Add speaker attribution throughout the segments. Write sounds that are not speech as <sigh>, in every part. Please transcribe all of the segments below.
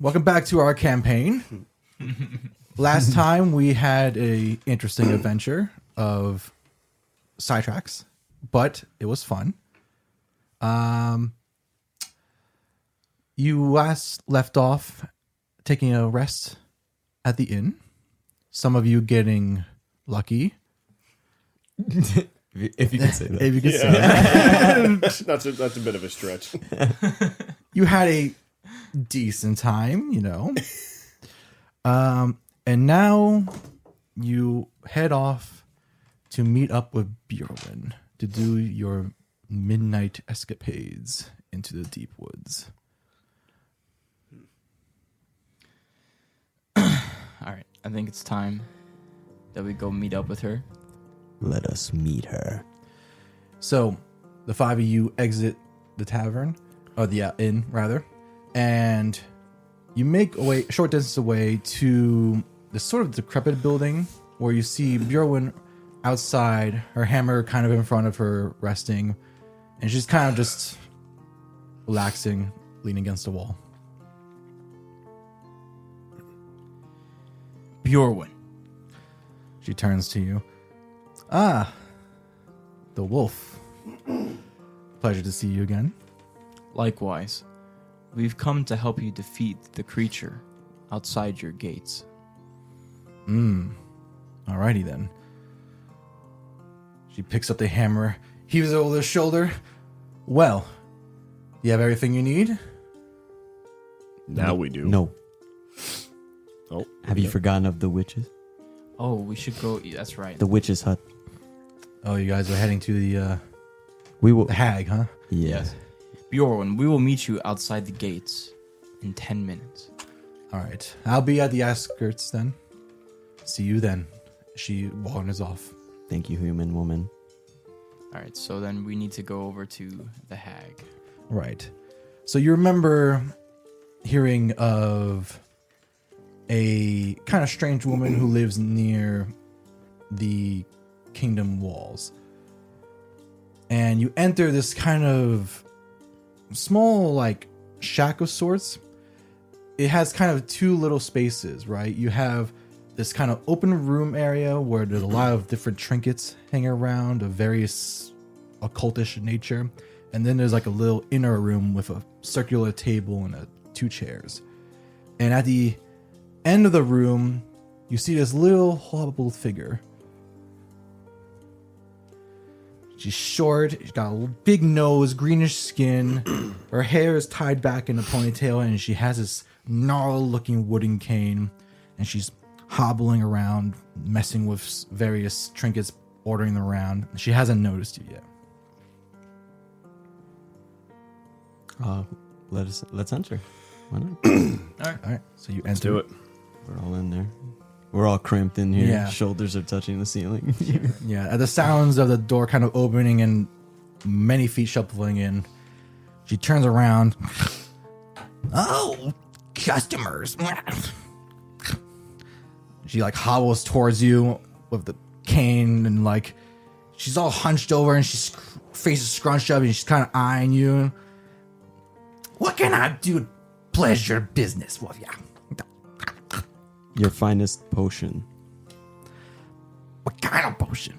Speaker 1: Welcome back to
Speaker 2: <laughs>
Speaker 1: our campaign. Last time we had a interesting adventure of sidetracks, but it was fun. Um, you last left off taking a rest at the inn. Some of you getting lucky,
Speaker 2: <laughs> If you can say that.
Speaker 1: if you could say that.
Speaker 3: <laughs> That's a, that's a bit of a
Speaker 1: <laughs>
Speaker 3: stretch.
Speaker 1: you had a decent time, you know. um, and now you head off to meet up with Bjorn to do your midnight escapades into the deep woods.
Speaker 4: All right, I think it's time that we go meet up with her.
Speaker 2: Let us meet her.
Speaker 1: So the five of you exit the tavern, or the uh, inn rather, and you make a way, a short distance away to the sort of decrepit building where you see Bjorwin outside, her hammer kind of in front of her resting, and she's kind of just relaxing, leaning against the wall.
Speaker 5: Bjorwin.
Speaker 1: She turns to you. Ah, the wolf. Pleasure to see you again.
Speaker 4: Likewise, we've come to help you defeat the creature outside your gates.
Speaker 1: Hmm. Alrighty then. She picks up the hammer, heaves it over her shoulder. Well, you have everything you need?
Speaker 3: now we do.
Speaker 2: No.
Speaker 3: Oh,
Speaker 2: Have you forgotten of the witches?
Speaker 4: Oh, we should go. That's right.
Speaker 2: The witches' hut.
Speaker 1: Oh, you guys are heading to the uh
Speaker 2: We will.
Speaker 1: the hag, huh?
Speaker 2: Yes.
Speaker 4: Yes. Bjorn, we will meet you outside the gates in 10 minutes.
Speaker 1: Alright. I'll be at the outskirts then. See you then. She wanders off.
Speaker 2: Thank you, human woman.
Speaker 4: All right, so then we need to go over to the hag.
Speaker 1: Right. So you remember hearing of a kind of strange woman who lives near the kingdom walls. And you enter this kind of small, like, shack of sorts. It has kind of two little spaces, right? You have this kind of open room area where there's a lot of different trinkets hanging around of various occultish nature. And then there's like a little inner room with a circular table and a, two chairs. And at the end of the room, you see this little hobbled figure. She's short, she's got a big nose, greenish skin. <clears throat> Her hair is tied back in a ponytail, and she has this gnarled looking wooden cane. And she's hobbling around, messing with s- various trinkets, ordering them around. She hasn't noticed you yet.
Speaker 3: <clears throat>
Speaker 2: Uh, let us. Let's enter. Why not?
Speaker 1: All right. So you
Speaker 3: Let's
Speaker 1: enter.
Speaker 3: do it.
Speaker 2: We're all in there. We're all cramped in here.
Speaker 1: Yeah.
Speaker 2: Shoulders are touching the ceiling. <laughs>
Speaker 1: Yeah, at the sounds of the door kind of opening and many feet shuffling in, she turns around. Oh, customers. She like hobbles towards you with the cane and like she's all hunched over and she's face is scrunched up and she's kind of eyeing you. What can I do to pleasure business with ya?
Speaker 2: Your finest potion.
Speaker 1: What kind of potion?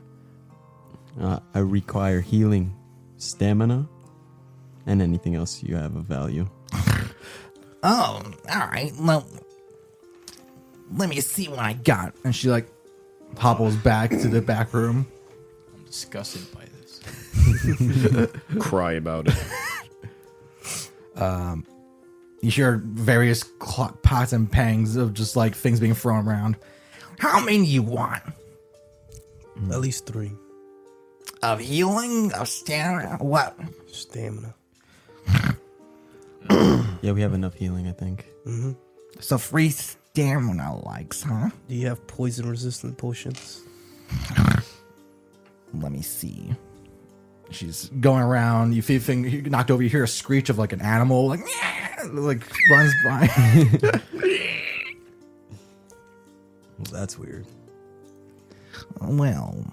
Speaker 2: Uh, I require healing, stamina, and anything else you have of value.
Speaker 1: Oh, all right. Well, let me see what I got. And she like hobbles back to the back room.
Speaker 4: I'm disgusted by this.
Speaker 3: <laughs> Cry about it.
Speaker 1: <laughs> Um, You hear various clock pots and pangs of just like things being thrown around. How many you want
Speaker 6: Mm.
Speaker 5: At least three.
Speaker 1: of healing, of stamina, what?
Speaker 5: Stamina.
Speaker 2: <coughs> Yeah, we have enough healing, I think.
Speaker 1: Mm-hmm. So free stamina likes, huh?
Speaker 5: Do you have poison resistant potions?
Speaker 1: Let me see. She's going around. You feel thing you get knocked over. You hear a screech of like an animal, like like runs by.
Speaker 2: Well, <laughs> that's weird.
Speaker 1: well,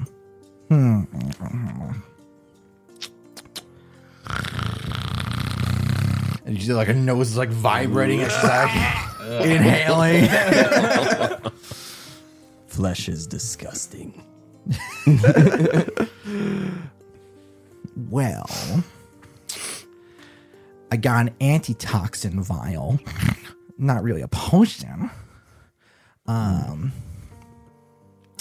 Speaker 1: hmm. And you see like her nose is like vibrating and she's like
Speaker 2: <laughs>
Speaker 1: inhaling.
Speaker 2: Flesh is
Speaker 1: <laughs>
Speaker 2: disgusting.
Speaker 1: Well, I got an antitoxin vial. Not really a potion. Um,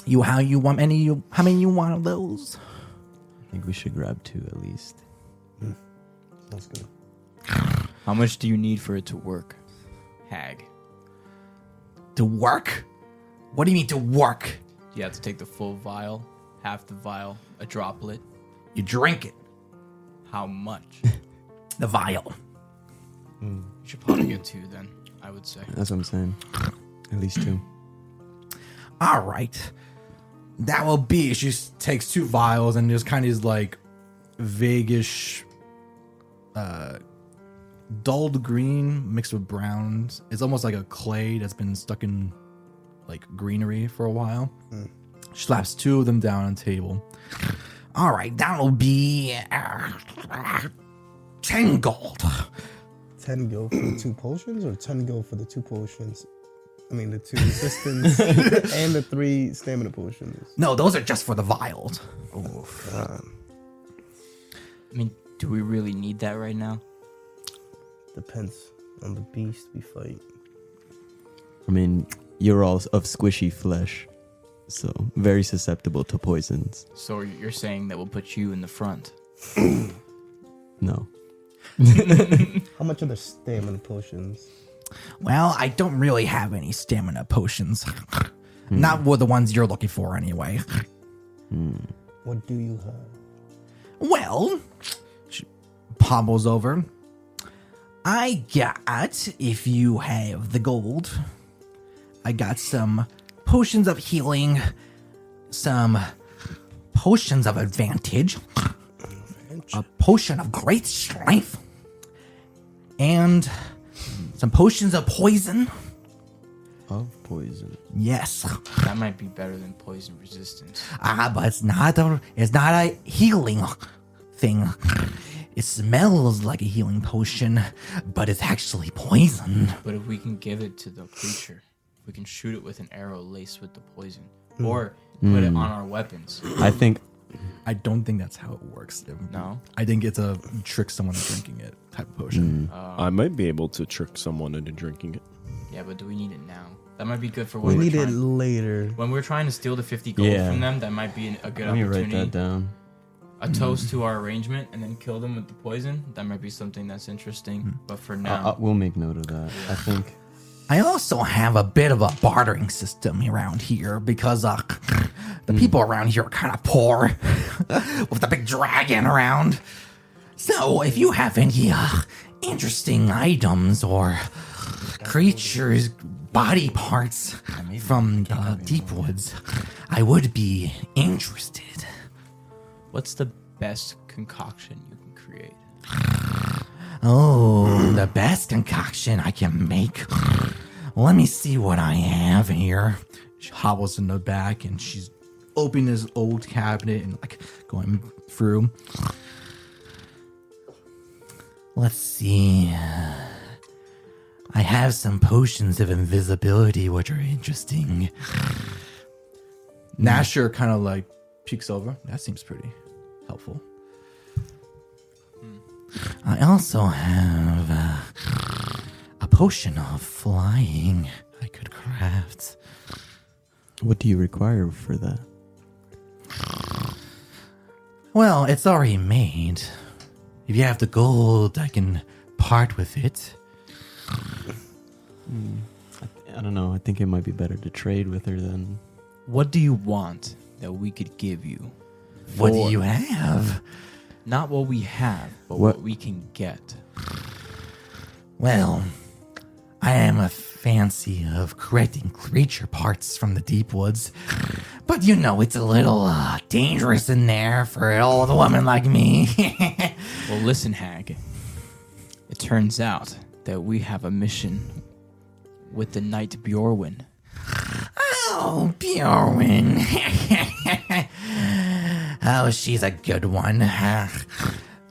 Speaker 1: you how you want any? You how many you want of those?
Speaker 2: I think we should grab two at least.
Speaker 5: That's good.
Speaker 4: How much do you need for it to work? Hag.
Speaker 1: To work? What do you mean to work?
Speaker 4: You have to take the full vial, half the vial, a droplet.
Speaker 1: You drink it.
Speaker 4: How much?
Speaker 1: <laughs> The vial.
Speaker 4: You should probably get two then, I would say.
Speaker 2: That's what I'm saying. At least two.
Speaker 1: All right. That will be. She s- takes two vials and just kind of is like vaguish, uh, dulled green mixed with browns. It's almost like a clay that's been stuck in like greenery for a while.
Speaker 5: Hmm.
Speaker 1: She slaps two of them down on the table. All right, that'll be uh, ten gold.
Speaker 5: Ten gold for the two potions, or ten gold for the two potions. I mean, the two <laughs> resistance <laughs> and the three stamina potions.
Speaker 1: No, those are just for the vials.
Speaker 5: Oh,
Speaker 4: I mean, do we really need that right now?
Speaker 5: Depends on the beast we fight.
Speaker 2: I mean, you're all of squishy flesh, so very susceptible to poisons.
Speaker 4: So you're saying that we'll put you in the front.
Speaker 2: No.
Speaker 5: How much are the stamina potions?
Speaker 1: Well, I don't really have any stamina potions. Not with the ones you're looking for, anyway.
Speaker 2: Hmm.
Speaker 5: What do you have?
Speaker 1: Well, she hobbles over. I got, if you have the gold, I got some potions of healing, some potions of advantage, a potion of great strength, and some potions of poison.
Speaker 2: Of poison.
Speaker 1: Yes.
Speaker 4: That might be better than poison resistance.
Speaker 1: Ah, but it's not a it's not a healing thing. It smells like a healing potion, but it's actually poison.
Speaker 4: But if we can give it to the creature, we can shoot it with an arrow laced with the poison, or put it on our weapons.
Speaker 2: I think
Speaker 1: I don't think that's how it works.
Speaker 4: No.
Speaker 1: I think it's a trick someone into drinking it type of potion.
Speaker 3: I might be able to trick someone into drinking it.
Speaker 4: Yeah, but do we need it now? That might be good for
Speaker 5: We
Speaker 4: when we are
Speaker 5: need it
Speaker 4: trying.
Speaker 5: later.
Speaker 4: When we're trying to steal the fifty gold
Speaker 2: Yeah.
Speaker 4: from them, that might be an- a good
Speaker 2: let me write
Speaker 4: opportunity.
Speaker 2: that down.
Speaker 4: A toast to our arrangement, and then kill them with the poison. That might be something that's interesting. But for
Speaker 2: I-
Speaker 4: now,
Speaker 2: I- Uh, we'll make note of that. I think.
Speaker 1: I also have a bit of a bartering system around here because uh,
Speaker 2: Hmm.
Speaker 1: the people around here are kind of poor <laughs> with the big dragon around. So if you have any uh, interesting items or
Speaker 7: creature's body parts from the deep woods, I would be interested.
Speaker 4: What's the best concoction you can create?
Speaker 7: Oh, the best concoction I can make. Let me see what I have here. She hobbles in the back and she's opening this old cabinet and like going through. Let's see. I have some potions of invisibility which are
Speaker 5: <sighs>
Speaker 7: interesting.
Speaker 1: Nasher kind of like peeks over. That seems pretty helpful.
Speaker 7: I also have uh, a potion of flying I could craft.
Speaker 2: What do you require for that?
Speaker 7: Well, it's already made. If you have the gold, I can part with it.
Speaker 2: Hmm. I don't know. I think it might be better to trade with her than.
Speaker 4: What do you want that we could give you?
Speaker 7: What do you have?
Speaker 4: Not what we have, but
Speaker 2: What-
Speaker 4: what, we can get.
Speaker 7: Well, I am a fancy of collecting creature parts from the deep woods, but you know it's a little uh, dangerous in there for an old woman like me. <laughs>
Speaker 4: Well, listen, Hag. It turns out that we have a mission with the Knight Bjorwin.
Speaker 7: oh, Bjorn. <laughs> oh, she's a good one. <laughs>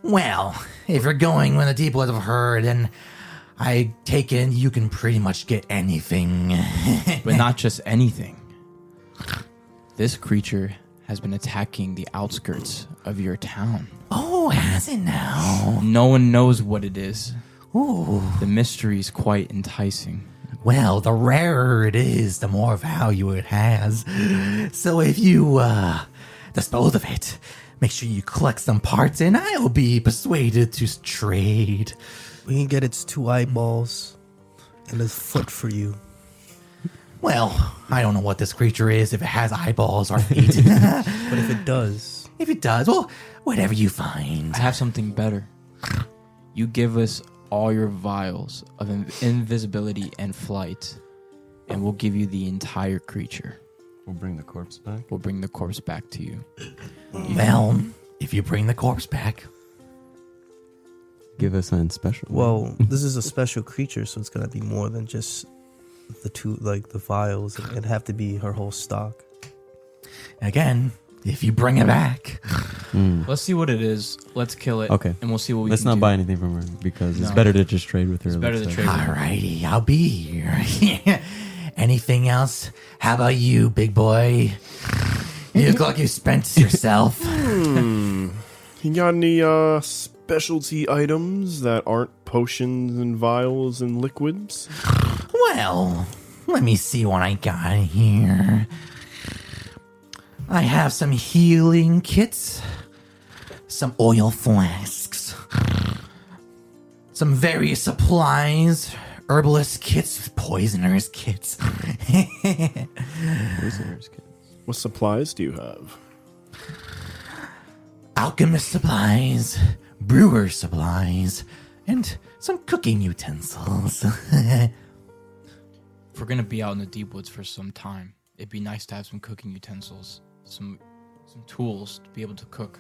Speaker 7: Well, if you're going with the deep woods of her, then I take it you can pretty much get
Speaker 5: <laughs>
Speaker 7: anything.
Speaker 4: But <laughs> not just anything. This creature has been attacking the outskirts of your town.
Speaker 7: <laughs> oh, has it now?
Speaker 4: No one knows what it is.
Speaker 7: Oh. Ooh.
Speaker 4: The mystery is quite enticing.
Speaker 7: Well, the rarer it is, the more value it has. So if you uh, dispose of it, make sure you collect some parts, and I will be persuaded to trade.
Speaker 5: We can get its two eyeballs and its foot for you.
Speaker 7: Well, I don't know what this creature is, if it has
Speaker 5: <laughs>
Speaker 7: eyeballs or feet. <laughs>
Speaker 5: But if it does,
Speaker 7: if it does, well, whatever you find.
Speaker 4: I have something better. You give us all your vials of in- invisibility and flight, and we'll give you the entire creature.
Speaker 2: We'll bring the corpse back.
Speaker 4: We'll bring the corpse back to you.
Speaker 7: Well, if you bring the corpse back,
Speaker 2: Give us something special.
Speaker 5: well, this is a special creature, so it's gonna be more than just the two, like the vials. It'd have to be her whole stock.
Speaker 7: again, if you bring
Speaker 2: <laughs>
Speaker 7: it back,
Speaker 4: Let's see what it is. Let's kill it.
Speaker 2: Hmm. Okay.
Speaker 4: And we'll see what we
Speaker 2: Let's
Speaker 4: can
Speaker 2: not
Speaker 4: do.
Speaker 2: buy anything from her because it's
Speaker 4: No.
Speaker 2: better to just trade with her.
Speaker 4: It's
Speaker 2: it
Speaker 4: better
Speaker 2: looks
Speaker 4: to
Speaker 2: like.
Speaker 4: trade.
Speaker 7: alrighty, I'll be here. <laughs> Anything else? How about you, big boy? You look like you spent yourself. <laughs>
Speaker 3: Hmm. You got any uh, specialty items that aren't potions and vials and liquids?
Speaker 7: Well, let me see what I got here. I have some healing kits, some oil flasks, some various supplies, herbalist kits, <laughs> poisoners kits.
Speaker 2: Poisoners kit.
Speaker 3: What supplies do you have?
Speaker 7: alchemist supplies, brewer supplies, and some cooking utensils. <laughs>
Speaker 4: If we're going to be out in the deep woods for some time, it'd be nice to have some cooking utensils, some some tools to be able to cook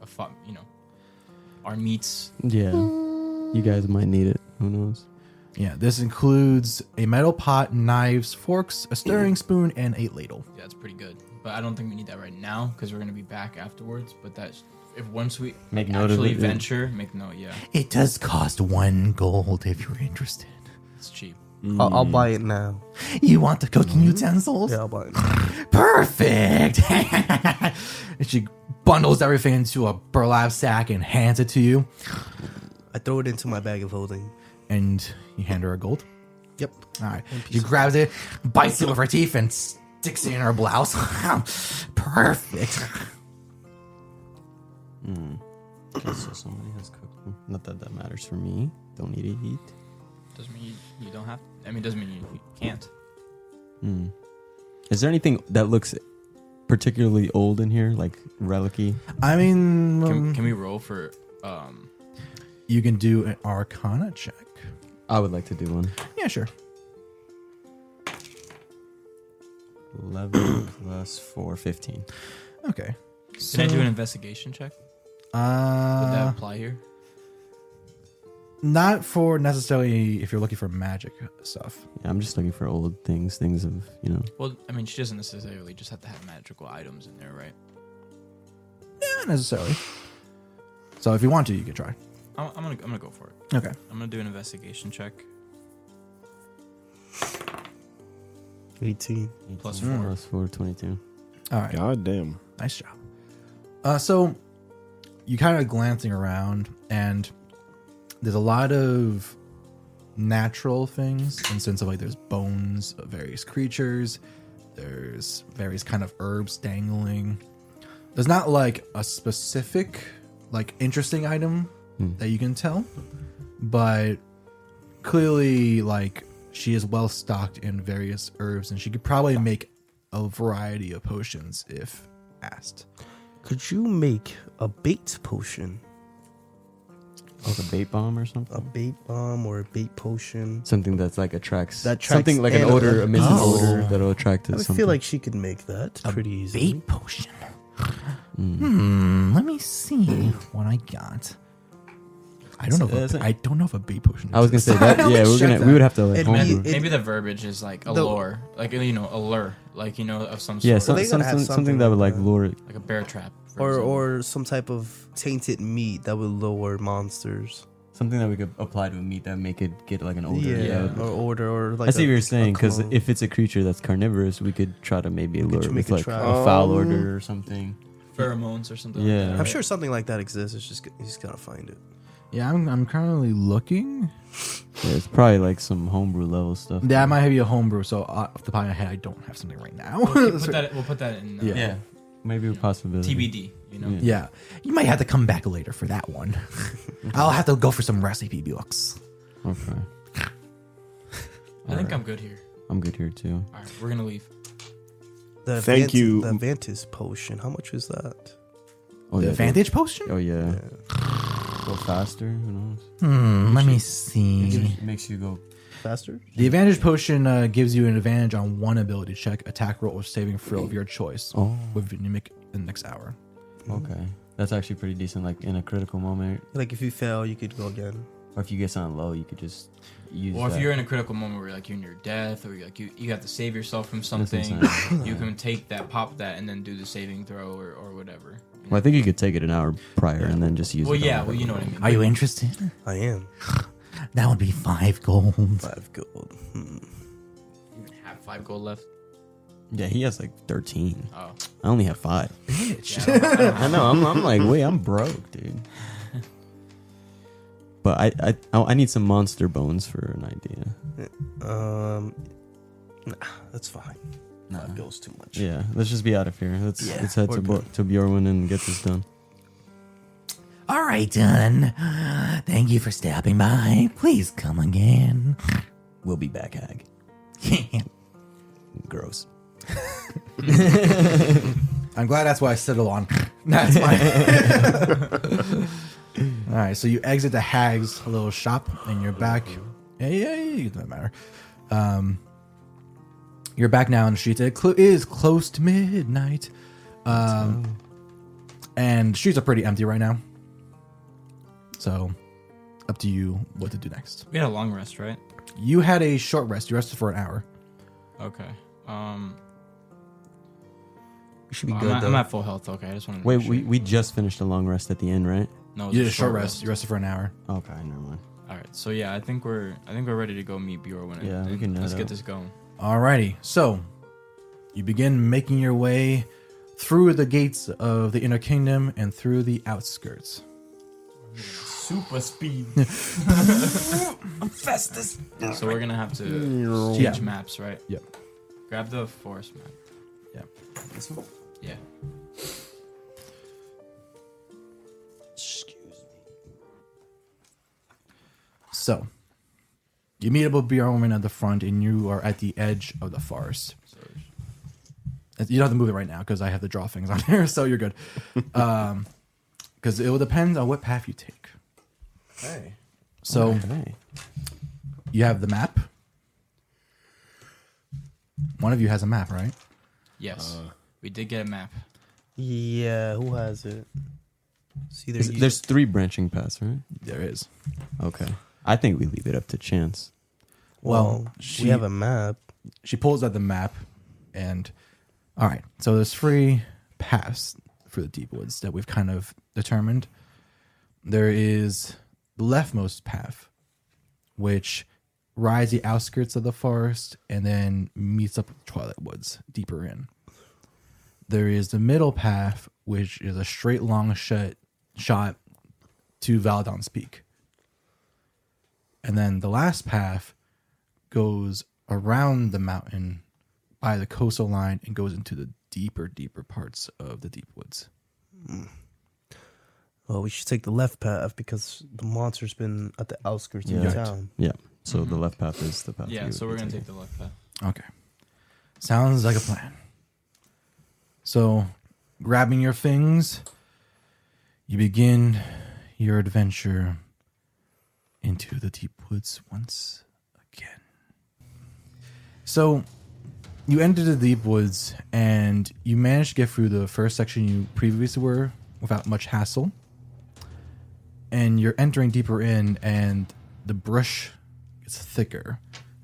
Speaker 4: a fu- you know, our meats.
Speaker 2: Yeah. You guys might need it. Who knows?
Speaker 1: Yeah, this includes a metal pot, knives, forks, a stirring spoon, and a ladle.
Speaker 4: Yeah, that's pretty good. But I don't think we need that right now because we're going to be back afterwards, but that's if once we
Speaker 2: Make note of
Speaker 4: actually
Speaker 2: it, yeah.
Speaker 4: venture, make note, yeah.
Speaker 7: it does cost one gold if you're interested.
Speaker 4: It's cheap.
Speaker 5: I'll,
Speaker 1: Mm.
Speaker 5: I'll buy it now.
Speaker 7: You want the cooking utensils?
Speaker 5: Yeah, I'll buy
Speaker 7: <laughs>
Speaker 5: it. Now.
Speaker 7: Perfect.
Speaker 1: <laughs> And she bundles everything into a burlap sack and hands it to you.
Speaker 5: I throw it into my bag of holding.
Speaker 1: And you hand her a gold.
Speaker 5: Yep.
Speaker 1: All right. She grabs it, bites it with her teeth, and sticks it in her blouse. <laughs>
Speaker 7: Perfect.
Speaker 2: Okay, so somebody has cooked them. Mm. Not that that matters for me. Don't need to eat.
Speaker 4: Doesn't mean you, you don't have I mean doesn't mean you, you can't.
Speaker 2: Hmm. Is there anything that looks particularly old in here, like relicky?
Speaker 1: I mean,
Speaker 4: Can, can we roll for um
Speaker 1: you can do an arcana check.
Speaker 2: I would like to do one.
Speaker 1: Yeah, sure.
Speaker 2: 11 plus 4, 15.
Speaker 1: Okay.
Speaker 4: Can I do an investigation check? Would
Speaker 1: Uh,
Speaker 4: that apply here?
Speaker 1: not for necessarily if you're looking for magic stuff.
Speaker 2: Yeah, I'm just looking for old things, things of, you know.
Speaker 4: Well, I mean, she doesn't necessarily just have to have magical items in there, right?
Speaker 1: Not necessarily. So if you want to, you can try.
Speaker 4: I'm, I'm gonna I'm gonna go for it.
Speaker 1: Okay.
Speaker 4: I'm gonna do an investigation check.
Speaker 5: 18.
Speaker 2: 18
Speaker 4: Plus
Speaker 1: four.
Speaker 2: Plus 4, 22.
Speaker 1: All right.
Speaker 3: God damn.
Speaker 1: Nice job. Uh, so you kind of glancing around, and there's a lot of natural things in the sense of like there's bones of various creatures, there's various kind of herbs dangling. There's not like a specific, like interesting item that you can tell, but clearly like she is well stocked in various herbs, and she could probably make a variety of potions if asked.
Speaker 5: Could you make a bait potion?
Speaker 2: Like a bait bomb or something?
Speaker 5: A bait bomb or a bait potion?
Speaker 2: Something that's like attracts.
Speaker 5: That
Speaker 2: something
Speaker 5: attracts
Speaker 2: like an
Speaker 5: animals.
Speaker 2: odor, a missing
Speaker 5: Oh.
Speaker 2: odor that'll attract to
Speaker 5: I would
Speaker 2: something.
Speaker 5: feel like she could make that pretty easily.
Speaker 7: Bait potion. Hmm. Let me see what I got. I don't know. If
Speaker 2: Is
Speaker 7: a,
Speaker 2: it-
Speaker 7: I don't know if a bait potion.
Speaker 2: I was gonna say
Speaker 7: exists.
Speaker 5: <laughs>
Speaker 2: that.
Speaker 7: Let me
Speaker 2: Yeah, we're
Speaker 7: check
Speaker 2: gonna.
Speaker 7: that.
Speaker 2: We would have to like
Speaker 5: It'd
Speaker 2: homebrew.
Speaker 5: be- it-
Speaker 4: Maybe the verbiage is like allure, like you know, allure, like you know, of some sort,
Speaker 2: yeah,
Speaker 5: so
Speaker 2: some,
Speaker 5: they
Speaker 2: some,
Speaker 5: gotta have
Speaker 2: some, something
Speaker 5: something
Speaker 2: that would
Speaker 5: like
Speaker 2: like
Speaker 5: that.
Speaker 2: lure it.
Speaker 4: like a bear trap, for
Speaker 5: Or,
Speaker 4: example.
Speaker 5: or some type of tainted meat that would lower monsters.
Speaker 2: Something that we could apply to a meat that make it get like an odor.
Speaker 5: yeah.
Speaker 2: that would-
Speaker 5: Or order or like.
Speaker 2: I see
Speaker 5: a-
Speaker 2: what you're
Speaker 5: a
Speaker 2: saying because
Speaker 5: clone.
Speaker 2: if it's a creature that's carnivorous, we could try to maybe
Speaker 5: could
Speaker 2: allure it
Speaker 5: make
Speaker 2: with
Speaker 5: a
Speaker 2: like
Speaker 5: try.
Speaker 2: a foul
Speaker 3: Um,
Speaker 2: odor or something.
Speaker 4: pheromones or something.
Speaker 2: Yeah.
Speaker 4: like that,
Speaker 5: I'm
Speaker 4: right?
Speaker 5: sure something like that exists. It's just you just gotta find it.
Speaker 1: Yeah, I'm, I'm currently looking.
Speaker 2: Yeah, it's probably like some homebrew level stuff.
Speaker 1: That might be a homebrew, so uh, off the top of my head, I don't have something right now.
Speaker 4: We'll, keep- put
Speaker 1: <laughs>
Speaker 4: that, we'll put that in. Uh,
Speaker 1: Yeah.
Speaker 2: Yeah, maybe a possibility.
Speaker 4: TBD. You know.
Speaker 2: Yeah.
Speaker 1: yeah.
Speaker 7: You might have to come back later for
Speaker 2: <laughs>
Speaker 7: that one. I'll have to go for some recipe books.
Speaker 2: Okay,
Speaker 4: I think I'm good here.
Speaker 2: I'm good here too.
Speaker 4: All right, we're gonna leave.
Speaker 5: The
Speaker 3: Thank
Speaker 5: Vantis-
Speaker 3: you.
Speaker 5: The Vantis potion. How much was that?
Speaker 2: Oh
Speaker 7: the
Speaker 2: yeah.
Speaker 7: vantage potion.
Speaker 2: Oh yeah. Go faster. Who knows?
Speaker 7: Hmm. Let me
Speaker 2: It
Speaker 7: see.
Speaker 2: just makes you go.
Speaker 5: Faster.
Speaker 1: The advantage potion uh, gives you an advantage on one ability check, attack roll, or saving throw of your choice
Speaker 2: Oh.
Speaker 1: within the next hour.
Speaker 2: Okay, that's actually pretty decent. Like in a critical moment,
Speaker 5: Like if you fail, you could go again.
Speaker 2: or if you get something low, you could just use.
Speaker 4: Or if
Speaker 2: that.
Speaker 4: you're in a critical moment where like you're near death, or you're, like you you have to save yourself from
Speaker 2: That's
Speaker 4: something,
Speaker 2: insane.
Speaker 4: you can take that, pop that, and then do the saving throw or, or whatever. you
Speaker 2: Well, I
Speaker 4: know?
Speaker 2: think you could take it an hour prior and then just use
Speaker 4: Well,
Speaker 2: it. on
Speaker 4: yeah.
Speaker 2: the
Speaker 4: Well, you know what I
Speaker 2: critical
Speaker 4: mean.
Speaker 7: Are you interested?
Speaker 5: I am
Speaker 7: That would be five gold.
Speaker 5: five gold. Hmm.
Speaker 4: You even have five gold left.
Speaker 2: moment. Yeah, he has like 13.
Speaker 4: Oh,
Speaker 2: I only have five.
Speaker 4: <laughs> yeah, I don't- I don't-
Speaker 2: I know. I'm, I'm like, wait, I'm broke,
Speaker 4: <laughs>
Speaker 2: dude. But I, I oh, I I need some monster bones for an idea.
Speaker 5: Um, nah, that's fine. Five gold's too much.
Speaker 2: Yeah, let's just be out of here. Let's
Speaker 5: Yeah,
Speaker 2: let's head
Speaker 5: we're
Speaker 2: to Bo-
Speaker 5: good.
Speaker 2: to Bjorwin and get this done.
Speaker 7: All right, done. Thank you for stopping by. Please come again.
Speaker 2: We'll be back,
Speaker 7: <laughs>
Speaker 2: Hag. Gross.
Speaker 1: <laughs> I'm glad that's why I settled on. <laughs> That's my. <laughs> All right, so you exit the Hag's little shop and you're back. Yeah, yeah, yeah, it doesn't matter. Um, you're back now in the streets. It clo- is close to midnight, um, and the streets are pretty empty right now. So, up to you what to do next.
Speaker 4: we had a long rest, right?
Speaker 1: You had a short rest. You rested for an hour.
Speaker 4: Okay. Um,
Speaker 5: You should be
Speaker 4: I'm,
Speaker 5: good
Speaker 4: at,
Speaker 5: though.
Speaker 4: Oh, I'm at full health. Okay, I just want to.
Speaker 2: Wait, we, we just finished a long rest at the end, right?
Speaker 4: no, it was
Speaker 1: You did a short rest. You rested for an hour.
Speaker 2: Okay, never mind.
Speaker 4: All right, so yeah, I think we're I think we're ready to go meet Bjorn.
Speaker 2: Yeah, we
Speaker 4: and
Speaker 2: can
Speaker 4: Let's
Speaker 2: head
Speaker 4: get
Speaker 2: out.
Speaker 4: this going.
Speaker 1: Alrighty, so you begin making your way through the gates of the inner kingdom and through the outskirts.
Speaker 4: Super speed. I'm Festus. So we're gonna have to
Speaker 1: Yeah.
Speaker 4: change maps, right?
Speaker 1: Yep.
Speaker 4: Grab the forest map.
Speaker 1: Yep.
Speaker 4: Yeah.
Speaker 1: So you meet up with Bjorn at the front, and you are at the edge of the forest.
Speaker 4: So,
Speaker 1: You don't have to move it right now because I have to draw things on <laughs> here, so you're good. Um, because it will depend on what path you take.
Speaker 2: Hey.
Speaker 1: So
Speaker 2: Hey.
Speaker 1: you have the map. One of you has a map, right?
Speaker 4: Yes,
Speaker 1: Uh,
Speaker 4: we did get a map.
Speaker 6: Yeah, who has it? See,
Speaker 2: Is- There's three branching paths, right?
Speaker 1: There is.
Speaker 2: Okay. I think we leave it up to chance.
Speaker 1: Well,
Speaker 6: we
Speaker 1: she-
Speaker 6: have a map.
Speaker 1: she pulls out the map and all right so there's three paths for the deep woods that we've kind of determined there is the leftmost path which rides the outskirts of the forest and then meets up with twilight woods deeper in there is the middle path which is a straight long shot shot to Valadon's peak and then the last path goes around the mountain by the coastal line and goes into the deeper, deeper parts of the deep woods.
Speaker 6: Well, we should take the left path because the monster's been at the outskirts
Speaker 2: Yeah.
Speaker 6: of the
Speaker 2: Right.
Speaker 6: town.
Speaker 2: Yeah. So
Speaker 1: Mm-hmm.
Speaker 2: the left path is the path.
Speaker 4: Yeah,
Speaker 2: we
Speaker 4: so
Speaker 2: would
Speaker 4: we're
Speaker 2: be
Speaker 4: gonna
Speaker 2: taking.
Speaker 4: take the left path.
Speaker 1: Okay. Sounds like a plan. So, grabbing your things, you begin your adventure into the deep woods once again. So, you enter the deep woods and you manage to get through the first section you previously were without much hassle. And you're entering deeper in, and the brush gets thicker,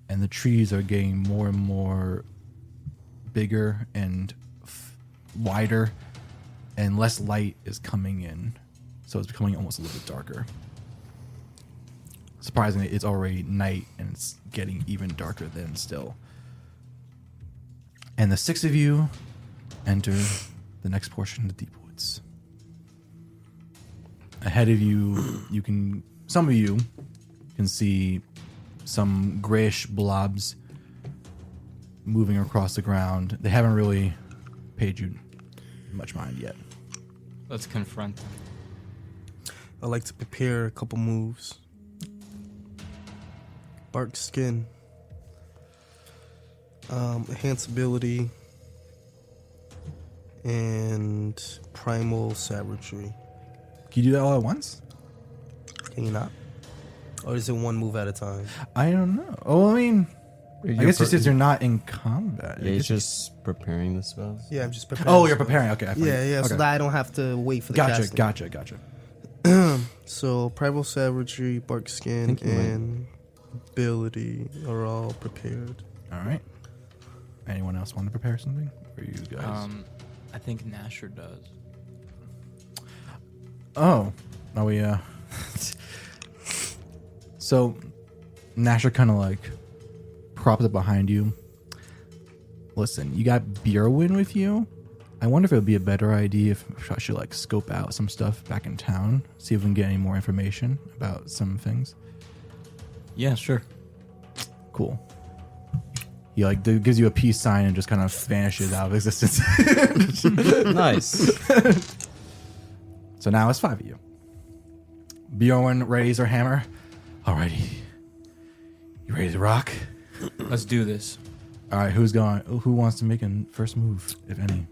Speaker 1: and the trees are getting more and more bigger and f- wider, and less light is coming in. So it's becoming almost a little bit darker. Surprisingly, it's already night and it's getting even darker then still. And the six of you enter the next portion of the deep woods. Ahead of you, you can some of you can see some grayish blobs moving across the ground. They haven't really paid you much mind yet.
Speaker 4: Let's confront them.
Speaker 6: I like to prepare a couple moves. Bark skin. Um, enhance ability. And primal savagery.
Speaker 1: Can you do that all at once?
Speaker 6: Can you not? Or is it one move at a time?
Speaker 1: I don't know. Oh, I mean, I guess it's since you're not in combat. I
Speaker 2: Yeah, he's
Speaker 1: guess-
Speaker 2: just preparing the spells.
Speaker 6: Yeah, I'm just preparing.
Speaker 1: oh, you're preparing. Okay. I thought you-
Speaker 6: Yeah, yeah,
Speaker 1: Okay.
Speaker 6: so that I don't have to wait for the
Speaker 1: gotcha.
Speaker 6: casting.
Speaker 1: Gotcha. Gotcha.
Speaker 6: <clears throat> So primal savagery, bark skin,
Speaker 2: Thank you, Mike.
Speaker 6: and ability are all prepared.
Speaker 1: All right. Anyone else want to prepare something? Or you guys?
Speaker 4: Um, I think Nasher does.
Speaker 1: Oh, are we? Uh, so, Nasher kind of like props up behind you. Listen, you got Bjerwin with you. I wonder if it would be a better idea if I should like scope out some stuff back in town, see if we can get any more information about some things.
Speaker 4: Yeah, sure.
Speaker 1: Cool. He like d- gives you a peace sign and just kind of vanishes out
Speaker 4: <laughs>
Speaker 1: of existence.
Speaker 2: nice.
Speaker 1: So now it's five of you. Bjorn readies her hammer. Alrighty. You ready to rock?
Speaker 4: Let's do this.
Speaker 1: Alright, who's going who wants to make a first move, if any?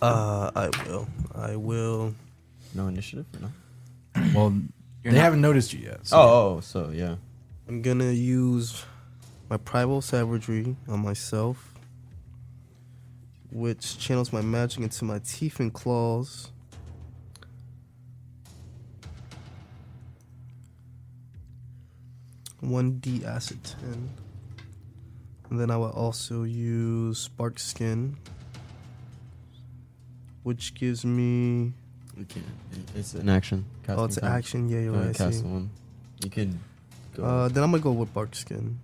Speaker 6: Uh, I will. I will.
Speaker 2: no initiative? No.
Speaker 1: <clears throat> Well they
Speaker 4: not-
Speaker 1: haven't noticed you yet. So
Speaker 2: Oh, oh, so yeah.
Speaker 6: I'm gonna use my primal savagery on myself, which channels my magic into my teeth and claws. One D acid ten. And then I will also use spark skin, which gives me
Speaker 2: You can't. It's an action.
Speaker 6: oh, it's an action. Yeah, you're right. I see.
Speaker 2: cast one. You could go.
Speaker 6: Uh, then I'm gonna go with bark skin.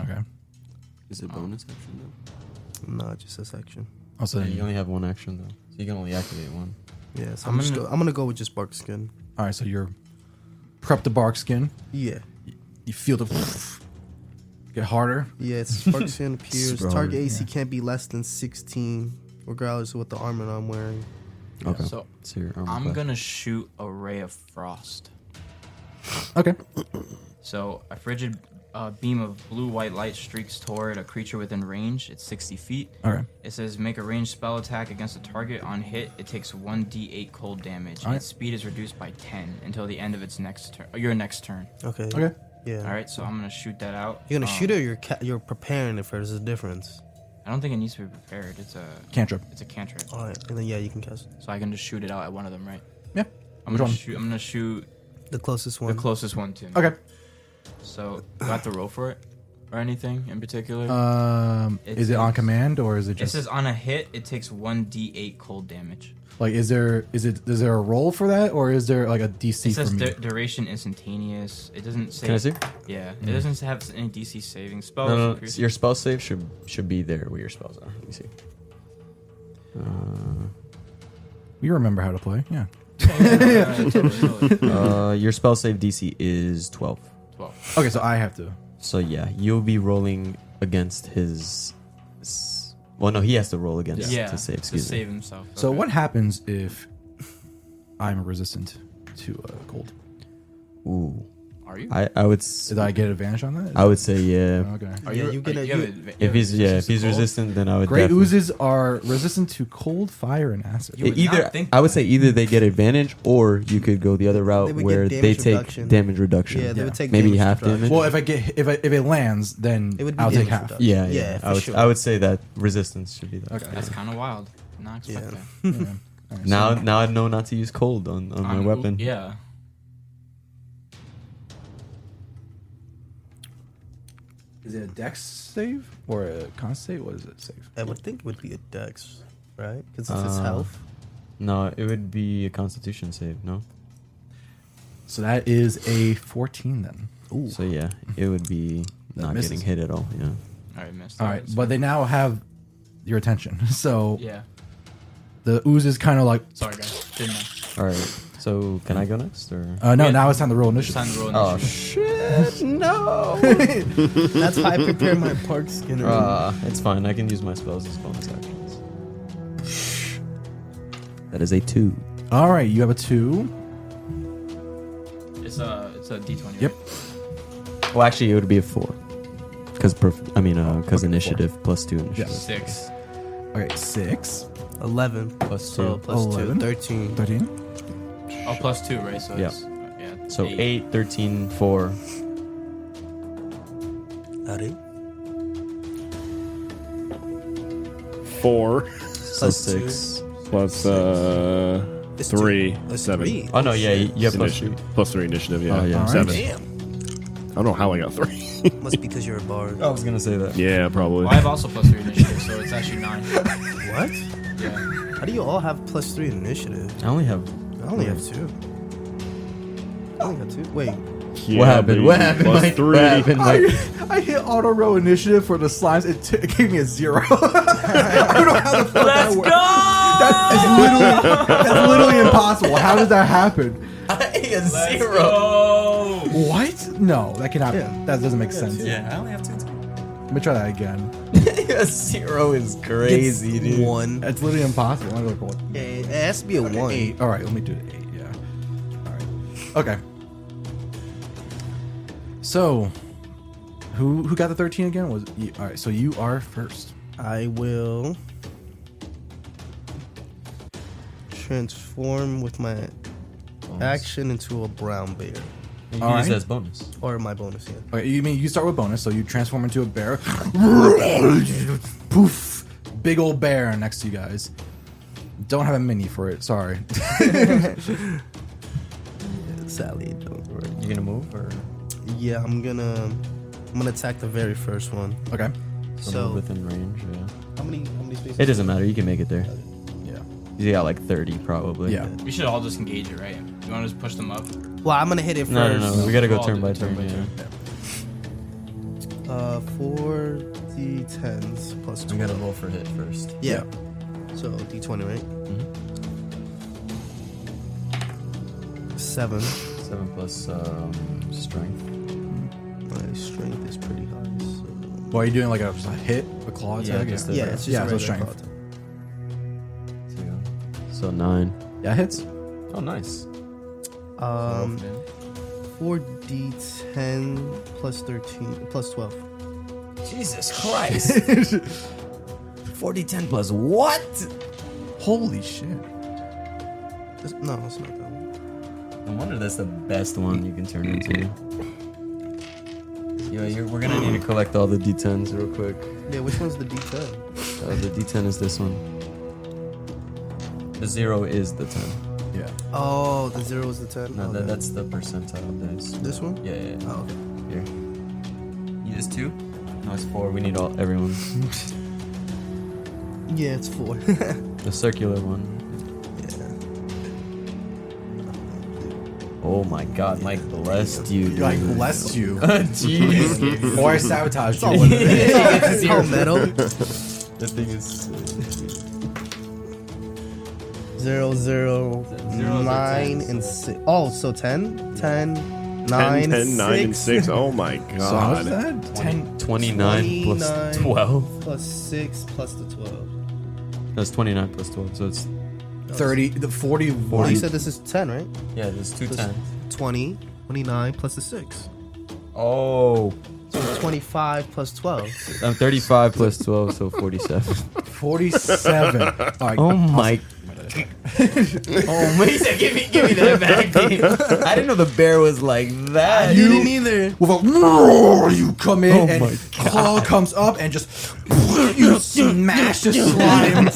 Speaker 1: Okay.
Speaker 2: is it bonus action though?
Speaker 6: No, it just says action.
Speaker 1: Also
Speaker 2: you only have one action though, so you can only activate one.
Speaker 6: Yeah, so
Speaker 4: I'm
Speaker 6: I'm, just
Speaker 4: gonna-
Speaker 6: go, I'm gonna go with just bark skin.
Speaker 1: Alright, so you're prep the bark skin.
Speaker 6: Yeah,
Speaker 1: You feel the get harder.
Speaker 6: yeah. It's
Speaker 1: <laughs>
Speaker 6: bark skin appears.
Speaker 2: Sprawled,
Speaker 6: Target AC
Speaker 1: yeah.
Speaker 6: can't be less than 16, regardless of what the armor I'm wearing.
Speaker 2: Okay.
Speaker 4: So
Speaker 2: So your armor
Speaker 4: I'm
Speaker 2: class.
Speaker 4: gonna shoot a ray of frost.
Speaker 1: Okay.
Speaker 4: So a frigid uh, beam of blue-white light streaks toward a creature within range. It's 60 feet.
Speaker 1: Alright.
Speaker 4: It says make a ranged spell attack against a target. On hit, it takes 1d8 cold damage.
Speaker 1: Alright.
Speaker 4: Its speed is reduced by 10 until the end of its next turn. uh, Your next turn.
Speaker 6: Okay.
Speaker 1: Okay.
Speaker 6: Yeah.
Speaker 4: All right, so I'm gonna shoot that out.
Speaker 6: You're gonna
Speaker 4: Um,
Speaker 6: shoot it, or you're ca- you're preparing it for. There's a difference.
Speaker 4: I don't think it needs to be prepared. It's a
Speaker 1: Cantrip.
Speaker 4: it's a cantrip,
Speaker 6: All right, and then yeah, you can cast
Speaker 4: so I can just shoot it out at one of them, right?
Speaker 1: Yeah.
Speaker 4: I'm gonna shoot. I'm gonna shoot
Speaker 6: the closest
Speaker 4: the
Speaker 6: one.
Speaker 4: closest one to me.
Speaker 1: Okay.
Speaker 4: So do I have to roll for it or anything in particular?
Speaker 1: Um,
Speaker 4: It
Speaker 1: is it on
Speaker 4: is-
Speaker 1: command or is it
Speaker 4: it
Speaker 1: just
Speaker 4: says on a hit, it takes one d8 cold damage.
Speaker 1: like is there is it is there a roll for that or is there like a
Speaker 4: It
Speaker 1: DC
Speaker 4: says
Speaker 1: for me?
Speaker 4: du- duration instantaneous. It doesn't say.
Speaker 2: Can I see?
Speaker 4: Yeah, it
Speaker 1: Mm-hmm.
Speaker 4: doesn't have any DC saving spells.
Speaker 2: No, no, no.
Speaker 4: increase-
Speaker 2: Your spell save should should be there where your spells are. Let me see. Uh,
Speaker 1: We remember how to play.
Speaker 2: <laughs>
Speaker 1: Yeah. <laughs>
Speaker 2: uh, your spell save DC is twelve.
Speaker 4: Twelve.
Speaker 1: Okay, so I have to.
Speaker 2: So yeah, you'll be rolling against his. s- <laughs> Well, no, he has to roll against
Speaker 4: Yeah,
Speaker 2: to save. Excuse me.
Speaker 4: save himself.
Speaker 1: So
Speaker 4: Okay.
Speaker 1: what happens if I'm resistant to uh, gold?
Speaker 2: Ooh,
Speaker 4: are you?
Speaker 2: I I would s-
Speaker 1: Did I get advantage on that?
Speaker 2: I would say yeah.
Speaker 1: okay.
Speaker 4: Are
Speaker 6: Yeah,
Speaker 4: you?
Speaker 6: you get
Speaker 4: are
Speaker 6: a-
Speaker 4: you have
Speaker 6: you-
Speaker 4: adva- you
Speaker 2: If
Speaker 4: have
Speaker 2: he's yeah,
Speaker 4: resistance
Speaker 2: if he's
Speaker 4: to cold?
Speaker 2: resistant, then I would.
Speaker 1: Great
Speaker 2: definitely-
Speaker 1: oozes are resistant to cold, fire, and acid.
Speaker 4: You would not
Speaker 2: either
Speaker 4: think
Speaker 2: I would say either they get advantage or you could go the other route
Speaker 6: They would get
Speaker 2: where
Speaker 6: damage
Speaker 2: they take
Speaker 6: reduction.
Speaker 2: damage reduction.
Speaker 6: Yeah, they would take
Speaker 2: maybe
Speaker 6: damage
Speaker 2: half
Speaker 6: reduction.
Speaker 2: damage.
Speaker 1: well, if I get if I, if it lands, then
Speaker 6: It would be
Speaker 1: I'll take
Speaker 6: damage
Speaker 1: half.
Speaker 6: reduction.
Speaker 2: yeah, yeah,
Speaker 6: yeah, for
Speaker 2: I would
Speaker 6: sure.
Speaker 2: I would say that resistance should be that.
Speaker 1: Okay.
Speaker 4: That's kind of wild. Did Not expect
Speaker 6: Yeah.
Speaker 4: that.
Speaker 1: <laughs> All right, so-
Speaker 2: Now now I know not to use cold on, on my
Speaker 4: I'm-
Speaker 2: weapon.
Speaker 4: Yeah.
Speaker 1: is it a Dex save or a Con save? What is it save?
Speaker 6: I would think it would be a dex, right? Because it's his
Speaker 2: Uh,
Speaker 6: health.
Speaker 2: No, it would be a Constitution save. No,
Speaker 1: So that is a fourteen then. Ooh.
Speaker 2: so yeah, it would be
Speaker 1: That
Speaker 2: not
Speaker 1: misses.
Speaker 2: getting hit at all. Yeah,
Speaker 4: All right, missed.
Speaker 1: All right,
Speaker 4: That's-
Speaker 1: but they now have your attention. <laughs> So
Speaker 4: yeah.
Speaker 1: the ooze is kind of like,
Speaker 4: Sorry guys, didn't know.
Speaker 2: all right. So can I go next or?
Speaker 1: uh, no,
Speaker 4: Yeah.
Speaker 1: now it's time to roll
Speaker 4: It's
Speaker 1: initiative.
Speaker 4: time to roll
Speaker 2: Oh
Speaker 4: initiative.
Speaker 2: shit!
Speaker 6: <laughs>
Speaker 2: No.
Speaker 6: That's how I prepare my park skinner.
Speaker 2: uh, it's fine. I can use my spells as bonus actions. That is a two.
Speaker 1: All right, you have a two.
Speaker 4: It's a it's a D twenty.
Speaker 1: Yep.
Speaker 2: Well, actually, it would be a four. Because perf- I mean, because
Speaker 1: Okay,
Speaker 2: initiative plus two initiative.
Speaker 1: Yes.
Speaker 4: Six.
Speaker 1: Okay, six,
Speaker 6: 11
Speaker 2: Plus
Speaker 6: so plus
Speaker 1: 11?
Speaker 6: 2, 13.
Speaker 1: 13.
Speaker 4: Oh, plus two, right? So
Speaker 2: Yeah.
Speaker 4: it's yeah.
Speaker 2: So eight, thirteen, four.
Speaker 6: Howdy.
Speaker 3: Four
Speaker 2: So six.
Speaker 3: plus uh,
Speaker 6: It's
Speaker 3: three,
Speaker 6: two- it's
Speaker 3: seven.
Speaker 6: three.
Speaker 2: Oh no, yeah, you you have plus two.
Speaker 3: initiative. Plus three initiative. Yeah,
Speaker 2: Oh, yeah. All right.
Speaker 3: seven.
Speaker 6: Damn.
Speaker 3: I don't know how I got three. <laughs>
Speaker 6: Must be because you're a bard.
Speaker 2: was gonna say that.
Speaker 3: yeah, probably.
Speaker 4: Well, I have also plus three initiative, so it's actually nine.
Speaker 6: <laughs> What?
Speaker 4: Yeah.
Speaker 6: How do you all have plus three initiative?
Speaker 2: I only have.
Speaker 6: I only have two. I only got two. Wait,
Speaker 3: Yeah,
Speaker 2: what happened?
Speaker 3: baby.
Speaker 2: What happened?
Speaker 3: Plus
Speaker 2: Mike?
Speaker 3: three.
Speaker 2: What happened? Mike?
Speaker 1: I hit auto roll initiative for the slimes. It, t- it gave me a zero. <laughs> I don't know how the fuck that worked. That is literally, that's literally impossible. How did that
Speaker 2: <laughs>
Speaker 1: happen?
Speaker 4: Zero.
Speaker 1: What? No, that cannot.
Speaker 6: Yeah.
Speaker 1: That doesn't make sense.
Speaker 2: yeah, I only have two.
Speaker 1: Let me try that again.
Speaker 2: yeah, <laughs> zero is crazy,
Speaker 6: it's
Speaker 2: dude.
Speaker 6: One.
Speaker 1: That's literally impossible. Let me look for
Speaker 6: Yeah, it has to be a one.
Speaker 1: Eight. All right, let me do it. Eight. Yeah. All right. Okay. So, who who got the thirteen again? Was you, all right. So you are first.
Speaker 6: I will transform with my action into a brown bear
Speaker 2: You can use
Speaker 1: All right.
Speaker 2: that as bonus.
Speaker 6: or my bonus hand.
Speaker 1: Okay, you mean you start with bonus, so you transform into a bear. Poof! Big old bear next to you guys. Don't have a mini for it. Sorry. <laughs>
Speaker 6: Sally, don't worry.
Speaker 2: You gonna move or
Speaker 6: Yeah, I'm gonna I'm gonna attack the very first one.
Speaker 1: Okay.
Speaker 6: So
Speaker 2: move within range? Yeah.
Speaker 6: how many how many spaces?
Speaker 2: It doesn't matter. You can make it there.
Speaker 1: Yeah.
Speaker 2: You got like thirty probably.
Speaker 1: Yeah.
Speaker 4: We should all just engage it, right? You want to just push them up?
Speaker 6: Well, I'm gonna hit it first.
Speaker 2: No, no, no. We gotta go
Speaker 4: Well,
Speaker 2: turn by
Speaker 4: turn
Speaker 2: turn.
Speaker 4: by
Speaker 2: yeah.
Speaker 4: turn.
Speaker 6: Uh, four d10s plus two.
Speaker 2: roll for hit first.
Speaker 6: Yeah.
Speaker 2: Mm-hmm.
Speaker 6: So d20, right? Seven.
Speaker 2: Seven plus um, strength.
Speaker 6: My strength is pretty high. So.
Speaker 1: Well, are you doing like a, a hit, a claw
Speaker 2: Yeah,
Speaker 1: attack?
Speaker 2: just a-
Speaker 6: Yeah, it's just
Speaker 1: Yeah,
Speaker 6: a
Speaker 1: so
Speaker 6: regular
Speaker 1: strength.
Speaker 6: cloud.
Speaker 2: Two. So nine.
Speaker 1: yeah hits.
Speaker 2: Oh, nice.
Speaker 6: Um, four d10 plus thirteen plus twelve.
Speaker 2: Jesus Christ. <laughs> 4010 plus what?
Speaker 1: Holy shit.
Speaker 6: That's- no, it's not that one.
Speaker 2: No wonder that's the best one you can turn into. Yo, you're, we're gonna need to collect all the d10s real quick.
Speaker 5: Yeah, which one's the D10?
Speaker 2: Uh, the d10 is this one. The zero is the ten.
Speaker 1: Yeah.
Speaker 5: Oh, the zero is the 10.
Speaker 2: No,
Speaker 5: Oh,
Speaker 2: that,
Speaker 5: yeah.
Speaker 2: that's the percentile dice.
Speaker 5: This one?
Speaker 2: Yeah, yeah. yeah.
Speaker 5: Oh, okay.
Speaker 2: Here. You just two? No, it's four. We need all everyone. <laughs>
Speaker 5: Yeah, it's four. <laughs>
Speaker 2: The circular one.
Speaker 5: yeah.
Speaker 2: Oh my God, Mike, blessed you. Dude.
Speaker 1: Like bless
Speaker 2: <laughs>
Speaker 1: you.
Speaker 2: Jeez. <laughs>
Speaker 1: or I sabotage you.
Speaker 5: It's all metal.
Speaker 2: the thing is
Speaker 5: Zero, zero,
Speaker 2: zero,
Speaker 5: nine,
Speaker 2: ten,
Speaker 5: and six. Oh, so 10? 10,
Speaker 3: 10,
Speaker 5: 9,
Speaker 3: 10, 9, and
Speaker 5: 6. <laughs>
Speaker 3: 6. Oh my
Speaker 1: So how's
Speaker 3: god.
Speaker 1: that? Ten.
Speaker 2: 29 plus
Speaker 5: 29.
Speaker 2: 12.
Speaker 5: Plus 6 plus the 12.
Speaker 2: That's 29 plus 12. So it's.
Speaker 1: 30, the 40,
Speaker 5: Well, you
Speaker 1: 40.
Speaker 5: said this is 10, right?
Speaker 2: Yeah, there's two
Speaker 5: Plus 20, 29 plus the 6.
Speaker 2: Oh.
Speaker 5: So 25 plus 12.
Speaker 2: I'm 35 Uh, plus 12, so 47.
Speaker 1: 47. All right.
Speaker 2: Oh my. oh, man, he said, give me, give me <laughs> that back. dude." I didn't know the bear was like that.
Speaker 1: didn't either. With a roar, you come in, and claw comes up, and just you smash the slime,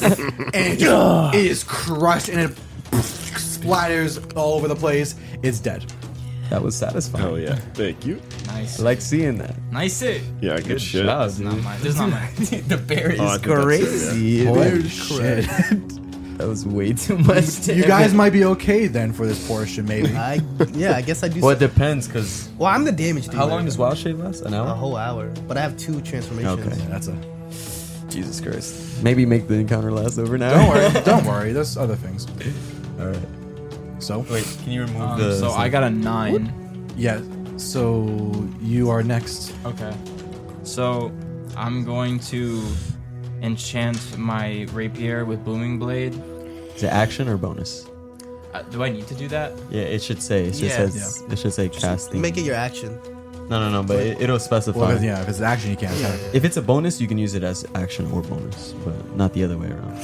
Speaker 1: and it, just, it is crushed, and it splatters all over the place. It's dead.
Speaker 2: That was satisfying.
Speaker 3: Hell yeah. Thank you.
Speaker 4: Nice.
Speaker 2: I like seeing that.
Speaker 4: nice it.
Speaker 3: Yeah, good, shit.
Speaker 2: job,
Speaker 4: Not
Speaker 2: dude.
Speaker 4: mine. This is not mine.
Speaker 2: <laughs> the bear is
Speaker 3: Oh, I think that's it,
Speaker 2: crazy.
Speaker 1: Holy
Speaker 2: That-
Speaker 1: shit.
Speaker 2: <laughs> That was way too much. to
Speaker 1: You guys
Speaker 2: ever-
Speaker 1: might be okay then for this portion, maybe.
Speaker 5: I, yeah, I guess I do.
Speaker 2: Well, it
Speaker 5: some-
Speaker 2: depends, because
Speaker 5: well, I'm the damage dealer.
Speaker 2: how long does Wild Shade last? An
Speaker 5: A
Speaker 2: hour?
Speaker 5: whole hour. But I have two transformations.
Speaker 2: Okay.
Speaker 1: That's a.
Speaker 2: Jesus Christ. Maybe make the encounter last over an hour. <laughs>
Speaker 1: Don't worry. <laughs> Don't worry. There's other things.
Speaker 2: All right.
Speaker 1: So
Speaker 2: Wait, can you remove
Speaker 4: Um,
Speaker 2: the.
Speaker 4: so I got a nine.
Speaker 1: yeah. So you are next.
Speaker 4: Okay. So I'm going to enchant my rapier with booming blade.
Speaker 2: Is it action or bonus?
Speaker 4: Uh, do I need to do that?
Speaker 2: Yeah, it should say. It should,
Speaker 4: Yeah.
Speaker 2: says, it should say casting.
Speaker 5: Make it your action.
Speaker 2: no, no, no, but it, it'll specify.
Speaker 1: Well, yeah, if it's action, you can't. attack.
Speaker 2: If it's a bonus, you can use it as action or bonus, but not the other way around.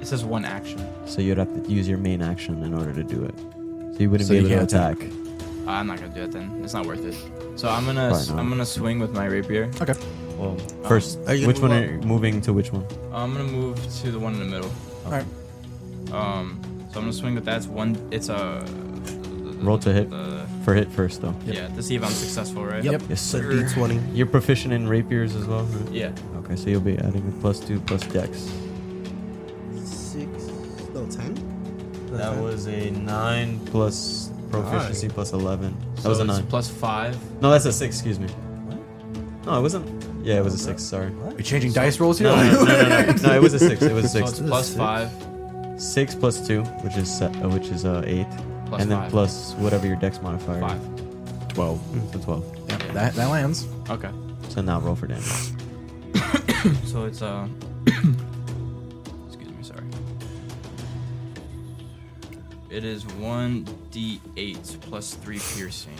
Speaker 4: It says one action.
Speaker 2: So you'd have to use your main action in order to do it. So you wouldn't
Speaker 1: So
Speaker 2: be
Speaker 1: you
Speaker 2: able to
Speaker 1: can't attack.
Speaker 2: attack.
Speaker 4: Uh, I'm not gonna do it then. It's not worth it. So I'm gonna
Speaker 2: Why not?
Speaker 4: I'm gonna swing with my rapier. Um,
Speaker 1: Okay.
Speaker 2: Well, first,
Speaker 5: Are you gonna
Speaker 2: which one
Speaker 5: move
Speaker 2: are you moving to which one?
Speaker 4: Uh, I'm gonna move to the one in the middle.
Speaker 1: All right.
Speaker 4: Um, so I'm gonna swing with that. It's one. It's a
Speaker 2: Roll to hit.
Speaker 4: Uh,
Speaker 2: For hit first, though.
Speaker 4: Yeah, to see if I'm successful, right?
Speaker 1: Yep.
Speaker 2: Yes,
Speaker 5: So
Speaker 2: sir.
Speaker 5: D20.
Speaker 2: You're proficient in rapiers as well? right?
Speaker 4: Yeah.
Speaker 2: Okay, so you'll be adding a plus two plus dex.
Speaker 5: Six. No, 10?
Speaker 2: That was a nine plus proficiency plus 11. That
Speaker 4: So
Speaker 2: was a
Speaker 4: it's
Speaker 2: nine.
Speaker 4: Plus five.
Speaker 2: No, that's a six, excuse me. No, it wasn't. Yeah, it was a six, sorry.
Speaker 1: Are you changing dice rolls here?
Speaker 2: No, no, no, no,
Speaker 1: <laughs>
Speaker 2: no. No, it was a six. It was a
Speaker 4: So
Speaker 2: six.
Speaker 4: it's plus five.
Speaker 2: Six plus two, which is se- uh, which is uh, eight,
Speaker 4: Plus
Speaker 2: and then
Speaker 4: five.
Speaker 2: plus whatever your dex modifier.
Speaker 4: Five.
Speaker 2: Twelve. So twelve.
Speaker 1: Yeah, that, that lands.
Speaker 4: Okay.
Speaker 2: So now roll for damage.
Speaker 4: <coughs> So it's uh. excuse me. Sorry. It is one d8 plus three piercing.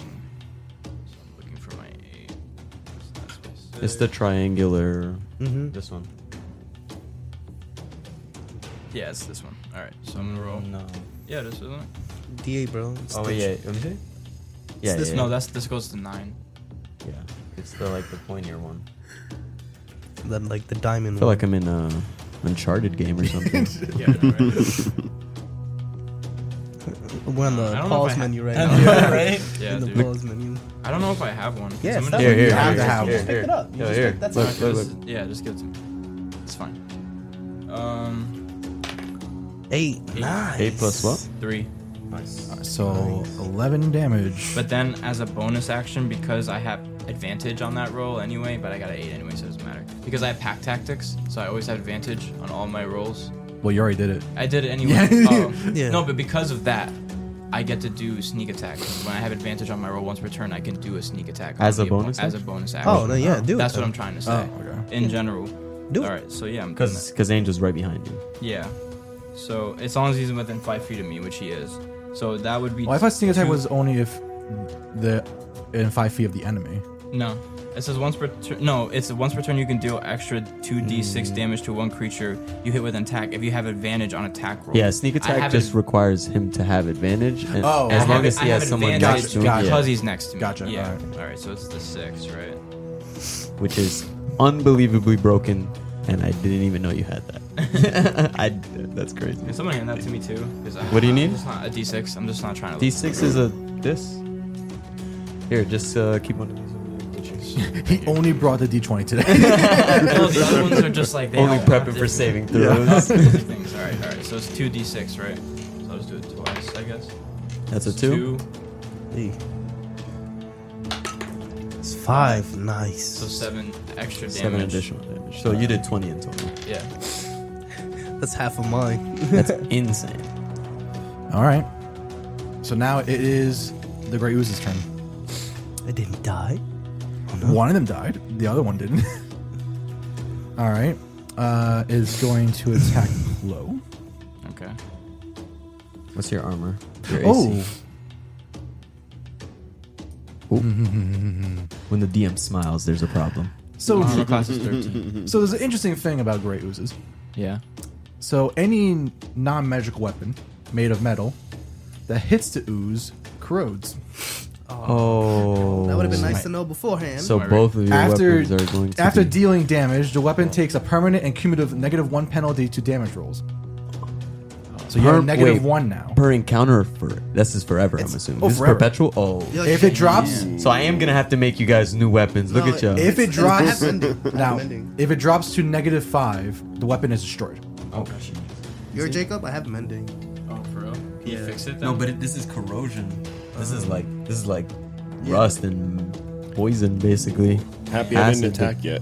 Speaker 4: So I'm looking for my eight. So that's my six.
Speaker 2: It's the triangular.
Speaker 1: Mm-hmm.
Speaker 2: This one.
Speaker 4: Yeah, it's this one. All right. So I'm gonna roll.
Speaker 2: No.
Speaker 4: Yeah, this isn't it.
Speaker 5: D8, bro. It's
Speaker 2: Oh
Speaker 5: the-
Speaker 2: yeah. Let me see. Yeah,
Speaker 4: this,
Speaker 2: yeah,
Speaker 4: No,
Speaker 2: yeah.
Speaker 4: that's this goes to nine.
Speaker 2: yeah. It's the like the pointier one.
Speaker 5: Then, like, the diamond
Speaker 2: I feel
Speaker 5: one.
Speaker 2: like I'm in a Uncharted game or
Speaker 1: <laughs>
Speaker 2: something.
Speaker 4: Yeah. I know, right?
Speaker 2: <laughs>
Speaker 5: We're on
Speaker 4: I
Speaker 5: the
Speaker 4: don't know if I
Speaker 5: pause
Speaker 4: ha-
Speaker 5: menu right now.
Speaker 2: right.
Speaker 4: <laughs> yeah,
Speaker 5: In the
Speaker 4: dude.
Speaker 5: pause menu.
Speaker 4: I don't know if I have one.
Speaker 5: Yeah, it's
Speaker 4: Someone-
Speaker 5: that
Speaker 2: Here,
Speaker 5: one.
Speaker 2: here,
Speaker 5: You have
Speaker 2: here,
Speaker 5: to
Speaker 2: here,
Speaker 5: have one.
Speaker 2: here,
Speaker 5: Just pick
Speaker 2: here.
Speaker 5: it up. You
Speaker 2: Yeah,
Speaker 5: just
Speaker 2: here.
Speaker 5: pick- That's
Speaker 2: Look,
Speaker 5: not-
Speaker 2: look,
Speaker 4: This- Yeah, just give it to me. It's fine. Um,
Speaker 5: Eight. Nice.
Speaker 2: Eight plus what?
Speaker 4: three.
Speaker 1: So eleven damage.
Speaker 4: But then as a bonus action, because I have advantage on that roll anyway, but I got an eight anyway, so it doesn't matter. Because I have pack tactics, so I always have advantage on all my rolls.
Speaker 1: well, you already did it.
Speaker 4: I did it anyway.
Speaker 1: Yeah.
Speaker 4: Oh.
Speaker 5: <laughs> Yeah.
Speaker 4: No, but because of that, I get to do sneak attack. When I have advantage on my roll once per turn, I can do a sneak attack on
Speaker 2: As a
Speaker 4: the oppo-
Speaker 2: bonus
Speaker 4: As a
Speaker 2: action?
Speaker 4: bonus action.
Speaker 5: Oh, no, yeah, do it
Speaker 4: That's what
Speaker 5: then.
Speaker 4: I'm trying to say.
Speaker 1: okay.
Speaker 4: In general.
Speaker 5: Do it.
Speaker 4: All right, so yeah, I'm doing that.
Speaker 2: Because because Angel's right behind you.
Speaker 4: Yeah. So as long as he's within five feet of me, which he is, so that would be.
Speaker 1: Well, I thought sneak attack
Speaker 4: two-
Speaker 1: was only if the in five feet of the enemy.
Speaker 4: no. It says once per turn. No, it's once per turn you can deal extra 2d6
Speaker 2: Mm.
Speaker 4: damage to one creature you hit with an attack if you have advantage on attack roll.
Speaker 2: Yeah, sneak attack just requires him to have advantage. And
Speaker 1: Oh,
Speaker 2: as
Speaker 1: I
Speaker 2: long as he has someone
Speaker 1: advantage
Speaker 2: next to him,
Speaker 1: Gotcha.
Speaker 4: because he's next to me.
Speaker 1: Gotcha,
Speaker 4: Yeah. All
Speaker 1: alright.
Speaker 4: right. so it's the 6, right?
Speaker 2: yeah, which is unbelievably broken, and I didn't even know you had that. <laughs> I, that's crazy.
Speaker 4: Can someone hand that to me too? 'Cause I-
Speaker 2: What do you need?
Speaker 4: It's not a d6. I'm just not trying to.
Speaker 2: D6 is a <laughs>
Speaker 4: <laughs>
Speaker 2: this. Here, just uh, keep one of these. over there.
Speaker 1: <laughs> He only brought the d20 today.
Speaker 4: <laughs>
Speaker 1: <laughs>
Speaker 4: Well, the other ones are just like they
Speaker 2: Only
Speaker 4: all
Speaker 2: prepping
Speaker 4: have
Speaker 2: for
Speaker 4: different-
Speaker 2: saving throws. <laughs>
Speaker 1: <laughs>
Speaker 4: things. All right, all right. So it's two d6, right? So I'll just do it twice, I guess.
Speaker 2: That's a two.
Speaker 5: It's five. Nice.
Speaker 4: So seven extra damage.
Speaker 2: Seven additional damage. So you did 20 in total.
Speaker 4: Yeah.
Speaker 5: That's half of mine.
Speaker 4: <laughs>
Speaker 2: That's insane.
Speaker 1: All right. So now it is the Great Ooze's turn.
Speaker 5: I didn't die.
Speaker 2: Oh,
Speaker 1: One of them died. The other one didn't. <laughs> All right. Uh, is going to attack low.
Speaker 4: Okay.
Speaker 2: What's your armor? Your AC.
Speaker 1: Oh, <laughs>
Speaker 2: When the DM smiles, there's a problem.
Speaker 1: so <laughs>
Speaker 4: Armor class is 13.
Speaker 1: so there's an interesting thing about Great Oozes.
Speaker 4: Yeah.
Speaker 1: So any non-magical weapon made of metal that hits the ooze corrodes.
Speaker 2: Oh.
Speaker 5: That would have been nice to know beforehand.
Speaker 2: So both of your
Speaker 1: after
Speaker 2: weapons are going to
Speaker 1: after
Speaker 2: be-
Speaker 1: dealing damage, the weapon takes a permanent and cumulative negative one penalty to damage rolls. So you're
Speaker 2: Per-
Speaker 1: at negative
Speaker 2: wait.
Speaker 1: one now.
Speaker 2: per encounter or for this is forever. I'm assuming
Speaker 1: oh,
Speaker 2: this
Speaker 1: forever.
Speaker 2: is perpetual. Oh,
Speaker 1: if it drops,
Speaker 2: so I am gonna have to make you guys new weapons. Look
Speaker 5: No,
Speaker 2: at you.
Speaker 1: if it
Speaker 5: It's
Speaker 1: drops
Speaker 5: ending.
Speaker 1: now,
Speaker 5: Ending.
Speaker 1: if it drops to negative five, the weapon is destroyed.
Speaker 2: oh,
Speaker 5: You're Jacob. I have mending.
Speaker 4: Oh, for real? Can you fix it then?
Speaker 2: no, but it, this is corrosion. This is
Speaker 5: Uh,
Speaker 2: like this is like rust and poison, basically.
Speaker 3: Happy I didn't
Speaker 2: Acid.
Speaker 3: attack yet.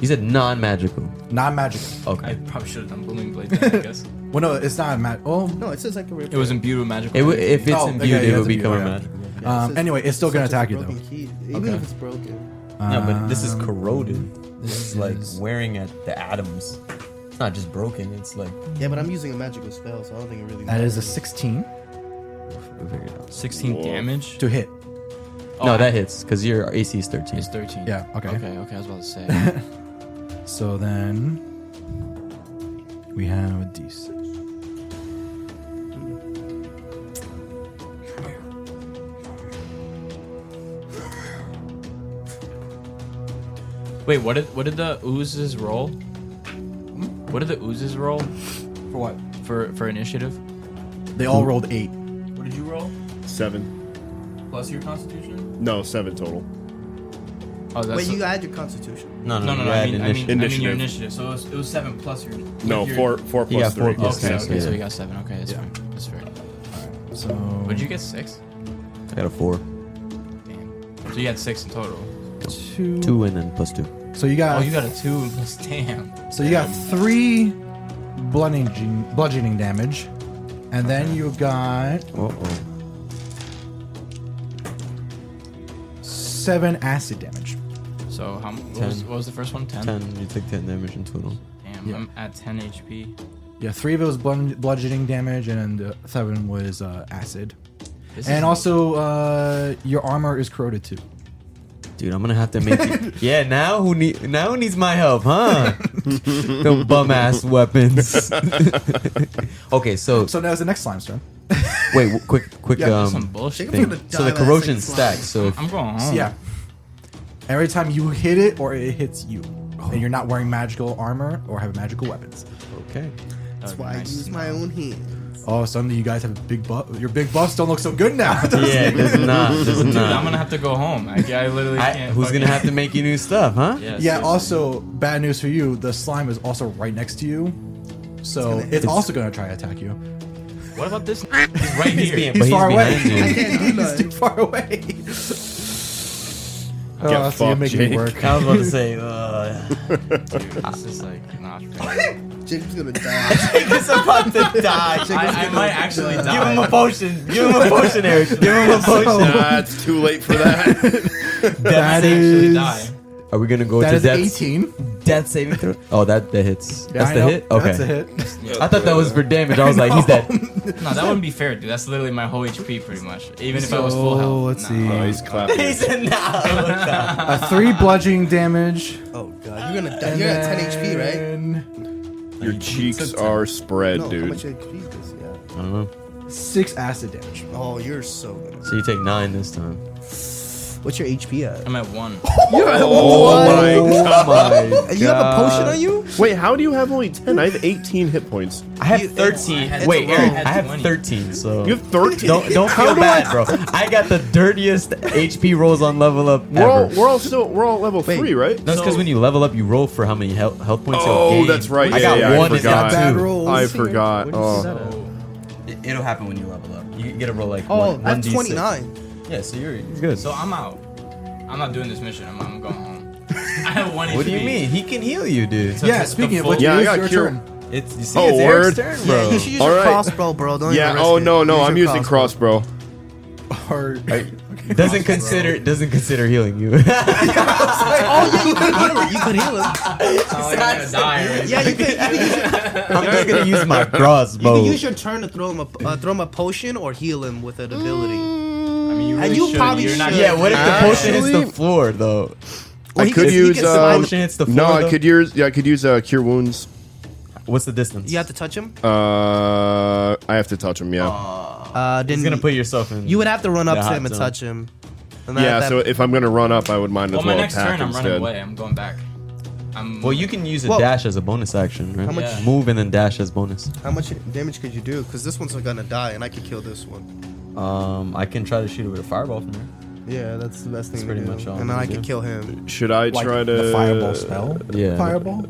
Speaker 2: You said non-magical.
Speaker 1: Non-magical.
Speaker 4: I
Speaker 2: Okay,
Speaker 4: probably should have done Blooming Blade then, I guess.
Speaker 1: <laughs> Well, no, it's not a mag. Oh,
Speaker 5: No, it says I can
Speaker 4: It was imbued with magical.
Speaker 2: it w- if it's
Speaker 1: Oh,
Speaker 2: imbued, it
Speaker 1: okay, yeah,
Speaker 2: would
Speaker 1: it's
Speaker 2: become a
Speaker 1: imbued, yeah.
Speaker 2: magical.
Speaker 1: um, anyway, it's still gonna attack you though. Uh,
Speaker 5: Even if it's broken.
Speaker 2: No, but this is corroded. This is like wearing at the atoms. It's not just broken. It's like
Speaker 5: Yeah, but I'm using a magical spell, so I don't think it really.
Speaker 1: That is a 16
Speaker 4: 16 damage? Oh,
Speaker 1: to hit.
Speaker 2: no, that hits because your AC is 13.
Speaker 4: It's 13.
Speaker 1: Yeah, okay.
Speaker 4: Okay, okay, I was about to say.
Speaker 1: <laughs> So then we have a d6.
Speaker 4: Wait, what did what did the oozes roll? What did the oozes roll
Speaker 1: For what?
Speaker 4: for for initiative?
Speaker 1: They all rolled eight.
Speaker 4: What did you roll?
Speaker 3: Seven.
Speaker 4: Plus your constitution?
Speaker 3: No, seven total.
Speaker 4: Oh, that's
Speaker 5: Wait, you add your constitution.
Speaker 2: No,
Speaker 4: No, no, no.
Speaker 2: you
Speaker 4: I
Speaker 2: add
Speaker 4: mean, I mean,
Speaker 2: initiative.
Speaker 4: I mean your
Speaker 3: Initiative.
Speaker 4: initiative. So it was, it was seven plus your.
Speaker 3: No,
Speaker 4: your,
Speaker 3: four, four
Speaker 2: Yeah,
Speaker 3: plus
Speaker 2: four
Speaker 3: three.
Speaker 2: plus
Speaker 4: Okay,
Speaker 2: Yeah.
Speaker 4: okay, so
Speaker 2: Yeah.
Speaker 4: you got seven. Okay, that's fine. That's fair.
Speaker 1: So
Speaker 4: Would you get six?
Speaker 2: I got a four,
Speaker 4: Damn. So you had six in total.
Speaker 1: two.
Speaker 2: two, and then plus two.
Speaker 1: So you got,
Speaker 4: Oh, you got a two. plus- <laughs> Damn.
Speaker 1: so you got three bludgeoning, bludgeoning damage, and then you got
Speaker 2: Uh oh.
Speaker 1: seven acid damage.
Speaker 4: So how? m- What was,
Speaker 2: Ten.
Speaker 4: what was the first one? Ten.
Speaker 2: Ten. You take ten damage in total.
Speaker 4: Damn. I'm at ten
Speaker 1: <laughs>
Speaker 4: HP.
Speaker 1: Yeah, three of it was blun- bludgeoning damage, and uh, seven was uh, acid.
Speaker 4: This is-
Speaker 1: And also, uh, your armor is corroded too.
Speaker 2: Dude, I'm gonna have to make.
Speaker 3: <laughs>
Speaker 2: you- yeah, now who need now who needs my help, huh? the bum ass
Speaker 3: <laughs>
Speaker 2: weapons. okay, so,
Speaker 1: So now it's the next slime's
Speaker 4: <laughs>
Speaker 1: turn.
Speaker 2: wait, w- quick, quick.
Speaker 1: Yeah,
Speaker 4: this is some
Speaker 2: um,
Speaker 4: bullshit.
Speaker 2: thing. So the corrosion stacks. So if,
Speaker 4: I'm going
Speaker 1: So
Speaker 4: home.
Speaker 1: yeah. Every time you hit it or it hits you, and you're not wearing magical armor or have magical weapons.
Speaker 2: okay, Oh,
Speaker 5: That's why I use my own
Speaker 2: <laughs>
Speaker 5: hand.
Speaker 1: Oh, suddenly you guys have a big buff. Your big buffs don't look so good now.
Speaker 2: <laughs> yeah, it
Speaker 1: <laughs>
Speaker 2: does not, it does
Speaker 4: <laughs> Dude,
Speaker 2: not.
Speaker 4: I'm gonna have to go home. I, I literally
Speaker 2: I-
Speaker 4: can't.
Speaker 2: who's gonna
Speaker 4: fucking-
Speaker 2: have to make you new stuff,
Speaker 4: <laughs>
Speaker 2: huh?
Speaker 4: Yeah.
Speaker 1: yeah.
Speaker 4: seriously.
Speaker 1: Also, bad news for you. The slime is also right next to you, so it's, also gonna try to attack you.
Speaker 4: <laughs> What about
Speaker 2: <laughs>
Speaker 4: this? He's right here.
Speaker 2: being-
Speaker 1: He's
Speaker 2: But he's
Speaker 1: far away.
Speaker 2: behind you. I <laughs>
Speaker 1: he's too far <laughs> away. Oh, so you're
Speaker 3: fucked,
Speaker 1: making me
Speaker 3: Jake.
Speaker 2: <laughs>
Speaker 1: work.
Speaker 2: I was about to
Speaker 1: <laughs>
Speaker 2: say, uh,
Speaker 4: Dude, this is like not fair.
Speaker 5: Jacob's gonna die.
Speaker 2: he's about to die.
Speaker 4: I, I might actually die.
Speaker 2: Give him a potion. Give <laughs> him a potion,
Speaker 1: <laughs>
Speaker 2: Eric. Give him a potion.
Speaker 3: Nah, it's too late for that.
Speaker 2: That
Speaker 4: actually die.
Speaker 2: Are we gonna go
Speaker 1: That
Speaker 2: to
Speaker 1: is
Speaker 2: death?
Speaker 1: 18.
Speaker 2: Death saving throw. Oh, that that hits. That's
Speaker 1: I
Speaker 2: the
Speaker 1: know.
Speaker 2: hit. Okay,
Speaker 1: That's a hit.
Speaker 2: I thought that was for damage. I was like,
Speaker 1: <laughs>
Speaker 2: he's dead.
Speaker 4: No, that wouldn't be fair, dude. That's literally my whole HP, pretty much. Even if I was
Speaker 1: So,
Speaker 4: full health.
Speaker 1: let's
Speaker 4: Nah.
Speaker 1: see.
Speaker 3: Oh, he's
Speaker 4: <laughs>
Speaker 3: clapping.
Speaker 1: A three bludgeoning damage.
Speaker 6: Oh god, you're gonna die. You're at 10 HP, right?
Speaker 1: HP,
Speaker 3: Your cheeks are
Speaker 2: <laughs>
Speaker 3: spread,
Speaker 6: No, how
Speaker 3: dude.
Speaker 6: much HP does he have?
Speaker 2: I don't know.
Speaker 1: right? Six acid damage.
Speaker 6: Oh, you're so good.
Speaker 2: So you take nine this time.
Speaker 6: What's your HP at?
Speaker 4: I'm
Speaker 6: <laughs>
Speaker 4: at one.
Speaker 3: Oh my god.
Speaker 2: Oh my
Speaker 6: You have a
Speaker 2: <laughs>
Speaker 6: potion
Speaker 2: God.
Speaker 6: on you?
Speaker 3: Wait, how do you have only 10? I have 18 hit points.
Speaker 2: I have
Speaker 4: You-
Speaker 2: thirteen.
Speaker 4: I had
Speaker 2: Wait,
Speaker 4: to
Speaker 2: Eric,
Speaker 4: roll.
Speaker 2: I have
Speaker 4: 20.
Speaker 2: thirteen. So
Speaker 3: You have 13?
Speaker 2: don't don't feel bad, bro. I got the dirtiest HP rolls on level up
Speaker 3: We're all,
Speaker 2: ever.
Speaker 3: we're all still we're all level
Speaker 6: Wait.
Speaker 3: three, right?
Speaker 2: That's because when you level up, you roll for how many health, health points.
Speaker 3: Oh,
Speaker 2: you'll gain.
Speaker 3: that's right.
Speaker 2: I
Speaker 3: Yeah,
Speaker 2: got
Speaker 3: yeah, I
Speaker 2: one and
Speaker 3: forgot.
Speaker 2: got
Speaker 6: Bad
Speaker 2: two.
Speaker 6: rolls.
Speaker 3: I forgot. Oh.
Speaker 2: It- It'll happen when you level up. You get a roll like
Speaker 6: Oh,
Speaker 2: one.
Speaker 6: I'm
Speaker 2: 1d6.
Speaker 6: 29.
Speaker 2: Yeah, so you're it's good.
Speaker 4: So I'm out. I'm not doing this mission. I'm, I'm going
Speaker 1: <laughs>
Speaker 4: home. <laughs> I have one HP.
Speaker 2: what do you mean? He can heal you, dude.
Speaker 4: So
Speaker 1: yeah,
Speaker 4: it's the
Speaker 1: speaking of
Speaker 4: full-
Speaker 1: which,
Speaker 3: Yeah, I
Speaker 1: it is
Speaker 3: got
Speaker 1: your
Speaker 3: cured.
Speaker 1: turn.
Speaker 2: It's you see,
Speaker 3: Oh,
Speaker 2: it's Eric's
Speaker 3: word.
Speaker 2: turn,
Speaker 6: Yeah,
Speaker 2: bro.
Speaker 6: you should use
Speaker 3: All
Speaker 6: your
Speaker 3: right.
Speaker 6: crossbow, bro. Don't
Speaker 3: Yeah.
Speaker 6: even risk
Speaker 3: Oh
Speaker 6: it.
Speaker 3: no, no,
Speaker 6: Use
Speaker 3: I'm
Speaker 6: your
Speaker 3: using crossbow.
Speaker 1: Hard.
Speaker 2: doesn't consider doesn't consider healing <laughs> you.
Speaker 6: Oh, You could heal him.
Speaker 4: Oh, I'm gonna die. already.
Speaker 6: Yeah, you could, you could use your, you
Speaker 2: I'm just gonna use my
Speaker 6: could
Speaker 2: crossbow.
Speaker 6: use your turn to throw him a uh, throw him a potion or heal him with an ability.
Speaker 4: I mean, you,
Speaker 6: And
Speaker 4: really
Speaker 6: you
Speaker 4: should.
Speaker 6: probably
Speaker 4: You're not
Speaker 6: should.
Speaker 2: yeah, what if the potion hits the
Speaker 3: Actually-
Speaker 2: floor though?
Speaker 6: Well,
Speaker 3: I
Speaker 6: he
Speaker 3: could
Speaker 6: can- he
Speaker 3: use
Speaker 6: can
Speaker 3: uh,
Speaker 6: survive-
Speaker 2: potion hits the
Speaker 3: no.
Speaker 2: floor,
Speaker 3: I
Speaker 2: though.
Speaker 3: could use yeah, I could use uh, cure wounds.
Speaker 2: What's the distance?
Speaker 6: You have to touch him.
Speaker 3: Uh, I have to touch him. Yeah.
Speaker 6: Uh, then
Speaker 2: He's gonna put yourself in.
Speaker 6: you would have to run up
Speaker 2: the
Speaker 6: to
Speaker 2: hot
Speaker 6: him and
Speaker 2: zone.
Speaker 6: touch him. And
Speaker 3: yeah.
Speaker 6: that- that-
Speaker 3: So if I'm gonna run up, I would mind as
Speaker 4: Well,
Speaker 3: well,
Speaker 4: my <laughs> next
Speaker 3: attack
Speaker 4: turn, I'm
Speaker 3: instead.
Speaker 4: running away. I'm going back. I'm.
Speaker 2: Well, you can use a
Speaker 6: Well-
Speaker 2: dash as a bonus action, right?
Speaker 6: How much-
Speaker 4: Yeah.
Speaker 2: Move and then dash as bonus.
Speaker 6: how much damage could you do? Because this one's gonna die, and I could kill this one.
Speaker 2: Um, I can try to shoot it with a fireball from there.
Speaker 6: Yeah, that's the best thing
Speaker 2: That's pretty much all
Speaker 6: and then
Speaker 2: I'm
Speaker 6: I
Speaker 2: gonna
Speaker 6: could kill
Speaker 2: <laughs>
Speaker 6: him.
Speaker 3: Should I try to
Speaker 1: the fireball spell.
Speaker 2: Yeah.
Speaker 1: Fireball.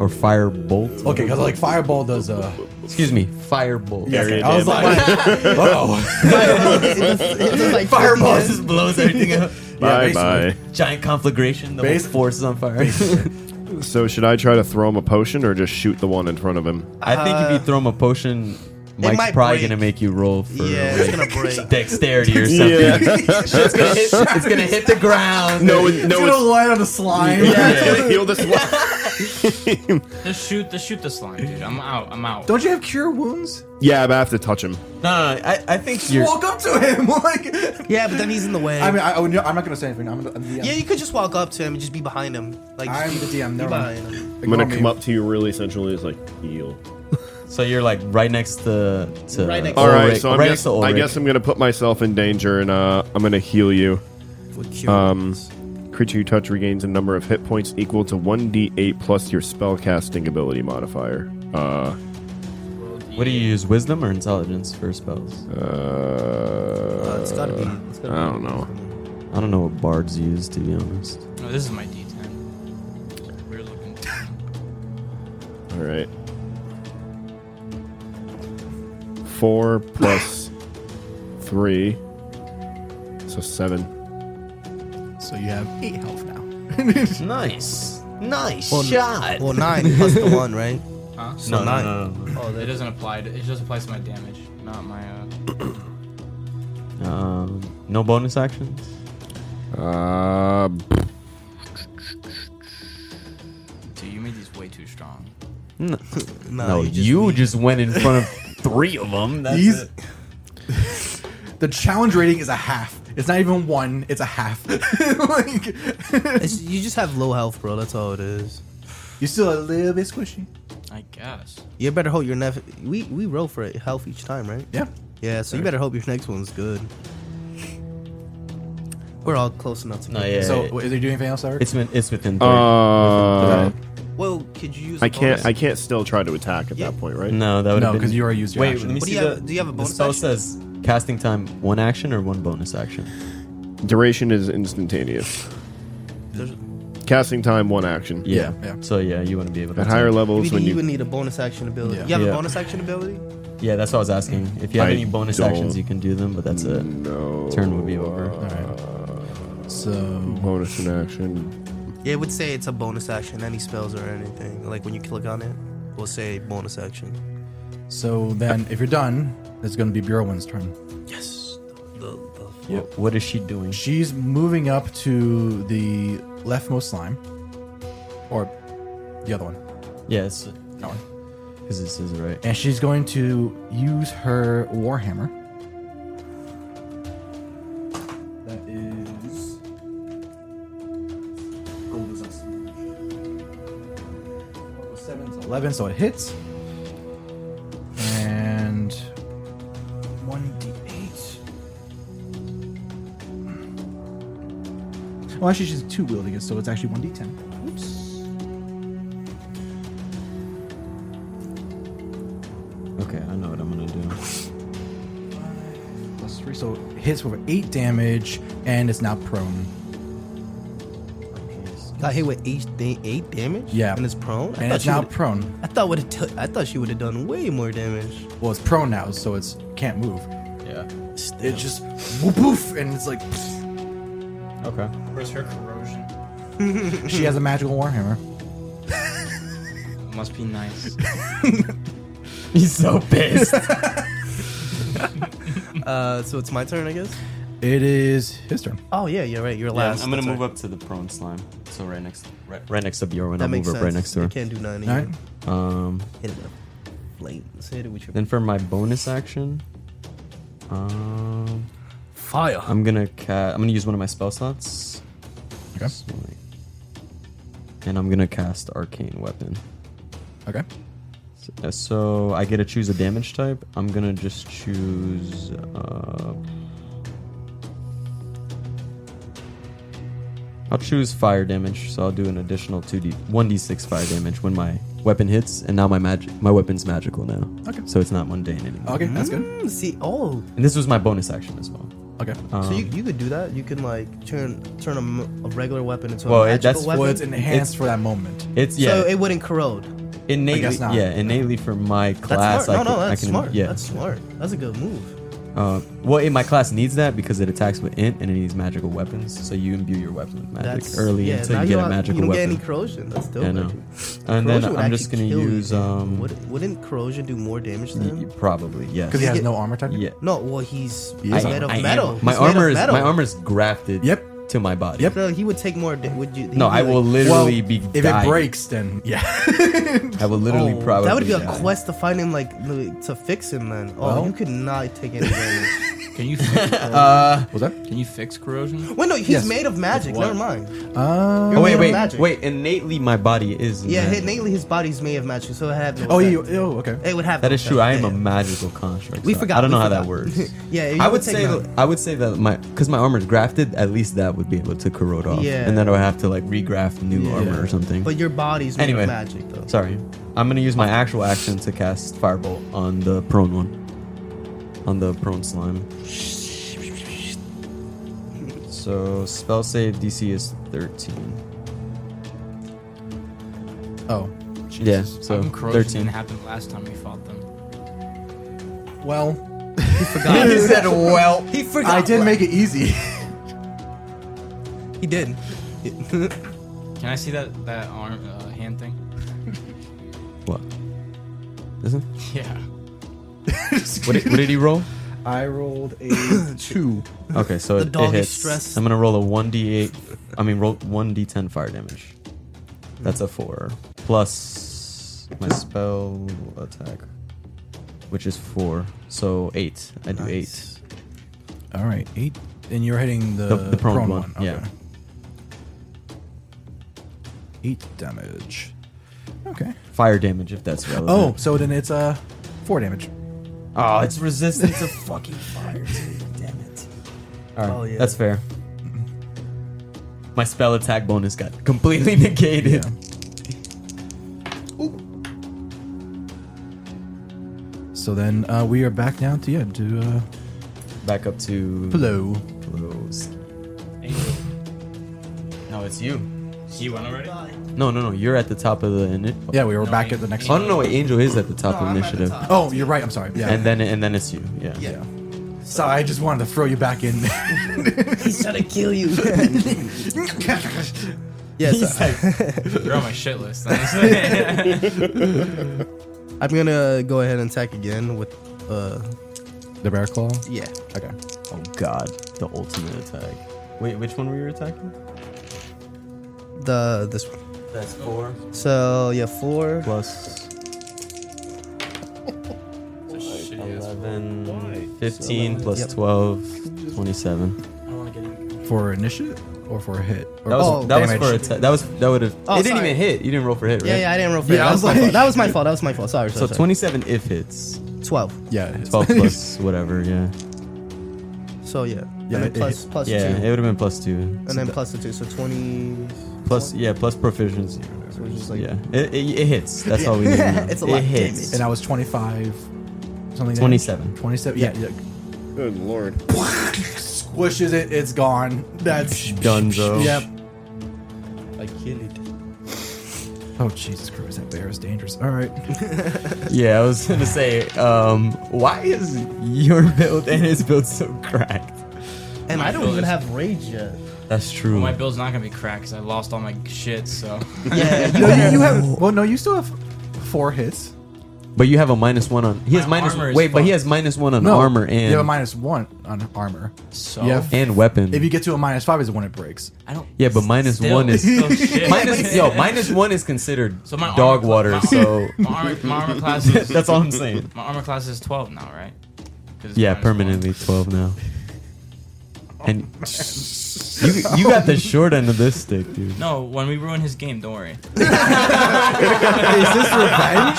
Speaker 2: Or firebolt.
Speaker 1: Okay, because like fireball does uh.
Speaker 2: Excuse me, firebolt.
Speaker 3: Area
Speaker 1: I was
Speaker 3: damage.
Speaker 1: like,
Speaker 2: <laughs>
Speaker 4: <laughs>
Speaker 1: <laughs> oh,
Speaker 2: Fireball just
Speaker 6: <laughs>
Speaker 2: blows everything up.
Speaker 3: Bye,
Speaker 2: basically. Giant conflagration. The whole
Speaker 1: Basi-
Speaker 2: force is on fire.
Speaker 3: So should I try to throw him a potion or just shoot the one in front of him?
Speaker 2: <laughs> I think if you throw him a potion, Mike's
Speaker 6: Uh, might
Speaker 2: probably
Speaker 6: break.
Speaker 2: gonna make you roll for
Speaker 6: Yeah, it's
Speaker 2: like,
Speaker 6: gonna break.
Speaker 2: <laughs> dexterity
Speaker 3: <laughs>
Speaker 2: or something.
Speaker 6: <laughs>
Speaker 2: it's, gonna hit, it's gonna hit the ground.
Speaker 3: No, it,
Speaker 1: it's
Speaker 3: no,
Speaker 1: gonna
Speaker 3: it's,
Speaker 1: light on the slime.
Speaker 3: it's gonna heal this one.
Speaker 4: Just shoot, just shoot the slime, dude. I'm out. I'm out.
Speaker 1: Don't you have cure wounds?
Speaker 3: Yeah, but I have to touch him.
Speaker 2: No, no, no, I, I think you're.
Speaker 1: Walk up to him, like.
Speaker 6: Yeah, but then he's in the way.
Speaker 1: <laughs> I mean, I, I, would- I'm not gonna say anything. I'm, I'm the DM.
Speaker 6: yeah, you could just walk up to him and just be behind him. Like just
Speaker 1: I'm
Speaker 6: be-
Speaker 1: the DM.
Speaker 6: be
Speaker 1: Never mind.
Speaker 6: behind him.
Speaker 3: I'm gonna
Speaker 1: Ignore
Speaker 3: come
Speaker 1: me.
Speaker 3: up to you really centrally. It's like heal.
Speaker 2: So you're like right next to. to
Speaker 6: Right next to
Speaker 3: All
Speaker 2: Ulrich,
Speaker 3: right, so I'm
Speaker 2: right next
Speaker 3: guess,
Speaker 2: to
Speaker 3: I
Speaker 2: Ulrich.
Speaker 3: guess I'm gonna put myself in danger and uh, I'm gonna heal you.
Speaker 6: With cure
Speaker 3: Um,
Speaker 6: wounds.
Speaker 3: creature you touch regains a number of hit points equal to 1d8 plus your spellcasting ability modifier. Uh,
Speaker 2: What do you use, wisdom or intelligence for spells?
Speaker 3: uh,
Speaker 6: Uh, it's gotta be. It's gotta
Speaker 3: I don't know.
Speaker 2: I don't know what bards use, to be honest.
Speaker 4: No, Oh, this is my D10. Weird looking.
Speaker 3: All right.
Speaker 6: <laughs>
Speaker 3: Four plus three, so seven.
Speaker 6: So you have eight health now.
Speaker 2: <laughs> Nice. Nice
Speaker 6: Well, Well, nine plus the one,
Speaker 2: <laughs>
Speaker 6: right?
Speaker 4: Huh?
Speaker 6: So
Speaker 2: No, no,
Speaker 6: nine.
Speaker 2: no, no,
Speaker 4: Oh, it doesn't apply. To, it just applies to my damage, not my.
Speaker 2: <clears throat>
Speaker 4: Uh,
Speaker 2: no. Um, no bonus actions?
Speaker 3: Uh,
Speaker 4: dude, you made these way too strong.
Speaker 2: <laughs>
Speaker 6: No,
Speaker 2: No,
Speaker 6: you
Speaker 2: you,
Speaker 6: just-
Speaker 2: just, went in
Speaker 6: <laughs>
Speaker 2: front of three of them. That's
Speaker 1: These-
Speaker 2: it.
Speaker 1: <laughs> The challenge rating is a half. It's not even one. It's a half.
Speaker 6: <laughs>
Speaker 1: like,
Speaker 6: it's- you just have low health, bro. That's all it is.
Speaker 1: you're still a little bit squishy.
Speaker 4: I guess.
Speaker 6: You better hope your next. We we roll for it health each time, right?
Speaker 1: Yeah.
Speaker 6: Yeah. So you better hope your next one's good. We're all close enough to.
Speaker 2: No,
Speaker 6: get-
Speaker 2: yeah.
Speaker 1: So,
Speaker 2: it-
Speaker 1: what, is there doing anything else, Eric?
Speaker 2: it's, within- it's within three.
Speaker 3: uh,
Speaker 6: Well, could you use? I
Speaker 3: I can't. I can't still try to attack at
Speaker 6: Yeah.
Speaker 3: that point, right?
Speaker 2: no, that would
Speaker 1: No, 'cause you already used your
Speaker 2: Wait,
Speaker 1: action.
Speaker 2: let me
Speaker 6: What do
Speaker 2: see.
Speaker 6: you have-
Speaker 2: the,
Speaker 6: do you have a
Speaker 2: the
Speaker 6: bonus
Speaker 2: spell
Speaker 6: action?
Speaker 2: says casting time one action or one bonus action.
Speaker 3: Duration is instantaneous. Casting time, one action.
Speaker 2: Yeah.
Speaker 1: Yeah.
Speaker 2: So yeah, you want to be able to
Speaker 3: At higher
Speaker 2: attack.
Speaker 3: levels,
Speaker 6: You,
Speaker 3: when
Speaker 6: you
Speaker 3: you,
Speaker 6: would need a bonus action ability.
Speaker 1: Yeah.
Speaker 6: You have
Speaker 2: Yeah.
Speaker 6: a bonus action ability.
Speaker 2: Yeah, that's what I was asking. If you have
Speaker 3: I
Speaker 2: any bonus
Speaker 3: don't
Speaker 2: actions, you can do them, but that's it.
Speaker 3: no
Speaker 2: Turn would be over.
Speaker 1: So,
Speaker 3: bonus in action.
Speaker 6: Yeah, it would say it's a bonus action. Any spells or anything. Like when you click on it, it will say bonus action.
Speaker 1: so then, if you're done, it's going to be Bjorwin's turn.
Speaker 6: Yes. The, the, the-
Speaker 2: Wh- What is she doing?
Speaker 1: She's moving up to the leftmost slime, or the other one,
Speaker 2: Yes, yeah,
Speaker 1: that one.
Speaker 2: because it says it right.
Speaker 1: and she's going to use her warhammer. That is gold is us. Seven to eleven, so it hits, and one d eight. Well, actually, she's two wielding it, so it's actually one d ten. Oops.
Speaker 2: Okay, I know what I'm gonna do.
Speaker 1: plus three, so it hits for eight damage, and it's now prone.
Speaker 6: Got hit with eight, da- eight damage.
Speaker 1: Yeah.
Speaker 6: and it's prone. I
Speaker 1: And
Speaker 6: thought
Speaker 1: it's
Speaker 6: she
Speaker 1: now
Speaker 6: would've-
Speaker 1: prone.
Speaker 6: I thought would have. T- I thought she would have done way more damage.
Speaker 1: Well, it's prone now, so it's can't move.
Speaker 2: Yeah.
Speaker 1: It just whoop, poof, and it's like
Speaker 2: Okay.
Speaker 4: Where's her corrosion?
Speaker 6: <laughs>
Speaker 1: she has a magical warhammer.
Speaker 4: Must be nice.
Speaker 2: He's so pissed.
Speaker 6: <laughs>
Speaker 2: <laughs>
Speaker 6: Uh, so it's my turn, I guess.
Speaker 1: It is his turn.
Speaker 6: Oh yeah, you're right. You're last.
Speaker 2: I'm gonna
Speaker 6: That's
Speaker 2: move
Speaker 6: right.
Speaker 2: up to the prone slime. So right next, right, right next to Bjorn.
Speaker 6: That
Speaker 2: I'll move
Speaker 6: makes
Speaker 2: up
Speaker 6: sense.
Speaker 2: right next to
Speaker 6: You
Speaker 2: her.
Speaker 6: can't do nine.
Speaker 1: All right.
Speaker 6: either.
Speaker 2: Um,
Speaker 6: Hit it with flames. Hit it with your
Speaker 2: then for my bonus action, um,
Speaker 6: fire.
Speaker 2: I'm gonna ca- I'm gonna use one of my spell slots.
Speaker 1: Okay.
Speaker 2: So, like- And I'm gonna cast arcane weapon.
Speaker 1: Okay.
Speaker 2: So, so I get to choose a damage type. I'm gonna just choose. Uh, I'll choose fire damage, so I'll do an additional two d one d six fire damage when my weapon hits, and now my magic my weapon's magical now.
Speaker 1: Okay.
Speaker 2: So it's not mundane anymore.
Speaker 1: Okay, that's good.
Speaker 6: Mm, see, oh,
Speaker 2: And this was my bonus action as well. Um,
Speaker 1: Okay.
Speaker 6: so you, you could do that. You can like turn turn a, m- a regular weapon into
Speaker 2: Well,
Speaker 6: a
Speaker 2: it-
Speaker 6: magical
Speaker 2: that's-
Speaker 6: weapon.
Speaker 1: Well, it's enhanced for that moment.
Speaker 2: It's yeah,
Speaker 6: So it wouldn't corrode.
Speaker 2: innately.
Speaker 1: guess not.
Speaker 2: Yeah, innately for my
Speaker 6: That's
Speaker 2: class.
Speaker 6: smart.
Speaker 2: I
Speaker 6: no,
Speaker 2: can,
Speaker 6: no,
Speaker 2: I
Speaker 6: that's
Speaker 2: can-
Speaker 6: smart.
Speaker 2: Yeah.
Speaker 6: That's smart. That's a good move.
Speaker 2: Uh, well, in my class needs that because it attacks with int and it needs magical weapons. So you imbue your weapon with magic
Speaker 6: That's
Speaker 2: early
Speaker 6: yeah,
Speaker 2: until
Speaker 6: now
Speaker 2: you get a
Speaker 6: don't-
Speaker 2: magical
Speaker 6: You don't
Speaker 2: weapon.
Speaker 6: get any corrosion. That's dope.
Speaker 2: I know.
Speaker 6: actually.
Speaker 2: And
Speaker 6: Corrosion
Speaker 2: then
Speaker 6: would
Speaker 2: I'm just
Speaker 6: actually
Speaker 2: gonna
Speaker 6: kill you,
Speaker 2: use
Speaker 6: dude.
Speaker 2: um.
Speaker 6: Would, wouldn't corrosion do more damage to
Speaker 2: y-
Speaker 6: him?
Speaker 2: y- probably yes.
Speaker 1: Because he has
Speaker 6: get-
Speaker 1: no armor type.
Speaker 2: Yeah.
Speaker 6: No, well he's,
Speaker 1: He
Speaker 6: he's
Speaker 1: is
Speaker 6: made
Speaker 1: armored.
Speaker 6: of
Speaker 2: I am-
Speaker 6: metal.
Speaker 2: my
Speaker 6: He's made of
Speaker 2: armor is
Speaker 6: metal.
Speaker 2: my armor is grafted.
Speaker 1: Yep.
Speaker 2: To my body.
Speaker 1: Yep.
Speaker 6: So he would take more. Da- would you? he'd
Speaker 2: No,
Speaker 6: be
Speaker 2: I will
Speaker 6: like-
Speaker 2: literally be.
Speaker 1: if
Speaker 2: dying.
Speaker 1: it breaks, then yeah.
Speaker 2: I will literally
Speaker 6: Oh,
Speaker 2: probably.
Speaker 6: that would be a
Speaker 2: die.
Speaker 6: quest to find him, like li- to fix him, man. Oh,
Speaker 1: Well.
Speaker 6: you could not take any damage.
Speaker 1: <laughs>
Speaker 4: Can you
Speaker 2: <laughs>
Speaker 4: fix,
Speaker 2: Uh,
Speaker 1: What's that?
Speaker 4: can you fix corrosion?
Speaker 6: Wait, no, he's
Speaker 1: Yes.
Speaker 6: made of magic.
Speaker 4: what?
Speaker 6: Never mind.
Speaker 1: Uh,
Speaker 2: Oh wait,
Speaker 6: Made of
Speaker 2: wait,
Speaker 6: magic.
Speaker 2: wait! Innately, my body is.
Speaker 6: Yeah,
Speaker 2: magic.
Speaker 6: innately his body's made of magic, so it had no.
Speaker 1: oh,
Speaker 6: effect.
Speaker 1: you, oh, okay.
Speaker 6: It would have.
Speaker 2: That
Speaker 6: no
Speaker 2: is true. I am
Speaker 6: effect.
Speaker 2: a magical construct.
Speaker 6: We
Speaker 2: so
Speaker 6: forgot,
Speaker 2: I don't
Speaker 6: we
Speaker 2: know how
Speaker 6: forgot.
Speaker 2: that
Speaker 6: <laughs>
Speaker 2: works.
Speaker 6: Yeah, you
Speaker 2: I
Speaker 6: would
Speaker 2: would
Speaker 6: take
Speaker 2: say
Speaker 6: none.
Speaker 2: I would say that my because my armor is grafted. At least that would be able to corrode off.
Speaker 6: Yeah.
Speaker 2: And then I would have to like regraft new armor or something.
Speaker 6: But your body's made
Speaker 2: Anyway.
Speaker 6: of magic,
Speaker 2: <laughs>
Speaker 6: though.
Speaker 2: Sorry, I'm gonna use my actual action to cast Firebolt on the prone one, on the prone slime. So spell save DC is 13.
Speaker 1: Oh,
Speaker 2: <laughs> Yeah,
Speaker 4: Jesus,
Speaker 2: so
Speaker 4: I'm corrosion
Speaker 2: 13.
Speaker 4: didn't happen last time we fought them.
Speaker 1: well, <laughs>
Speaker 2: he said, "Well,
Speaker 6: He forgot.
Speaker 1: I did make it easy.
Speaker 6: He
Speaker 1: <laughs>
Speaker 6: did.
Speaker 4: Can I see that that arm uh, hand thing?
Speaker 2: <laughs> what? Isn't?
Speaker 4: Yeah.
Speaker 2: What did, what did he roll?
Speaker 1: I rolled <coughs> a two.
Speaker 2: <laughs> Okay, so it, it
Speaker 6: dog is
Speaker 2: hits.
Speaker 6: stressed.
Speaker 2: I'm gonna roll a one d8. I mean, roll one d10 fire damage. That's a four plus my spell attack, which is four. So eight. I do eight.
Speaker 1: All right, eight, and you're hitting the,
Speaker 2: The, the prone, one.
Speaker 1: Okay.
Speaker 2: Yeah.
Speaker 1: Eight damage. Okay.
Speaker 2: Fire damage, if that's
Speaker 1: Oh,
Speaker 2: relevant.
Speaker 1: so then it's uh four damage.
Speaker 2: oh, it's resistant <laughs> to fucking fire.
Speaker 6: Damn it.
Speaker 2: All right,
Speaker 6: Oh, yeah.
Speaker 2: that's fair. My spell attack bonus got completely <laughs> negated.
Speaker 1: So then uh, we are back down to yeah to uh,
Speaker 2: Back up to
Speaker 1: below.
Speaker 2: blows.
Speaker 4: Angel.
Speaker 2: No, it's you.
Speaker 4: You went already?
Speaker 2: No, no, no. You're at the top of the. Ini-
Speaker 1: Yeah, we were
Speaker 4: No,
Speaker 1: back
Speaker 4: I-
Speaker 1: at the next.
Speaker 2: Oh no, no, wait, Angel is at the top
Speaker 6: No,
Speaker 2: of
Speaker 6: I'm at the
Speaker 2: initiative.
Speaker 6: top.
Speaker 1: Oh, you're right. I'm sorry. Yeah.
Speaker 2: And then and then it's you. Yeah.
Speaker 1: yeah. So I just wanted to throw you back in.
Speaker 6: <laughs> He's trying to kill
Speaker 2: <laughs>
Speaker 6: you. <laughs> yes, <laughs>
Speaker 4: You're on my shit list.
Speaker 2: <laughs>
Speaker 4: honestly.
Speaker 6: I'm gonna go ahead and attack again with, uh,
Speaker 1: the bear claw.
Speaker 6: yeah,
Speaker 1: Okay.
Speaker 2: Oh god, the ultimate attack. Wait, which one were you attacking?
Speaker 6: the this one.
Speaker 2: That's four
Speaker 6: So yeah, four.
Speaker 2: plus eleven. Fifteen plus
Speaker 6: Yep.
Speaker 2: twelve. Twenty-seven.
Speaker 1: <laughs> For initiative or for a hit? Or
Speaker 2: That was
Speaker 6: Oh,
Speaker 2: that was
Speaker 6: damage.
Speaker 2: for a te- that was that would have.
Speaker 6: Oh,
Speaker 2: it didn't
Speaker 6: sorry.
Speaker 2: even hit. You didn't roll for hit, right?
Speaker 6: Yeah, yeah, I didn't roll for it.
Speaker 1: Yeah, I
Speaker 6: that. Was
Speaker 1: was
Speaker 6: my
Speaker 1: like-
Speaker 6: fault. that
Speaker 1: <laughs>
Speaker 6: was my fault. That was my fault. Sorry.
Speaker 2: So
Speaker 6: sorry, sorry.
Speaker 2: twenty-seven if hits.
Speaker 6: Twelve.
Speaker 1: yeah, it hits.
Speaker 2: Twelve plus whatever. Yeah.
Speaker 6: So yeah,
Speaker 1: Yeah,
Speaker 6: and then
Speaker 1: it-
Speaker 6: plus plus
Speaker 2: Yeah. It
Speaker 6: two,
Speaker 2: would have been plus two.
Speaker 6: and then plus the two, so twenty.
Speaker 2: Plus yeah. Plus proficiency. or
Speaker 6: So
Speaker 2: whatever.
Speaker 6: it's just like-
Speaker 2: yeah. It, it, it hits.
Speaker 6: <laughs>
Speaker 2: That's all we need. to know.
Speaker 6: It's a
Speaker 2: it
Speaker 6: lot of
Speaker 2: hits.
Speaker 1: and I was 25, something.
Speaker 2: 27.
Speaker 1: 27. Yeah, yeah.
Speaker 3: Good lord.
Speaker 1: Squishes it. It's gone. That's
Speaker 2: Dunzo.
Speaker 1: Yep.
Speaker 2: I killed it.
Speaker 1: Oh Jesus Christ! That bear is dangerous. All right. <laughs>
Speaker 2: Yeah, I was gonna say, um, why is your <laughs> build and his build so cracked?
Speaker 6: And I don't
Speaker 4: feel
Speaker 6: even
Speaker 4: this.
Speaker 6: have rage yet.
Speaker 2: That's true.
Speaker 4: My bill's not gonna be cracked because I lost all my shit.
Speaker 1: <laughs>
Speaker 4: So <laughs>
Speaker 6: Yeah,
Speaker 1: No, you, you have. Well, no, you still have four hits.
Speaker 2: But you have a minus one on. He has
Speaker 4: My
Speaker 2: minus.
Speaker 4: armor is
Speaker 2: Wait, but he
Speaker 4: fucked.
Speaker 2: has minus one on
Speaker 1: No,
Speaker 2: armor and
Speaker 1: you have a minus one on armor.
Speaker 4: so
Speaker 1: You have-
Speaker 2: and weapon.
Speaker 1: If you get to a minus five, is when it breaks.
Speaker 4: I don't.
Speaker 2: yeah, but minus
Speaker 4: Still-
Speaker 2: one
Speaker 4: <laughs>
Speaker 2: is
Speaker 4: still
Speaker 2: <laughs>
Speaker 4: shit.
Speaker 2: minus. yo, minus one is considered
Speaker 4: <laughs> So my armor
Speaker 2: dog
Speaker 4: cla-
Speaker 2: water.
Speaker 4: my
Speaker 2: so
Speaker 4: <laughs>
Speaker 2: <laughs>
Speaker 4: my armor, my armor class is
Speaker 2: that's all I'm saying.
Speaker 4: <laughs> my armor class is twelve now, right? 'Cause it's
Speaker 2: Yeah,
Speaker 4: minus one.
Speaker 2: permanently twelve now. And <laughs> you you got
Speaker 1: Oh.
Speaker 2: the short end of this stick, dude.
Speaker 4: No, when we ruin his game, don't worry.
Speaker 1: <laughs> is
Speaker 6: <laughs>
Speaker 1: this revenge?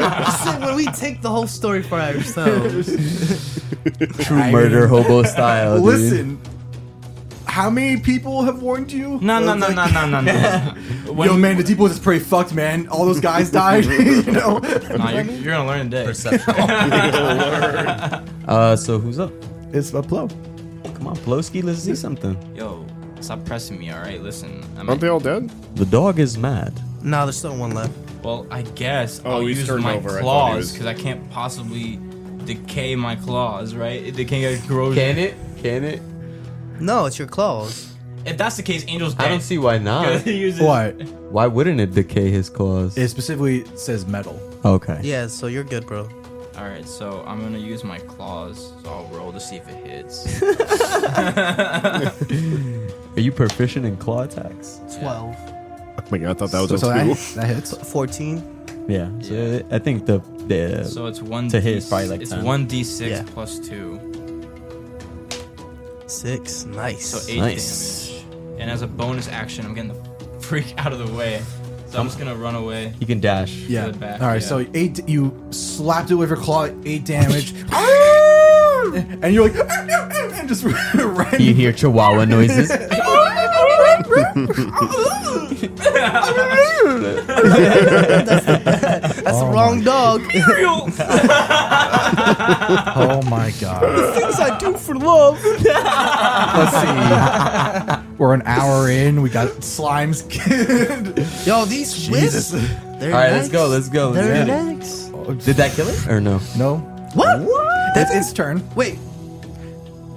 Speaker 1: <laughs>
Speaker 6: Listen, when we take the whole story for ourselves,
Speaker 2: True murder hobo
Speaker 1: <laughs>
Speaker 2: style, dude.
Speaker 1: Listen, <laughs> how many people have warned you?
Speaker 4: No, no, no, no, no, no, no. When
Speaker 1: <laughs> Yo, man, the Depot is pretty fucked, man. All
Speaker 4: <laughs>
Speaker 1: those guys died. <laughs> you know.
Speaker 4: Nah, you're, you're gonna learn today. <laughs>
Speaker 2: Uh, so who's up?
Speaker 1: It's a blow.
Speaker 2: Come on, Plowski, let's see something.
Speaker 4: Yo, stop pressing me. All right, listen. I'm
Speaker 3: Aren't they all dead?
Speaker 2: The dog is mad.
Speaker 6: no, there's still one left.
Speaker 4: Well, I guess
Speaker 3: Oh,
Speaker 4: I'll
Speaker 3: he's
Speaker 4: use
Speaker 3: turned
Speaker 4: my
Speaker 3: over. I thought he
Speaker 4: claws
Speaker 3: was-
Speaker 4: because I can't possibly decay my claws, right? They can't get corrosion.
Speaker 2: it? Can it?
Speaker 6: No, it's your claws.
Speaker 4: If that's the case, Angel's dead.
Speaker 2: I don't see why
Speaker 4: <laughs>
Speaker 2: not.
Speaker 1: What?
Speaker 2: why wouldn't it decay his claws?
Speaker 1: It specifically says metal.
Speaker 2: okay.
Speaker 6: <laughs> Yeah, so you're good, bro.
Speaker 4: All right, so I'm gonna use my claws. So I'll roll to see if it
Speaker 6: <laughs>
Speaker 4: hits. <laughs>
Speaker 2: Are you proficient in claw attacks?
Speaker 6: 12,
Speaker 3: Oh my god, I thought that was
Speaker 1: So,
Speaker 3: a
Speaker 1: so that,
Speaker 3: two.
Speaker 1: that hits. <laughs>
Speaker 6: 14.
Speaker 2: <laughs> Yeah. So I think the the
Speaker 4: so it's one.
Speaker 2: To
Speaker 4: d-
Speaker 2: hit is probably like
Speaker 4: it's
Speaker 2: 10. <laughs>
Speaker 4: one d six
Speaker 6: Yeah.
Speaker 4: plus two,
Speaker 6: Six. Nice.
Speaker 4: so eight
Speaker 2: Nice.
Speaker 4: damage. And as a bonus action, I'm getting the <laughs> freak out of the way. So I'm just gonna run away.
Speaker 2: you can dash.
Speaker 1: Yeah.
Speaker 4: to the back,
Speaker 1: All right.
Speaker 4: yeah.
Speaker 1: So eight. You slapped it with your claw.
Speaker 2: <laughs>
Speaker 1: Eight damage. <laughs> and you're like, <laughs> and just ran.
Speaker 2: You hear chihuahua
Speaker 1: <laughs>
Speaker 2: noises.
Speaker 6: <laughs> That's the wrong dog. <laughs>
Speaker 1: Oh my god.
Speaker 6: Things I do for love.
Speaker 1: Let's
Speaker 6: <laughs>
Speaker 1: see. We're an hour in. We got slimes. Kid.
Speaker 6: Yo, these whips.
Speaker 1: <laughs> Jesus.
Speaker 6: They're
Speaker 2: All
Speaker 6: nice.
Speaker 2: right, let's go. Let's go. Let's
Speaker 6: They're
Speaker 2: get it.
Speaker 6: nice.
Speaker 2: Did that kill it or no?
Speaker 1: No.
Speaker 6: What?
Speaker 1: That's its turn.
Speaker 6: Wait,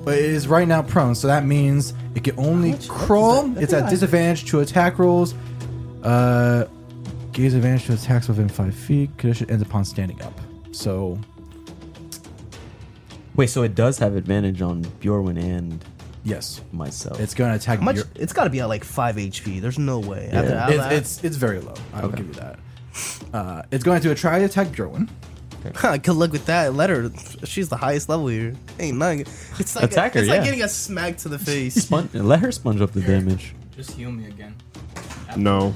Speaker 1: But it is right now prone, so that means it can only crawl. It's at disadvantage to attack rolls. Uh, gains advantage to attacks within five feet. Condition ends upon standing up. So
Speaker 2: Wait. So it does have advantage on Bjorwin and
Speaker 1: yes,
Speaker 2: myself.
Speaker 1: it's going to attack.
Speaker 6: how much?
Speaker 1: your-
Speaker 6: It's got to be at like five HP. There's no way. After
Speaker 2: Yeah.
Speaker 6: that,
Speaker 1: it's, it's it's very low. I will give you that. Uh, it's going to try to attack Bjorn.
Speaker 6: <laughs> Huh, good luck with that. Let her. She's the highest level here. Ain't nothing. It's like
Speaker 2: Attack her,
Speaker 6: it's
Speaker 2: yeah.
Speaker 6: like getting a smack to the face.
Speaker 2: Spon- let her sponge up the damage.
Speaker 4: Just heal me again.
Speaker 3: No.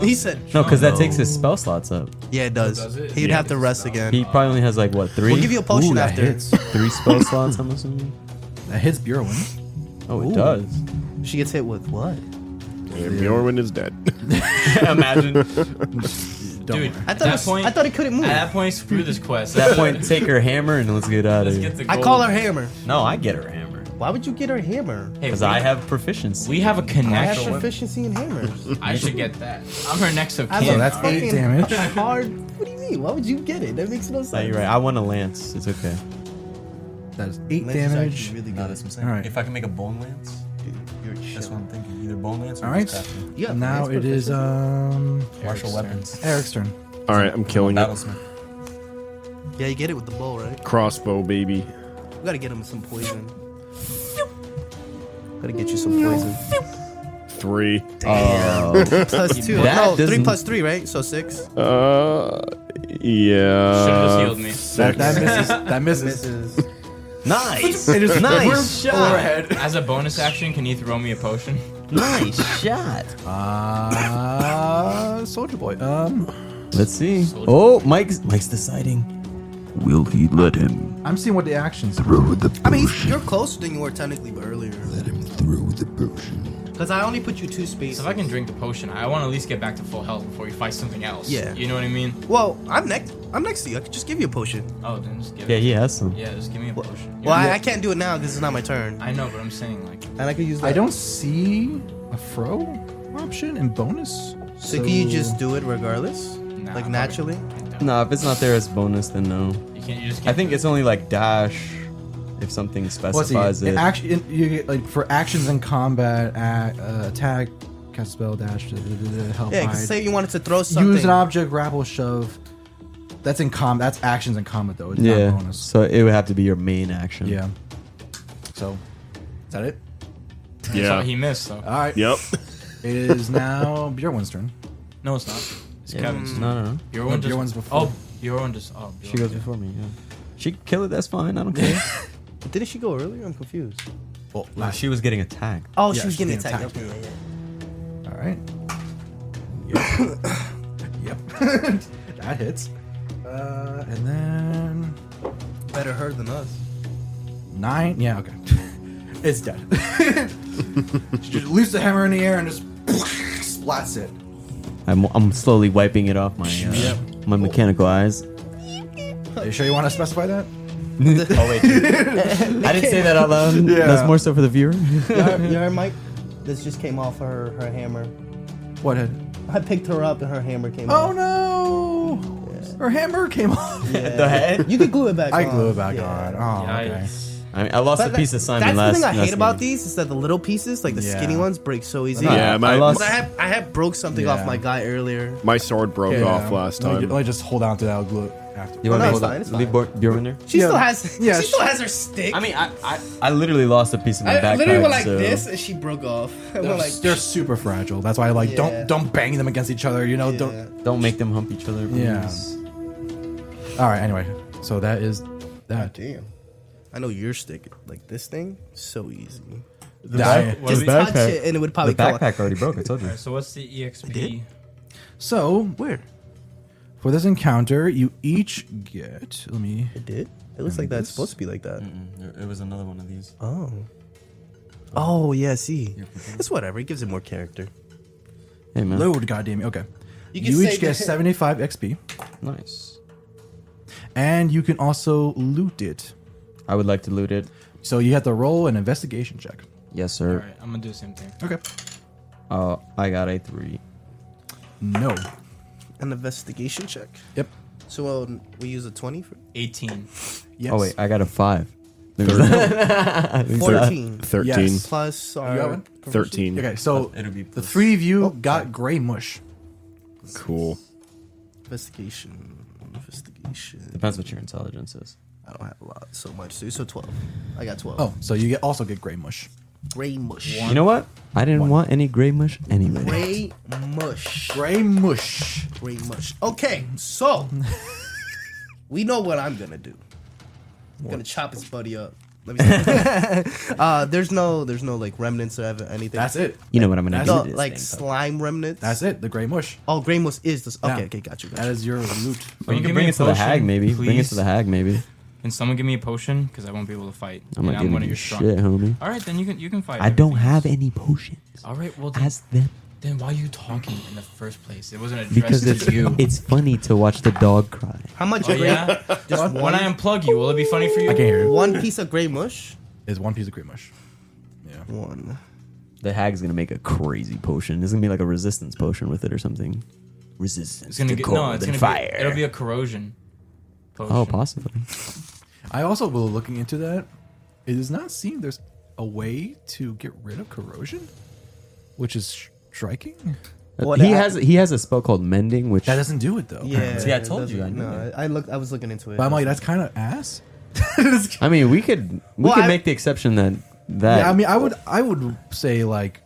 Speaker 6: he said,
Speaker 2: No, because that takes his spell slots up.
Speaker 6: "Yeah, it does."
Speaker 4: Oh, Does it?
Speaker 6: He'd
Speaker 4: Yeah.
Speaker 6: have to rest again.
Speaker 2: He probably only has like what three?
Speaker 6: we'll give you a potion
Speaker 1: that
Speaker 6: after.
Speaker 1: hits.
Speaker 6: <laughs>
Speaker 2: three spell slots. I'm assuming.
Speaker 1: That hits Bjorn.
Speaker 2: Oh, it does.
Speaker 6: She gets hit with what?
Speaker 3: And Bjorn is dead.
Speaker 2: <laughs> Imagine.
Speaker 3: <laughs>
Speaker 1: Don't
Speaker 4: Dude,
Speaker 1: worry.
Speaker 6: I
Speaker 4: at
Speaker 6: thought.
Speaker 4: that
Speaker 6: it-
Speaker 4: point,
Speaker 6: I thought he couldn't move.
Speaker 4: at that point, screw this quest.
Speaker 2: At that
Speaker 4: <laughs>
Speaker 2: point, take her hammer and let's get out of
Speaker 4: let's
Speaker 2: here.
Speaker 4: get the.
Speaker 6: I
Speaker 4: Gold.
Speaker 6: call her hammer.
Speaker 2: no, I get her hammer
Speaker 6: Why would you get her hammer?
Speaker 4: Hey,
Speaker 2: because
Speaker 4: we-
Speaker 2: I have proficiency.
Speaker 4: We have a
Speaker 6: I have
Speaker 4: connection.
Speaker 6: proficiency in hammers.
Speaker 4: I should get that. I'm her next of
Speaker 6: As
Speaker 4: kin.
Speaker 1: So
Speaker 4: <laughs>
Speaker 1: that's
Speaker 4: all
Speaker 1: eight damage.
Speaker 6: Hard. What do you mean? Why would you get it? That makes no sense.
Speaker 2: No, you're right. I want a lance. It's okay.
Speaker 1: That is eight
Speaker 6: Lance is actually
Speaker 1: damage.
Speaker 6: Really
Speaker 8: No,
Speaker 6: good.
Speaker 8: that's what I'm saying.
Speaker 1: All right.
Speaker 8: If I can make a bone lance,
Speaker 6: You're chill.
Speaker 8: that's what I'm thinking. Either bone lance or
Speaker 1: All right.
Speaker 8: witchcraft.
Speaker 6: Yeah,
Speaker 1: now
Speaker 6: that's
Speaker 1: it is
Speaker 6: proficiency.
Speaker 1: um
Speaker 8: martial weapons.
Speaker 1: Eric's turn.
Speaker 3: Alright, I'm killing it.
Speaker 8: Battlesmith.
Speaker 6: Yeah, you get it with the bow, right?
Speaker 3: Crossbow, baby.
Speaker 6: We gotta get him some poison. Gotta get you some poison.
Speaker 3: three.
Speaker 4: Oh.
Speaker 6: <laughs>
Speaker 3: Um,
Speaker 4: <laughs>
Speaker 6: plus two.
Speaker 2: That
Speaker 6: No, three
Speaker 2: doesn't-
Speaker 6: plus three, right? So six.
Speaker 3: Uh, yeah.
Speaker 9: Should've just healed me.
Speaker 3: six.
Speaker 1: That misses. That misses. <laughs>
Speaker 2: Nice. it is nice.
Speaker 4: As a bonus action, can you throw me a potion?
Speaker 1: <laughs>
Speaker 2: nice shot.
Speaker 1: Uh, Soldier Boy. Um,
Speaker 2: Let's see. Oh, Mike's Mike's deciding. Will he let him
Speaker 1: I'm seeing what the actions. are.
Speaker 2: through the
Speaker 6: I mean, you're closer than you were technically earlier.
Speaker 2: through the potion?
Speaker 6: Because I only put you two spaces.
Speaker 4: So if I can drink the potion, I want to at least get back to full health before you fight something else.
Speaker 6: Yeah.
Speaker 4: You know what I mean?
Speaker 6: Well, I'm next. I'm next to you. I could just give you a potion.
Speaker 4: Oh, then just give
Speaker 2: Yeah,
Speaker 4: it.
Speaker 2: he has some.
Speaker 4: Yeah, just give me a potion.
Speaker 6: Well, I,
Speaker 4: Yeah.
Speaker 6: I can't do it now because it's not my turn.
Speaker 4: I know, but I'm saying like
Speaker 5: And I could use that.
Speaker 1: I don't see a fro option and bonus.
Speaker 6: So, can you just do it regardless?
Speaker 4: Nah,
Speaker 6: like
Speaker 4: I'm
Speaker 6: naturally?
Speaker 2: No, if it's not there as bonus, then no.
Speaker 4: you can't. You just.
Speaker 2: I
Speaker 4: Can't
Speaker 2: think it's only like dash if something
Speaker 1: What's
Speaker 2: specifies
Speaker 1: it?
Speaker 2: it.
Speaker 1: Action. in- You get, like for actions in combat, act, uh, attack, cast spell, dash, da, da, da, da, help
Speaker 6: Yeah, 'cause
Speaker 1: hide.
Speaker 6: say you wanted to throw something.
Speaker 1: Use an object, grapple, shove. That's in com. That's actions in combat though. It's
Speaker 2: Yeah.
Speaker 1: not bonus.
Speaker 2: So it would have to be your main action.
Speaker 1: Yeah. So, is that it?
Speaker 3: Yeah.
Speaker 4: So he missed though.
Speaker 1: All right.
Speaker 3: Yep.
Speaker 1: <laughs> It is now Bjorn's turn.
Speaker 4: No, it's not. It's
Speaker 2: Yeah.
Speaker 4: Kevin's.
Speaker 2: No, no, no.
Speaker 4: Your one
Speaker 1: No,
Speaker 4: just.
Speaker 1: your one's before.
Speaker 4: Oh, your one just. Oh,
Speaker 2: She goes before me. Yeah. She can kill it. That's fine. I don't
Speaker 1: <laughs>
Speaker 2: care.
Speaker 5: Didn't she go earlier? I'm confused.
Speaker 2: Nah, she was getting attacked.
Speaker 6: Oh,
Speaker 1: Yeah,
Speaker 6: she was
Speaker 1: she's
Speaker 6: getting
Speaker 1: getting
Speaker 6: attacked.
Speaker 1: attacked.
Speaker 6: Okay, yeah, yeah.
Speaker 1: All right. <coughs> Yep. <laughs> yep. that hits. Uh, and then
Speaker 6: Better her than us.
Speaker 1: nine. Yeah. Okay. <laughs> it's dead. <laughs> she just lifts the hammer in the air
Speaker 6: <laughs>
Speaker 1: and <laughs> just splats it.
Speaker 2: I'm, I'm slowly wiping it off my uh, my mechanical eyes.
Speaker 1: Are you sure you want to specify that?
Speaker 2: <laughs> Oh wait,
Speaker 1: <laughs>
Speaker 2: I didn't say that out loud. That's more so for the viewer.
Speaker 5: Your, your mic, this just came off of her, her hammer.
Speaker 1: What head?
Speaker 5: I picked her up and her hammer came
Speaker 1: Oh
Speaker 5: off.
Speaker 1: no! Her hammer came off.
Speaker 2: the head.
Speaker 5: You could glue it back
Speaker 1: I
Speaker 5: on.
Speaker 1: glue it back
Speaker 5: Yeah.
Speaker 1: on. Oh, okay.
Speaker 4: Yikes.
Speaker 2: I, mean, I lost
Speaker 6: But
Speaker 2: a piece
Speaker 6: that-
Speaker 2: of Simon
Speaker 6: that's
Speaker 2: last.
Speaker 6: the thing I
Speaker 2: last
Speaker 6: hate about
Speaker 2: meeting.
Speaker 6: these is that the little pieces, like the skinny
Speaker 1: Yeah.
Speaker 6: ones, break so easy.
Speaker 3: Yeah,
Speaker 2: I
Speaker 3: my,
Speaker 2: lost-
Speaker 6: But I have I have broke something
Speaker 1: Yeah.
Speaker 6: off my guy earlier.
Speaker 3: my sword
Speaker 1: <laughs>
Speaker 3: broke
Speaker 1: Yeah.
Speaker 3: off last
Speaker 1: um, Let me,
Speaker 3: time.
Speaker 1: let me just hold on to that. I'll glue it after.
Speaker 2: You want
Speaker 5: Oh, no, it's
Speaker 2: to hold
Speaker 5: fine,
Speaker 2: on?
Speaker 5: it's
Speaker 2: Leave
Speaker 5: fine.
Speaker 2: Bor- Bjorn in there.
Speaker 6: She
Speaker 1: Yeah.
Speaker 6: still has <laughs>
Speaker 1: Yeah,
Speaker 6: she still
Speaker 1: she-
Speaker 6: has her stick.
Speaker 2: I mean, I, I I literally lost a piece of my
Speaker 6: I
Speaker 2: backpack.
Speaker 6: literally went like
Speaker 2: so-
Speaker 6: this and she broke off. <laughs> I
Speaker 1: They're,
Speaker 6: went like
Speaker 1: they're super fragile. That's why I like
Speaker 6: Yeah.
Speaker 1: don't don't bang them against each other. You know,
Speaker 6: Yeah.
Speaker 1: don't.
Speaker 2: Don't make them hump each other.
Speaker 1: Yeah.
Speaker 2: please.
Speaker 1: All right. Anyway, so that is that.
Speaker 6: Damn. I know your stick, like this thing, so easy.
Speaker 1: I-
Speaker 2: What
Speaker 6: Just
Speaker 2: is
Speaker 6: touch
Speaker 2: backpack?
Speaker 6: it and it would
Speaker 2: The
Speaker 6: probably come out.
Speaker 2: backpack already broke. I told
Speaker 10: <laughs>
Speaker 2: you.
Speaker 4: Alright, so what's the E exp?
Speaker 1: so weird. For this encounter, you each get. Let me.
Speaker 5: It did? It looks like that's supposed to be like that.
Speaker 10: There- It was another one of these.
Speaker 5: Oh. Oh, yeah, see. It's whatever. It gives it more character.
Speaker 2: Hey man,
Speaker 1: Lord, goddamn. it, Okay.
Speaker 6: You
Speaker 1: You,
Speaker 6: can say
Speaker 1: each get
Speaker 6: that-
Speaker 1: seventy-five XP,
Speaker 2: nice.
Speaker 1: and you can also loot it.
Speaker 2: I would like to loot it.
Speaker 1: So you have to roll an investigation check.
Speaker 2: Yes, sir.
Speaker 4: Alright, I'm gonna do the same thing.
Speaker 1: Okay.
Speaker 2: Uh, I got a three.
Speaker 1: No.
Speaker 6: An investigation check.
Speaker 1: Yep.
Speaker 6: So um, we use a twenty for
Speaker 4: 18.
Speaker 1: Yes.
Speaker 2: Oh wait, I got a five. <laughs>
Speaker 6: <laughs>
Speaker 2: Thirteen.
Speaker 6: fourteen.
Speaker 3: 13.
Speaker 1: Yes.
Speaker 6: Plus our
Speaker 1: got one?
Speaker 3: 13.
Speaker 1: Okay. So
Speaker 10: It'll be
Speaker 1: the three of you got gray mush.
Speaker 3: Cool.
Speaker 6: investigation. Investigation.
Speaker 2: Depends what your intelligence is.
Speaker 6: I don't have a lot so much, dude. So twelve. I got twelve.
Speaker 1: Oh, so you get, also get gray mush.
Speaker 6: Gray mush.
Speaker 2: You know what? I didn't want any gray mush anyway.
Speaker 6: Gray mush.
Speaker 1: Gray mush.
Speaker 6: Gray mush. Okay, so <laughs> we know what I'm gonna do. I'm gonna chop his buddy up. Let me
Speaker 1: <laughs>
Speaker 6: see. uh, there's no, there's no like remnants or ev- anything.
Speaker 1: That's it.
Speaker 2: You know what I'm gonna do?
Speaker 6: No,
Speaker 2: to this
Speaker 6: like
Speaker 2: thing, though.
Speaker 6: slime remnants.
Speaker 1: That's it. The gray mush.
Speaker 6: Oh, Grey mush is this. Okay,
Speaker 1: Yeah.
Speaker 6: okay, got you. Got
Speaker 1: That
Speaker 6: you.
Speaker 1: is your loot.
Speaker 2: Or you
Speaker 4: Give
Speaker 2: can
Speaker 4: me
Speaker 2: bring
Speaker 4: a
Speaker 2: it to the
Speaker 4: potion,
Speaker 2: hag, maybe. Bring it
Speaker 4: please.
Speaker 2: to the hag, maybe.
Speaker 4: Can someone give me a potion? Because I won't be able to fight.
Speaker 2: I'm
Speaker 4: and
Speaker 2: not
Speaker 4: I'm
Speaker 2: giving
Speaker 4: one of
Speaker 2: you
Speaker 4: your
Speaker 2: shit,
Speaker 4: strong.
Speaker 2: homie.
Speaker 4: Alright, then you can you can fight.
Speaker 2: I don't
Speaker 4: everything
Speaker 2: have
Speaker 4: else.
Speaker 2: any potions.
Speaker 4: Alright, well then,
Speaker 2: Ask them
Speaker 4: then why are you talking in the first place? It wasn't addressed
Speaker 2: because it's
Speaker 4: to you.
Speaker 2: <laughs> it's funny to watch the dog cry.
Speaker 6: How much?
Speaker 4: Oh
Speaker 6: gray-
Speaker 4: yeah.
Speaker 6: Just
Speaker 4: when
Speaker 6: one,
Speaker 4: I unplug you, will it be funny for you?
Speaker 1: I can't hear you.
Speaker 6: one piece of gray mush.
Speaker 1: Is one piece of gray mush.
Speaker 6: One.
Speaker 2: The hag's gonna make a crazy potion. It's gonna be like a resistance potion with it or something. Resistance
Speaker 4: It's gonna
Speaker 2: to
Speaker 4: get
Speaker 2: cold
Speaker 4: no. It's
Speaker 2: and
Speaker 4: gonna
Speaker 2: fire.
Speaker 4: Be, it'll be a corrosion. Potion.
Speaker 2: oh, possibly.
Speaker 1: I also will looking into that. It does not seem there's a way to get rid of corrosion, which is striking.
Speaker 6: What
Speaker 2: Uh, he
Speaker 6: I-
Speaker 2: has he has a spell called mending, which
Speaker 1: That doesn't do it though.
Speaker 6: Yeah.
Speaker 2: See, I told you, I knew
Speaker 5: No,
Speaker 2: that.
Speaker 5: I, I looked. I was looking into it.
Speaker 1: But I'm like, that's kind of ass.
Speaker 2: I mean, we could we
Speaker 6: Well,
Speaker 2: could
Speaker 6: I-
Speaker 2: make the exception that that
Speaker 1: Yeah, I mean, I would, I would say like,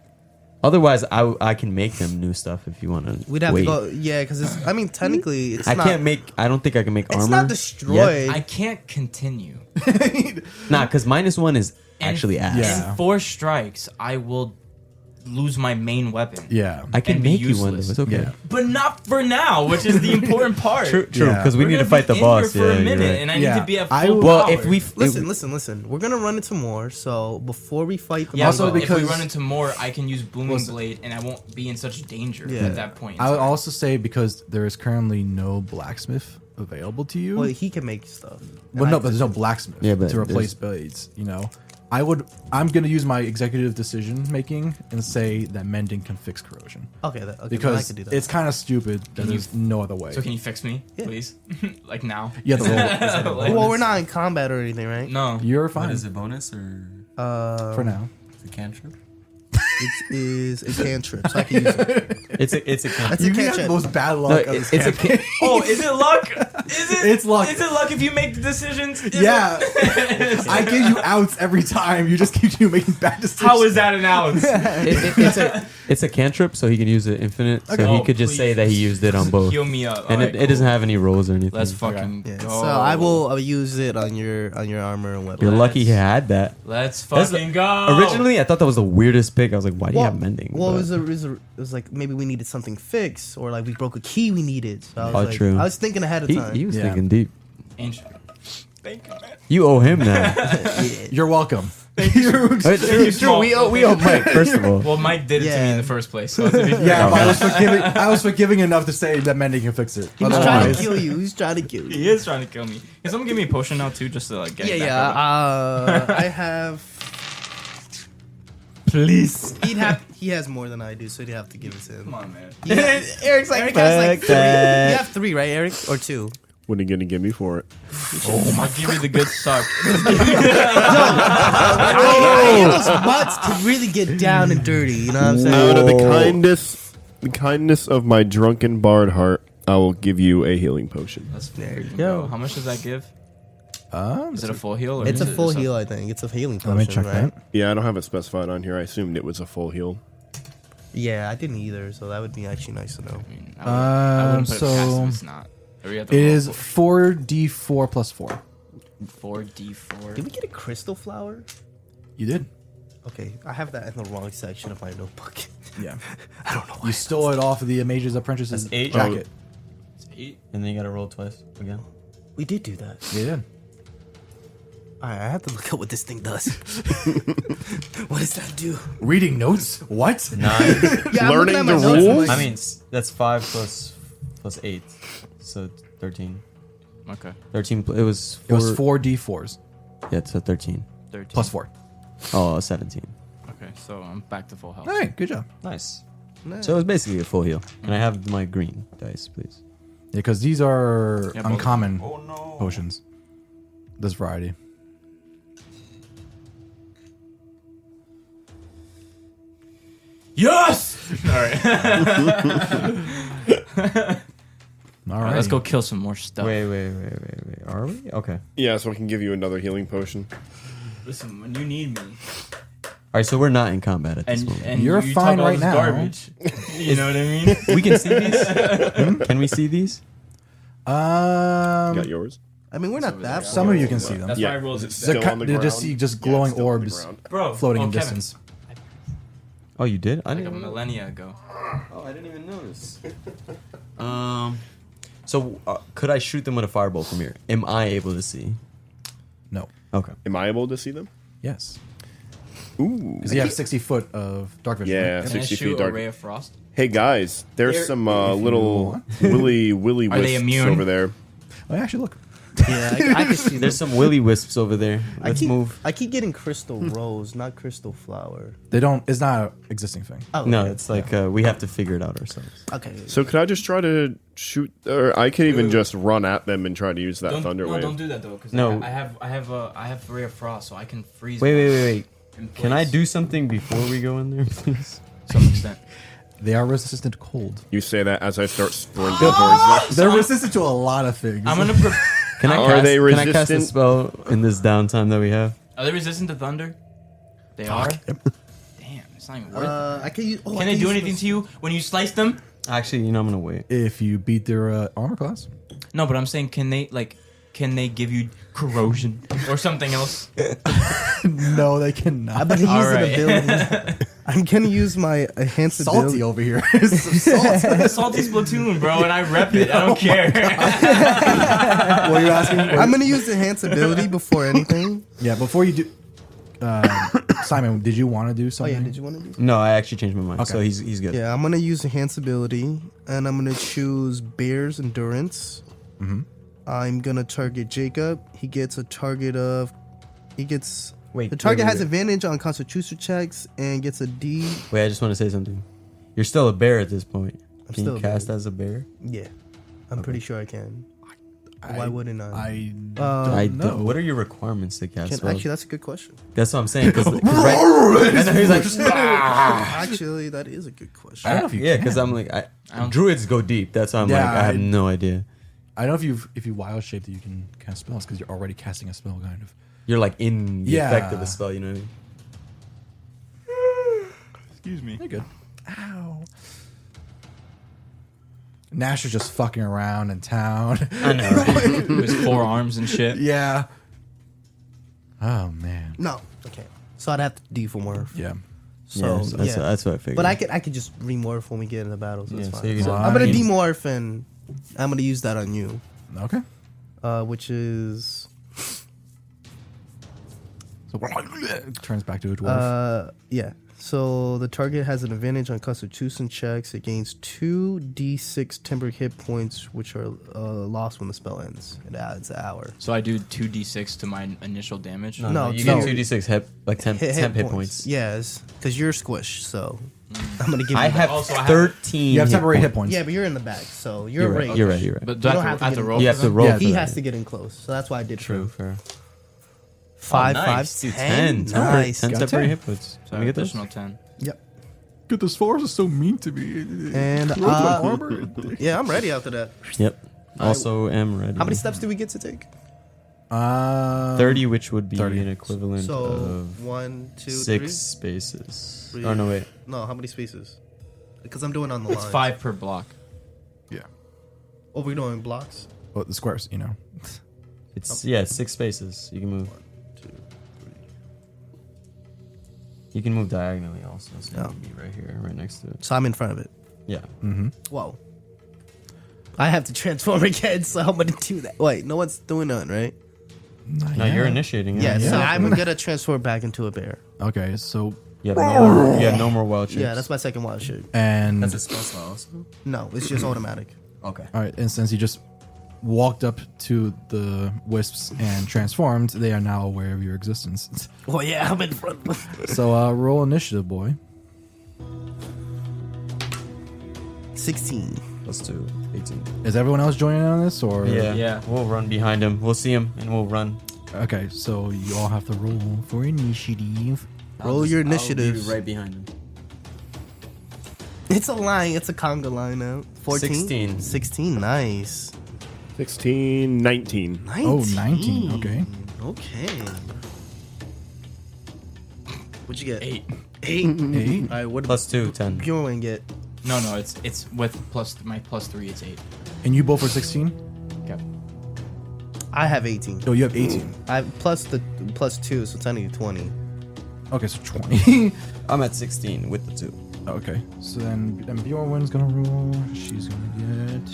Speaker 2: Otherwise, I, w- I can make them new stuff if you want to.
Speaker 6: We'd have to go. Yeah, because it's. I mean, technically, it's
Speaker 2: I
Speaker 6: not.
Speaker 2: can't make. I don't think I can make
Speaker 6: It's
Speaker 2: armor.
Speaker 6: not
Speaker 2: yet.
Speaker 6: destroyed.
Speaker 4: I can't continue.
Speaker 2: Nah, because minus one is
Speaker 4: And-
Speaker 2: actually ass.
Speaker 4: In four strikes, I will lose my main weapon.
Speaker 1: Yeah.
Speaker 2: I can
Speaker 4: And be
Speaker 2: make you one. though.
Speaker 4: useless.
Speaker 2: It's okay.
Speaker 1: Yeah.
Speaker 4: But not for now,
Speaker 2: <laughs>
Speaker 4: which is the important part.
Speaker 2: True, true.
Speaker 1: Yeah.
Speaker 2: Because we
Speaker 4: We're
Speaker 2: need to
Speaker 4: gonna
Speaker 2: fight
Speaker 4: be
Speaker 2: the
Speaker 4: in here
Speaker 2: boss.
Speaker 4: for
Speaker 2: yeah,
Speaker 4: a
Speaker 2: you're
Speaker 4: minute,
Speaker 2: right.
Speaker 4: and I
Speaker 1: Yeah.
Speaker 4: need to be at
Speaker 1: I
Speaker 4: full
Speaker 1: would-
Speaker 2: well, if
Speaker 4: power.
Speaker 2: we f-
Speaker 6: Listen,
Speaker 2: if-
Speaker 6: listen, listen. We're gonna run into more, so before we fight the
Speaker 4: yeah,
Speaker 6: boss,
Speaker 4: also
Speaker 1: Also
Speaker 4: if
Speaker 1: because-
Speaker 4: we run into more,
Speaker 2: <laughs>
Speaker 4: I can use booming blade, and I won't be in such danger
Speaker 6: Yeah.
Speaker 4: at that point.
Speaker 1: I would also say because there is currently no blacksmith available to you.
Speaker 6: well, he can make stuff. And
Speaker 1: Well, no,
Speaker 6: I-
Speaker 1: but there's no blacksmith
Speaker 2: Yeah, but
Speaker 1: to replace blades. You know, I would. I'm gonna use my executive decision making and say that mending can fix corrosion
Speaker 6: okay, that, okay, then I
Speaker 1: because
Speaker 6: can do that.
Speaker 1: it's kind of stupid that
Speaker 4: Can you-
Speaker 1: there's no other way.
Speaker 4: so can you fix me, please? <laughs> like now?
Speaker 1: You have
Speaker 4: <laughs>
Speaker 1: to roll.
Speaker 4: Like-
Speaker 6: well, we're not in combat or anything, right?
Speaker 4: No.
Speaker 1: You're
Speaker 10: What
Speaker 1: fine
Speaker 10: is it, bonus or
Speaker 6: Uh,
Speaker 1: for now.
Speaker 10: the cantrip?
Speaker 6: it is a cantrip, so I can use it.
Speaker 2: <laughs> it's a it's a
Speaker 6: That's
Speaker 2: cantrip.
Speaker 6: a
Speaker 1: You have the
Speaker 6: cantrip.
Speaker 1: most bad
Speaker 2: No,
Speaker 1: luck. of
Speaker 2: it-
Speaker 1: this
Speaker 2: it's a
Speaker 1: camp.
Speaker 2: ca-
Speaker 4: <laughs> Oh, is it luck? Is it?
Speaker 1: It's luck.
Speaker 4: Is it luck if you make the decisions? Is
Speaker 1: <laughs> yeah. I give you outs every time. You just keep you making bad
Speaker 4: it-
Speaker 1: decisions.
Speaker 4: How is that an
Speaker 1: <laughs>
Speaker 4: ounce?
Speaker 2: it- it- it's a it's a cantrip, so he can use it infinite. So
Speaker 4: Okay. Oh,
Speaker 2: he could just say
Speaker 4: Please.
Speaker 2: that he used it on both,
Speaker 4: <laughs> Heal me up.
Speaker 2: and it,
Speaker 4: Alright,
Speaker 2: it doesn't
Speaker 4: cool.
Speaker 2: have any rolls or anything.
Speaker 4: <laughs> Let's fucking
Speaker 6: Yeah,
Speaker 4: go.
Speaker 6: so I will uh, use it on your on your armor and
Speaker 2: You're
Speaker 6: weapon.
Speaker 2: lucky he had that.
Speaker 4: Let's
Speaker 2: That's-
Speaker 4: fucking go.
Speaker 2: Originally, I thought that was the weirdest pick. I was like, why do you have mending?
Speaker 6: Well, it
Speaker 2: But-
Speaker 6: was, a, it, was a- it was like maybe we needed something fixed, or like we broke a key we needed. So I was
Speaker 2: Oh,
Speaker 6: like,
Speaker 2: true.
Speaker 6: I was thinking ahead of
Speaker 2: he,
Speaker 6: time.
Speaker 2: he was
Speaker 1: Yeah.
Speaker 2: thinking deep.
Speaker 4: Ancient.
Speaker 1: <laughs>
Speaker 4: Thank you, man.
Speaker 2: You owe him now.
Speaker 1: You're welcome. <laughs>
Speaker 2: It's true,
Speaker 4: Small.
Speaker 2: We owe we owe Mike first of all.
Speaker 4: Well, Mike did it to me
Speaker 6: Yeah.
Speaker 4: in the first place.
Speaker 6: <laughs>
Speaker 4: So
Speaker 1: <laughs>
Speaker 4: it's a big-
Speaker 1: Yeah, but I
Speaker 4: <laughs>
Speaker 1: was forgiving. I was forgiving enough to say that mending can fix it.
Speaker 6: He was trying
Speaker 1: Otherwise-
Speaker 6: to kill you. He's trying to kill you.
Speaker 4: he is trying to kill me. Can someone give me a potion now too, just to like get
Speaker 6: Yeah,
Speaker 4: it back
Speaker 6: yeah.
Speaker 4: up?
Speaker 6: Uh, I
Speaker 4: <laughs>
Speaker 6: have.
Speaker 2: Please.
Speaker 6: He'd have. He has more than I do, so he'd have to give it to
Speaker 4: Come
Speaker 6: him.
Speaker 4: on, man.
Speaker 6: Eric's like, Eric has like
Speaker 2: Fuck
Speaker 6: three.
Speaker 2: that.
Speaker 6: You have <laughs> three, right, Eric, or two?
Speaker 3: What are you gonna give me for it?
Speaker 4: I'll Oh give you the good
Speaker 6: <laughs>
Speaker 4: suck. <laughs>
Speaker 6: Mutts can really get down and dirty. You know what I'm saying?
Speaker 3: Out of the kindness, the kindness of my drunken bard heart, I will give you a healing potion.
Speaker 4: Let's
Speaker 6: There you
Speaker 4: freaking
Speaker 6: go.
Speaker 4: How much does that give?
Speaker 1: Um,
Speaker 2: Ah,
Speaker 4: Is it a full heal? Or
Speaker 6: It's a
Speaker 4: is it
Speaker 6: full
Speaker 4: just
Speaker 6: heal, I think. It's a healing potion,
Speaker 1: let me check
Speaker 6: right?
Speaker 1: that.
Speaker 3: Yeah, I don't have it specified on here. I assumed it was a full heal.
Speaker 6: Yeah, I didn't either, so that would be actually nice to know.
Speaker 4: I mean, I wouldn't- I wouldn't
Speaker 1: Um,
Speaker 4: put it past
Speaker 1: so-
Speaker 4: him. It's not. Or you have to
Speaker 1: It
Speaker 4: roll
Speaker 1: is four d four plus four.
Speaker 4: four d four.
Speaker 6: Did we get a crystal flower?
Speaker 1: You did.
Speaker 6: Okay, I have that in the wrong section of my notebook. <laughs>
Speaker 1: Yeah. I don't know. You stole it off of the Mage's Apprentice's
Speaker 2: eight.
Speaker 1: jacket.
Speaker 4: Eight.
Speaker 2: And then you gotta roll twice again.
Speaker 6: Oh, We did do
Speaker 3: Oh.
Speaker 6: that.
Speaker 1: You did.
Speaker 6: All right, I have to look up what this thing does.
Speaker 1: <laughs>
Speaker 6: what does that do?
Speaker 1: Reading notes? What?
Speaker 3: <laughs>
Speaker 2: Nine.
Speaker 6: <laughs> Yeah,
Speaker 3: Learning the rules?
Speaker 2: I mean, s- that's five plus plus eight, so thirteen.
Speaker 4: Okay.
Speaker 2: Thirteen. pl- It was.
Speaker 1: It
Speaker 2: Four,
Speaker 1: was four d fours
Speaker 2: Yeah, so thirteen.
Speaker 4: Thirteen.
Speaker 1: plus four.
Speaker 2: Oh, 17.
Speaker 4: Okay, so I'm back to full health.
Speaker 1: All right. Good job.
Speaker 2: Nice. So it was basically a full heal. And I have my green dice,
Speaker 4: <laughs>
Speaker 2: please.
Speaker 1: Yeah, because these are
Speaker 4: Yeah, both-
Speaker 1: uncommon
Speaker 10: no.
Speaker 1: potions. This variety.
Speaker 4: Yes. All
Speaker 2: <laughs>
Speaker 4: right.
Speaker 1: All
Speaker 4: All right. Let's go kill some more stuff.
Speaker 2: Wait, wait, wait, wait, wait. Are we? Okay.
Speaker 3: Yeah, so I can give you another healing potion.
Speaker 4: Listen, when you need me,
Speaker 2: All right, so we're not in combat at this
Speaker 4: and
Speaker 2: moment.
Speaker 4: and
Speaker 1: You're
Speaker 4: you
Speaker 1: fine
Speaker 4: talk all
Speaker 1: right
Speaker 4: this
Speaker 1: now.
Speaker 4: Garbage. <laughs> You know what I mean?
Speaker 2: we can see
Speaker 4: <laughs>
Speaker 2: these? Hmm? Can we see these?
Speaker 3: You got
Speaker 1: Um,
Speaker 3: yours?
Speaker 6: I mean, we're not that
Speaker 1: some of you can see them.
Speaker 4: That's why I rolled it.
Speaker 3: Still
Speaker 1: They're
Speaker 3: on
Speaker 1: ki-
Speaker 3: the
Speaker 1: they're just
Speaker 3: ground?
Speaker 1: see just
Speaker 3: Yeah,
Speaker 1: glowing
Speaker 3: still on the
Speaker 1: orbs
Speaker 3: ground.
Speaker 4: Bro,
Speaker 1: floating
Speaker 4: oh,
Speaker 1: in
Speaker 4: Kevin,
Speaker 1: distance.
Speaker 2: Oh, you did? I
Speaker 4: Like a
Speaker 2: didn't.
Speaker 4: millennia ago.
Speaker 2: oh, I didn't even notice. um. So uh, could I shoot them with a fireball from here? Am I able to see?
Speaker 1: No.
Speaker 2: Okay.
Speaker 3: Am I able to see them?
Speaker 1: Yes.
Speaker 3: Ooh.
Speaker 1: Because you have sixty foot of dark vision.
Speaker 3: Yeah,
Speaker 1: right?
Speaker 4: Can I
Speaker 3: 60
Speaker 4: shoot
Speaker 3: feet
Speaker 4: a
Speaker 3: dark.
Speaker 4: ray of frost?
Speaker 3: Hey guys, there's
Speaker 2: They're-
Speaker 3: some uh,
Speaker 2: <laughs>
Speaker 3: little willy willy
Speaker 4: Are they
Speaker 3: wisps
Speaker 4: immune?
Speaker 3: over there.
Speaker 1: Oh,
Speaker 6: <laughs>
Speaker 1: actually, look.
Speaker 6: Yeah, I, I can see them.
Speaker 2: There's some willy wisps over there.
Speaker 6: I
Speaker 2: Let's
Speaker 6: keep,
Speaker 2: move.
Speaker 6: I keep getting crystal rose, not crystal flower.
Speaker 1: They don't. It's not an existing thing.
Speaker 6: Oh,
Speaker 2: No,
Speaker 6: okay.
Speaker 2: it's like uh, we have to figure it out ourselves.
Speaker 6: okay.
Speaker 3: So could I just try to shoot, or I could even just run at them and try to use that
Speaker 4: Don't,
Speaker 3: thunder
Speaker 4: no,
Speaker 3: wave?
Speaker 4: don't do that though, because
Speaker 2: No.
Speaker 4: I, I have I have uh, I have ray of frost, so I can freeze.
Speaker 2: Wait, wait,
Speaker 4: one
Speaker 2: wait, wait.
Speaker 4: <laughs> in
Speaker 2: Can I
Speaker 4: place
Speaker 2: do something before we go in there, please?
Speaker 4: to some extent?
Speaker 1: They are resistant to cold. Ah!
Speaker 3: you say that as I start sprinting towards them.
Speaker 1: They're resistant to a lot of things.
Speaker 4: I'm gonna.
Speaker 5: <laughs>
Speaker 4: Pre-
Speaker 2: Can I
Speaker 3: Are
Speaker 2: cast,
Speaker 3: they
Speaker 2: Can I cast a <laughs>
Speaker 3: resistant?
Speaker 2: spell in this downtime that we have?
Speaker 4: Are they resistant to thunder? They are. Damn. It's not even worth
Speaker 6: Uh, I can use. Oh,
Speaker 4: it.
Speaker 6: I
Speaker 4: Can they do
Speaker 6: use
Speaker 4: anything
Speaker 6: those-
Speaker 4: to you when you slice them?
Speaker 2: Actually, you know, I'm gonna wait.
Speaker 1: If you beat their uh, armor class,
Speaker 4: No, but I'm saying, can they like, can they give you corrosion or something else?
Speaker 2: <laughs>
Speaker 1: <laughs> no, they cannot.
Speaker 5: I'm gonna use
Speaker 4: All
Speaker 5: an
Speaker 4: <laughs>
Speaker 5: ability. I'm gonna use my uh, enhanced
Speaker 1: Salty
Speaker 5: ability.
Speaker 1: over here.
Speaker 5: <laughs>
Speaker 1: Salt.
Speaker 4: Salty Splatoon, bro, and I rep it.
Speaker 1: <laughs>
Speaker 4: I don't care. <laughs>
Speaker 1: Oh what are you asking?
Speaker 5: I'm gonna use enhanced ability before anything.
Speaker 1: Yeah, before you do, um, <coughs> Simon, did you want to do
Speaker 5: Oh
Speaker 1: something?
Speaker 5: yeah, did you want to do?
Speaker 2: No, I actually changed my mind.
Speaker 1: Okay.
Speaker 2: So he's he's good.
Speaker 5: Yeah, I'm gonna use enhanced ability, and I'm gonna choose Bear's endurance. I'm gonna target Jacob. He gets a target of, he gets.
Speaker 2: Wait,
Speaker 5: the target
Speaker 2: wait, wait,
Speaker 5: has
Speaker 2: wait.
Speaker 5: advantage on Constitution checks and gets a D.
Speaker 2: Wait, I just want to say something. You're still a bear at this point. Can
Speaker 5: still a
Speaker 2: you
Speaker 5: bear.
Speaker 2: cast as a bear?
Speaker 5: Yeah, I'm pretty sure I can. Why wouldn't I?
Speaker 1: I
Speaker 5: Uh,
Speaker 2: I
Speaker 1: don't
Speaker 2: don't-
Speaker 1: know.
Speaker 2: What are your requirements to cast?
Speaker 5: can,
Speaker 2: spells?
Speaker 5: actually, that's a good question.
Speaker 2: that's what I'm saying.
Speaker 1: <laughs>
Speaker 5: <laughs>
Speaker 2: Because right, and then he's like,
Speaker 5: Actually, that is a good question.
Speaker 1: I don't know if you
Speaker 2: yeah,
Speaker 1: can.
Speaker 2: because I'm like, I, druids go deep. That's why I'm
Speaker 1: Yeah,
Speaker 2: like, I have
Speaker 1: I-
Speaker 2: no idea.
Speaker 1: I don't know if you if you wild shape that you can cast spells because you're already casting a spell, kind of.
Speaker 2: You're like in the
Speaker 1: Yeah.
Speaker 2: effect of the spell. You know. what I mean?
Speaker 4: Excuse me.
Speaker 1: You're good. Ow. Nash is just fucking around in town. <laughs>
Speaker 4: His forearms and shit.
Speaker 1: yeah. Oh man.
Speaker 6: No, okay. So I'd have to D for more.
Speaker 1: Yeah.
Speaker 6: So
Speaker 2: yeah, so that's,
Speaker 6: yeah.
Speaker 2: that's what I figured.
Speaker 6: But I could I could just remorph when we get in the battle. So
Speaker 2: Yeah,
Speaker 6: it's
Speaker 2: so
Speaker 6: fine.
Speaker 2: you can-
Speaker 6: I'm gonna
Speaker 1: Fine.
Speaker 6: demorph and I'm gonna use that on you,
Speaker 1: Okay.
Speaker 6: uh, which is
Speaker 1: So turns back to a dwarf.
Speaker 6: uh, yeah. So the target has an advantage on Constitution checks. It gains two d6 temporary hit points, which are uh, lost when the spell ends. It adds an hour.
Speaker 4: So I do two d6 to my initial damage.
Speaker 6: no,
Speaker 2: you
Speaker 6: no.
Speaker 2: get two d six hit like temp hit, temp hit points.
Speaker 6: Yes, because you're squished, so I'm gonna give. You
Speaker 2: I have
Speaker 4: Also, I have-
Speaker 2: thirteen.
Speaker 1: you have temporary hit points.
Speaker 6: Yeah, but you're in the back, so you're,
Speaker 2: You're
Speaker 6: right.
Speaker 2: right. You're right. You're right.
Speaker 4: But do
Speaker 6: You
Speaker 4: I
Speaker 6: don't
Speaker 4: have
Speaker 6: have to get
Speaker 4: to, I have to
Speaker 6: in.
Speaker 4: roll?
Speaker 2: you
Speaker 4: for
Speaker 2: have to
Speaker 4: them?
Speaker 2: roll.
Speaker 1: Yeah,
Speaker 2: for
Speaker 6: He
Speaker 2: that.
Speaker 6: has to get in close, so that's why I did it.
Speaker 2: True. Fair.
Speaker 4: Oh,
Speaker 6: Five, five,
Speaker 2: nice. Dude,
Speaker 6: ten.
Speaker 2: Temporary-
Speaker 6: Nice.
Speaker 2: Ten
Speaker 1: Got
Speaker 2: temporary
Speaker 1: ten.
Speaker 2: hit points.
Speaker 4: So
Speaker 2: Let me get this.
Speaker 4: additional ten.
Speaker 6: Yep.
Speaker 10: Good, this forest is so mean to me. <laughs>
Speaker 6: And
Speaker 10: Throw my
Speaker 6: uh,
Speaker 10: armor.
Speaker 6: <laughs> yeah, I'm ready after that.
Speaker 2: Yep. Also, am ready.
Speaker 6: How many steps do we get to take?
Speaker 1: Uh,
Speaker 2: Thirty, which would be
Speaker 1: 30.
Speaker 2: an equivalent
Speaker 6: So
Speaker 2: of
Speaker 6: one, two,
Speaker 2: six
Speaker 6: three?
Speaker 2: spaces.
Speaker 6: Three.
Speaker 2: Oh no, wait.
Speaker 6: No, how many spaces? Because I'm doing on the
Speaker 4: It's
Speaker 6: line.
Speaker 4: five per block.
Speaker 10: Yeah.
Speaker 6: Oh, we're doing blocks.
Speaker 1: well, the squares, you know.
Speaker 2: It's yeah, six spaces. You can move. You can move diagonally also. So you
Speaker 6: Yeah.
Speaker 2: can be right here, right next to it.
Speaker 6: So I'm in front of it.
Speaker 2: Yeah.
Speaker 1: Mm-hmm.
Speaker 6: Whoa. I have to transform <laughs> again, so I'm gonna do that. Wait, no one's doing that, right?
Speaker 2: Now you're initiating.
Speaker 6: Yeah,
Speaker 2: Yeah.
Speaker 6: so I'm gonna transform back into a bear.
Speaker 1: Okay, so
Speaker 2: You have no more, you have no more wild shapes.
Speaker 6: Yeah, that's my second wild shape.
Speaker 1: and
Speaker 10: That's a spell slot also.
Speaker 6: No, it's just automatic.
Speaker 10: Okay.
Speaker 1: all right, and since you just walked up to the wisps and transformed, they are now aware of your existence. <laughs>
Speaker 6: Well, yeah, I'm in front of
Speaker 1: So uh, roll initiative, boy.
Speaker 6: 16.
Speaker 2: Let's do 18.
Speaker 1: Is everyone else joining in on this or?
Speaker 2: Yeah.
Speaker 4: Yeah.
Speaker 2: We'll run behind him. We'll see him and we'll run.
Speaker 1: Okay, so you all have to roll for initiative.
Speaker 6: Roll your initiative.
Speaker 2: right behind him.
Speaker 6: It's a line. It's a conga line now. 14?
Speaker 2: 16.
Speaker 6: 16, nice.
Speaker 3: 16, 19.
Speaker 6: 19.
Speaker 1: Oh, 19, okay.
Speaker 6: Okay. What'd you get?
Speaker 4: Eight.
Speaker 6: Eight?
Speaker 1: Eight.
Speaker 6: Alright, what
Speaker 2: Plus two, 10.
Speaker 6: Bjorn get?
Speaker 4: No, no, it's it's with plus my plus three. It's eight.
Speaker 1: And you both are 16?
Speaker 4: Okay.
Speaker 6: I have 18.
Speaker 1: No, Oh, you have 18.
Speaker 6: I plus the plus two, so technically 20.
Speaker 1: Okay, so 20. <laughs>
Speaker 2: I'm at 16 with the two.
Speaker 1: okay. So then, then Bjorn's gonna roll. She's gonna get.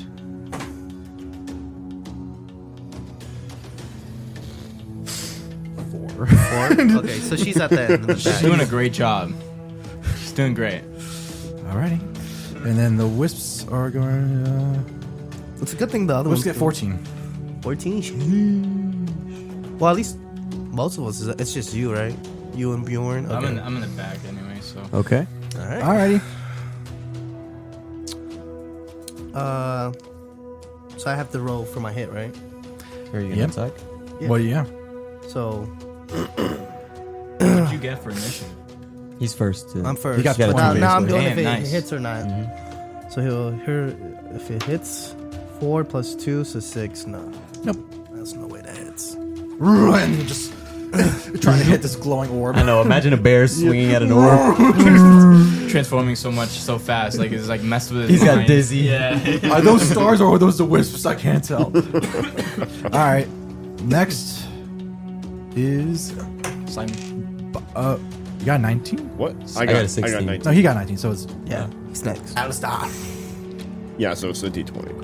Speaker 1: Four.
Speaker 2: <laughs>
Speaker 6: okay, so she's at the end. Of the
Speaker 4: She's
Speaker 6: back.
Speaker 4: doing a great job. She's doing great.
Speaker 1: Alrighty. And then the wisps are going. Uh,
Speaker 6: It's a good thing the other
Speaker 1: wisps
Speaker 6: one's
Speaker 1: get 14.
Speaker 6: 14. well, at least most of us. Is, it's just you, right? You and Bjorn.
Speaker 4: I'm
Speaker 6: Okay.
Speaker 4: in I'm in the back anyway, so
Speaker 2: Okay.
Speaker 6: All right.
Speaker 1: Alrighty.
Speaker 6: Uh, so I have to roll for my hit, right?
Speaker 2: Are you going to
Speaker 1: Yep.
Speaker 2: attack?
Speaker 1: Well, yeah. <clears throat>
Speaker 6: So <clears throat>
Speaker 4: what'd you get for initiative?
Speaker 2: He's first. Too.
Speaker 6: I'm first.
Speaker 1: You got
Speaker 6: But
Speaker 1: 20
Speaker 6: now, now I'm
Speaker 2: basically.
Speaker 6: doing if it
Speaker 4: Damn, nice.
Speaker 6: hits or not.
Speaker 1: Mm-hmm.
Speaker 6: So he'll here if it hits four plus two, so six. No,
Speaker 1: Nope.
Speaker 6: that's no way that hits.
Speaker 5: <laughs>
Speaker 1: Ruin! <coughs> Just <coughs> trying to hit this glowing orb.
Speaker 2: I know. Imagine a
Speaker 1: <laughs>
Speaker 2: bear swinging at an orb.
Speaker 4: Transforming so much so fast, like it's like messed with. His
Speaker 2: He's got
Speaker 4: mind.
Speaker 2: dizzy.
Speaker 4: Yeah.
Speaker 1: <laughs> Are those stars or are those the wisps? I can't tell. All right. Next is
Speaker 4: Simon.
Speaker 1: uh, you got 19.
Speaker 3: What?
Speaker 2: I got a 16.
Speaker 3: I got
Speaker 1: No,
Speaker 3: 19.
Speaker 1: he got 19. So it's
Speaker 5: Yeah, he's next.
Speaker 7: Out of style.
Speaker 3: Yeah, so it's a d20.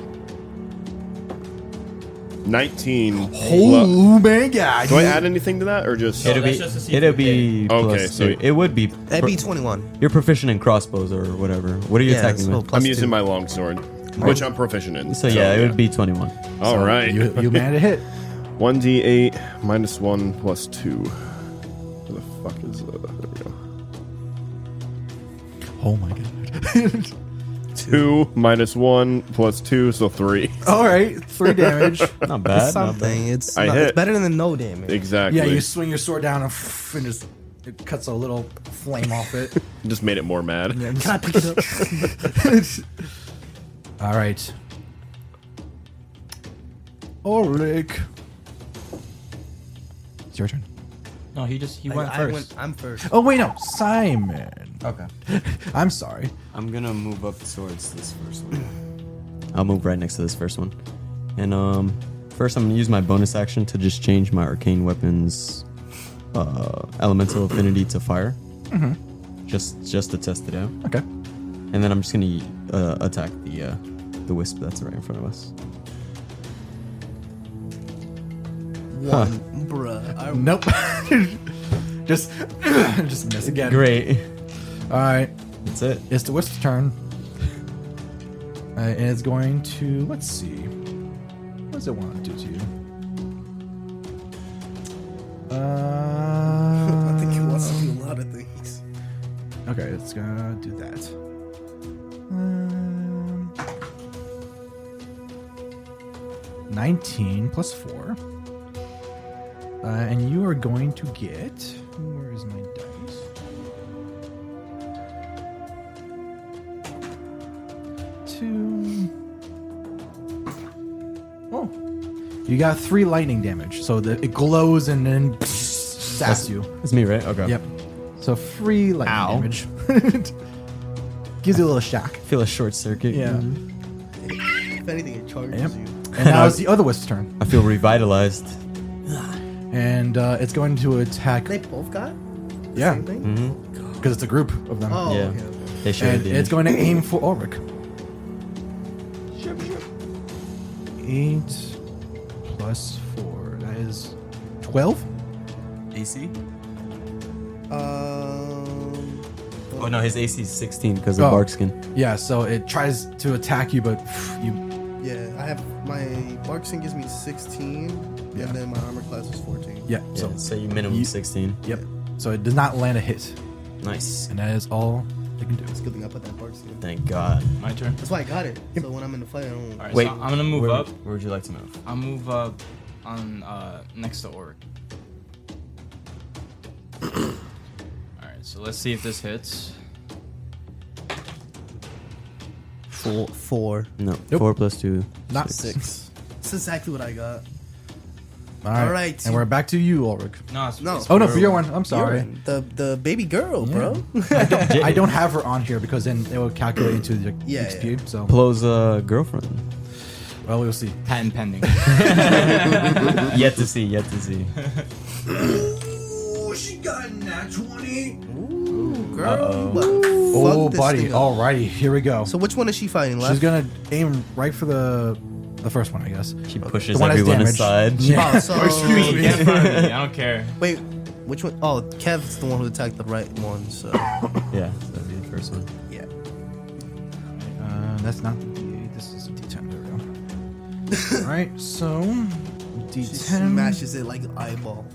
Speaker 3: 19. plus-
Speaker 1: oh man, yeah.
Speaker 3: Do I add anything to that or just.
Speaker 2: It'll
Speaker 9: that's
Speaker 2: be.
Speaker 9: just to see if
Speaker 2: It'll
Speaker 9: you hit
Speaker 2: be.
Speaker 3: Okay,
Speaker 2: plus
Speaker 3: so-
Speaker 2: two. it would be.
Speaker 5: That'd
Speaker 2: pro-
Speaker 5: be 21.
Speaker 2: You're proficient in crossbows or whatever. What are you
Speaker 5: Yeah,
Speaker 2: attacking
Speaker 5: so
Speaker 2: with?
Speaker 5: plus
Speaker 3: I'm using
Speaker 5: two.
Speaker 3: my longsword, which I'm proficient in.
Speaker 2: So yeah, it would be 21.
Speaker 3: All right.
Speaker 1: You, you made a
Speaker 3: <laughs>
Speaker 1: hit.
Speaker 3: 1d8 minus 1 plus 2. Where the fuck is uh, there we go.
Speaker 1: Oh my god.
Speaker 3: <laughs> 2 minus 1 plus 2, so 3.
Speaker 1: <laughs> All right, three
Speaker 2: <laughs>
Speaker 1: damage.
Speaker 2: Not bad. Not bad.
Speaker 5: Something. It's,
Speaker 3: I
Speaker 5: not- it's
Speaker 3: hit.
Speaker 5: better than no damage.
Speaker 3: Exactly.
Speaker 1: yeah, you swing your sword down and, <laughs> and just it cuts a little flame off it.
Speaker 3: Just made it more mad.
Speaker 5: Can I pick it up?
Speaker 1: All right. <laughs> Ulrich. It's your turn.
Speaker 4: No, he just he
Speaker 5: I-
Speaker 4: went
Speaker 5: I
Speaker 4: first.
Speaker 5: went- I'm first.
Speaker 1: Oh, wait, no. Simon.
Speaker 5: Okay.
Speaker 1: <laughs> I'm sorry.
Speaker 2: I'm gonna move up towards this first one. I'll move right next to this first one, and um, first I'm gonna use my bonus action to just change my arcane weapons, uh, elemental affinity to fire, just just to test it out,
Speaker 1: Mm-hmm. Okay.
Speaker 2: and then I'm just gonna uh, attack the uh, the wisp that's right in front of us.
Speaker 5: One, bruh. I-
Speaker 1: <laughs> Nope. just, <laughs> just miss again.
Speaker 2: Great,
Speaker 1: All right.
Speaker 2: that's it.
Speaker 1: It's the Wisp's turn. Uh, and it's going to, let's see. What does it want to do to you?
Speaker 5: <laughs>
Speaker 1: Uh,
Speaker 5: I think he wants to do a lot of things.
Speaker 1: Okay, it's gonna do that. Um, 19 plus 4. Uh, and you are going to get. Where is my dice? Two. Oh. You got three lightning damage, so the, it glows and then saps you.
Speaker 2: It's me, right? Okay.
Speaker 1: Yep. So free lightning
Speaker 2: Ow.
Speaker 1: damage. <laughs> Gives you a little shock.
Speaker 2: Feel a short circuit. Mm-hmm.
Speaker 1: Yeah.
Speaker 5: If anything, it charges
Speaker 1: Yep.
Speaker 5: you.
Speaker 1: And now it's the other wisp's turn.
Speaker 2: <laughs> I feel
Speaker 1: <laughs>
Speaker 2: revitalized.
Speaker 1: And uh, it's going to attack.
Speaker 5: They both got
Speaker 1: yeah.
Speaker 5: same thing?
Speaker 2: Mm-hmm.
Speaker 1: Because it's a group of them.
Speaker 5: Oh,
Speaker 2: yeah.
Speaker 5: okay, okay.
Speaker 2: They should.
Speaker 1: and it's going to aim for Ulrich. Eight plus four. That is 12?
Speaker 2: AC.
Speaker 5: Um,
Speaker 2: Oh no, his AC is 16 because
Speaker 1: Oh.
Speaker 2: of bark skin.
Speaker 1: Yeah, so it tries to attack you, but you.
Speaker 5: yeah, I have my Barkson gives me 16,
Speaker 1: Yeah.
Speaker 5: and then my armor class is 14.
Speaker 1: Yeah,
Speaker 2: So,
Speaker 1: so.
Speaker 2: so you minimum
Speaker 1: you-
Speaker 2: 16.
Speaker 1: Yep. So it does not land a hit.
Speaker 2: Nice.
Speaker 1: And that is all it can do.
Speaker 5: It's a good thing I put that Barkson.
Speaker 2: Thank God.
Speaker 4: My turn.
Speaker 5: That's why I got it. So when I'm in the fight, I don't.
Speaker 4: All right,
Speaker 2: Wait,
Speaker 4: so I'm gonna move
Speaker 2: where,
Speaker 4: up.
Speaker 2: Where would you like to move?
Speaker 4: I'll move up on uh next to Orc. All right, so let's see if this hits.
Speaker 5: Four. Four.
Speaker 2: No,
Speaker 1: Nope.
Speaker 2: four plus two.
Speaker 1: Not
Speaker 5: Six. That's exactly what I got.
Speaker 1: All right.
Speaker 5: All right.
Speaker 1: And we're back to you, Ulrich.
Speaker 4: No, it's,
Speaker 5: No.
Speaker 4: it's-
Speaker 1: Oh no, for your one. I'm sorry.
Speaker 5: You're The the baby girl, bro. <laughs>
Speaker 1: <laughs> I don't have her on here because then it will calculate into the
Speaker 5: Yeah,
Speaker 1: XP. So,
Speaker 2: Plo's uh, girlfriend.
Speaker 1: well, we'll see.
Speaker 4: patent
Speaker 1: <laughs>
Speaker 4: pending.
Speaker 2: <laughs> yet to see, yet to see.
Speaker 5: Ooh, she got a nat twenty. Ooh, girl.
Speaker 2: Uh-oh.
Speaker 1: Oh, buddy.
Speaker 5: Oh.
Speaker 1: Alrighty, here we go.
Speaker 5: So which one is she fighting? Left.
Speaker 1: She's gonna aim right for the the first one, I guess.
Speaker 2: She pushes
Speaker 1: The one that's
Speaker 2: everyone
Speaker 1: damaged. <laughs>
Speaker 2: aside.
Speaker 5: Oh, so-
Speaker 4: Excuse me. Get in front of me. I don't care.
Speaker 5: <laughs> Wait, which one? Oh, Kev's the one who attacked the right one.
Speaker 1: <coughs>
Speaker 5: So
Speaker 2: Yeah, so that'd be the first one.
Speaker 5: yeah.
Speaker 1: Uh, that's not the D8. This is a D10. There we
Speaker 5: <laughs>
Speaker 1: go. Alright, so
Speaker 5: She
Speaker 1: D10.
Speaker 5: smashes it like an eyeball.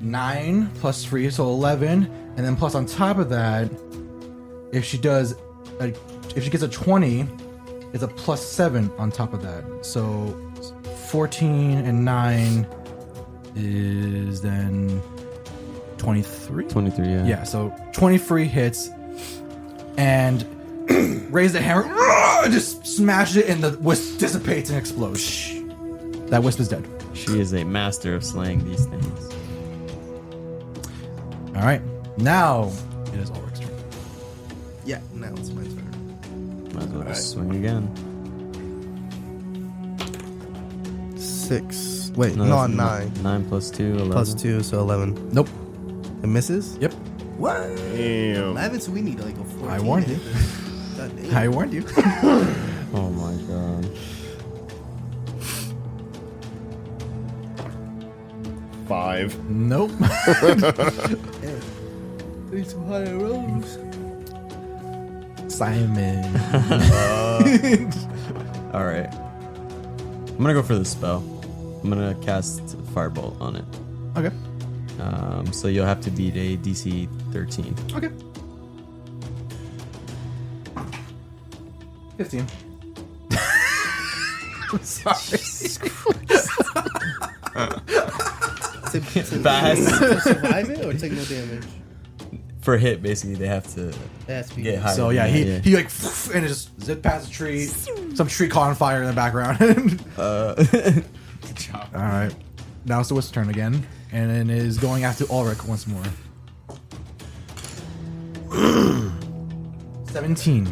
Speaker 1: 9 plus 3, so 11. And then plus on top of that, if she does, a, if she gets a 20, it's a plus 7 on top of that. So 14 and 9 is then 23?
Speaker 2: 23, yeah.
Speaker 1: Yeah, so 23 hits and <clears throat> raise the hammer, <clears throat> and just smash it, and the wisp dissipates and explodes. That wisp is dead.
Speaker 2: She is a master of slaying these things.
Speaker 1: All right. Now it is Ulrich's turn.
Speaker 6: Yeah, now it's my turn.
Speaker 2: Might as well just swing again.
Speaker 1: <laughs>
Speaker 5: Six. Wait, no,
Speaker 2: that's n-
Speaker 5: nine.
Speaker 2: Nine plus two, eleven.
Speaker 5: Plus two, so eleven.
Speaker 1: Nope.
Speaker 5: It misses.
Speaker 1: Yep.
Speaker 6: What?
Speaker 3: Damn.
Speaker 6: Eleven, so we need like a fourteen.
Speaker 1: I warned you.
Speaker 6: God damn. <laughs>
Speaker 1: I warned you.
Speaker 2: <laughs> Oh my god.
Speaker 3: Five.
Speaker 1: nope.
Speaker 6: It's high rolls.
Speaker 1: Simon.
Speaker 2: All right. I'm gonna go for the spell. I'm gonna cast Firebolt on it.
Speaker 1: Okay.
Speaker 2: Um, so you'll have to beat a DC 13.
Speaker 1: Okay. <laughs> Fifteen.
Speaker 6: To, to
Speaker 2: Fast.
Speaker 6: survive it or take no damage.
Speaker 2: for hit, basically, they have to
Speaker 6: That's beautiful.
Speaker 2: get high.
Speaker 1: So yeah, he he
Speaker 2: <laughs>
Speaker 1: like <sniffs> and it just zipped past a tree. Some tree caught on fire in the
Speaker 7: <laughs>
Speaker 1: background.
Speaker 4: Good job.
Speaker 1: Uh, <laughs> All right. Now it's the Wisp's turn again, and it is going after Ulrich once more. <clears throat> Seventeen.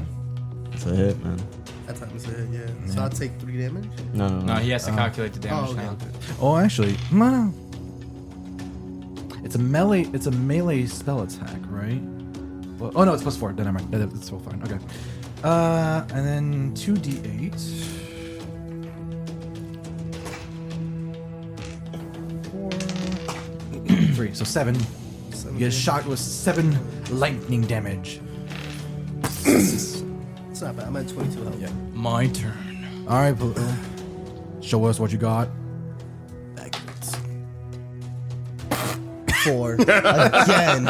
Speaker 2: It's a hit, man.
Speaker 6: That time is it, yeah. So I'll take three damage.
Speaker 2: No, no, no.
Speaker 4: No, he has to calculate the damage
Speaker 6: Oh, okay.
Speaker 4: now.
Speaker 1: Oh, actually, no. It's a melee. It's a melee spell attack, right? Well, oh no, it's plus four. Then never mind. That- That's still fine. Okay. Uh, and then two d eight. Four, <clears throat> three. So seven. You get shot with seven lightning damage.
Speaker 6: It's not bad. I'm at 22 health.
Speaker 1: Yeah.
Speaker 4: My turn.
Speaker 1: All right, Pluto. Show us what you got.
Speaker 5: <laughs>
Speaker 3: <laughs>
Speaker 6: Four. Again.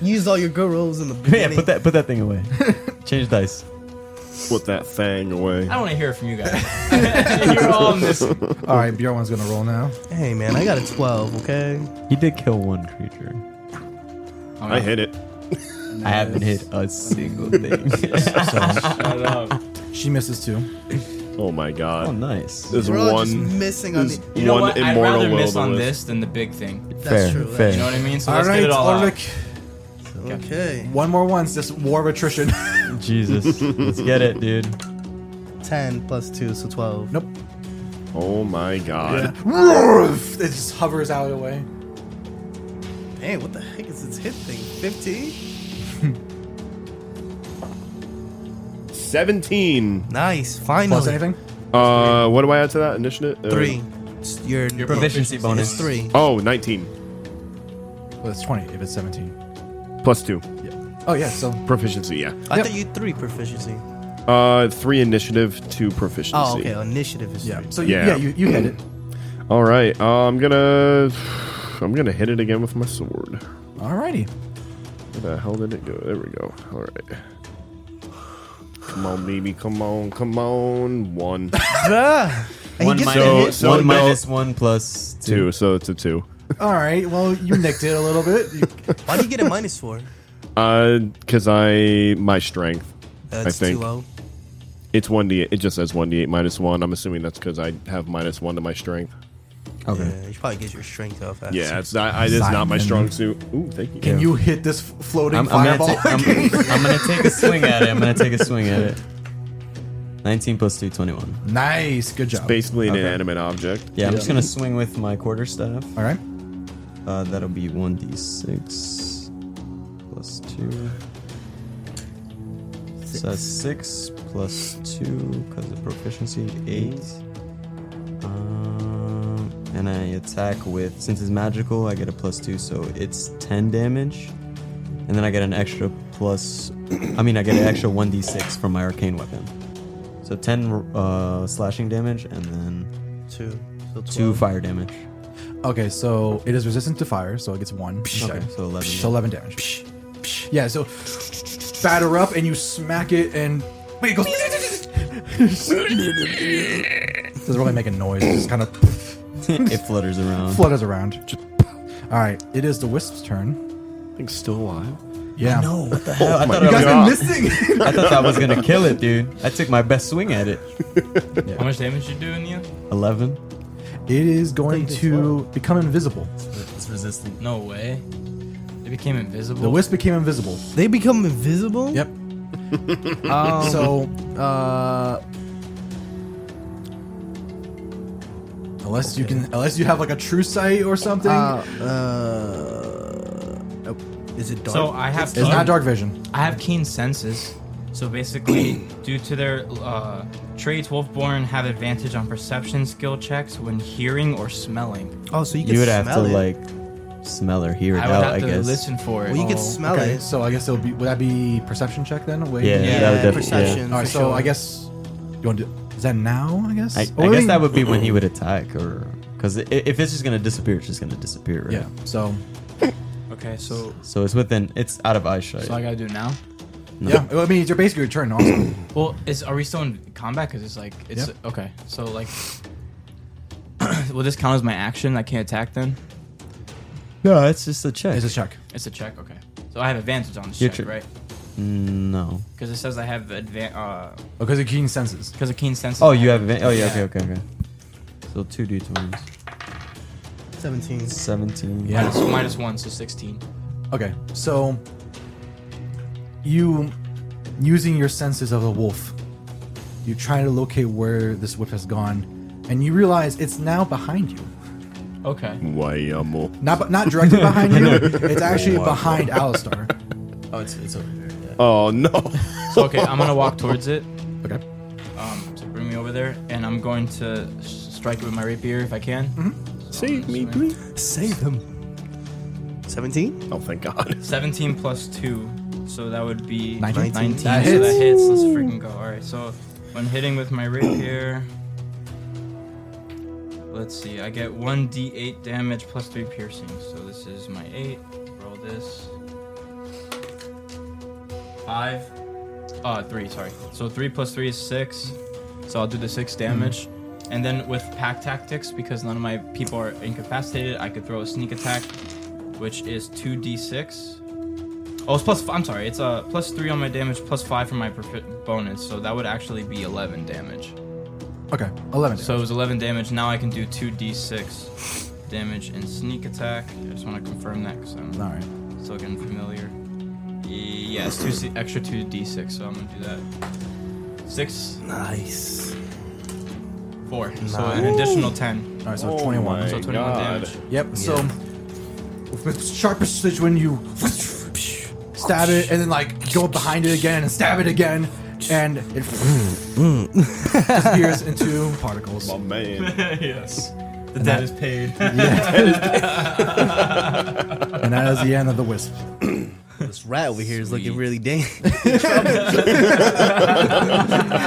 Speaker 6: Use all your good rolls in the
Speaker 2: Yeah,
Speaker 6: beginning.
Speaker 2: put that put that thing
Speaker 1: <laughs>
Speaker 2: away. Change dice.
Speaker 3: Put that thing
Speaker 2: <laughs>
Speaker 3: away.
Speaker 4: I don't want to hear it from you
Speaker 1: <laughs>
Speaker 4: guys. <laughs> You're all in this.
Speaker 1: All right, Bjorn's gonna roll now.
Speaker 5: Hey man, I got a twelve. Okay.
Speaker 2: He did kill one creature.
Speaker 3: I hit it.
Speaker 2: I haven't hit a
Speaker 3: <laughs>
Speaker 2: single thing. <laughs>
Speaker 1: <laughs> She misses too.
Speaker 3: Oh my god.
Speaker 2: oh, nice.
Speaker 3: There's
Speaker 6: We're all just
Speaker 3: one.
Speaker 6: missing on
Speaker 3: There's
Speaker 6: the.
Speaker 4: You know
Speaker 3: one
Speaker 4: what? I'd
Speaker 3: immortal
Speaker 4: rather
Speaker 3: will
Speaker 4: miss
Speaker 3: to
Speaker 4: on
Speaker 3: live.
Speaker 4: this than the big thing.
Speaker 6: That's
Speaker 2: fair,
Speaker 6: true. that's
Speaker 2: fair.
Speaker 4: You know what I mean? So let's get it all out.
Speaker 1: Ulrich,
Speaker 6: true. Okay.
Speaker 1: One more once, this war of attrition.
Speaker 2: <laughs> <laughs> Jesus. Let's get it, dude.
Speaker 5: Ten plus two, so twelve.
Speaker 1: nope.
Speaker 3: Oh my god.
Speaker 1: it just hovers out of the way.
Speaker 6: Hey, what the heck is this hit thing? 15?
Speaker 3: 17.
Speaker 5: Nice. Finally.
Speaker 1: Plus anything?
Speaker 3: Uh, what do I add to that initiative? Uh,
Speaker 5: Three. It's Your,
Speaker 4: Your
Speaker 5: pro-
Speaker 2: Proficiency bonus.
Speaker 5: It's three.
Speaker 3: Oh, 19.
Speaker 1: Well, it's 20 if it's 17.
Speaker 3: Plus 2.
Speaker 1: Oh, yeah, so.
Speaker 3: Proficiency, yeah.
Speaker 5: I
Speaker 1: Yep.
Speaker 5: thought you had three proficiency.
Speaker 3: Uh, 3 initiative, 2 proficiency.
Speaker 5: Oh, okay. Initiative is
Speaker 1: Yeah,
Speaker 5: three.
Speaker 1: so you, yeah,
Speaker 3: Yeah.
Speaker 1: you, you hit it.
Speaker 3: All right. Uh, I'm gonna. I'm gonna hit it again with my sword.
Speaker 1: Alrighty.
Speaker 3: Where the hell did it go? There we go. All right. Come on, baby. Come on. Come on.
Speaker 5: <laughs>
Speaker 3: One,
Speaker 5: And
Speaker 2: One
Speaker 5: he gets
Speaker 3: So-
Speaker 5: the
Speaker 2: minus
Speaker 5: hit.
Speaker 3: so
Speaker 2: one
Speaker 3: no-
Speaker 2: minus one plus two.
Speaker 3: two. So it's a two.
Speaker 1: Alright, well, you nicked it a little bit. You-
Speaker 5: Why do you get a minus four?
Speaker 3: Uh, cause I my strength.
Speaker 5: That's oh.
Speaker 3: think.
Speaker 5: too low.
Speaker 3: It's one d. It just says one d eight minus one. I'm assuming that's because I have minus one to my strength.
Speaker 2: Okay.
Speaker 5: Yeah, you should probably get your strength off. That.
Speaker 3: Yeah, it's not. I, it's not my strong
Speaker 1: Simon.
Speaker 3: suit. Ooh, thank you.
Speaker 1: Can you hit this f- floating
Speaker 2: I'm, I'm,
Speaker 1: fireball?
Speaker 2: gonna ta- I'm, I'm gonna
Speaker 1: <laughs>
Speaker 2: take a swing at it. I'm gonna take a swing at it. 19 plus 2, 21.
Speaker 1: nice, good job.
Speaker 3: Basically an
Speaker 2: Okay.
Speaker 3: inanimate object.
Speaker 2: Yeah, I'm just gonna swing with my quarterstaff.
Speaker 1: Alright.
Speaker 2: Uh, that'll be 1d6 plus 2. So that's 6 plus 2 because of proficiency, 8. Um, and I attack with, since it's magical, I get a plus 2, so it's 10 damage. And then I get an extra plus, <clears throat> I mean, I get an extra 1d6 from my arcane weapon. So 10 uh, slashing damage and then
Speaker 5: Two. So
Speaker 2: 2
Speaker 5: 12.
Speaker 2: fire damage.
Speaker 1: Okay, so it is resistant to fire, so it gets one.
Speaker 2: Okay, so 11.
Speaker 1: So 11 damage. Yeah, so batter up and you smack it and. Wait, it goes. <laughs> Doesn't really make a noise, it just kind of
Speaker 2: <laughs> it flutters around.
Speaker 1: flutters around. Alright, it is the Wisp's turn.
Speaker 3: Thing's still alive.
Speaker 1: Yeah. Oh
Speaker 2: No,
Speaker 1: <laughs>
Speaker 2: what the hell? I,
Speaker 3: Oh my
Speaker 2: thought I, was gonna,
Speaker 3: God.
Speaker 1: Missing!
Speaker 3: <laughs>
Speaker 2: I thought I was gonna kill it, dude. I took my best swing at it.
Speaker 4: How much damage you do in the end?
Speaker 2: Eleven.
Speaker 1: it is going to become invisible.
Speaker 2: It's resistant.
Speaker 4: No way. It became invisible.
Speaker 1: The wisp became invisible.
Speaker 6: They become invisible?
Speaker 3: <laughs>
Speaker 1: Yep.
Speaker 6: Um,
Speaker 1: so
Speaker 6: uh,
Speaker 1: unless you can, unless you have like a true sight or something.
Speaker 6: uh, uh, is it dark?
Speaker 4: So I have.
Speaker 1: It's not dark vision.
Speaker 4: I have keen senses.
Speaker 6: <clears throat>
Speaker 4: So basically, due to their uh, traits, Wolfborn have advantage on perception skill checks when hearing or smelling.
Speaker 6: Oh, so you can
Speaker 2: You would have to
Speaker 6: smell it.
Speaker 2: like smell or hear it
Speaker 4: I would
Speaker 2: out,
Speaker 4: have
Speaker 2: I
Speaker 4: to
Speaker 2: guess.
Speaker 4: listen for it.
Speaker 6: Well, you can smell
Speaker 1: okay,
Speaker 6: it.
Speaker 1: so I guess it would be would that be perception check then? Wait,
Speaker 2: Yeah,
Speaker 4: Yeah,
Speaker 2: that would definitely.
Speaker 6: perception.
Speaker 1: All right,
Speaker 6: for
Speaker 1: so
Speaker 6: sure.
Speaker 1: I guess you want to. Is that now? I guess.
Speaker 2: I, I guess that would be when he would attack, or because if it's just gonna disappear, it's just gonna disappear. Right?
Speaker 1: Yeah. <laughs> So
Speaker 4: Okay, so
Speaker 2: So it's within. It's out of eyesight.
Speaker 4: so I gotta do it now.
Speaker 2: No.
Speaker 1: yeah, I mean, you're basically your
Speaker 2: <clears throat>
Speaker 1: turn. Also,
Speaker 4: Well, is are we still in combat? Because it's like it's okay. So like, <coughs> will this count as my action? I can't attack then.
Speaker 2: No, it's just a check.
Speaker 1: it's a check.
Speaker 4: It's a check. Okay, so I have advantage on this
Speaker 2: Your
Speaker 4: check,
Speaker 2: turn.
Speaker 4: right?
Speaker 2: no.
Speaker 4: Because it says I have advan uh
Speaker 1: Because it keen senses.
Speaker 4: because of keen senses.
Speaker 2: Oh,
Speaker 4: I
Speaker 2: you have. advan- Oh yeah.
Speaker 4: Yeah.
Speaker 2: Okay. Okay. Okay. So two d twenties.
Speaker 6: 17.
Speaker 2: Seventeen.
Speaker 1: Yeah.
Speaker 4: minus- minus one, so sixteen.
Speaker 1: Okay, so you using your senses of a wolf, you try to locate where this whip has gone, and you realize it's now behind you.
Speaker 4: Okay.
Speaker 3: Guayamo.
Speaker 1: Not not
Speaker 2: <laughs>
Speaker 1: directly behind you.
Speaker 3: <laughs>
Speaker 1: It's actually behind
Speaker 4: <laughs>
Speaker 1: Alistar. Oh, it's it's over there.
Speaker 3: Oh no!
Speaker 4: So okay, I'm gonna walk towards it.
Speaker 1: Okay.
Speaker 4: Um, to bring me over there, and I'm going to s- strike it with my rapier if I can.
Speaker 1: Mm-hmm.
Speaker 3: Save me, please.
Speaker 6: Save him. 17?
Speaker 3: Oh, thank
Speaker 6: <laughs>
Speaker 3: God.
Speaker 4: Seventeen plus two, so that would be
Speaker 1: Nineteen.
Speaker 4: Nineteen.
Speaker 1: That
Speaker 4: so
Speaker 1: hits.
Speaker 4: that hits. Let's freaking go. All right. So when hitting with my rapier, let's see. I get one d8 damage plus three piercing. So this is my eight. Roll this. Five. Uh, three. Sorry. So three plus three is six. So I'll do the six damage. And then with pack tactics, because none of my people are incapacitated, I could throw a sneak attack, which is 2d6. Oh, it's plus. F- I'm sorry. It's uh, plus three on my damage, plus five for my profi- bonus. So that would actually be 11 damage.
Speaker 1: Okay, eleven.
Speaker 4: So it was 11 damage. Now I can do 2d6 damage and sneak attack. I just want to confirm that because I'm
Speaker 1: all right.
Speaker 4: still getting familiar. Yes, two c- extra 2d6. So I'm gonna do that. Six,
Speaker 6: Nice.
Speaker 4: four. So an additional 10.
Speaker 1: All right, so
Speaker 3: Oh
Speaker 1: twenty-one.
Speaker 3: my
Speaker 4: So 21
Speaker 3: God.
Speaker 4: damage.
Speaker 1: Yep. So with sharp precision, you stab it, and then like go behind it again and stab it again, and it
Speaker 3: <laughs>
Speaker 1: disappears into particles. <laughs>
Speaker 3: My Oh, man.
Speaker 4: yes. The debt is paid.
Speaker 1: And that is the end of the wisp.
Speaker 6: <laughs> This rat over here is looking
Speaker 4: Sweet.
Speaker 6: really dang.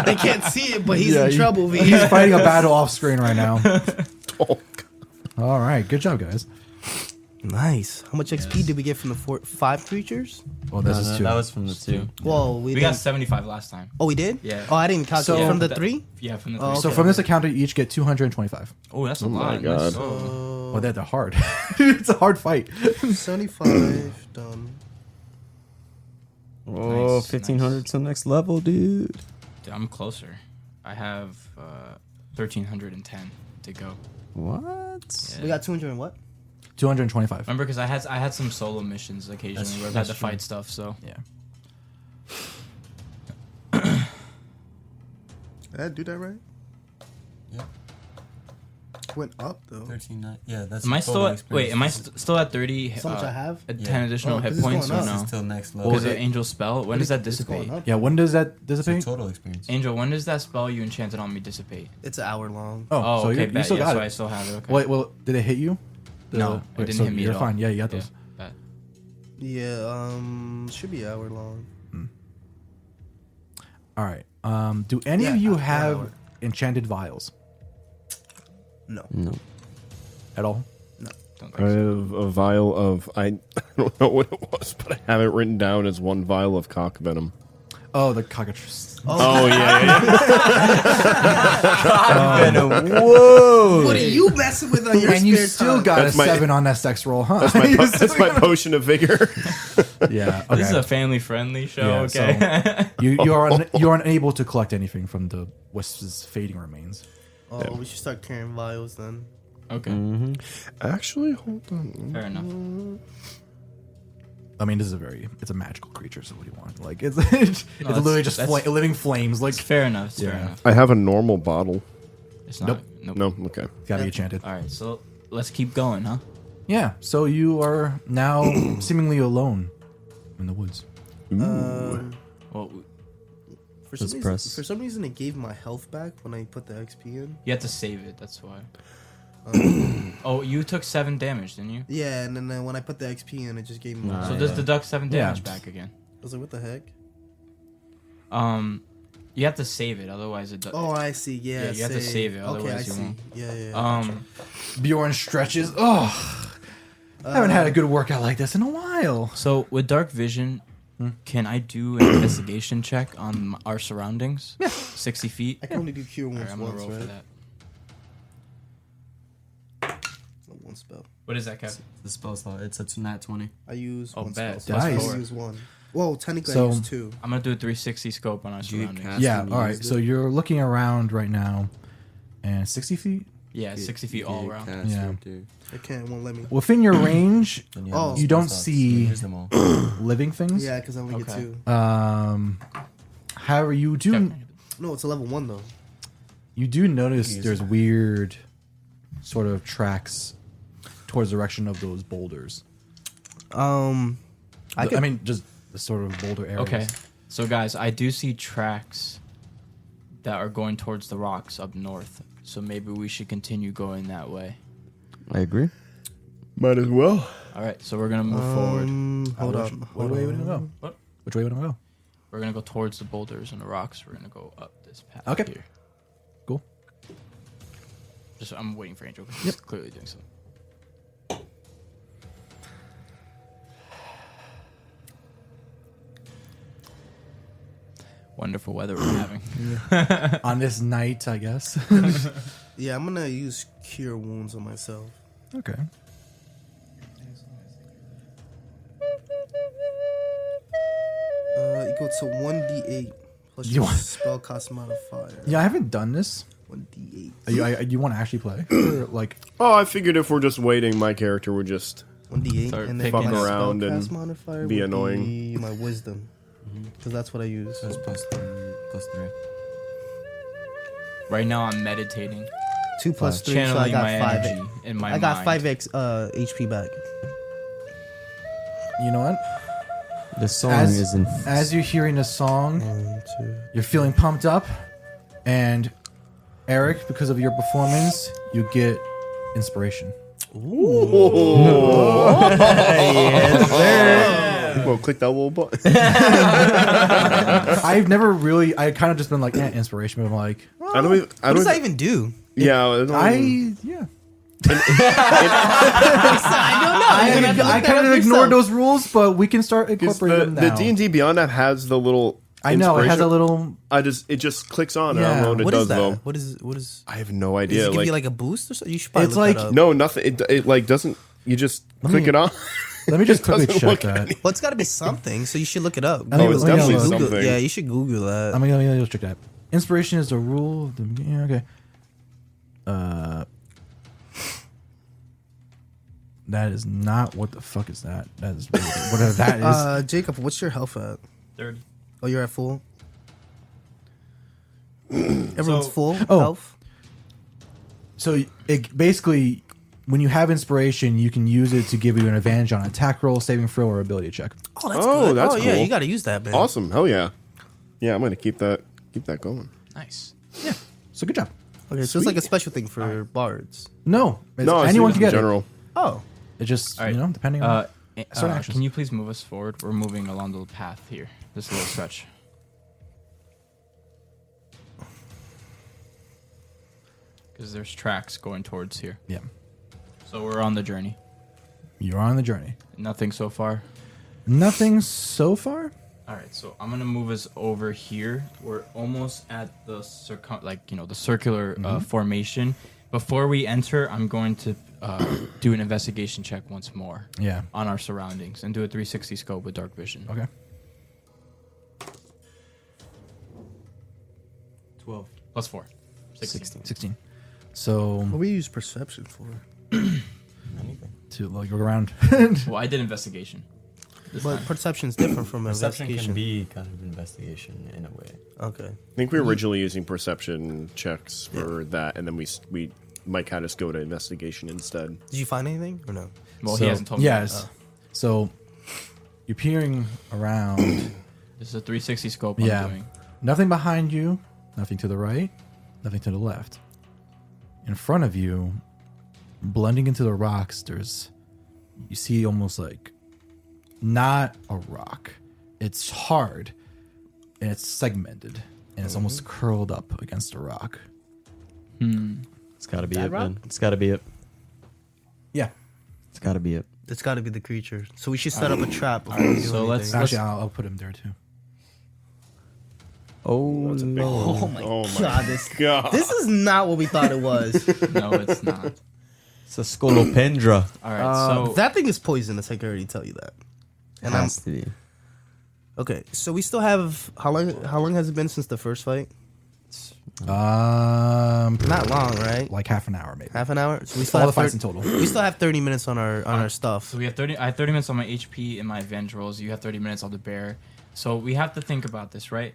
Speaker 6: they can't see it, but he's in trouble over here.
Speaker 1: He's fighting a battle off screen
Speaker 3: <laughs>
Speaker 1: right now.
Speaker 3: Oh,
Speaker 1: All right, good job, guys.
Speaker 6: Nice. How much XP did we get from the four, five creatures?
Speaker 1: Well, this
Speaker 2: No,
Speaker 1: is
Speaker 2: no,
Speaker 1: two.
Speaker 2: That was from the two.
Speaker 6: Well, we,
Speaker 4: we
Speaker 6: didn't.
Speaker 4: got 75 last time.
Speaker 6: oh, we did.
Speaker 4: Yeah.
Speaker 6: Oh, I didn't calculate
Speaker 4: So-
Speaker 6: from the
Speaker 4: That-
Speaker 6: three.
Speaker 4: Yeah, from the
Speaker 6: Oh,
Speaker 4: three.
Speaker 1: so from this account, you each get 225.
Speaker 4: Oh, that's
Speaker 3: <laughs>
Speaker 4: a
Speaker 3: my
Speaker 4: lot.
Speaker 3: God.
Speaker 4: That's so-
Speaker 1: Oh, that's a hard. <laughs> it's a hard fight.
Speaker 6: Seventy-five done.
Speaker 2: Oh,
Speaker 4: Nice,
Speaker 2: 1500 to next level, dude.
Speaker 4: Dude, I'm closer. I have uh, 1310 to go.
Speaker 2: What?
Speaker 6: We got two hundred and what?
Speaker 1: 225.
Speaker 4: Remember, because I had I had some solo missions occasionally where I've had to fight stuff. So
Speaker 1: Yeah.
Speaker 10: Did I do that right?
Speaker 5: Went up though.
Speaker 10: 13, nine- yeah, that's
Speaker 4: am I still
Speaker 10: total
Speaker 4: at, wait? Am I
Speaker 10: experience.
Speaker 4: st- still at 30?
Speaker 6: So much I have?
Speaker 4: uh, 10
Speaker 10: Yeah.
Speaker 4: additional
Speaker 6: Oh, 'cause
Speaker 4: hit
Speaker 6: it's
Speaker 4: points
Speaker 6: going
Speaker 4: or
Speaker 6: up.
Speaker 10: This
Speaker 4: no?
Speaker 10: is till next level.
Speaker 4: Because the angel spell. When does that
Speaker 6: It's going
Speaker 4: dissipate?
Speaker 6: up.
Speaker 1: Yeah, when does that
Speaker 10: It's
Speaker 1: dissipate?
Speaker 10: a total experience.
Speaker 4: Angel, when does that spell you enchanted on me dissipate?
Speaker 6: It's an hour long.
Speaker 1: Oh,
Speaker 4: Oh,
Speaker 1: so
Speaker 4: okay,
Speaker 1: you, you
Speaker 4: bet.
Speaker 1: still
Speaker 4: yeah,
Speaker 1: got
Speaker 4: so
Speaker 1: it.
Speaker 4: I still have it. Okay.
Speaker 1: Wait, well, did it hit you?
Speaker 4: No,
Speaker 1: The-
Speaker 4: it
Speaker 1: wait,
Speaker 4: didn't
Speaker 1: so
Speaker 4: hit me
Speaker 1: You're
Speaker 4: at all.
Speaker 1: fine. Yeah, you got those.
Speaker 4: bet.
Speaker 6: Yeah. Um. Should be hour long.
Speaker 1: All right. Um, do any
Speaker 6: Yeah,
Speaker 1: of you
Speaker 6: I- I
Speaker 1: have
Speaker 6: would-
Speaker 1: enchanted vials
Speaker 6: No.
Speaker 2: No.
Speaker 1: at all?
Speaker 4: Don't
Speaker 3: I
Speaker 4: think so.
Speaker 3: have a vial of I, <laughs> I don't know what it was, but I have it written down as one vial of cock venom.
Speaker 1: Oh, the cockatrice.
Speaker 3: Oh yeah,
Speaker 1: <laughs>
Speaker 3: Um, <laughs>
Speaker 2: Whoa!
Speaker 6: What are you messing with
Speaker 4: <laughs>
Speaker 6: on your
Speaker 1: and you
Speaker 6: spare
Speaker 1: still
Speaker 6: time?
Speaker 1: got
Speaker 3: That's
Speaker 1: a
Speaker 3: my-
Speaker 1: seven on that sex roll, huh? <laughs>
Speaker 3: my po- that's my potion of vigor.
Speaker 1: yeah. Okay.
Speaker 4: This is a family friendly show.
Speaker 1: Yeah,
Speaker 4: okay.
Speaker 1: so you
Speaker 3: <laughs>
Speaker 1: you are
Speaker 4: <laughs>
Speaker 1: un- you're unable to collect anything from the wisp's fading remains.
Speaker 6: Oh, we should start carrying vials then.
Speaker 4: okay.
Speaker 6: Mm-hmm.
Speaker 3: Actually, hold on.
Speaker 4: Fair enough.
Speaker 1: I mean, this is a very it's a magical creature. So what do you want? Like it's <laughs> it's
Speaker 4: that's-
Speaker 1: literally just
Speaker 4: that's-
Speaker 1: fla- living flames. Like
Speaker 4: it's fair enough, it's fair enough.
Speaker 3: I have a normal bottle.
Speaker 4: It's not. Nope.
Speaker 3: No. Okay.
Speaker 1: Gotta be enchanted.
Speaker 4: All right, so let's keep going, huh?
Speaker 1: Yeah. So you are
Speaker 6: <clears throat>
Speaker 1: now seemingly alone in the woods. Uh,
Speaker 6: Hmm.
Speaker 4: Well, w-
Speaker 6: Uh, For some,
Speaker 2: Let's
Speaker 6: reason,
Speaker 2: press.
Speaker 6: for some reason, it gave my health back when I put the XP in.
Speaker 4: you have to save it. That's why.
Speaker 6: Uh, <coughs>
Speaker 4: oh, you took seven damage, didn't you?
Speaker 6: Yeah, and then uh, when I put the XP in, it just gave me.
Speaker 4: so just deduct seven
Speaker 1: Yeah.
Speaker 4: damage back again.
Speaker 6: I was like, what the heck?
Speaker 4: Um, you have to save it, otherwise it. Do-
Speaker 6: Oh, I see. Yeah,
Speaker 4: Yeah, you have to save it,
Speaker 6: Okay, I
Speaker 4: otherwise you
Speaker 6: see.
Speaker 4: won't.
Speaker 6: Yeah, yeah. yeah.
Speaker 4: Um,
Speaker 1: Bjorn stretches. Oh, I haven't
Speaker 6: Uh,
Speaker 1: had a good workout like this in a while. Hmm.
Speaker 4: so with dark vision, can I do
Speaker 1: <coughs>
Speaker 4: an investigation check on m- our surroundings? Yeah. Sixty feet.
Speaker 6: I can only do cure
Speaker 4: All right,
Speaker 6: wounds
Speaker 4: I'm gonna
Speaker 6: once,
Speaker 4: roll
Speaker 6: right?
Speaker 4: for that.
Speaker 6: One spell.
Speaker 4: What is that, Kev?
Speaker 10: The spell slot. It's a nat 20.
Speaker 6: I use
Speaker 4: Oh,
Speaker 6: one
Speaker 4: bet.
Speaker 6: spell.
Speaker 1: That's
Speaker 6: I
Speaker 1: four.
Speaker 6: only use one. Well, technically,
Speaker 1: So-
Speaker 6: I use two.
Speaker 4: I'm gonna do a 360 scope on our
Speaker 10: Do you
Speaker 4: surroundings.
Speaker 10: cast
Speaker 1: Yeah.
Speaker 10: and
Speaker 1: All right.
Speaker 10: use
Speaker 1: So
Speaker 10: it?
Speaker 1: you're looking around right now, and sixty feet
Speaker 4: Yeah, 60 feet
Speaker 10: You
Speaker 4: all
Speaker 10: can't
Speaker 4: around.
Speaker 10: cast
Speaker 1: Yeah.
Speaker 10: it, dude.
Speaker 6: I can't. It won't let me.
Speaker 1: within
Speaker 6: <coughs>
Speaker 1: your range.
Speaker 10: <clears throat> Then
Speaker 6: Oh.
Speaker 10: have
Speaker 1: You
Speaker 10: the
Speaker 1: don't
Speaker 10: spell slots.
Speaker 1: see-
Speaker 10: Use them all.
Speaker 1: <clears throat> living things.
Speaker 6: Yeah, because I only get
Speaker 4: Okay.
Speaker 6: two.
Speaker 1: Um, however, you do
Speaker 4: Definitely.
Speaker 6: No, it's a level one though.
Speaker 1: you do notice there's weird sort of tracks towards the direction of those boulders.
Speaker 6: Um,
Speaker 1: I, mean, just the sort of boulder areas.
Speaker 4: <coughs> Okay. So guys, I do see tracks that are going towards the rocks up north. So maybe we should continue going that way.
Speaker 2: I agree.
Speaker 3: Might as well.
Speaker 4: All right. So we're gonna move forward.
Speaker 6: um, hold
Speaker 1: which,
Speaker 6: on.
Speaker 1: What
Speaker 6: Hold
Speaker 1: way
Speaker 6: on.
Speaker 1: would you go?
Speaker 4: What?
Speaker 1: Which way would you go?
Speaker 4: We're gonna go towards the boulders and the rocks. We're gonna go up this path.
Speaker 1: Okay.
Speaker 4: Here.
Speaker 1: Cool.
Speaker 4: Just I'm waiting for Angel. 'cause He's clearly doing something. Wonderful weather we're having.
Speaker 1: <laughs> On this night, I guess.
Speaker 6: Yeah, I'm gonna use cure wounds on myself.
Speaker 1: okay.
Speaker 6: Uh, equal to one d8 plus
Speaker 1: You
Speaker 6: your
Speaker 1: want-
Speaker 6: spell cost modifier.
Speaker 1: Yeah, I haven't done this.
Speaker 6: One d8.
Speaker 1: Are you, I, you want to
Speaker 6: <clears throat>
Speaker 1: actually play? Or, like,
Speaker 3: Oh, I figured if we're just waiting, my character would just.
Speaker 6: One d8,
Speaker 4: Start
Speaker 6: and then
Speaker 4: fuck
Speaker 6: my
Speaker 3: around
Speaker 6: spell
Speaker 3: and
Speaker 6: cast modifier
Speaker 3: be
Speaker 6: would
Speaker 3: annoying.
Speaker 6: <laughs> be my wisdom,
Speaker 4: Mm-hmm.
Speaker 6: because that's what I use.
Speaker 10: So it's plus three. Plus three.
Speaker 4: Right now I'm meditating,
Speaker 6: Two plus three, so I
Speaker 4: Uh, channeling
Speaker 6: got
Speaker 4: my
Speaker 6: five.
Speaker 4: energy in my
Speaker 6: I got
Speaker 4: mind.
Speaker 6: five x uh, HP back.
Speaker 1: you know what?
Speaker 2: The song
Speaker 1: As-
Speaker 2: is in.
Speaker 1: As you're hearing the song,
Speaker 6: One, two.
Speaker 1: you're feeling pumped up, and Eric, because of your performance, you get inspiration. <laughs>
Speaker 3: Well, click that little
Speaker 6: <laughs>
Speaker 3: button.
Speaker 1: I've never really. I kind of just been like, eh, inspiration, but I'm like,
Speaker 3: I don't even. I
Speaker 6: What
Speaker 3: don't
Speaker 6: does that even do?
Speaker 3: yeah. I. Don't even-
Speaker 1: I yeah.
Speaker 6: <laughs> I,
Speaker 1: I, I kind of ignored those rules, but we can start
Speaker 3: 'cause
Speaker 1: incorporating
Speaker 3: the
Speaker 1: them
Speaker 3: the
Speaker 1: now.
Speaker 3: D and D Beyond app has the little.
Speaker 1: I know it has a
Speaker 3: inspiration.
Speaker 1: little.
Speaker 3: I just it just clicks on. I
Speaker 1: Yeah.
Speaker 3: don't know what it
Speaker 6: What
Speaker 3: does
Speaker 6: is that?
Speaker 3: though.
Speaker 6: What is what is?
Speaker 3: I have no idea.
Speaker 6: Does it give
Speaker 3: like,
Speaker 6: you like a boost or something? You should probably
Speaker 1: It's
Speaker 6: look that
Speaker 1: like-
Speaker 6: up.
Speaker 3: no, nothing. It, it like doesn't. You just click <laughs> it on.
Speaker 1: <laughs> Let me just quickly
Speaker 3: doesn't
Speaker 1: check
Speaker 3: look Oh,
Speaker 1: that.
Speaker 6: Well, it's got to be something, so you should look it up.
Speaker 1: I mean, um,
Speaker 3: it's
Speaker 1: let me-
Speaker 3: definitely
Speaker 1: let me
Speaker 3: something.
Speaker 1: look.
Speaker 6: Google, yeah, you should Google that.
Speaker 1: I mean, let me, let me just check that. Inspiration is the rule. Of the, yeah, okay. Uh, that is not what the fuck is that? That is weird. whatever that
Speaker 6: <laughs>
Speaker 1: is.
Speaker 6: uh, Jacob, what's your health at?
Speaker 4: Thirty.
Speaker 6: Oh, you're at full. Everyone's
Speaker 4: <clears throat> So-
Speaker 6: full
Speaker 1: Oh.
Speaker 6: health.
Speaker 1: so it basically, when you have inspiration, you can use it to give you an advantage on an attack roll, saving throw, or ability check.
Speaker 6: Oh, that's
Speaker 3: Oh,
Speaker 6: good.
Speaker 3: that's
Speaker 6: oh, yeah,
Speaker 3: cool.
Speaker 6: you got to use that, man.
Speaker 3: Awesome. Hell yeah. Yeah, I'm gonna keep that keep that going.
Speaker 4: Nice.
Speaker 1: So good job.
Speaker 6: Okay, so it's like a special thing for bards.
Speaker 1: No, it's-
Speaker 3: No,
Speaker 1: anyone
Speaker 3: anyone
Speaker 1: can get
Speaker 3: in general.
Speaker 6: Oh,
Speaker 1: it. It just
Speaker 4: All right.
Speaker 1: you know depending on.
Speaker 4: Uh, a-
Speaker 1: Start
Speaker 4: uh,
Speaker 1: actions.
Speaker 4: can you please move us forward? We're moving along the path here. This little stretch. Because there's tracks going towards here.
Speaker 1: yeah,
Speaker 4: So we're on the journey.
Speaker 1: you're on the journey.
Speaker 4: Nothing so far.
Speaker 1: Nothing so far.
Speaker 4: All right, so I'm gonna move us over here. We're almost at the circum, like you know, the circular
Speaker 1: Mm-hmm.
Speaker 4: uh, formation. Before we enter, I'm going to uh, <coughs> do an investigation check once more
Speaker 1: Yeah.
Speaker 4: on our surroundings and do a 360 scope with dark vision.
Speaker 1: Okay.
Speaker 4: 12 plus 4 16.
Speaker 1: 16. So
Speaker 6: what we use
Speaker 4: <clears throat>
Speaker 6: perception for?
Speaker 1: to like look around. <laughs>
Speaker 4: well i did investigation
Speaker 10: this
Speaker 6: but
Speaker 10: time.
Speaker 6: perception's different from
Speaker 10: Perception
Speaker 6: investigation.
Speaker 10: can be kind of investigation in a way.
Speaker 6: okay.
Speaker 3: I think we
Speaker 1: Mm-hmm.
Speaker 3: were originally using perception checks for that, and then we s- we Mike had us go to investigation instead.
Speaker 6: Did you find anything or no?
Speaker 4: Well, he hasn't told me.
Speaker 1: yes. So you're peering
Speaker 4: <coughs>
Speaker 1: around.
Speaker 4: This is a 360 scope I'm
Speaker 1: yeah.
Speaker 4: doing.
Speaker 1: Nothing behind you, nothing to the right, nothing to the left. In front of you, blending into the rocks, there's you see almost like not a rock. It's hard and it's segmented and it's almost
Speaker 4: Mm-hmm.
Speaker 1: curled up against a rock.
Speaker 10: Hmm.
Speaker 2: It's gotta be
Speaker 6: That
Speaker 2: it,
Speaker 6: rock?
Speaker 2: man. It's gotta be it.
Speaker 1: Yeah.
Speaker 2: It's gotta be it.
Speaker 6: It's got to be the creature. So we should set up a trap. Before we do
Speaker 4: so let's-
Speaker 6: anything.
Speaker 1: Actually, I'll, I'll put him there too.
Speaker 2: Oh,
Speaker 3: That's a big
Speaker 2: no.
Speaker 6: Oh my,
Speaker 3: Oh
Speaker 6: <laughs>
Speaker 3: my
Speaker 6: god, this
Speaker 3: God.
Speaker 6: this is not what we thought it was.
Speaker 4: <laughs> No, it's not.
Speaker 2: it's a scolopendra.
Speaker 4: All right,
Speaker 6: Um,
Speaker 4: so
Speaker 6: that thing is poisonous. I can already tell you that.
Speaker 2: It
Speaker 6: And I'm
Speaker 2: has to be.
Speaker 6: okay. So we still have how long? How long has it been since the first fight?
Speaker 1: Um,
Speaker 6: Not long, right?
Speaker 1: like half an hour maybe.
Speaker 6: Half an hour. So we still
Speaker 1: All the
Speaker 6: have
Speaker 1: fights in
Speaker 6: thir-
Speaker 1: total.
Speaker 6: We still have
Speaker 1: <clears throat>
Speaker 6: thirty minutes on our on our stuff.
Speaker 4: So we have 30. I have 30 minutes on my HP and my advantage rolls. You have 30 minutes on the bear. So we have to think about this, right?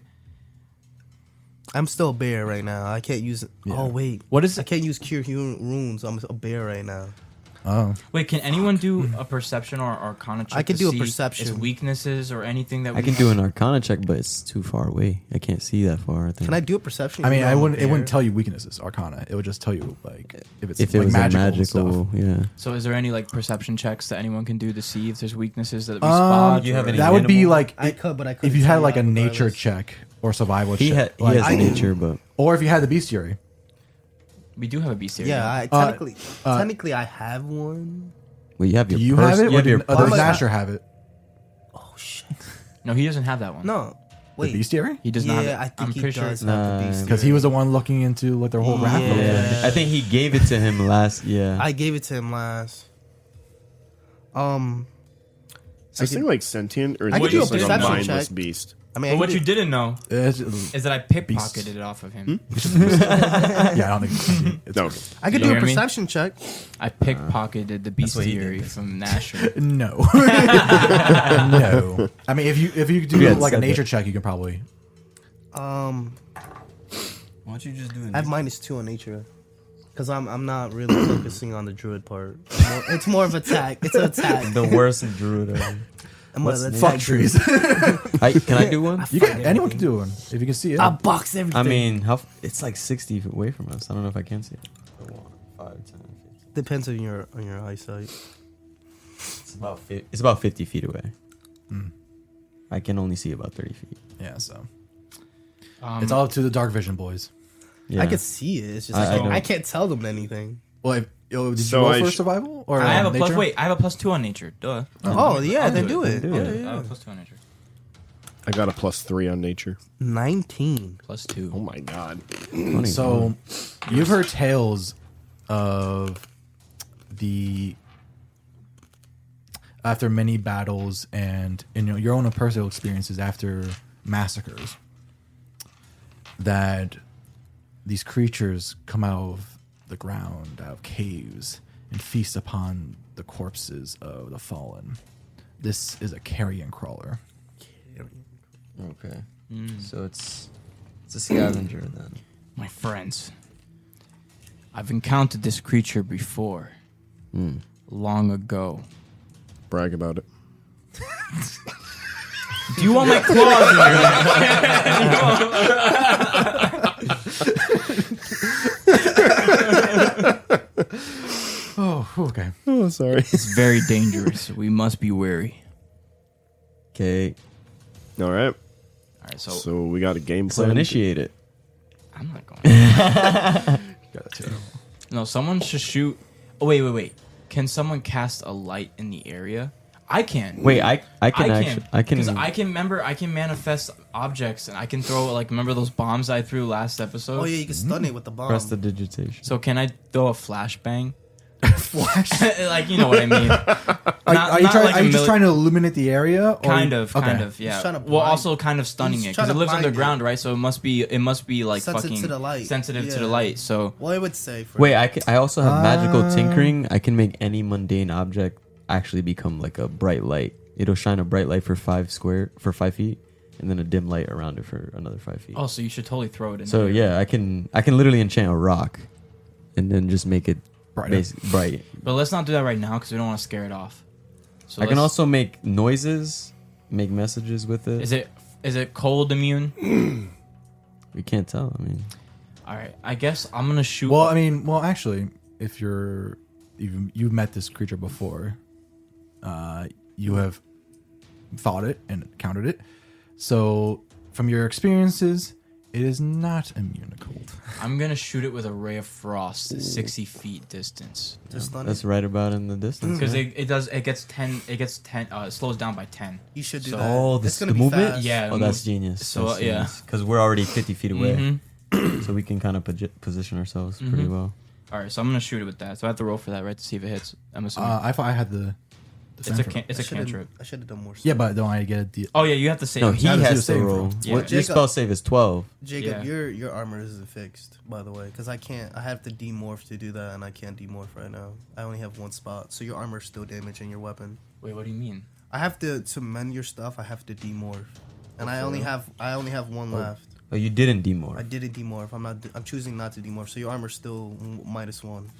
Speaker 6: I'm still a bear right now. I can't use. Oh wait,
Speaker 4: What is
Speaker 6: I
Speaker 4: it?
Speaker 6: can't use cure hu- runes. I'm a bear right now.
Speaker 1: Oh.
Speaker 4: Wait, can anyone do a perception or arcana check?
Speaker 6: I can
Speaker 4: to
Speaker 6: do a
Speaker 4: see
Speaker 6: perception.
Speaker 4: Its weaknesses or anything that we
Speaker 2: I can
Speaker 4: have?
Speaker 2: do an arcana check, but it's too far away. I can't see that far. I think.
Speaker 6: Can I do a perception?
Speaker 1: I mean,
Speaker 6: even though
Speaker 1: I
Speaker 6: I'm a
Speaker 1: wouldn't. It
Speaker 6: bear?
Speaker 1: wouldn't tell you weaknesses, Arcana. It would just tell you like if it's
Speaker 2: if it
Speaker 1: like
Speaker 2: was
Speaker 1: magical,
Speaker 2: a magical, yeah.
Speaker 4: So is there any like perception checks that anyone can do to see if there's weaknesses that we
Speaker 1: stuff.
Speaker 4: spot?
Speaker 10: you have
Speaker 4: or-
Speaker 10: any-
Speaker 1: that would be
Speaker 10: animal?
Speaker 1: like
Speaker 6: I
Speaker 1: it-
Speaker 6: could, but I couldn't
Speaker 1: if you had
Speaker 6: tell you
Speaker 1: like a
Speaker 6: that
Speaker 1: nature
Speaker 6: regardless.
Speaker 1: check or survival
Speaker 2: He, ha-
Speaker 1: check,
Speaker 2: he
Speaker 1: like-
Speaker 2: has nature, but
Speaker 1: or if you had the beast theory.
Speaker 4: We do have a beast here.
Speaker 6: Yeah, I,
Speaker 1: Uh,
Speaker 6: technically, technically, I have one.
Speaker 2: well, you have
Speaker 1: Do
Speaker 2: your.
Speaker 1: you
Speaker 2: pers-
Speaker 1: have it?
Speaker 2: You
Speaker 1: Or
Speaker 2: have your
Speaker 1: did other
Speaker 2: pers-
Speaker 1: Nasher have it?
Speaker 6: Oh shit!
Speaker 4: No, he doesn't have that one.
Speaker 6: No,
Speaker 1: The
Speaker 6: wait.
Speaker 1: beast theory?
Speaker 4: he does
Speaker 6: yeah,
Speaker 4: not. Have it.
Speaker 6: I
Speaker 4: I'm
Speaker 6: think he
Speaker 4: pretty sure.
Speaker 6: does have the beast.
Speaker 1: Because he
Speaker 6: theory.
Speaker 1: was the one looking into like their whole raft.
Speaker 6: Yeah.
Speaker 2: Yeah. I think he gave it to him last. Yeah.
Speaker 6: I gave it to him last. Um,
Speaker 3: Is this thing like sentient, or is
Speaker 6: I
Speaker 3: it
Speaker 6: could do
Speaker 3: just
Speaker 6: a
Speaker 3: like a
Speaker 6: perception
Speaker 3: mindless
Speaker 6: check.
Speaker 3: beast?
Speaker 6: I mean, I
Speaker 4: But what
Speaker 6: could
Speaker 4: you
Speaker 6: do-
Speaker 4: didn't know
Speaker 1: It's-
Speaker 4: is that I
Speaker 1: Beast.
Speaker 4: pickpocketed it off of him. <laughs>
Speaker 1: yeah, I don't think it's- it's
Speaker 3: No,
Speaker 6: I could do
Speaker 4: You
Speaker 6: a
Speaker 4: hear me?
Speaker 6: perception check.
Speaker 4: I pickpocketed the beast
Speaker 10: what he did,
Speaker 4: theory from Nasher.
Speaker 1: no,
Speaker 4: <laughs>
Speaker 6: Uh,
Speaker 1: no. I mean, if you if you do
Speaker 2: Yeah,
Speaker 1: like a
Speaker 2: said that.
Speaker 1: nature check, you can probably
Speaker 6: Um,
Speaker 10: Why don't you just do it?
Speaker 6: I have minus two on nature, because I'm I'm not
Speaker 1: <coughs>
Speaker 6: really focusing on the druid part. It's more, it's more of attack. It's
Speaker 1: <laughs>
Speaker 6: an attack.
Speaker 2: the worst druid. ever.
Speaker 6: I'm
Speaker 2: what's
Speaker 6: an
Speaker 2: the-
Speaker 6: attack
Speaker 1: fuck
Speaker 6: druid.
Speaker 1: trees.
Speaker 6: <laughs>
Speaker 2: <laughs> I, can I do one?
Speaker 1: you can. Anyone can do one if you can see it.
Speaker 6: I box everything.
Speaker 2: I mean, how? F- it's like sixty feet away from us. I don't know if I can see it. Five, 10,
Speaker 6: depends on your on your eyesight.
Speaker 2: It's about fi- it's about fifty feet away.
Speaker 1: Hmm.
Speaker 2: I can only see about thirty feet.
Speaker 1: yeah, so
Speaker 4: Um,
Speaker 1: it's all up Oh, to the dark vision, boys.
Speaker 2: Yeah.
Speaker 6: I can see it. It's just
Speaker 2: I-
Speaker 6: I,
Speaker 2: I
Speaker 6: can't, I,
Speaker 2: don't-
Speaker 6: can't tell them anything.
Speaker 1: Well, if, oh, did
Speaker 3: So
Speaker 1: you roll
Speaker 3: I
Speaker 1: for
Speaker 3: sh-
Speaker 1: survival or
Speaker 4: I have a
Speaker 1: um,
Speaker 4: plus.
Speaker 1: nature?
Speaker 4: Wait, I have a plus two on nature. Duh.
Speaker 6: Oh, yeah,
Speaker 4: I'll
Speaker 6: then do it.
Speaker 2: do
Speaker 6: Yeah,
Speaker 2: it.
Speaker 6: yeah.
Speaker 4: I have a plus two on nature.
Speaker 3: I got a plus three on nature.
Speaker 6: Nineteen.
Speaker 4: Plus
Speaker 3: Oh
Speaker 4: two.
Speaker 3: my god!
Speaker 2: Funny, huh?
Speaker 1: So, you've heard tales of the after many battles and in your- your own personal experiences after massacres that these creatures come out of the ground, out of caves, and feast upon the corpses of the fallen. This is a carrion crawler.
Speaker 2: Okay. So it's it's a scavenger then.
Speaker 4: My friends, I've encountered this creature before, long ago.
Speaker 3: Hmm. Brag about it.
Speaker 4: Do you want my claws? in there?
Speaker 1: Oh, <laughs> okay.
Speaker 3: Oh, sorry.
Speaker 4: It's very dangerous. We must be wary.
Speaker 2: Okay.
Speaker 3: All right.
Speaker 4: All right, so,
Speaker 3: So we got a game
Speaker 2: So
Speaker 3: plan.
Speaker 2: initiate it.
Speaker 4: I'm not going.
Speaker 3: <laughs>
Speaker 4: no, someone should shoot. Oh wait, wait, wait. Can someone cast a light in the area? I can.
Speaker 2: Wait, I I can
Speaker 4: I
Speaker 2: actually
Speaker 4: can.
Speaker 2: I can.
Speaker 4: Because I can remember. I can manifest objects, and I can throw like remember those bombs I threw last episode.
Speaker 6: Oh yeah, you can
Speaker 1: Mm-hmm.
Speaker 6: stun it with the bomb.
Speaker 2: press the digitation.
Speaker 4: So can I throw a
Speaker 1: <laughs>
Speaker 4: flashbang? <laughs> Flash? <laughs> like you know what I mean?
Speaker 1: Are,
Speaker 4: Not-
Speaker 1: are you,
Speaker 4: not
Speaker 1: trying,
Speaker 4: like
Speaker 1: are
Speaker 4: a
Speaker 1: you just
Speaker 4: mili-
Speaker 1: trying to illuminate the area? Or
Speaker 4: Kind of,
Speaker 1: Okay.
Speaker 4: kind of, yeah.
Speaker 6: trying to
Speaker 4: well,
Speaker 6: blind-
Speaker 4: also kind of stunning
Speaker 6: he's
Speaker 4: it
Speaker 6: trying
Speaker 4: because it
Speaker 6: to
Speaker 4: lives
Speaker 6: blind
Speaker 4: underground,
Speaker 6: it.
Speaker 4: right? So it must be, it must be like
Speaker 6: Sensitive
Speaker 4: fucking
Speaker 6: to the light.
Speaker 4: sensitive to the
Speaker 6: Yeah.
Speaker 4: light. So
Speaker 6: Well, I would say for
Speaker 2: <laughs>
Speaker 6: Uh,
Speaker 2: Wait, I, can, I also
Speaker 1: Uh.
Speaker 2: have magical tinkering. I can make any mundane object actually become like a bright light It'll shine a bright light for five square for five feet, and then a dim light around it for another five feet.
Speaker 4: Oh, so you should totally throw it in.
Speaker 2: So
Speaker 4: here.
Speaker 2: yeah, I can I can literally enchant a rock, and then just make it
Speaker 1: Brighter.
Speaker 2: basi- bright.
Speaker 4: But let's not do that right now because we don't want to scare it off. So
Speaker 2: I can
Speaker 4: let's-
Speaker 2: also make noises, make messages with it.
Speaker 4: Is it is it cold immune? <clears throat>
Speaker 2: We can't tell. I mean,
Speaker 4: All right. I guess I'm gonna shoot.
Speaker 1: Well, I mean, well, actually, if you're you've you've met this creature before, uh, you have fought it and countered it. So, from your experiences, it is not immune to cold.
Speaker 4: I'm gonna shoot it with a ray of frost, at 60 feet distance.
Speaker 6: Just let
Speaker 2: that's
Speaker 6: it.
Speaker 2: right about in the distance.
Speaker 4: Because
Speaker 2: yeah.
Speaker 4: it, it does it gets 10 it gets 10 uh it slows down by 10.
Speaker 6: You should do
Speaker 4: So-
Speaker 6: that.
Speaker 2: oh,
Speaker 6: It's
Speaker 2: this, the
Speaker 6: gonna be
Speaker 2: movement.
Speaker 6: fast.
Speaker 4: Yeah.
Speaker 2: Oh, that's genius.
Speaker 4: So, uh, yeah.
Speaker 2: because we're already fifty feet away, <clears throat>
Speaker 4: Mhm.
Speaker 2: so we can kind of position ourselves pretty
Speaker 4: Mhm.
Speaker 2: well.
Speaker 4: All right, so I'm gonna shoot it with that. So I have to roll for that, right, to see if it hits. I'm assuming
Speaker 1: Uh, I thought I had the. the
Speaker 4: it's a
Speaker 1: sanford.
Speaker 4: can, it's
Speaker 6: I
Speaker 4: a
Speaker 6: should've-
Speaker 4: cantrip.
Speaker 6: I should have done more.
Speaker 1: yeah, but don't I get a D?
Speaker 4: Oh yeah, you have to save.
Speaker 2: No,
Speaker 4: it.
Speaker 2: he
Speaker 1: That is your
Speaker 2: has to
Speaker 1: saving
Speaker 2: roll.
Speaker 1: throw.
Speaker 2: What,
Speaker 4: Yeah.
Speaker 2: your
Speaker 6: Jacob.
Speaker 2: spell save is twelve.
Speaker 6: Jacob,
Speaker 4: Yeah.
Speaker 6: your your armor isn't fixed, by the way, because I can't. I have to demorph to do that, and I can't demorph right now. I only have one spot, so your armor's still damaged and your weapon.
Speaker 4: Wait, what do you mean?
Speaker 6: I have to to mend your stuff. I have to demorph, and I only have I only have one left.
Speaker 2: Oh, you didn't
Speaker 6: I
Speaker 2: demorph.
Speaker 6: didn't demorph. I'm not. I'm choosing not to demorph. So your armor's still m- minus one,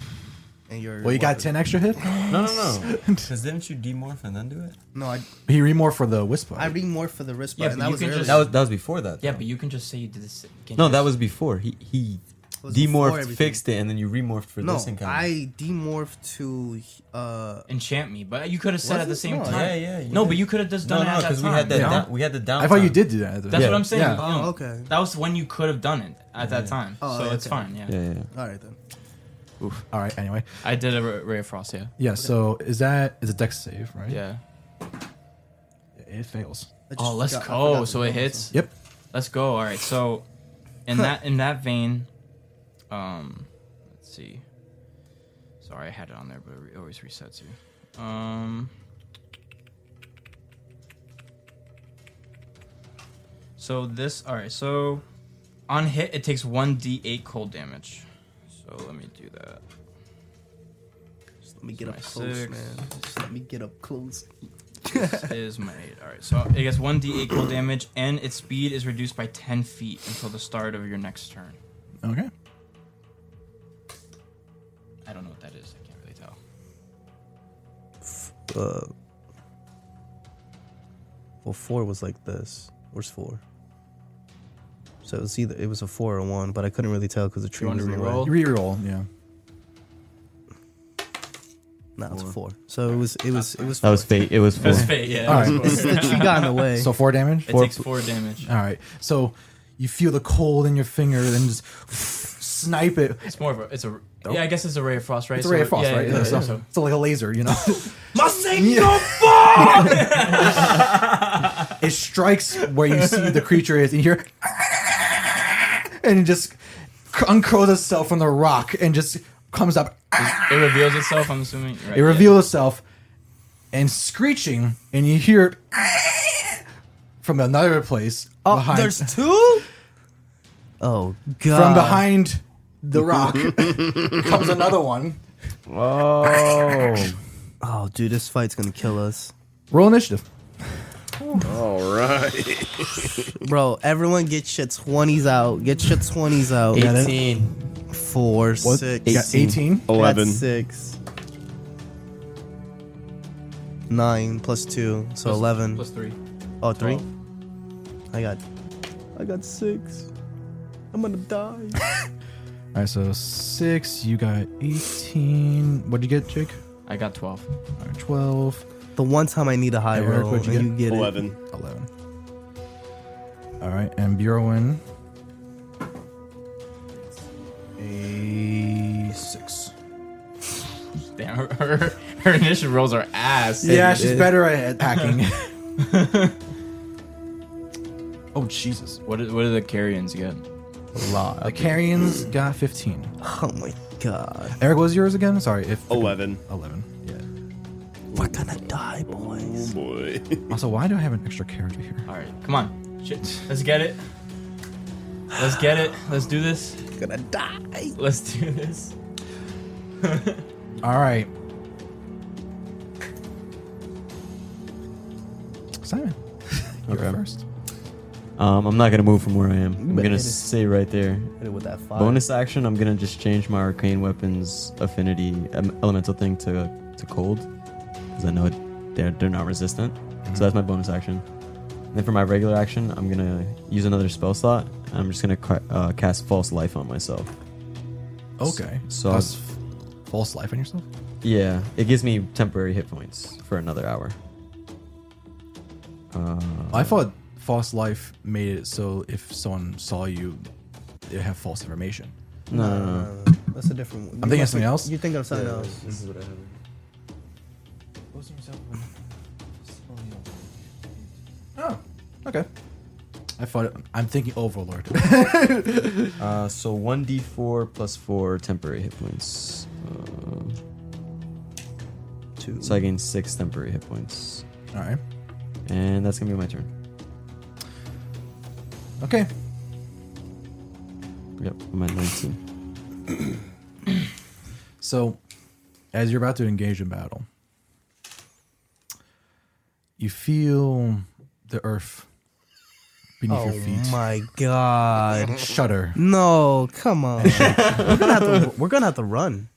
Speaker 6: and your
Speaker 1: Well, you got
Speaker 6: weapon-
Speaker 1: ten extra hit.
Speaker 10: No, no, no.
Speaker 1: <laughs>
Speaker 10: Because didn't you demorph and then do it?
Speaker 6: No, I
Speaker 1: He remorph for the wisp.
Speaker 6: I remorph for the wristband.
Speaker 4: Yeah,
Speaker 6: and
Speaker 4: but
Speaker 6: that
Speaker 4: you
Speaker 6: was
Speaker 4: can
Speaker 6: earlier.
Speaker 4: just-
Speaker 2: That was that was before that.
Speaker 4: Yeah,
Speaker 2: though.
Speaker 4: but you can just say you did this. can't
Speaker 2: no,
Speaker 4: you?
Speaker 2: that was before he he
Speaker 6: was before
Speaker 2: demorphed,
Speaker 6: everything.
Speaker 2: fixed it, and then you remorphed for
Speaker 6: no.
Speaker 2: this encounter.
Speaker 6: I demorphed to uh.
Speaker 4: enchant me. But you could have said
Speaker 6: Was
Speaker 4: at the
Speaker 6: it?
Speaker 4: same
Speaker 6: No,
Speaker 4: time.
Speaker 10: yeah, yeah, you
Speaker 4: no,
Speaker 10: did.
Speaker 4: but you could have just done
Speaker 10: No,
Speaker 4: it
Speaker 10: no,
Speaker 4: at that
Speaker 10: because we
Speaker 4: time.
Speaker 10: had that.
Speaker 1: Yeah.
Speaker 10: down- we had the down.
Speaker 1: I thought you did do that.
Speaker 4: That's
Speaker 2: Yeah.
Speaker 4: what I'm saying.
Speaker 1: Yeah.
Speaker 6: Oh,
Speaker 4: you know,
Speaker 6: okay.
Speaker 4: That was when you could have done it at that time.
Speaker 6: Oh,
Speaker 4: so
Speaker 6: yeah,
Speaker 4: it's
Speaker 6: okay.
Speaker 4: fine. Yeah.
Speaker 2: yeah, yeah, yeah.
Speaker 6: All right then.
Speaker 1: All right. Anyway,
Speaker 4: I did a ra- ray of frost. Yeah.
Speaker 1: yeah. So is that is a dex save, right?
Speaker 4: Yeah.
Speaker 1: It fails.
Speaker 6: I just
Speaker 4: Oh, let's
Speaker 6: forgot- I forgot
Speaker 4: go.
Speaker 6: to
Speaker 4: So it
Speaker 6: roll,
Speaker 4: hits.
Speaker 1: Yep.
Speaker 4: Let's go. All right. So, in that in that vein, um, let's see. Sorry, I had it on there, but it re- always resets you. Um. So this. All right. So, on hit, it takes one d8 cold damage. So let me do that.
Speaker 6: Just let me get
Speaker 4: My
Speaker 6: up close,
Speaker 4: six.
Speaker 6: man. Just let me get up close. <laughs>
Speaker 4: This is my eight. All right. So it gets one d8 cold damage, and its speed is reduced by 10 feet until the start of your next turn.
Speaker 1: Okay.
Speaker 4: I don't know what that is. I can't really tell.
Speaker 6: Uh, well, four was like this. Where's four? So it was either it was a four or one, but I couldn't really tell because the tree
Speaker 4: want
Speaker 6: was
Speaker 4: to
Speaker 6: in the way.
Speaker 4: reroll?
Speaker 1: Reroll. Yeah.
Speaker 6: No, it's a four. So it was it was it was.
Speaker 2: That was fate. It
Speaker 6: <laughs>
Speaker 2: was four.
Speaker 4: That's fate, yeah.
Speaker 1: All right.
Speaker 6: the tree got in the way.
Speaker 1: So four damage.
Speaker 4: It takes four damage.
Speaker 1: All right. So you feel the cold in your finger, then just snipe it.
Speaker 4: It's more of a. It's a. Yeah, I guess it's a ray of frost, right?
Speaker 1: It's a ray of frost,
Speaker 4: yeah,
Speaker 1: right?
Speaker 4: Yeah, yeah,
Speaker 1: so,
Speaker 4: so-
Speaker 1: so like a laser,
Speaker 4: <laughs>
Speaker 1: you know. it strikes where you see the creature is, and you hear, and it just uncurls itself from the rock and just comes up.
Speaker 4: <laughs> it reveals itself. I'm assuming. Right,
Speaker 1: It reveals itself and screeching, and you hear it from another place behind,
Speaker 6: two. Oh god!
Speaker 1: from behind
Speaker 6: <laughs>
Speaker 1: the rock comes another one.
Speaker 3: Oh,
Speaker 6: Oh dude, this fight's gonna kill us,
Speaker 1: Roll initiative.
Speaker 6: Oh.
Speaker 3: all right.
Speaker 6: bro. Everyone, get your twenties out. Get your twenties out.
Speaker 10: Eighteen.
Speaker 6: Four, six,
Speaker 1: You got 18.
Speaker 3: Eleven.
Speaker 6: That's six. Nine plus two, so
Speaker 4: Plus-
Speaker 6: eleven.
Speaker 4: Plus three.
Speaker 6: oh, three.
Speaker 4: twelve.
Speaker 6: I got. I got six. I'm gonna die. <laughs>
Speaker 1: All right, so six. You got eighteen. What'd you get, Jake?
Speaker 4: I got twelve.
Speaker 1: All right, Twelve.
Speaker 6: the one time I need a high
Speaker 1: Hey, Eric,
Speaker 6: roll,
Speaker 1: what'd you
Speaker 6: and
Speaker 1: get?
Speaker 6: you get it.
Speaker 3: Eleven.
Speaker 1: Eleven. All right, and Bjorwin. A six.
Speaker 4: Damn, her, her, her initial rolls are ass.
Speaker 1: Yeah, she's
Speaker 4: <laughs>
Speaker 1: better at <laughs> hacking. oh Jesus!
Speaker 4: What did, what did the carrions get?
Speaker 1: A lot. The Carrions got fifteen.
Speaker 6: Oh my god.
Speaker 1: Eric, what was yours again? Sorry, if
Speaker 3: Eleven.
Speaker 1: eleven. Oh,
Speaker 6: We're gonna die, boys.
Speaker 3: Boy.
Speaker 1: <laughs> Also, why do I have an extra carriage here?
Speaker 4: All right, come on, Shit. let's get it. Let's get it. Let's do this.
Speaker 6: We're gonna die.
Speaker 4: Let's do this.
Speaker 1: All right. Simon, you're
Speaker 2: Okay.
Speaker 1: first.
Speaker 2: Um, I'm not gonna move from where I am. I'm
Speaker 6: better
Speaker 2: gonna
Speaker 6: hit it.
Speaker 2: stay right there.
Speaker 6: Hit it with that fire.
Speaker 2: Bonus action, I'm gonna just change my arcane weapons affinity um, elemental thing to to cold, because I know it, they're they're not resistant. So that's my bonus action. And then for my regular action, I'm gonna use another spell slot. And I'm just gonna ca- uh, cast false life on myself.
Speaker 1: Okay.
Speaker 2: So-
Speaker 1: That's f- false life on yourself.
Speaker 2: Yeah, it gives me temporary hit points for another hour. Uh,
Speaker 1: I thought false life made it so if someone saw you, they would have false information.
Speaker 2: no, no, no, no.
Speaker 6: That's a different one.
Speaker 1: I'm thinking of something else.
Speaker 6: You think of something else?
Speaker 10: This is what I have.
Speaker 1: Oh, okay. I thought it, I'm thinking
Speaker 6: <laughs>
Speaker 1: Overlord.
Speaker 2: Uh, so 1d4 plus 4 temporary hit points. Uh,
Speaker 6: Two.
Speaker 2: So I gain 6 temporary hit points.
Speaker 1: All right.
Speaker 2: And that's going to be my turn.
Speaker 1: Okay.
Speaker 2: Yep, I'm at 19.
Speaker 1: <clears throat> So, as you're about to engage in battle, you feel the earth beneath your feet
Speaker 6: Oh My
Speaker 3: <laughs>
Speaker 6: God.
Speaker 1: shudder.
Speaker 6: No, come on. we're gonna have to. We're gonna have to run.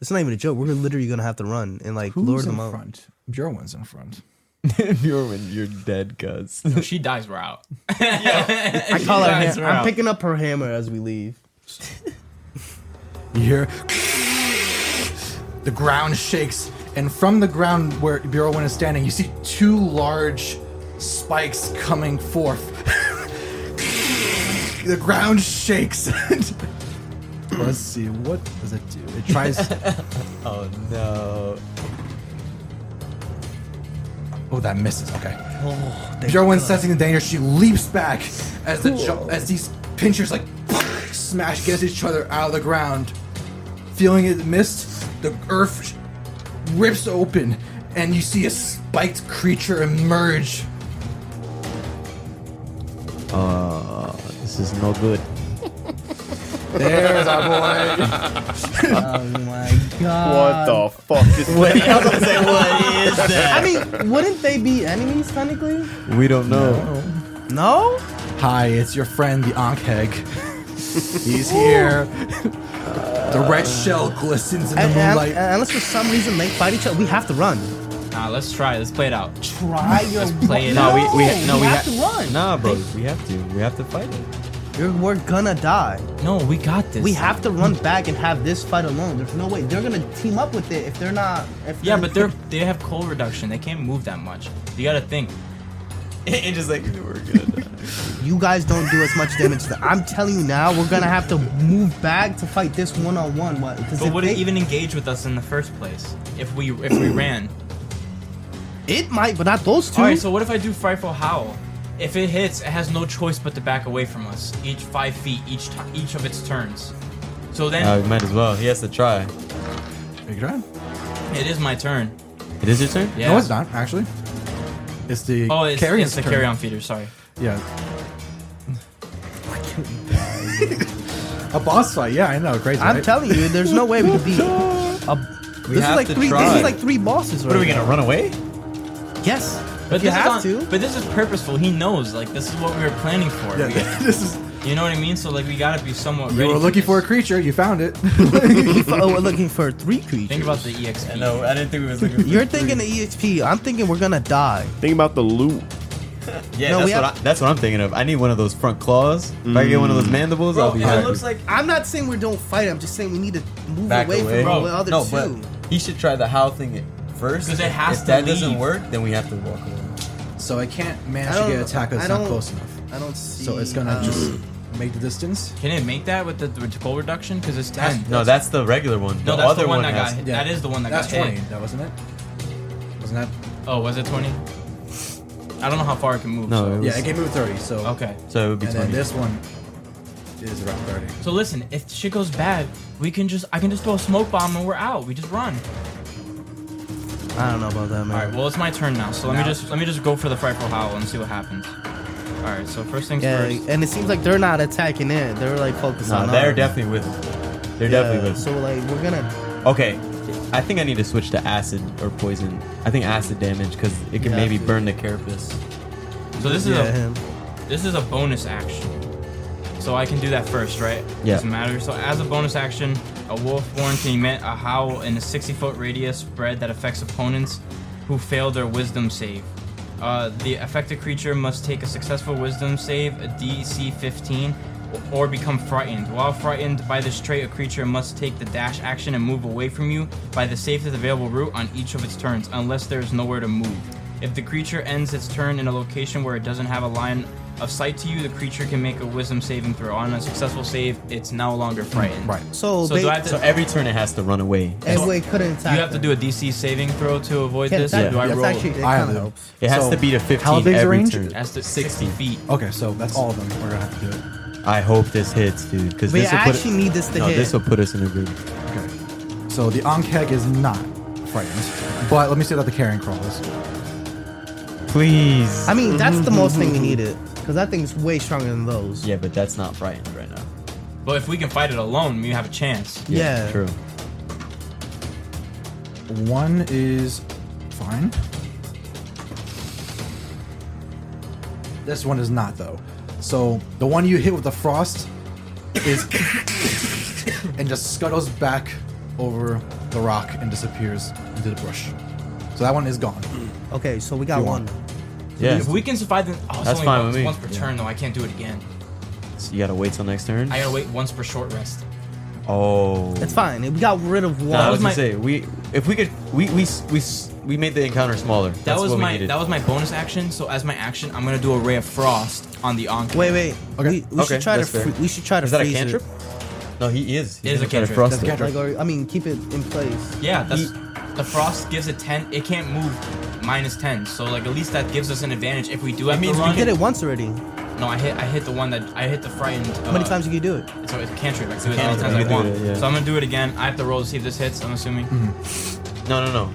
Speaker 6: It's not even a joke. We're literally gonna have to run and like
Speaker 1: Who's
Speaker 6: lure
Speaker 1: in
Speaker 6: them out.
Speaker 1: front? Jorwin's in front.
Speaker 2: <laughs> you're, you're dead, cuz.
Speaker 6: <laughs>
Speaker 2: <laughs>
Speaker 4: If <laughs> she dies, we're out.
Speaker 6: I call her.
Speaker 4: Guys,
Speaker 6: ham-
Speaker 4: we're
Speaker 6: I'm
Speaker 4: out.
Speaker 6: picking up her hammer as we leave.
Speaker 1: You hear the ground shakes, and from the ground where Bjorwin is standing, you see two large spikes coming forth. the ground shakes. Let's see, what does it do? It tries.
Speaker 2: <laughs> Oh, no.
Speaker 1: <laughs> oh, that misses. Okay. Bjorwin sensing the danger, she leaps back as the ju- as these pinchers like smash against each other out of the ground. Feeling it in the mist, the earth sh- rips open, and you see a spiked creature emerge.
Speaker 2: Uh, this is no good.
Speaker 1: There's our boy.
Speaker 6: Oh my
Speaker 3: What
Speaker 6: God.
Speaker 3: the fuck
Speaker 2: <laughs>
Speaker 3: is that?
Speaker 6: I mean, wouldn't they be enemies technically?
Speaker 2: We don't know.
Speaker 6: No.
Speaker 1: Hi, it's your friend
Speaker 4: <laughs>
Speaker 1: the Onkheg. He's here. the red shell glistens in the
Speaker 6: And- and-
Speaker 1: moonlight.
Speaker 6: and unless for some reason they fight each other, we have to run.
Speaker 4: Nah, let's try. it. Let's play it out.
Speaker 6: Try your.
Speaker 4: play it
Speaker 6: no,
Speaker 4: out.
Speaker 2: we- we- no, we
Speaker 6: have
Speaker 2: ha-
Speaker 6: to run.
Speaker 2: Nah, bro, we have to. We have to fight it.
Speaker 6: You're- we're gonna die.
Speaker 4: No, we got this.
Speaker 6: We have to run back and have this fight alone. There's no way they're gonna team up with it if they're not. If
Speaker 4: Yeah, but they're they have cold reduction. They can't move that much. You gotta
Speaker 2: <laughs>
Speaker 4: think.
Speaker 2: It's just like, we're good.
Speaker 6: you guys don't do as much damage. To I'm telling you now, we're gonna have to move back to fight this one on one. What? Because
Speaker 4: But would it even engage with us in the first place if we if we ran?
Speaker 6: It might, but not those two.
Speaker 4: All right. So what if I do frightful howl? If it hits, it has no choice but to back away from us. Each five feet, each t- each of its turns. So then
Speaker 2: Uh, we might as well. He has to try.
Speaker 1: Are you trying?
Speaker 4: it is my turn.
Speaker 2: It is your turn?
Speaker 4: Yeah.
Speaker 1: No, it's not, actually. It's the
Speaker 4: Oh, it's,
Speaker 1: carrion's
Speaker 4: it's the
Speaker 1: turn.
Speaker 4: carry on feeder. Sorry.
Speaker 1: Yeah. <laughs> A boss fight, yeah, I know, crazy.
Speaker 6: I'm
Speaker 1: right?
Speaker 6: telling you, there's no way we
Speaker 1: <laughs>
Speaker 6: could beat. A,
Speaker 2: We
Speaker 6: this is
Speaker 2: have
Speaker 6: like
Speaker 2: to
Speaker 6: three. This
Speaker 2: try.
Speaker 6: is like three bosses. Right
Speaker 2: What are we gonna run away?
Speaker 6: Now. Yes,
Speaker 4: But
Speaker 6: you
Speaker 4: this
Speaker 6: have
Speaker 4: is
Speaker 6: to.
Speaker 4: But this is purposeful. He knows. Like this is what we were planning
Speaker 6: <laughs>
Speaker 4: for.
Speaker 1: Yeah, this is.
Speaker 4: <laughs> You know what I mean? So like we gotta be somewhat ready.
Speaker 1: You were looking
Speaker 4: this.
Speaker 1: for a creature, you
Speaker 6: <laughs>
Speaker 1: found it.
Speaker 6: We fo- oh, we're looking for three creatures.
Speaker 4: Think about the E exp.
Speaker 10: No, I didn't think we was looking. For
Speaker 6: <laughs>
Speaker 10: <laughs>
Speaker 6: You're thinking of EXP. I'm thinking we're gonna die.
Speaker 3: Think about the loot.
Speaker 2: <laughs> Yeah,
Speaker 6: No,
Speaker 2: that's,
Speaker 6: we
Speaker 2: what
Speaker 6: have-
Speaker 2: I, that's what I'm thinking of. I need one of those front claws. If I get one of
Speaker 3: Mm.
Speaker 2: those mandibles, I'll be happy.
Speaker 6: like I'm not saying we don't fight. I'm just saying we need to move
Speaker 10: Back
Speaker 6: away,
Speaker 10: away.
Speaker 6: from
Speaker 4: Bro,
Speaker 6: the other
Speaker 10: no,
Speaker 6: two.
Speaker 10: but he should try the howl thing first.
Speaker 4: 'Cause it has
Speaker 10: if
Speaker 4: to
Speaker 10: that doesn't
Speaker 4: leave.
Speaker 10: work, then we have to walk away.
Speaker 1: so I can't
Speaker 6: I
Speaker 1: manage to
Speaker 6: don't-
Speaker 1: get attacked because
Speaker 6: I
Speaker 1: it's not
Speaker 6: don't-
Speaker 1: close enough.
Speaker 6: I don't see. um,
Speaker 1: So it's gonna
Speaker 6: how-
Speaker 1: just make the distance.
Speaker 4: Can it make that with the, the cold reduction? Because it's ten.
Speaker 2: no, that's the regular one.
Speaker 4: No,
Speaker 2: the
Speaker 4: that's
Speaker 2: other
Speaker 4: the one, that
Speaker 2: has
Speaker 4: got hit. That is the one that
Speaker 1: That's
Speaker 4: got
Speaker 1: 20,
Speaker 4: hit.
Speaker 1: that wasn't it? Wasn't that?
Speaker 4: Oh, was it twenty? I don't know how far it can move.
Speaker 2: No,
Speaker 4: so-
Speaker 2: it was,
Speaker 1: Yeah, it gave me 30, so.
Speaker 4: Okay.
Speaker 2: so it would be
Speaker 1: And then
Speaker 2: 20.
Speaker 1: this one is around 30.
Speaker 4: So listen, if shit goes bad, we can just I can just throw a smoke bomb and we're out. We just run.
Speaker 6: I don't know about that,
Speaker 4: All
Speaker 6: man.
Speaker 4: right. Well, it's my turn now. So let me just let me just go for the frightful howl and see what happens. All right. So first things
Speaker 6: yeah,
Speaker 4: first.
Speaker 6: and it seems like they're not attacking it. They're like focused
Speaker 2: No,
Speaker 6: on.
Speaker 2: they're
Speaker 6: us.
Speaker 2: definitely with it. They're
Speaker 6: Yeah,
Speaker 2: definitely with
Speaker 6: So like we're gonna.
Speaker 2: it. Okay. I think I need to switch to acid or poison. I think acid damage because it can
Speaker 5: Yeah,
Speaker 2: maybe
Speaker 5: dude.
Speaker 2: burn the carapace.
Speaker 4: So this is
Speaker 5: yeah,
Speaker 4: a
Speaker 5: him.
Speaker 4: This is a bonus action. So I can do that first, right?
Speaker 2: Yeah.
Speaker 4: Doesn't matter. So as a bonus action, a wolf born can emit a howl in a 60 foot radius spread that affects opponents who fail their wisdom save. Uh, the affected creature must take a successful wisdom save, a DC 15, or become frightened. While frightened by this trait, a creature must take the dash action and move away from you by the safest available route on each of its turns, unless there is nowhere to move. If the creature ends its turn in a location where it doesn't have a line of sight to you, the creature can make a wisdom saving throw. On a successful save, it's no longer frightened. Right.
Speaker 5: Mm. So,
Speaker 4: So
Speaker 5: ba-
Speaker 4: do I have to,
Speaker 2: So every turn it has to run away.
Speaker 5: and wait, couldn't
Speaker 4: you
Speaker 5: attack.
Speaker 4: have to do a DC saving throw to avoid
Speaker 5: Can't
Speaker 4: this?
Speaker 5: attack
Speaker 4: or do I
Speaker 5: them.
Speaker 4: roll?
Speaker 5: That's actually it
Speaker 1: I
Speaker 5: kind of
Speaker 1: have-
Speaker 5: helps.
Speaker 2: It has
Speaker 1: So,
Speaker 2: to beat a 15
Speaker 1: how big's the
Speaker 2: every
Speaker 1: range?
Speaker 2: turn.
Speaker 4: That's the 60 feet.
Speaker 1: Okay, so that's all of them. We're gonna have to do it.
Speaker 2: I hope this hits, dude. Because
Speaker 5: We
Speaker 2: this will put
Speaker 5: actually need this to
Speaker 2: no,
Speaker 5: hit.
Speaker 2: this will put us in a group.
Speaker 1: Okay. So the Ankeg is not frightened, but let me set out the carrying crawls.
Speaker 2: Please.
Speaker 5: I mean, that's the most
Speaker 2: <laughs>
Speaker 1: <laughs>
Speaker 5: thing we needed because that thing's way stronger than those.
Speaker 2: Yeah, but that's not frightened right now.
Speaker 4: But if we can fight it alone, we have a chance.
Speaker 5: Yeah.
Speaker 2: True.
Speaker 1: One is fine. This one is not though. So the one you hit with the frost is <coughs> and just scuttles back over the rock and disappears into the bush. So that one is gone.
Speaker 5: Okay, so we got
Speaker 1: You
Speaker 5: one.
Speaker 1: want-
Speaker 2: Yeah.
Speaker 4: If we can survive, then oh, it's
Speaker 2: That's
Speaker 4: only
Speaker 2: fine
Speaker 4: once,
Speaker 2: with me.
Speaker 4: once per turn though. I can't do it again.
Speaker 2: So you gotta wait till next turn.
Speaker 4: I gotta wait once per short rest.
Speaker 2: Oh.
Speaker 5: It's fine. We got rid of
Speaker 2: Nah, I
Speaker 5: one.
Speaker 2: was
Speaker 4: my-
Speaker 2: gonna say we if we could we we s- we s- we made the encounter smaller.
Speaker 4: That
Speaker 2: That's
Speaker 4: was
Speaker 2: what we
Speaker 4: my
Speaker 2: needed.
Speaker 4: that was my bonus action. So as my action, I'm gonna do a ray of frost on the onk.
Speaker 5: wait, wait.
Speaker 1: Okay.
Speaker 5: We, we
Speaker 2: Okay,
Speaker 5: should try to.
Speaker 2: that's fair.
Speaker 5: Free- we should try to
Speaker 2: Is that a
Speaker 5: freeze
Speaker 2: cantrip? No, he is. He's gonna
Speaker 4: It is a
Speaker 2: try to
Speaker 4: cantrip.
Speaker 2: frost
Speaker 1: That's
Speaker 2: it.
Speaker 1: a
Speaker 5: it. Like, or, I mean, keep it in place.
Speaker 4: Yeah, that's
Speaker 5: Ye-
Speaker 4: the frost gives it ten. It can't move minus ten. So like at least that gives us an advantage if we do have
Speaker 5: means
Speaker 4: to
Speaker 5: we
Speaker 4: run.
Speaker 5: did it once already.
Speaker 4: No, I hit I hit the one that I hit the frightened. Uh,
Speaker 5: How many times you can do it?
Speaker 4: So it's a cantrip. I can do it as many times
Speaker 2: cantrip,
Speaker 4: I
Speaker 2: you can
Speaker 4: want.
Speaker 2: do it, yeah.
Speaker 4: So I'm gonna do it again. I have to roll to see if this hits. I'm assuming.
Speaker 2: No, no, no.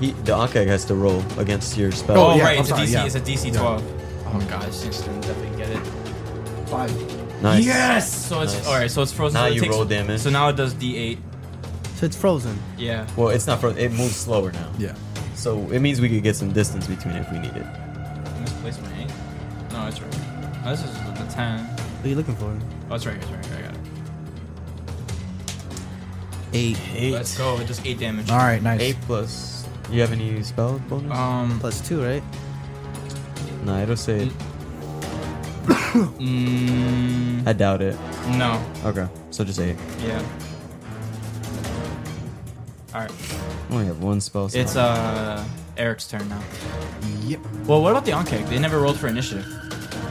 Speaker 2: He the Ankeg has to roll against your spell.
Speaker 4: Oh,
Speaker 1: yeah,
Speaker 4: right,
Speaker 1: I'm
Speaker 4: it's a
Speaker 1: sorry,
Speaker 4: DC.
Speaker 1: yeah.
Speaker 4: It's a DC 12. Oh god, it's just didn't definitely get it.
Speaker 1: Five.
Speaker 2: Nice.
Speaker 1: Yes!
Speaker 4: So it's
Speaker 2: Nice.
Speaker 4: all right. So it's frozen.
Speaker 2: Now
Speaker 4: so it
Speaker 2: you
Speaker 4: takes-
Speaker 2: roll damage.
Speaker 4: So now it does D8.
Speaker 5: So it's frozen.
Speaker 4: Yeah.
Speaker 2: Well, it's not frozen. It moves slower now.
Speaker 1: Yeah.
Speaker 2: So it means we could get some distance between it if we need it.
Speaker 4: Misplaced my eight. No, it's right. Oh, this is the ten.
Speaker 5: What are you looking for?
Speaker 4: Oh, it's right here. It's right here. I got it.
Speaker 5: Eight
Speaker 4: Let's go. It does eight damage.
Speaker 1: All right, nice.
Speaker 2: Eight plus. You have any spell bonus?
Speaker 4: Um.
Speaker 5: plus two, right?
Speaker 2: no, it'll say. it.
Speaker 4: <coughs> mm,
Speaker 2: I doubt it.
Speaker 4: no.
Speaker 2: Okay, so just eight.
Speaker 4: Yeah. All right.
Speaker 2: I only have one
Speaker 5: Oh,
Speaker 2: spell. slot.
Speaker 4: It's uh Eric's turn now.
Speaker 1: Yep.
Speaker 4: Well, what about the oncake? They never rolled for initiative.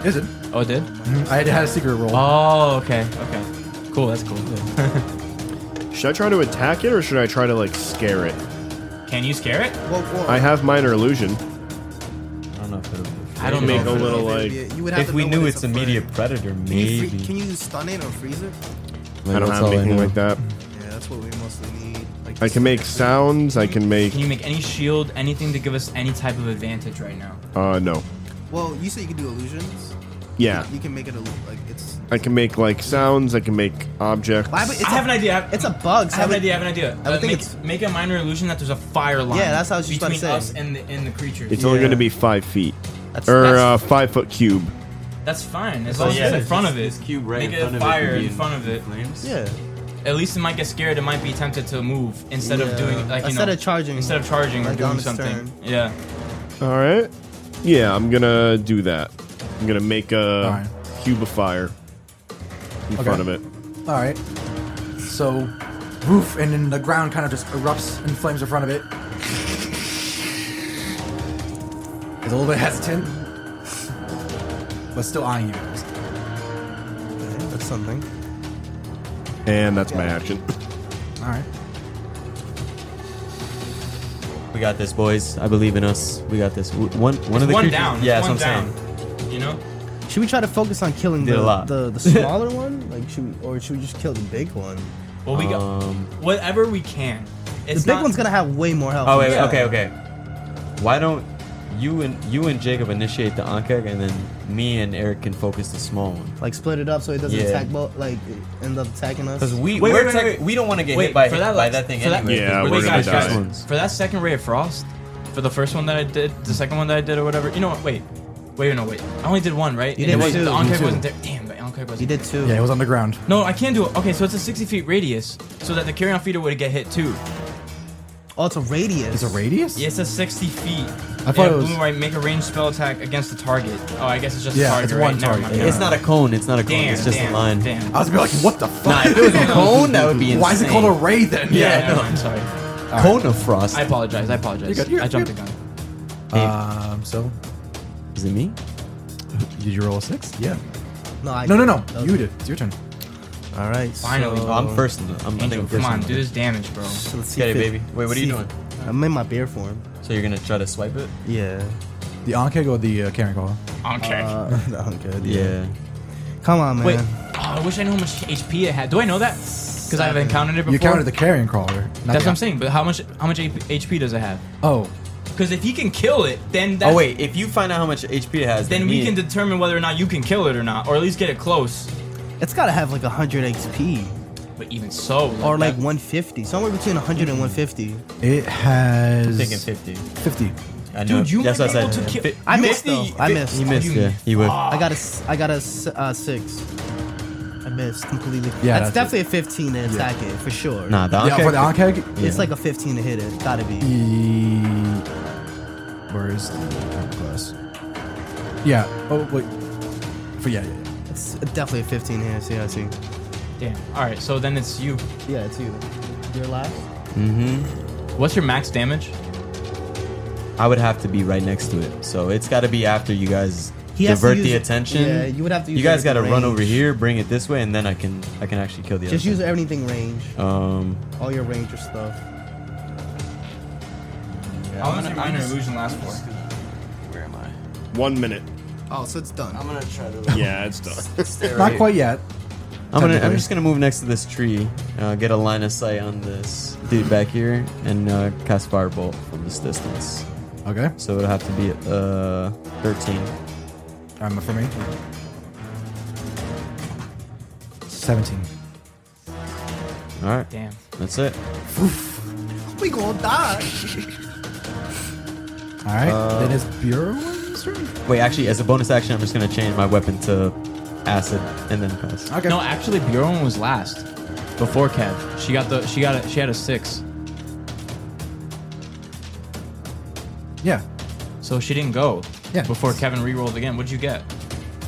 Speaker 1: Is it? Mm-hmm.
Speaker 4: Oh, it did?
Speaker 1: I had had a secret roll.
Speaker 4: Oh, okay. Okay. Cool. That's cool.
Speaker 3: <laughs> Should I try to attack it or should I try to like scare it?
Speaker 4: Can you scare it?
Speaker 5: Well, well,
Speaker 3: I have minor illusion.
Speaker 2: I don't know if it'll.
Speaker 4: I don't
Speaker 3: Make a
Speaker 4: know.
Speaker 3: little
Speaker 5: if it'd
Speaker 3: like.
Speaker 5: be a- you would have
Speaker 2: If
Speaker 5: to
Speaker 2: we
Speaker 5: know
Speaker 2: knew
Speaker 5: when
Speaker 2: it's
Speaker 5: a
Speaker 2: a
Speaker 5: fur-
Speaker 2: media predator,
Speaker 5: Can you,
Speaker 2: maybe.
Speaker 5: free, can you stun it or freeze it?
Speaker 2: Like,
Speaker 3: I don't
Speaker 2: that's
Speaker 3: have
Speaker 2: all
Speaker 3: anything
Speaker 2: know.
Speaker 3: like that.
Speaker 5: Yeah, that's what we mostly need. Like
Speaker 3: I can make sounds. I can make.
Speaker 4: Can you make any shield, anything to give us any type of advantage right now?
Speaker 3: Uh, no.
Speaker 5: Well, you said you can do illusions.
Speaker 3: Yeah.
Speaker 5: You can make it a like it's.
Speaker 3: I can make like sounds. I can make objects.
Speaker 5: Why, but it's
Speaker 4: I have
Speaker 5: a,
Speaker 4: an idea.
Speaker 5: it's a bug.
Speaker 4: I
Speaker 5: So
Speaker 4: have an
Speaker 5: would-
Speaker 4: idea. I have an idea.
Speaker 5: I would
Speaker 4: Uh,
Speaker 5: think
Speaker 4: make,
Speaker 5: it's-
Speaker 4: make a minor illusion that there's a fire line.
Speaker 5: Yeah, that's what I was just about to
Speaker 4: between
Speaker 5: say.
Speaker 4: us and the and the creatures.
Speaker 3: It's only
Speaker 5: Yeah.
Speaker 3: going to be five feet,
Speaker 5: That's,
Speaker 3: or
Speaker 5: that's-
Speaker 3: uh, five foot cube.
Speaker 4: <sighs> That's fine. As
Speaker 2: So
Speaker 4: long as
Speaker 2: Oh, yeah,
Speaker 4: <laughs> it's in
Speaker 2: there's
Speaker 4: front
Speaker 2: this-
Speaker 4: of it.
Speaker 2: this cube right
Speaker 4: Make
Speaker 2: in
Speaker 4: it
Speaker 2: front
Speaker 4: a
Speaker 2: of it
Speaker 4: fire
Speaker 2: would be
Speaker 4: in front of it.
Speaker 2: Flames?
Speaker 5: yeah.
Speaker 4: At least it might get scared. It might be tempted to move instead
Speaker 5: Yeah.
Speaker 4: of doing like you
Speaker 5: Instead
Speaker 4: know,
Speaker 5: of charging.
Speaker 4: instead of charging or
Speaker 5: Like, on
Speaker 4: doing
Speaker 5: its
Speaker 4: something.
Speaker 5: turn.
Speaker 4: Yeah.
Speaker 3: All right. Yeah, I'm gonna do that. I'm gonna make
Speaker 1: All
Speaker 3: a
Speaker 1: right.
Speaker 3: cube of fire in
Speaker 1: Okay.
Speaker 3: front of it.
Speaker 1: All right. So, roof and then the ground kind of just erupts in flames in front of it. It's a little bit hesitant, but still eyeing you.
Speaker 5: That's something.
Speaker 3: And that's my action.
Speaker 1: All right.
Speaker 2: We got this, boys. I believe in us. We got this. W- One, one of
Speaker 4: It's
Speaker 2: the
Speaker 4: one
Speaker 2: creatures.
Speaker 4: down.
Speaker 2: Yeah,
Speaker 4: it's
Speaker 2: that's
Speaker 4: one
Speaker 2: what I'm
Speaker 4: down.
Speaker 2: saying.
Speaker 4: You know.
Speaker 5: Should we try to focus on killing
Speaker 2: Did a
Speaker 5: the,
Speaker 2: lot.
Speaker 5: the
Speaker 4: <laughs>
Speaker 2: <laughs>
Speaker 5: the smaller one? Like should we, or should we just kill the big one?
Speaker 4: Well, we got
Speaker 2: Um,
Speaker 4: whatever we can.
Speaker 5: The
Speaker 4: It's
Speaker 5: big
Speaker 4: not-
Speaker 5: Oh, one's gonna have way more health.
Speaker 2: oh wait, wait, okay, okay. Why don't you and you and Jacob initiate the Ankeg, and then me and Eric can focus the small one.
Speaker 6: Like split it up so it doesn't
Speaker 2: Yeah.
Speaker 6: attack both. Like end up attacking us.
Speaker 10: Because we
Speaker 4: Wait,
Speaker 10: we're
Speaker 4: wait, wait,
Speaker 10: tech-
Speaker 4: wait.
Speaker 10: we don't want to get hit by,
Speaker 4: for
Speaker 10: by
Speaker 4: last-
Speaker 10: that thing
Speaker 4: for that-
Speaker 10: anyway.
Speaker 3: Yeah,
Speaker 4: wait,
Speaker 3: we're gonna
Speaker 4: guys, guys,
Speaker 3: die.
Speaker 4: For that second ray of frost, for the first one that I did, the second one that I did, or whatever. You know what? Wait, wait, no, wait. I only did one, right?
Speaker 6: You did
Speaker 4: And it was-
Speaker 6: two.
Speaker 4: The
Speaker 6: You
Speaker 4: Enclave
Speaker 6: did
Speaker 4: wasn't there. Damn, the Enclave wasn't.
Speaker 6: You did two.
Speaker 7: Yeah, it was on the ground.
Speaker 4: No, I can't do it. Okay, so it's a 60 feet radius, so that the carrion feeder would get hit too.
Speaker 6: Oh, it's a radius.
Speaker 7: It's a radius?
Speaker 4: Yeah, It's a 60 feet.
Speaker 7: I thought
Speaker 4: And
Speaker 7: it was-
Speaker 4: blue, right, make a ranged spell attack against the target. Oh, I guess it's just
Speaker 7: Yeah,
Speaker 4: a target.
Speaker 7: it's
Speaker 4: right?
Speaker 7: one
Speaker 4: Never
Speaker 7: target,
Speaker 4: mind.
Speaker 7: yeah.
Speaker 2: It's not a cone. It's not a cone.
Speaker 4: Damn,
Speaker 2: it's just
Speaker 4: damn,
Speaker 2: a line.
Speaker 4: Damn.
Speaker 7: I was gonna be
Speaker 2: <laughs>
Speaker 7: like, what the
Speaker 2: Nah,
Speaker 7: fuck?
Speaker 2: if it was a cone, that would be insane.
Speaker 7: Why is it called a ray then?
Speaker 4: yeah, never mind, sorry.
Speaker 2: cone of frost?
Speaker 4: I apologize. I apologize.
Speaker 7: good, you're
Speaker 4: I jumped the
Speaker 7: good.
Speaker 4: gun.
Speaker 7: Um, so
Speaker 2: Is it me?
Speaker 7: did you roll a six? Yeah.
Speaker 6: No, I
Speaker 1: No, no,
Speaker 6: did.
Speaker 1: no.
Speaker 6: That was-
Speaker 1: You did. It's your turn.
Speaker 6: All right. so-
Speaker 4: Finally.
Speaker 2: Oh, I'm first. In the, I'm, I think
Speaker 4: Angel,
Speaker 2: I'm first.
Speaker 4: come on,
Speaker 2: in the-
Speaker 4: do this damage, bro.
Speaker 6: So let's see
Speaker 2: Get it,
Speaker 6: if
Speaker 2: baby. Wait, what are you
Speaker 6: see if-
Speaker 2: doing?
Speaker 6: I'm in my bear form.
Speaker 2: So you're gonna try to swipe it?
Speaker 6: Yeah.
Speaker 1: The Ankeg or the uh, Karen
Speaker 6: <laughs>
Speaker 1: call?
Speaker 4: Okay.
Speaker 6: Uh, I'm good.
Speaker 2: Yeah.
Speaker 6: Come on, man.
Speaker 4: Wait. Oh, I wish I knew how much HP it had. Do I know that? Because I haven't encountered it before.
Speaker 1: You counted the Carrion Crawler. not
Speaker 4: That's
Speaker 1: the-
Speaker 4: what I'm saying. But how much? How much HP does it have?
Speaker 1: Oh,
Speaker 4: Because if he can kill it, then that's,
Speaker 2: Oh wait, if you find out how much HP it has,
Speaker 4: then we
Speaker 2: me-
Speaker 4: can determine whether or not you can kill it or not, or at least get it close.
Speaker 6: It's gotta have like 100 XP
Speaker 4: But even so, like
Speaker 6: or like
Speaker 4: that-
Speaker 6: 150, somewhere between 100 and 150.
Speaker 1: it has
Speaker 2: thinking 50.
Speaker 1: 50.
Speaker 2: I know.
Speaker 4: dude, you
Speaker 2: That's
Speaker 4: might
Speaker 2: what
Speaker 4: be
Speaker 2: I
Speaker 4: able
Speaker 2: said.
Speaker 4: to kill.
Speaker 6: I missed though. I missed.
Speaker 2: He missed.
Speaker 4: You
Speaker 2: Yeah,
Speaker 4: missed.
Speaker 2: he would.
Speaker 6: I got a, s- I got a s- uh, six. I missed completely.
Speaker 1: Yeah,
Speaker 6: that's,
Speaker 1: that's
Speaker 6: definitely a 15 to attack it for sure.
Speaker 2: Nah, the
Speaker 1: Yeah, for the
Speaker 2: Ankeg-
Speaker 1: Ankeg,
Speaker 6: it's like a 15 to hit it. Gotta be.
Speaker 1: E- Where is the class? Yeah. Oh wait. For yeah. yeah, yeah.
Speaker 6: It's definitely a 15 hit. I See, I see.
Speaker 4: Damn. All right. So then it's you.
Speaker 6: Yeah, it's you. You're last.
Speaker 2: Mm-hmm.
Speaker 4: What's your max damage?
Speaker 2: I would have to be right next to it. So it's got to be after you guys
Speaker 6: He has to
Speaker 2: divert
Speaker 6: use-
Speaker 2: the attention.
Speaker 6: yeah, you would have to
Speaker 2: You
Speaker 6: use
Speaker 2: guys
Speaker 6: everything
Speaker 2: got to run
Speaker 6: range.
Speaker 2: over here, bring it this way, and then I can I can actually kill the
Speaker 6: Just
Speaker 2: other.
Speaker 6: use everything range.
Speaker 2: thing. um,
Speaker 6: All your ranger stuff.
Speaker 4: How long does your minor illusion last
Speaker 6: <laughs>
Speaker 4: for?
Speaker 10: Where am I?
Speaker 3: One minute.
Speaker 6: Oh, so it's done.
Speaker 10: I'm gonna try to.
Speaker 1: <laughs>
Speaker 10: Like,
Speaker 3: Yeah, it's done.
Speaker 10: stare
Speaker 1: Not
Speaker 10: at-
Speaker 1: quite yet.
Speaker 2: I'm gonna I'm
Speaker 1: Technically.
Speaker 2: just gonna move next to this tree, uh, get a line of sight on this dude back here, and uh, cast firebolt from this distance.
Speaker 1: Okay.
Speaker 2: So it'll have to be uh 13.
Speaker 1: I'm for me. Seventeen.
Speaker 2: All right,
Speaker 4: Damn.
Speaker 2: that's it.
Speaker 6: We gonna
Speaker 1: <laughs>
Speaker 6: die.
Speaker 1: All right. then it's Bureau's turn.
Speaker 2: Uh, Wait, actually, as a bonus action, I'm just gonna change my weapon to acid and then pass.
Speaker 1: Okay.
Speaker 4: No, actually, Bjorn was last before Kev. She got the. She got a. She had a six,
Speaker 1: Yeah.
Speaker 4: so she didn't go.
Speaker 1: Yeah.
Speaker 4: Before Kevin re-rolled again, what'd you get?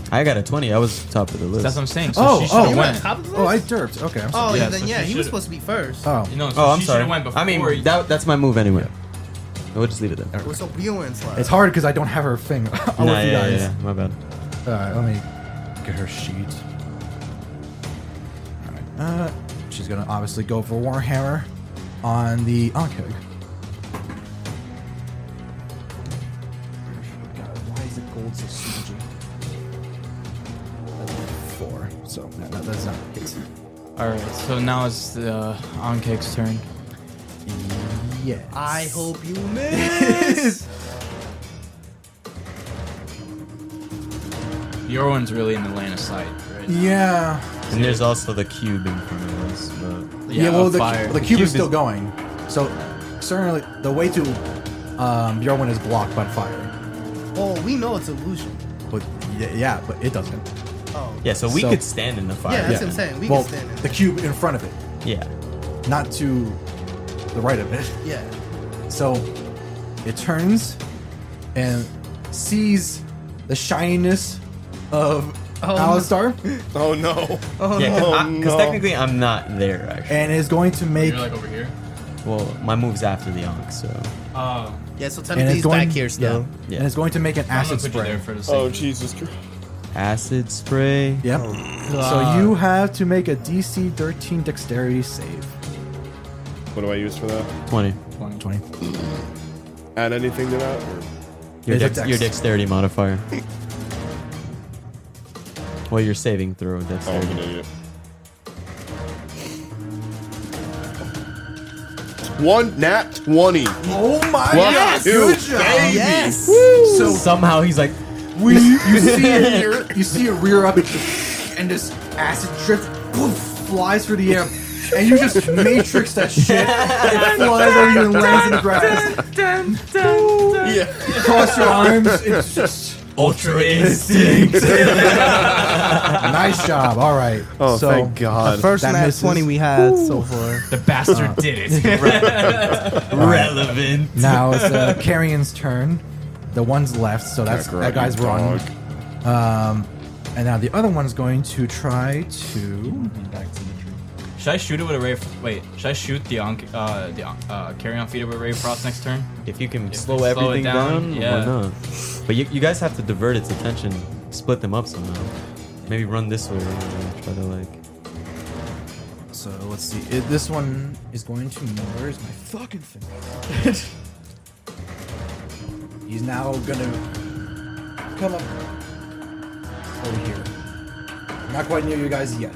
Speaker 2: I got a 20. I was top of the list.
Speaker 4: That's what I'm saying. So
Speaker 1: Oh,
Speaker 4: she should
Speaker 1: oh,
Speaker 4: have
Speaker 1: you
Speaker 4: went.
Speaker 1: Oh, I derped. Okay. I'm sorry.
Speaker 6: Oh,
Speaker 4: Yeah,
Speaker 6: yeah, then
Speaker 4: so
Speaker 6: yeah,
Speaker 4: she
Speaker 6: he
Speaker 4: should've-
Speaker 6: was supposed to be first.
Speaker 2: <laughs>
Speaker 1: Oh.
Speaker 4: No, so
Speaker 2: Oh, I'm
Speaker 4: she
Speaker 2: sorry.
Speaker 4: should have went before.
Speaker 2: I mean,
Speaker 4: you-
Speaker 2: that, that's my move anyway. We'll just leave it there.
Speaker 6: We're so Bjorn's last.
Speaker 1: It's hard because I don't have her thing. <laughs> I'll
Speaker 2: Nah,
Speaker 1: let you
Speaker 2: yeah, yeah,
Speaker 1: guys.
Speaker 2: yeah, my bad.
Speaker 1: Alright, let me get her sheet. Alright, uh, she's gonna obviously go for Warhammer on the Ankeg. Why is the gold so stingy? Four, so no, no, that's not it.
Speaker 4: All right. So now it's the uh, Oncake's turn.
Speaker 1: Yeah.
Speaker 6: I hope you miss.
Speaker 4: Your one's really in the lane of sight. Right?
Speaker 1: Yeah.
Speaker 2: And there's also the cube in front of us. But
Speaker 1: Yeah, well,
Speaker 4: of
Speaker 1: the,
Speaker 4: fire.
Speaker 1: the, cube is still going. So, certainly, the way to um, Bjorn is blocked by fire.
Speaker 6: <laughs> oh, we know it's illusion.
Speaker 1: But, yeah, yeah but it doesn't.
Speaker 6: Oh,
Speaker 2: yeah, so we
Speaker 1: So-
Speaker 2: could stand in the fire.
Speaker 6: Yeah, that's what
Speaker 1: Yeah.
Speaker 6: I'm saying. We
Speaker 1: well,
Speaker 6: can stand in.
Speaker 1: the cube in front of it,
Speaker 2: Yeah.
Speaker 1: not to the right of it.
Speaker 6: yeah.
Speaker 1: So it turns and sees the shininess of Alistar
Speaker 6: <laughs>
Speaker 3: oh no.
Speaker 2: Oh, <laughs> yeah,
Speaker 3: no.
Speaker 2: because
Speaker 3: Oh, no.
Speaker 2: technically I'm not there, actually.
Speaker 1: and is going to make
Speaker 4: You're like over here.
Speaker 2: Well, my move's after the Ankh, so.
Speaker 4: Uh,
Speaker 6: Yeah, so
Speaker 1: and
Speaker 6: technically
Speaker 1: it's
Speaker 6: he's
Speaker 1: going
Speaker 6: back here still.
Speaker 1: yeah,
Speaker 6: <laughs>
Speaker 2: Yeah.
Speaker 1: and it's going to make an
Speaker 4: I'm gonna
Speaker 1: acid
Speaker 4: put you there
Speaker 1: spray.
Speaker 4: for the
Speaker 3: Oh
Speaker 4: sake.
Speaker 3: Jesus Christ.
Speaker 2: Acid spray.
Speaker 1: Yep.
Speaker 4: Oh.
Speaker 1: So you have to make a DC 13 Dexterity save.
Speaker 3: What do I use for that?
Speaker 2: 20.
Speaker 1: 20.
Speaker 3: Add anything to that? Or?
Speaker 2: Your,
Speaker 1: It's a
Speaker 2: dex-
Speaker 1: dex.
Speaker 2: your dexterity modifier. well, your saving throw
Speaker 3: Oh, I'm
Speaker 2: dexterity.
Speaker 3: an idiot. One nat 20.
Speaker 1: Oh my
Speaker 3: Fuck
Speaker 1: god!
Speaker 3: you,
Speaker 1: Good job!
Speaker 3: baby.
Speaker 1: Yes!
Speaker 2: So somehow he's like,
Speaker 1: We,
Speaker 2: <laughs>
Speaker 1: you see it rear, you see it rear up, and this acid drift poof, flies through the air, and you just matrix that shit. It flies over you and lands in the grass.
Speaker 3: Yeah.
Speaker 1: Cross your arms. It's just
Speaker 2: Ultra Instinct.
Speaker 1: <laughs> nice job. All right.
Speaker 3: Oh,
Speaker 1: so,
Speaker 3: thank God.
Speaker 5: First
Speaker 1: That
Speaker 5: nat
Speaker 1: misses. Uh,
Speaker 5: 20 we had so far.
Speaker 4: The bastard
Speaker 6: Uh, <laughs>
Speaker 4: did
Speaker 1: <laughs>
Speaker 4: it. Relevant.
Speaker 1: Now it's uh, Carrion's turn. The one's left, so that's that guy's wrong. Um, And now the other one's going to try to.
Speaker 4: Should I shoot it with a ray? Of, wait, should I shoot the on, uh, the uh, carry on feeder with ray of frost next turn?
Speaker 2: if you can
Speaker 4: slow
Speaker 2: slow
Speaker 4: it
Speaker 2: everything
Speaker 4: down,
Speaker 2: down,
Speaker 4: yeah.
Speaker 2: why not? But you, you guys have to divert its attention, split them up somehow. Maybe run this way, and try to like.
Speaker 1: So let's see. It, this one is going to. Where's my fucking thing? He's now gonna come up over here. Not quite near you guys yet.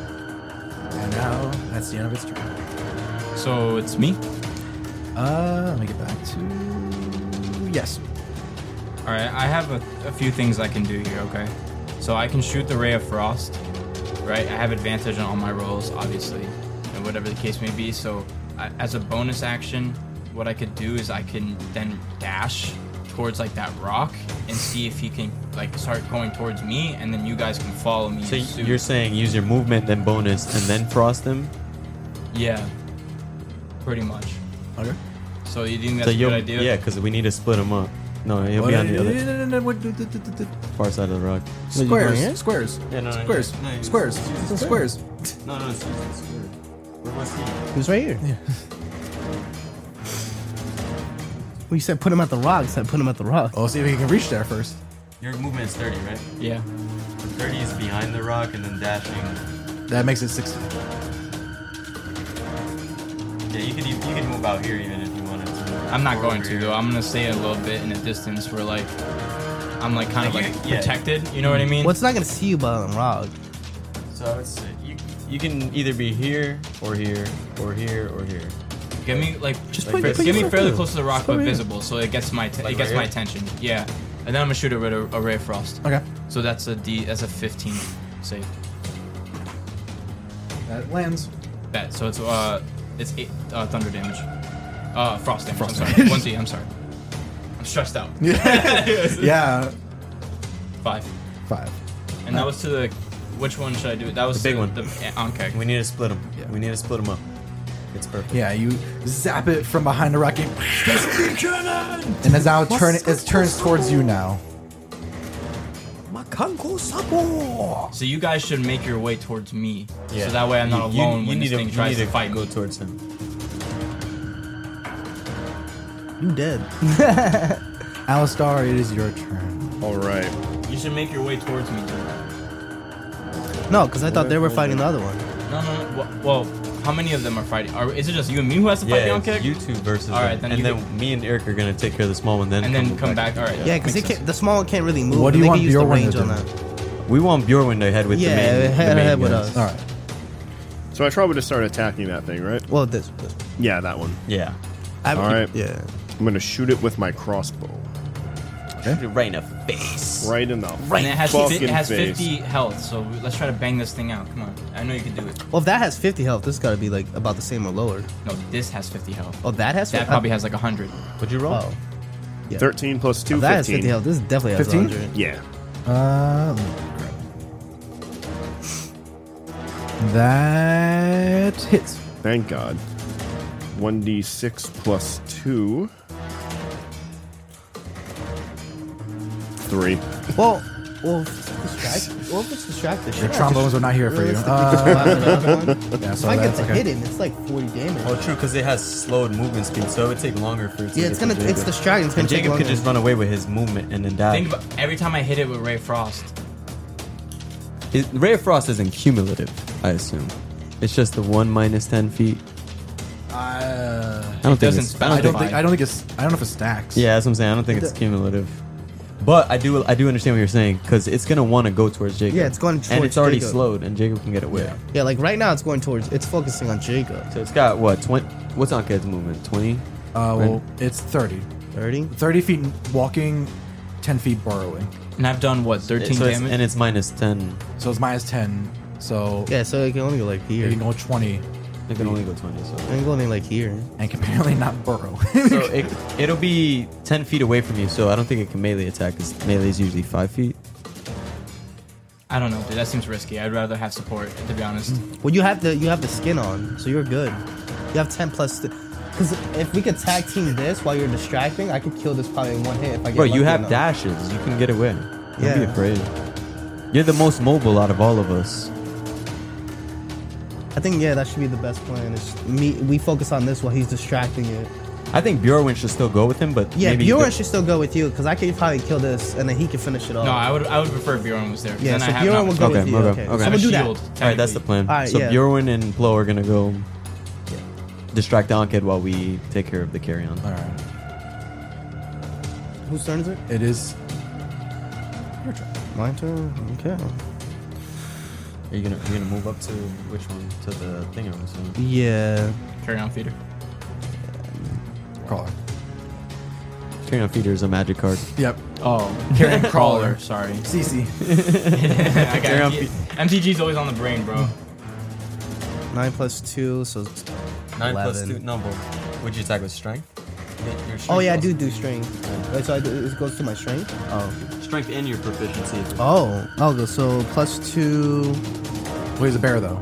Speaker 1: And now that's the end of its turn.
Speaker 4: So it's me.
Speaker 1: Uh, let me get back to yes.
Speaker 4: All right, I have a, a few things I can do here. Okay, so I can shoot the ray of frost. Right, I have advantage on all my rolls, obviously, and whatever the case may be. So, I, as a bonus action, what I could do is I can then dash towards like that rock and see if he can like start going towards me, and then you guys can follow me.
Speaker 2: So
Speaker 4: and suit.
Speaker 2: you're saying use your movement, then bonus, and then frost them.
Speaker 4: yeah, pretty much.
Speaker 1: Okay.
Speaker 4: So you think
Speaker 2: so
Speaker 4: that's a
Speaker 2: you'll,
Speaker 4: good idea?
Speaker 2: yeah, because we need to split them up. No, he'll be on the other
Speaker 1: No, no, no, what- d- d- d- d- d-
Speaker 2: far side of the rock.
Speaker 1: Squares, squares,
Speaker 2: Yeah, no, no,
Speaker 1: squares,
Speaker 2: no, you-
Speaker 1: squares,
Speaker 2: you- you-
Speaker 1: squares.
Speaker 2: No, no, it's, it's, Where must he?
Speaker 5: Who's right here? Yeah.
Speaker 6: We said put him at the rocks. I put him at the rock.
Speaker 1: Oh, see if he can reach there first.
Speaker 2: Your movement is 30, right?
Speaker 4: yeah.
Speaker 2: 30 is behind the rock and then dashing.
Speaker 1: That makes it sixty.
Speaker 2: Yeah, you could you could move out here even if you wanted to.
Speaker 4: I'm not going to though. I'm gonna stay a little bit in a distance where like I'm like kind of
Speaker 2: Like,
Speaker 4: like
Speaker 2: you- yeah.
Speaker 4: protected. You know what I mean?
Speaker 6: Well, it's not gonna see you by the rock.
Speaker 2: So I would say you, you can either be here or here or here or here.
Speaker 4: Give me like just
Speaker 2: put- put
Speaker 4: give me
Speaker 2: yourself
Speaker 4: fairly
Speaker 2: there.
Speaker 4: close to the rock but visible, so it gets my t-
Speaker 2: Like
Speaker 4: it gets
Speaker 2: right
Speaker 4: my
Speaker 2: here?
Speaker 4: attention. Yeah, and then I'm gonna shoot it with a, a ray of frost.
Speaker 1: Okay.
Speaker 4: So that's a D. That's a 15 save.
Speaker 1: That lands.
Speaker 4: Bet. So it's uh it's eight uh, thunder damage. Uh, frost damage. I'm sorry. One D. I'm sorry. I'm stressed out.
Speaker 1: <laughs>
Speaker 4: <laughs>
Speaker 1: Yeah.
Speaker 4: Five.
Speaker 1: Five.
Speaker 4: And that was to the. Which one should I do? That was
Speaker 2: The big
Speaker 4: to
Speaker 2: one.
Speaker 4: The, eh, okay.
Speaker 2: We need to split them.
Speaker 1: Yeah.
Speaker 2: We need to split them up. It's perfect.
Speaker 1: Yeah, you zap it from behind the rocket. <laughs> and it's now turn it turns towards you now. <laughs>
Speaker 4: So you guys should make your way towards me.
Speaker 2: Yeah.
Speaker 4: So that way I'm not
Speaker 2: You- you-
Speaker 4: alone
Speaker 2: you
Speaker 4: when
Speaker 2: need
Speaker 4: this
Speaker 2: to-
Speaker 4: thing
Speaker 2: you
Speaker 4: tries
Speaker 2: need
Speaker 4: to fight me.
Speaker 2: Go towards him.
Speaker 6: You dead.
Speaker 1: Alistar, it is your turn.
Speaker 3: All right.
Speaker 4: You should make your way towards me. dude.
Speaker 6: <laughs> No, because I thought they were fighting the other one.
Speaker 4: No, no, no. wha- Well, how many of them are fighting? Are, is it just you and me who has to fight
Speaker 2: Yeah,
Speaker 4: the
Speaker 2: it's
Speaker 4: kick?
Speaker 2: you two versus.
Speaker 4: All right,
Speaker 2: him.
Speaker 4: then
Speaker 2: and
Speaker 4: you
Speaker 2: then me and Eric are gonna take care of the small one. Then
Speaker 4: and then come back. All right.
Speaker 6: Yeah, because
Speaker 4: makes sense.
Speaker 6: the small one can't really move.
Speaker 1: What
Speaker 6: but
Speaker 1: do you
Speaker 6: they
Speaker 1: want
Speaker 6: can use
Speaker 1: your
Speaker 6: the
Speaker 1: one to
Speaker 6: range on
Speaker 1: do?
Speaker 6: that.
Speaker 2: We want Bjorn to head with
Speaker 6: Yeah,
Speaker 2: the main. the
Speaker 6: head-
Speaker 2: main
Speaker 6: head with us.
Speaker 2: guns.
Speaker 1: All right.
Speaker 3: So I probably just start attacking that thing, right?
Speaker 6: Well, this. this.
Speaker 3: Yeah, that one.
Speaker 2: Yeah.
Speaker 6: I,
Speaker 3: All right.
Speaker 6: Yeah.
Speaker 3: I'm going to shoot it with my crossbow.
Speaker 2: Shoot it Right in the face.
Speaker 3: Right in the
Speaker 4: And it has, fi-
Speaker 3: fucking
Speaker 4: it has
Speaker 3: face.
Speaker 4: 50 health, so let's try to bang this thing out. Come on. I know you can do it.
Speaker 6: Well, if that has 50 health, this got to be like about the same or lower.
Speaker 4: No, this has 50 health.
Speaker 6: Oh, that has.
Speaker 4: That probably has like 100.
Speaker 2: Would you roll?
Speaker 6: Oh,
Speaker 3: 13 plus 2,
Speaker 6: oh, that has
Speaker 3: 15.
Speaker 6: 50 health. This definitely has
Speaker 1: 15?
Speaker 6: 100.
Speaker 3: Yeah.
Speaker 1: Uh, that hits.
Speaker 3: Thank God. 1d6 plus 2. 3.
Speaker 6: Well, well, if it's distract. Well, if it's distracted,
Speaker 1: Your trombones are not here for you. Uh, <laughs> yeah,
Speaker 6: If
Speaker 1: so
Speaker 6: I get
Speaker 1: that's
Speaker 6: the
Speaker 1: okay.
Speaker 6: hidden, it's like 40 damage.
Speaker 2: Oh, true, because it has slowed movement speed, so it would take longer for it to
Speaker 6: Yeah,
Speaker 2: get
Speaker 6: it's gonna.
Speaker 2: to
Speaker 6: It's
Speaker 2: Jacob.
Speaker 6: distracting. It's gonna
Speaker 2: And
Speaker 6: take
Speaker 2: Jacob
Speaker 6: longer.
Speaker 2: could just run away with his movement and then die.
Speaker 4: Think about every time I hit it with Ray Frost.
Speaker 2: It, Ray of Frost isn't cumulative, I assume. It's just the one minus ten feet.
Speaker 1: Uh,
Speaker 2: I don't think
Speaker 4: doesn't
Speaker 2: it's,
Speaker 4: spell
Speaker 2: I
Speaker 1: I
Speaker 2: don't
Speaker 1: don't
Speaker 2: think,
Speaker 1: think I don't think it's I don't know if it stacks.
Speaker 2: Yeah, that's what I'm saying. I don't think it's cumulative. But I do I do understand what you're saying because it's gonna want to go towards Jacob.
Speaker 6: Yeah, it's going
Speaker 2: and
Speaker 6: towards
Speaker 2: it's already
Speaker 6: Jacob.
Speaker 2: slowed, and Jacob can get away.
Speaker 6: Yeah, like right now it's going towards it's focusing on Jacob.
Speaker 2: So it's got what twenty? What's on Ked's movement? Twenty.
Speaker 1: Uh, well, it's 30.
Speaker 6: 30?
Speaker 1: 30 feet walking, 10 feet burrowing.
Speaker 4: And I've done what, 13
Speaker 2: So it's-
Speaker 4: damage?
Speaker 2: and it's minus ten.
Speaker 1: So it's minus 10. So
Speaker 6: Yeah, so it can only go like
Speaker 1: you
Speaker 6: here.
Speaker 1: can go 20
Speaker 2: It can only go twenty. So,
Speaker 6: It can go only like here.
Speaker 1: and can
Speaker 6: <laughs>
Speaker 1: apparently <laughs> not burrow.
Speaker 2: so it, it'll be ten feet away from you. So I don't think it can melee attack because melee is usually five feet.
Speaker 4: I don't know, dude. That seems risky. I'd rather have support, to be honest.
Speaker 6: Well, you have the you have the skin on, so you're good. You have ten plus. Because if we could tag team this while you're distracting, I could kill this probably in one hit. If I get
Speaker 2: Bro, you
Speaker 6: lucky
Speaker 2: have
Speaker 6: enough.
Speaker 2: dashes. You can get away. Don't be
Speaker 6: Yeah.
Speaker 2: afraid. You're the most mobile out of all of us.
Speaker 6: I think yeah, that should be the best plan. Is me we focus on this while he's distracting it.
Speaker 2: I think Bjorwin should still go with him, but
Speaker 6: Yeah,
Speaker 2: maybe
Speaker 6: Bjorn
Speaker 2: go-
Speaker 6: should still go with you because I could probably kill this and then he could finish it off.
Speaker 4: No, I would I would prefer Bjorn was there. 'cause
Speaker 6: yeah,
Speaker 4: then
Speaker 6: so
Speaker 4: I have
Speaker 6: Bjorn
Speaker 4: an
Speaker 6: will
Speaker 4: opportunity.
Speaker 6: go
Speaker 2: Okay,
Speaker 6: with you.
Speaker 2: okay,
Speaker 6: Okay,
Speaker 2: okay.
Speaker 6: I'm
Speaker 4: I
Speaker 6: gonna
Speaker 4: have
Speaker 6: do
Speaker 4: a
Speaker 6: that.
Speaker 4: uh, shield,
Speaker 2: All right, that's the plan.
Speaker 6: All right,
Speaker 2: so
Speaker 6: yeah.
Speaker 2: Bjorn and Plo are gonna go distract Donkhead while we take care of the carry on.
Speaker 1: All right.
Speaker 6: Whose turn is it?
Speaker 1: It is. Your turn.
Speaker 6: My turn. Okay.
Speaker 2: Are you gonna you gonna move up to which one to the thing? I'm assuming.
Speaker 6: Yeah.
Speaker 4: Carry on feeder.
Speaker 1: Crawler.
Speaker 2: Carry on feeder is a magic card.
Speaker 1: Yep.
Speaker 4: Oh,
Speaker 6: <laughs>
Speaker 1: Carry on
Speaker 4: crawler.
Speaker 1: crawler.
Speaker 4: Sorry.
Speaker 1: CC.
Speaker 4: <laughs> I got
Speaker 2: Carry on
Speaker 4: it. MTG's always on the brain, bro.
Speaker 6: Nine plus two, so. it's-
Speaker 2: Nine
Speaker 6: plus Eleven. two-
Speaker 2: number. Would you attack with strength?
Speaker 6: Oh yeah, I do do strength. Wait, so I do, it goes to my strength.
Speaker 2: Strength and your proficiency.
Speaker 6: Oh, okay. So plus two.
Speaker 1: Well, he's a bear, though.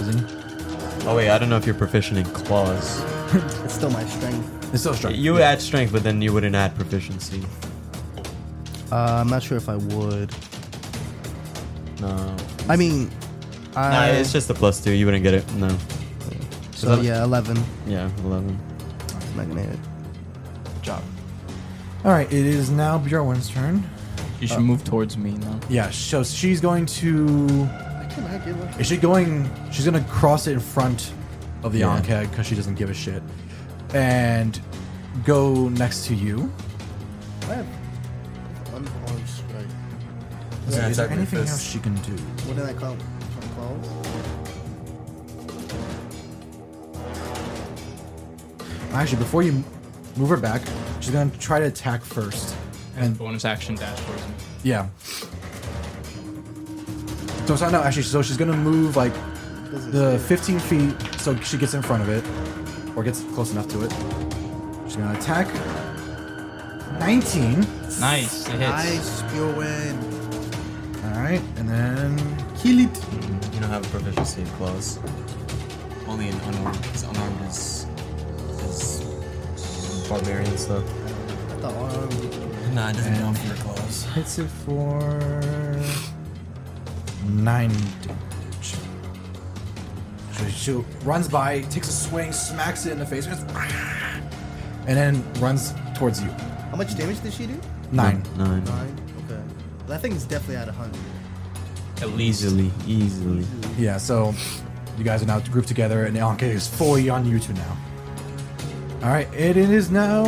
Speaker 1: Isn't he?
Speaker 2: Oh wait, I don't know if you're proficient in claws.
Speaker 6: It's still my strength.
Speaker 1: It's still strong.
Speaker 2: You would add strength, but then you wouldn't add proficiency.
Speaker 6: Uh, I'm not sure if I would.
Speaker 2: No.
Speaker 6: I mean,
Speaker 2: Nah,
Speaker 6: I.
Speaker 2: it's just a plus two. You wouldn't get it. No.
Speaker 6: so yeah, eleven.
Speaker 2: Yeah, eleven.
Speaker 6: I'm not gonna hit.
Speaker 1: job. All right, it is now Bjorn's turn. Uh,
Speaker 4: You
Speaker 6: Oh.
Speaker 4: should move towards me now.
Speaker 1: Yeah, so she's going to. Is she going? She's gonna cross it in front of the
Speaker 2: Yeah.
Speaker 1: onkeg because she doesn't give a shit, and go next to you.
Speaker 6: Unarmed strike.
Speaker 1: Yeah, is there anything else she can do?
Speaker 6: What did I call? Claws.
Speaker 1: Actually, before you move her back, she's gonna try to attack first, and
Speaker 4: Bonus action dash towards me.
Speaker 1: yeah. So sorry, no, actually, so she's gonna move like the 15 feet, so she gets in front of it, or gets close enough to it. She's gonna attack. 19.
Speaker 4: Nice. It hits.
Speaker 6: Nice, you win.
Speaker 1: All right, and then
Speaker 6: Kill it.
Speaker 2: You don't have a proficiency in claws. Only in unarmed. Because unarmed is, is barbarian stuff.
Speaker 6: The arm.
Speaker 2: Nah, it doesn't count for your claws.
Speaker 1: hits it for nine damage. So she runs by, takes a swing, smacks it in the face, and, it's- and then runs towards you.
Speaker 6: How much damage did she do?
Speaker 1: Nine.
Speaker 2: Nine.
Speaker 6: Nine. Okay. That thing is definitely at hundred.
Speaker 4: At least.
Speaker 2: Easily, easily.
Speaker 1: Yeah, so you guys are now grouped together, and Anke is fully on you two now. All right, it is now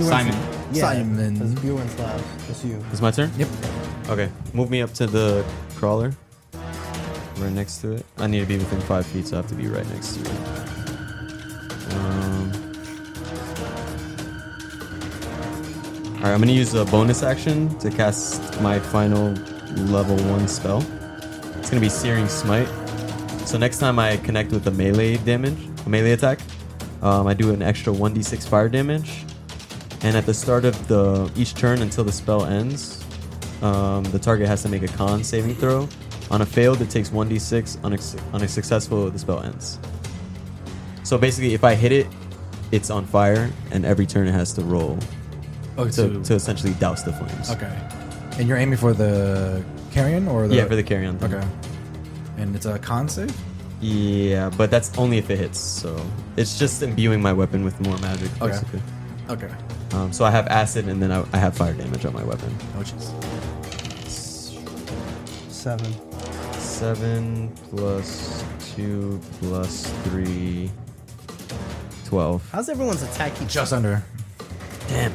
Speaker 4: Simon.
Speaker 1: Simon.
Speaker 6: That's Bjorn's last. That's you.
Speaker 2: It's my turn?
Speaker 1: Yep.
Speaker 2: Okay. Move me up to the crawler. Right next to it. I need to be within five feet, so I have to be right next to it. Um, Alright, I'm gonna use a bonus action to cast my final level one spell. It's gonna be Searing Smite. So next time I connect with a melee damage, a melee attack, um, I do an extra 1d6 fire damage. And at the start of the each turn until the spell ends, um, the target has to make a con saving throw. On a failed, it takes 1d6. On a, su- on a successful, the spell ends. So basically, if I hit it, it's on fire, and every turn it has to roll
Speaker 1: Oh,
Speaker 2: to,
Speaker 1: two.
Speaker 2: to essentially douse the flames.
Speaker 1: Okay. And you're aiming for the carrion or the
Speaker 2: Yeah, for the carry on. thing.
Speaker 1: Okay. And it's a con save?
Speaker 2: Yeah, but that's only if it hits. So it's just imbuing my weapon with more magic.
Speaker 1: Okay.
Speaker 2: Basically.
Speaker 1: Okay.
Speaker 2: Um, so I have acid, and then I, I have fire damage on my weapon.
Speaker 1: Oh jeez.
Speaker 6: Seven.
Speaker 2: 7 plus 2 plus 3 12
Speaker 6: How's everyone's attack keep
Speaker 1: Just under. Does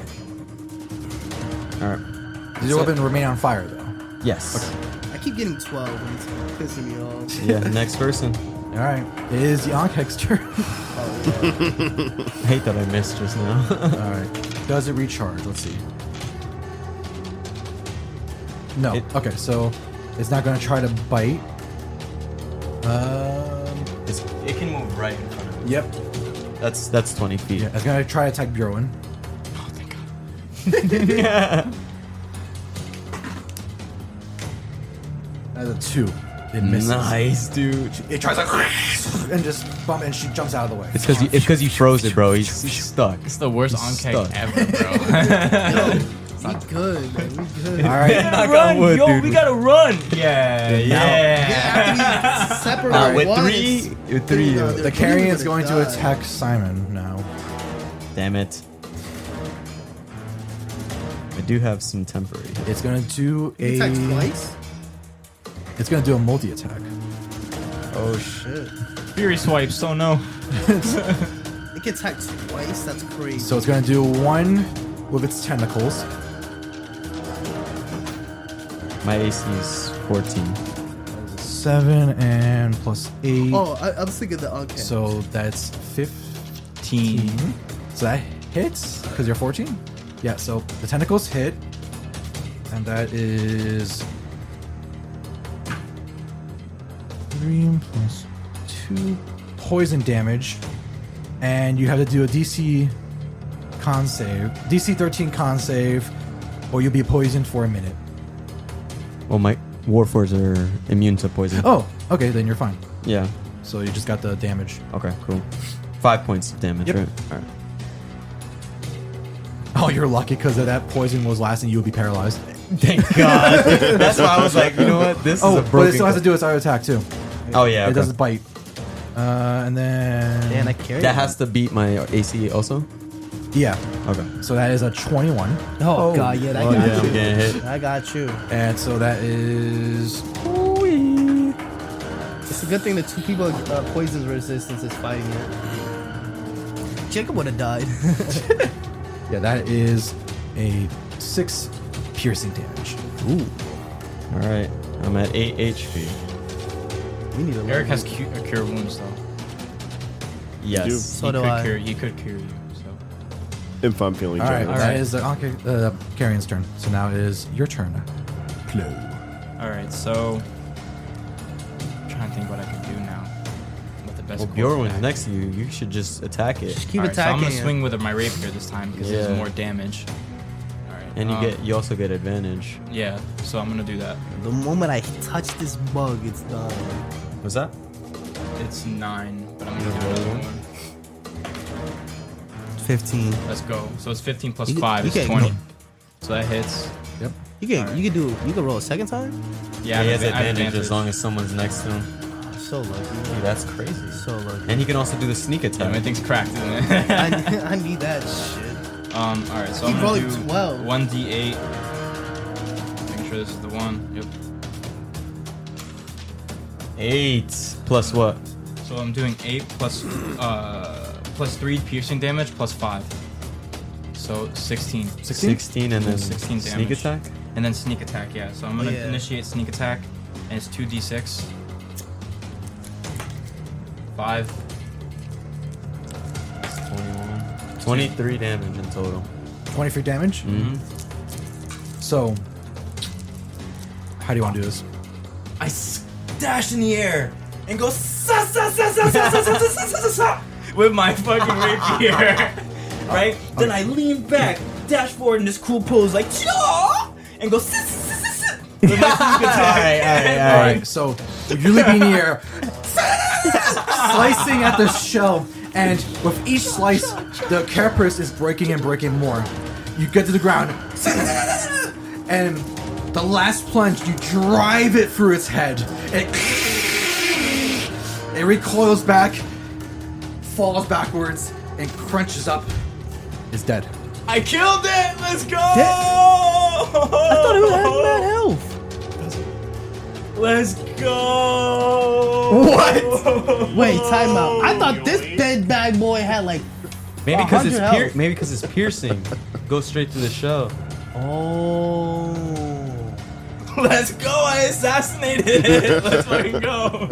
Speaker 1: your weapon remain on fire though?
Speaker 2: Yes.
Speaker 6: I keep getting 12 and it's pissing me off.
Speaker 2: Yeah, next person.
Speaker 1: All right. It is Yonkek's <laughs> turn.
Speaker 2: I hate that I missed just now. <laughs>
Speaker 1: All right. Does it recharge? Let's see. No.
Speaker 2: It-
Speaker 1: okay, so it's not going to try to bite. Um.
Speaker 2: it's,
Speaker 10: It can move right in front of me.
Speaker 1: Yep.
Speaker 2: that's that's 20
Speaker 1: <laughs>
Speaker 2: feet.
Speaker 1: Yeah, it's going to try to attack Bjorn. <laughs> Oh, thank God. That's a two. It misses.
Speaker 2: Nice, dude.
Speaker 1: It tries like <laughs> and just bump, and she jumps out of the way.
Speaker 2: It's because you, it's 'cause you froze it, bro. He's, he's stuck.
Speaker 4: It's the worst on cake
Speaker 2: Stuck.
Speaker 4: ever,
Speaker 2: <laughs>
Speaker 4: bro.
Speaker 6: We good, man. We good.
Speaker 1: All right.
Speaker 2: Knock on wood, dude.
Speaker 4: gotta run. Yeah, yeah.
Speaker 6: After we separate
Speaker 2: Uh, with
Speaker 6: one,
Speaker 2: three,
Speaker 6: it's-
Speaker 2: with three.
Speaker 6: Yeah,
Speaker 2: uh,
Speaker 6: they're
Speaker 1: The Carrion's
Speaker 6: gonna
Speaker 1: going to
Speaker 6: die.
Speaker 1: attack Simon now.
Speaker 2: Damn it. I do have some temporary. hit.
Speaker 1: It's going to do a.
Speaker 6: He attacks twice?
Speaker 1: It's going to do a multi attack.
Speaker 6: Oh, shit.
Speaker 4: Fury swipes. Oh no.
Speaker 6: <laughs> It gets hacked twice? That's crazy.
Speaker 1: So it's going to do one with its tentacles.
Speaker 2: My AC is 14.
Speaker 1: Seven and plus eight.
Speaker 6: oh, I, I was thinking the uncanny.
Speaker 1: So that's 15.
Speaker 6: Mm-hmm.
Speaker 1: So that hits because you're 14. Yeah, so the tentacles hit. And that is. 3 plus 2 poison damage. And you have to do a DC con save. DC 13 con save, or you'll be poisoned for a minute.
Speaker 2: Well, my warforges are immune to poison.
Speaker 1: Oh, okay, then you're fine.
Speaker 2: Yeah.
Speaker 1: So you just got the damage. <laughs>
Speaker 2: Okay, cool. Five points of damage,
Speaker 1: Yep.
Speaker 2: right? All right.
Speaker 1: Oh, you're lucky because that poison was lasting, you'll be paralyzed.
Speaker 2: Thank God. <laughs> That's why I was like, you know what? This
Speaker 1: Oh,
Speaker 2: is a
Speaker 1: but
Speaker 2: broken.
Speaker 1: it still has to do its other attack too.
Speaker 2: oh yeah,
Speaker 1: It
Speaker 2: okay.
Speaker 1: doesn't bite. Uh, and then
Speaker 6: Man, I carry
Speaker 2: that has to beat my AC also.
Speaker 1: yeah,
Speaker 2: Okay.
Speaker 1: so that is a twenty-one,
Speaker 6: Oh, God, yeah, that
Speaker 2: Oh
Speaker 6: got
Speaker 2: yeah, I'm
Speaker 6: you.
Speaker 2: getting hit.
Speaker 6: I got you.
Speaker 1: and so that is
Speaker 6: It's a good thing that two people uh, poison's resistance is fighting it. Jacob would have died. <laughs>
Speaker 1: yeah, that is a six piercing damage.
Speaker 2: All right, I'm at eight HP.
Speaker 6: <laughs> we need a
Speaker 4: Eric has cu- uh, cure wounds though.
Speaker 2: Yes.
Speaker 6: So
Speaker 4: he
Speaker 6: do
Speaker 4: could
Speaker 6: I.
Speaker 4: Cure, he could cure you. So.
Speaker 3: If I'm feeling
Speaker 1: All right,
Speaker 3: generous.
Speaker 1: that is the Anka, uh, Carrion's turn. So now it is your turn. Clo.
Speaker 4: All right, so I'm trying to think what I can do now. What the best?
Speaker 2: Well,
Speaker 4: course
Speaker 2: Bjorn's
Speaker 4: of
Speaker 2: next to you. You should just attack it,
Speaker 6: Just keep
Speaker 4: All right, so I'm
Speaker 6: attacking.
Speaker 4: gonna
Speaker 6: it.
Speaker 4: swing with my rapier this time because it
Speaker 2: Yeah.
Speaker 4: does more damage. All right,
Speaker 2: and you
Speaker 4: um,
Speaker 2: get you also get advantage.
Speaker 4: yeah. So I'm gonna do that.
Speaker 6: The moment I touch this bug, it's done.
Speaker 2: Was that?
Speaker 4: It's nine, but I'm gonna do another one.
Speaker 5: 15.
Speaker 4: Let's go. So it's 15 plus
Speaker 6: You get-
Speaker 4: five
Speaker 6: you
Speaker 4: is
Speaker 6: get-
Speaker 4: 20. So that hits.
Speaker 1: Yep.
Speaker 6: You can you can do you can roll a second time.
Speaker 4: Yeah, I
Speaker 2: he
Speaker 4: have
Speaker 2: has
Speaker 4: adva- I have
Speaker 2: advantage, as long as someone's next to him.
Speaker 6: So lucky.
Speaker 2: Dude, that's crazy.
Speaker 6: So lucky.
Speaker 2: And he can also do the sneak
Speaker 4: Yeah,
Speaker 2: attack.
Speaker 4: my thing's cracked, isn't
Speaker 6: <laughs>
Speaker 4: it? <laughs>
Speaker 6: I, I need that shit.
Speaker 4: Um, all right, so
Speaker 6: He
Speaker 4: I'm gonna
Speaker 6: rolled
Speaker 4: do
Speaker 6: 12.
Speaker 4: one d8. Make sure this is the one. Yep.
Speaker 2: Eight plus what?
Speaker 4: So I'm doing eight plus uh plus three piercing damage plus five. So 16.
Speaker 2: 16? and then
Speaker 4: 16
Speaker 2: sneak
Speaker 4: damage.
Speaker 2: attack.
Speaker 4: And then sneak attack, yeah. So I'm gonna
Speaker 6: yeah.
Speaker 4: initiate sneak attack, and it's two d6. Five.
Speaker 2: That's 21. 23 damage in total.
Speaker 1: Twenty-three damage.
Speaker 2: Mm-hmm.
Speaker 1: So, how do you want to do this?
Speaker 2: I dash in the air and go sa sa sa sa sa sa sa sa sa sa
Speaker 4: With my fucking <laughs> rapier.
Speaker 2: right? Then I lean back, dash forward in this cool pose like and go sa sa sa sa
Speaker 4: <laughs>
Speaker 2: All <laughs> right, all right, all
Speaker 1: All
Speaker 2: right.
Speaker 1: right, so you're leaping in the air, slicing at the shell, and with each slice, the carapace is breaking and breaking more. You get to the ground, and the last plunge, you drive it through its head. It, it recoils back, falls backwards, and crunches up. Is dead.
Speaker 4: I killed <laughs> it. Let's go.
Speaker 6: health.
Speaker 4: Let's go. <laughs>
Speaker 6: What? Wait, time out. I thought this dead bag boy had like.
Speaker 2: Maybe because it's
Speaker 6: 100
Speaker 2: pier-
Speaker 6: health.
Speaker 2: maybe because it's piercing, goes straight to the shell.
Speaker 6: Oh.
Speaker 4: Let's go! I
Speaker 2: <laughs>
Speaker 4: assassinated it. Let's fucking go.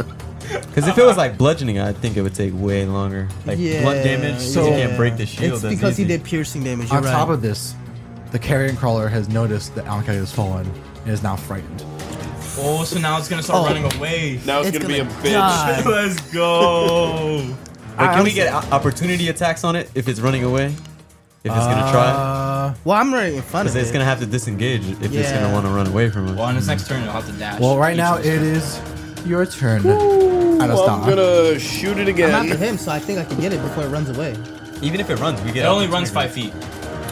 Speaker 2: Because if it was like bludgeoning, I think it would take way longer. Like blunt damage, so you can't break the shield.
Speaker 6: It's
Speaker 2: <laughs> that's
Speaker 6: because he
Speaker 2: easy.
Speaker 6: did piercing damage. You're
Speaker 1: On
Speaker 6: right.
Speaker 1: top of this, the carrion crawler has noticed that Ankai has fallen and is now frightened.
Speaker 4: Oh, so now it's gonna start running away.
Speaker 3: Now it's,
Speaker 6: It's
Speaker 3: gonna,
Speaker 6: gonna
Speaker 3: be a bitch.
Speaker 6: die.
Speaker 4: <laughs> Let's go.
Speaker 2: But can we get o- opportunity attacks on it if it's running away? If it's gonna try,
Speaker 1: Uh,
Speaker 6: well, I'm right in front
Speaker 2: because
Speaker 6: of it.
Speaker 2: it's gonna have to disengage if it's
Speaker 6: Yeah.
Speaker 2: gonna want to run away from us.
Speaker 4: well, on his next turn, it'll have to dash.
Speaker 1: well, right now it
Speaker 4: Each
Speaker 1: is your turn.
Speaker 3: Well, I'm
Speaker 1: Anastan.
Speaker 3: gonna shoot it
Speaker 11: I'm after
Speaker 3: again.
Speaker 11: him, so I think I can get it before it runs away.
Speaker 2: Even if it runs, we get.
Speaker 4: It only runs five
Speaker 2: opportunity.
Speaker 4: feet.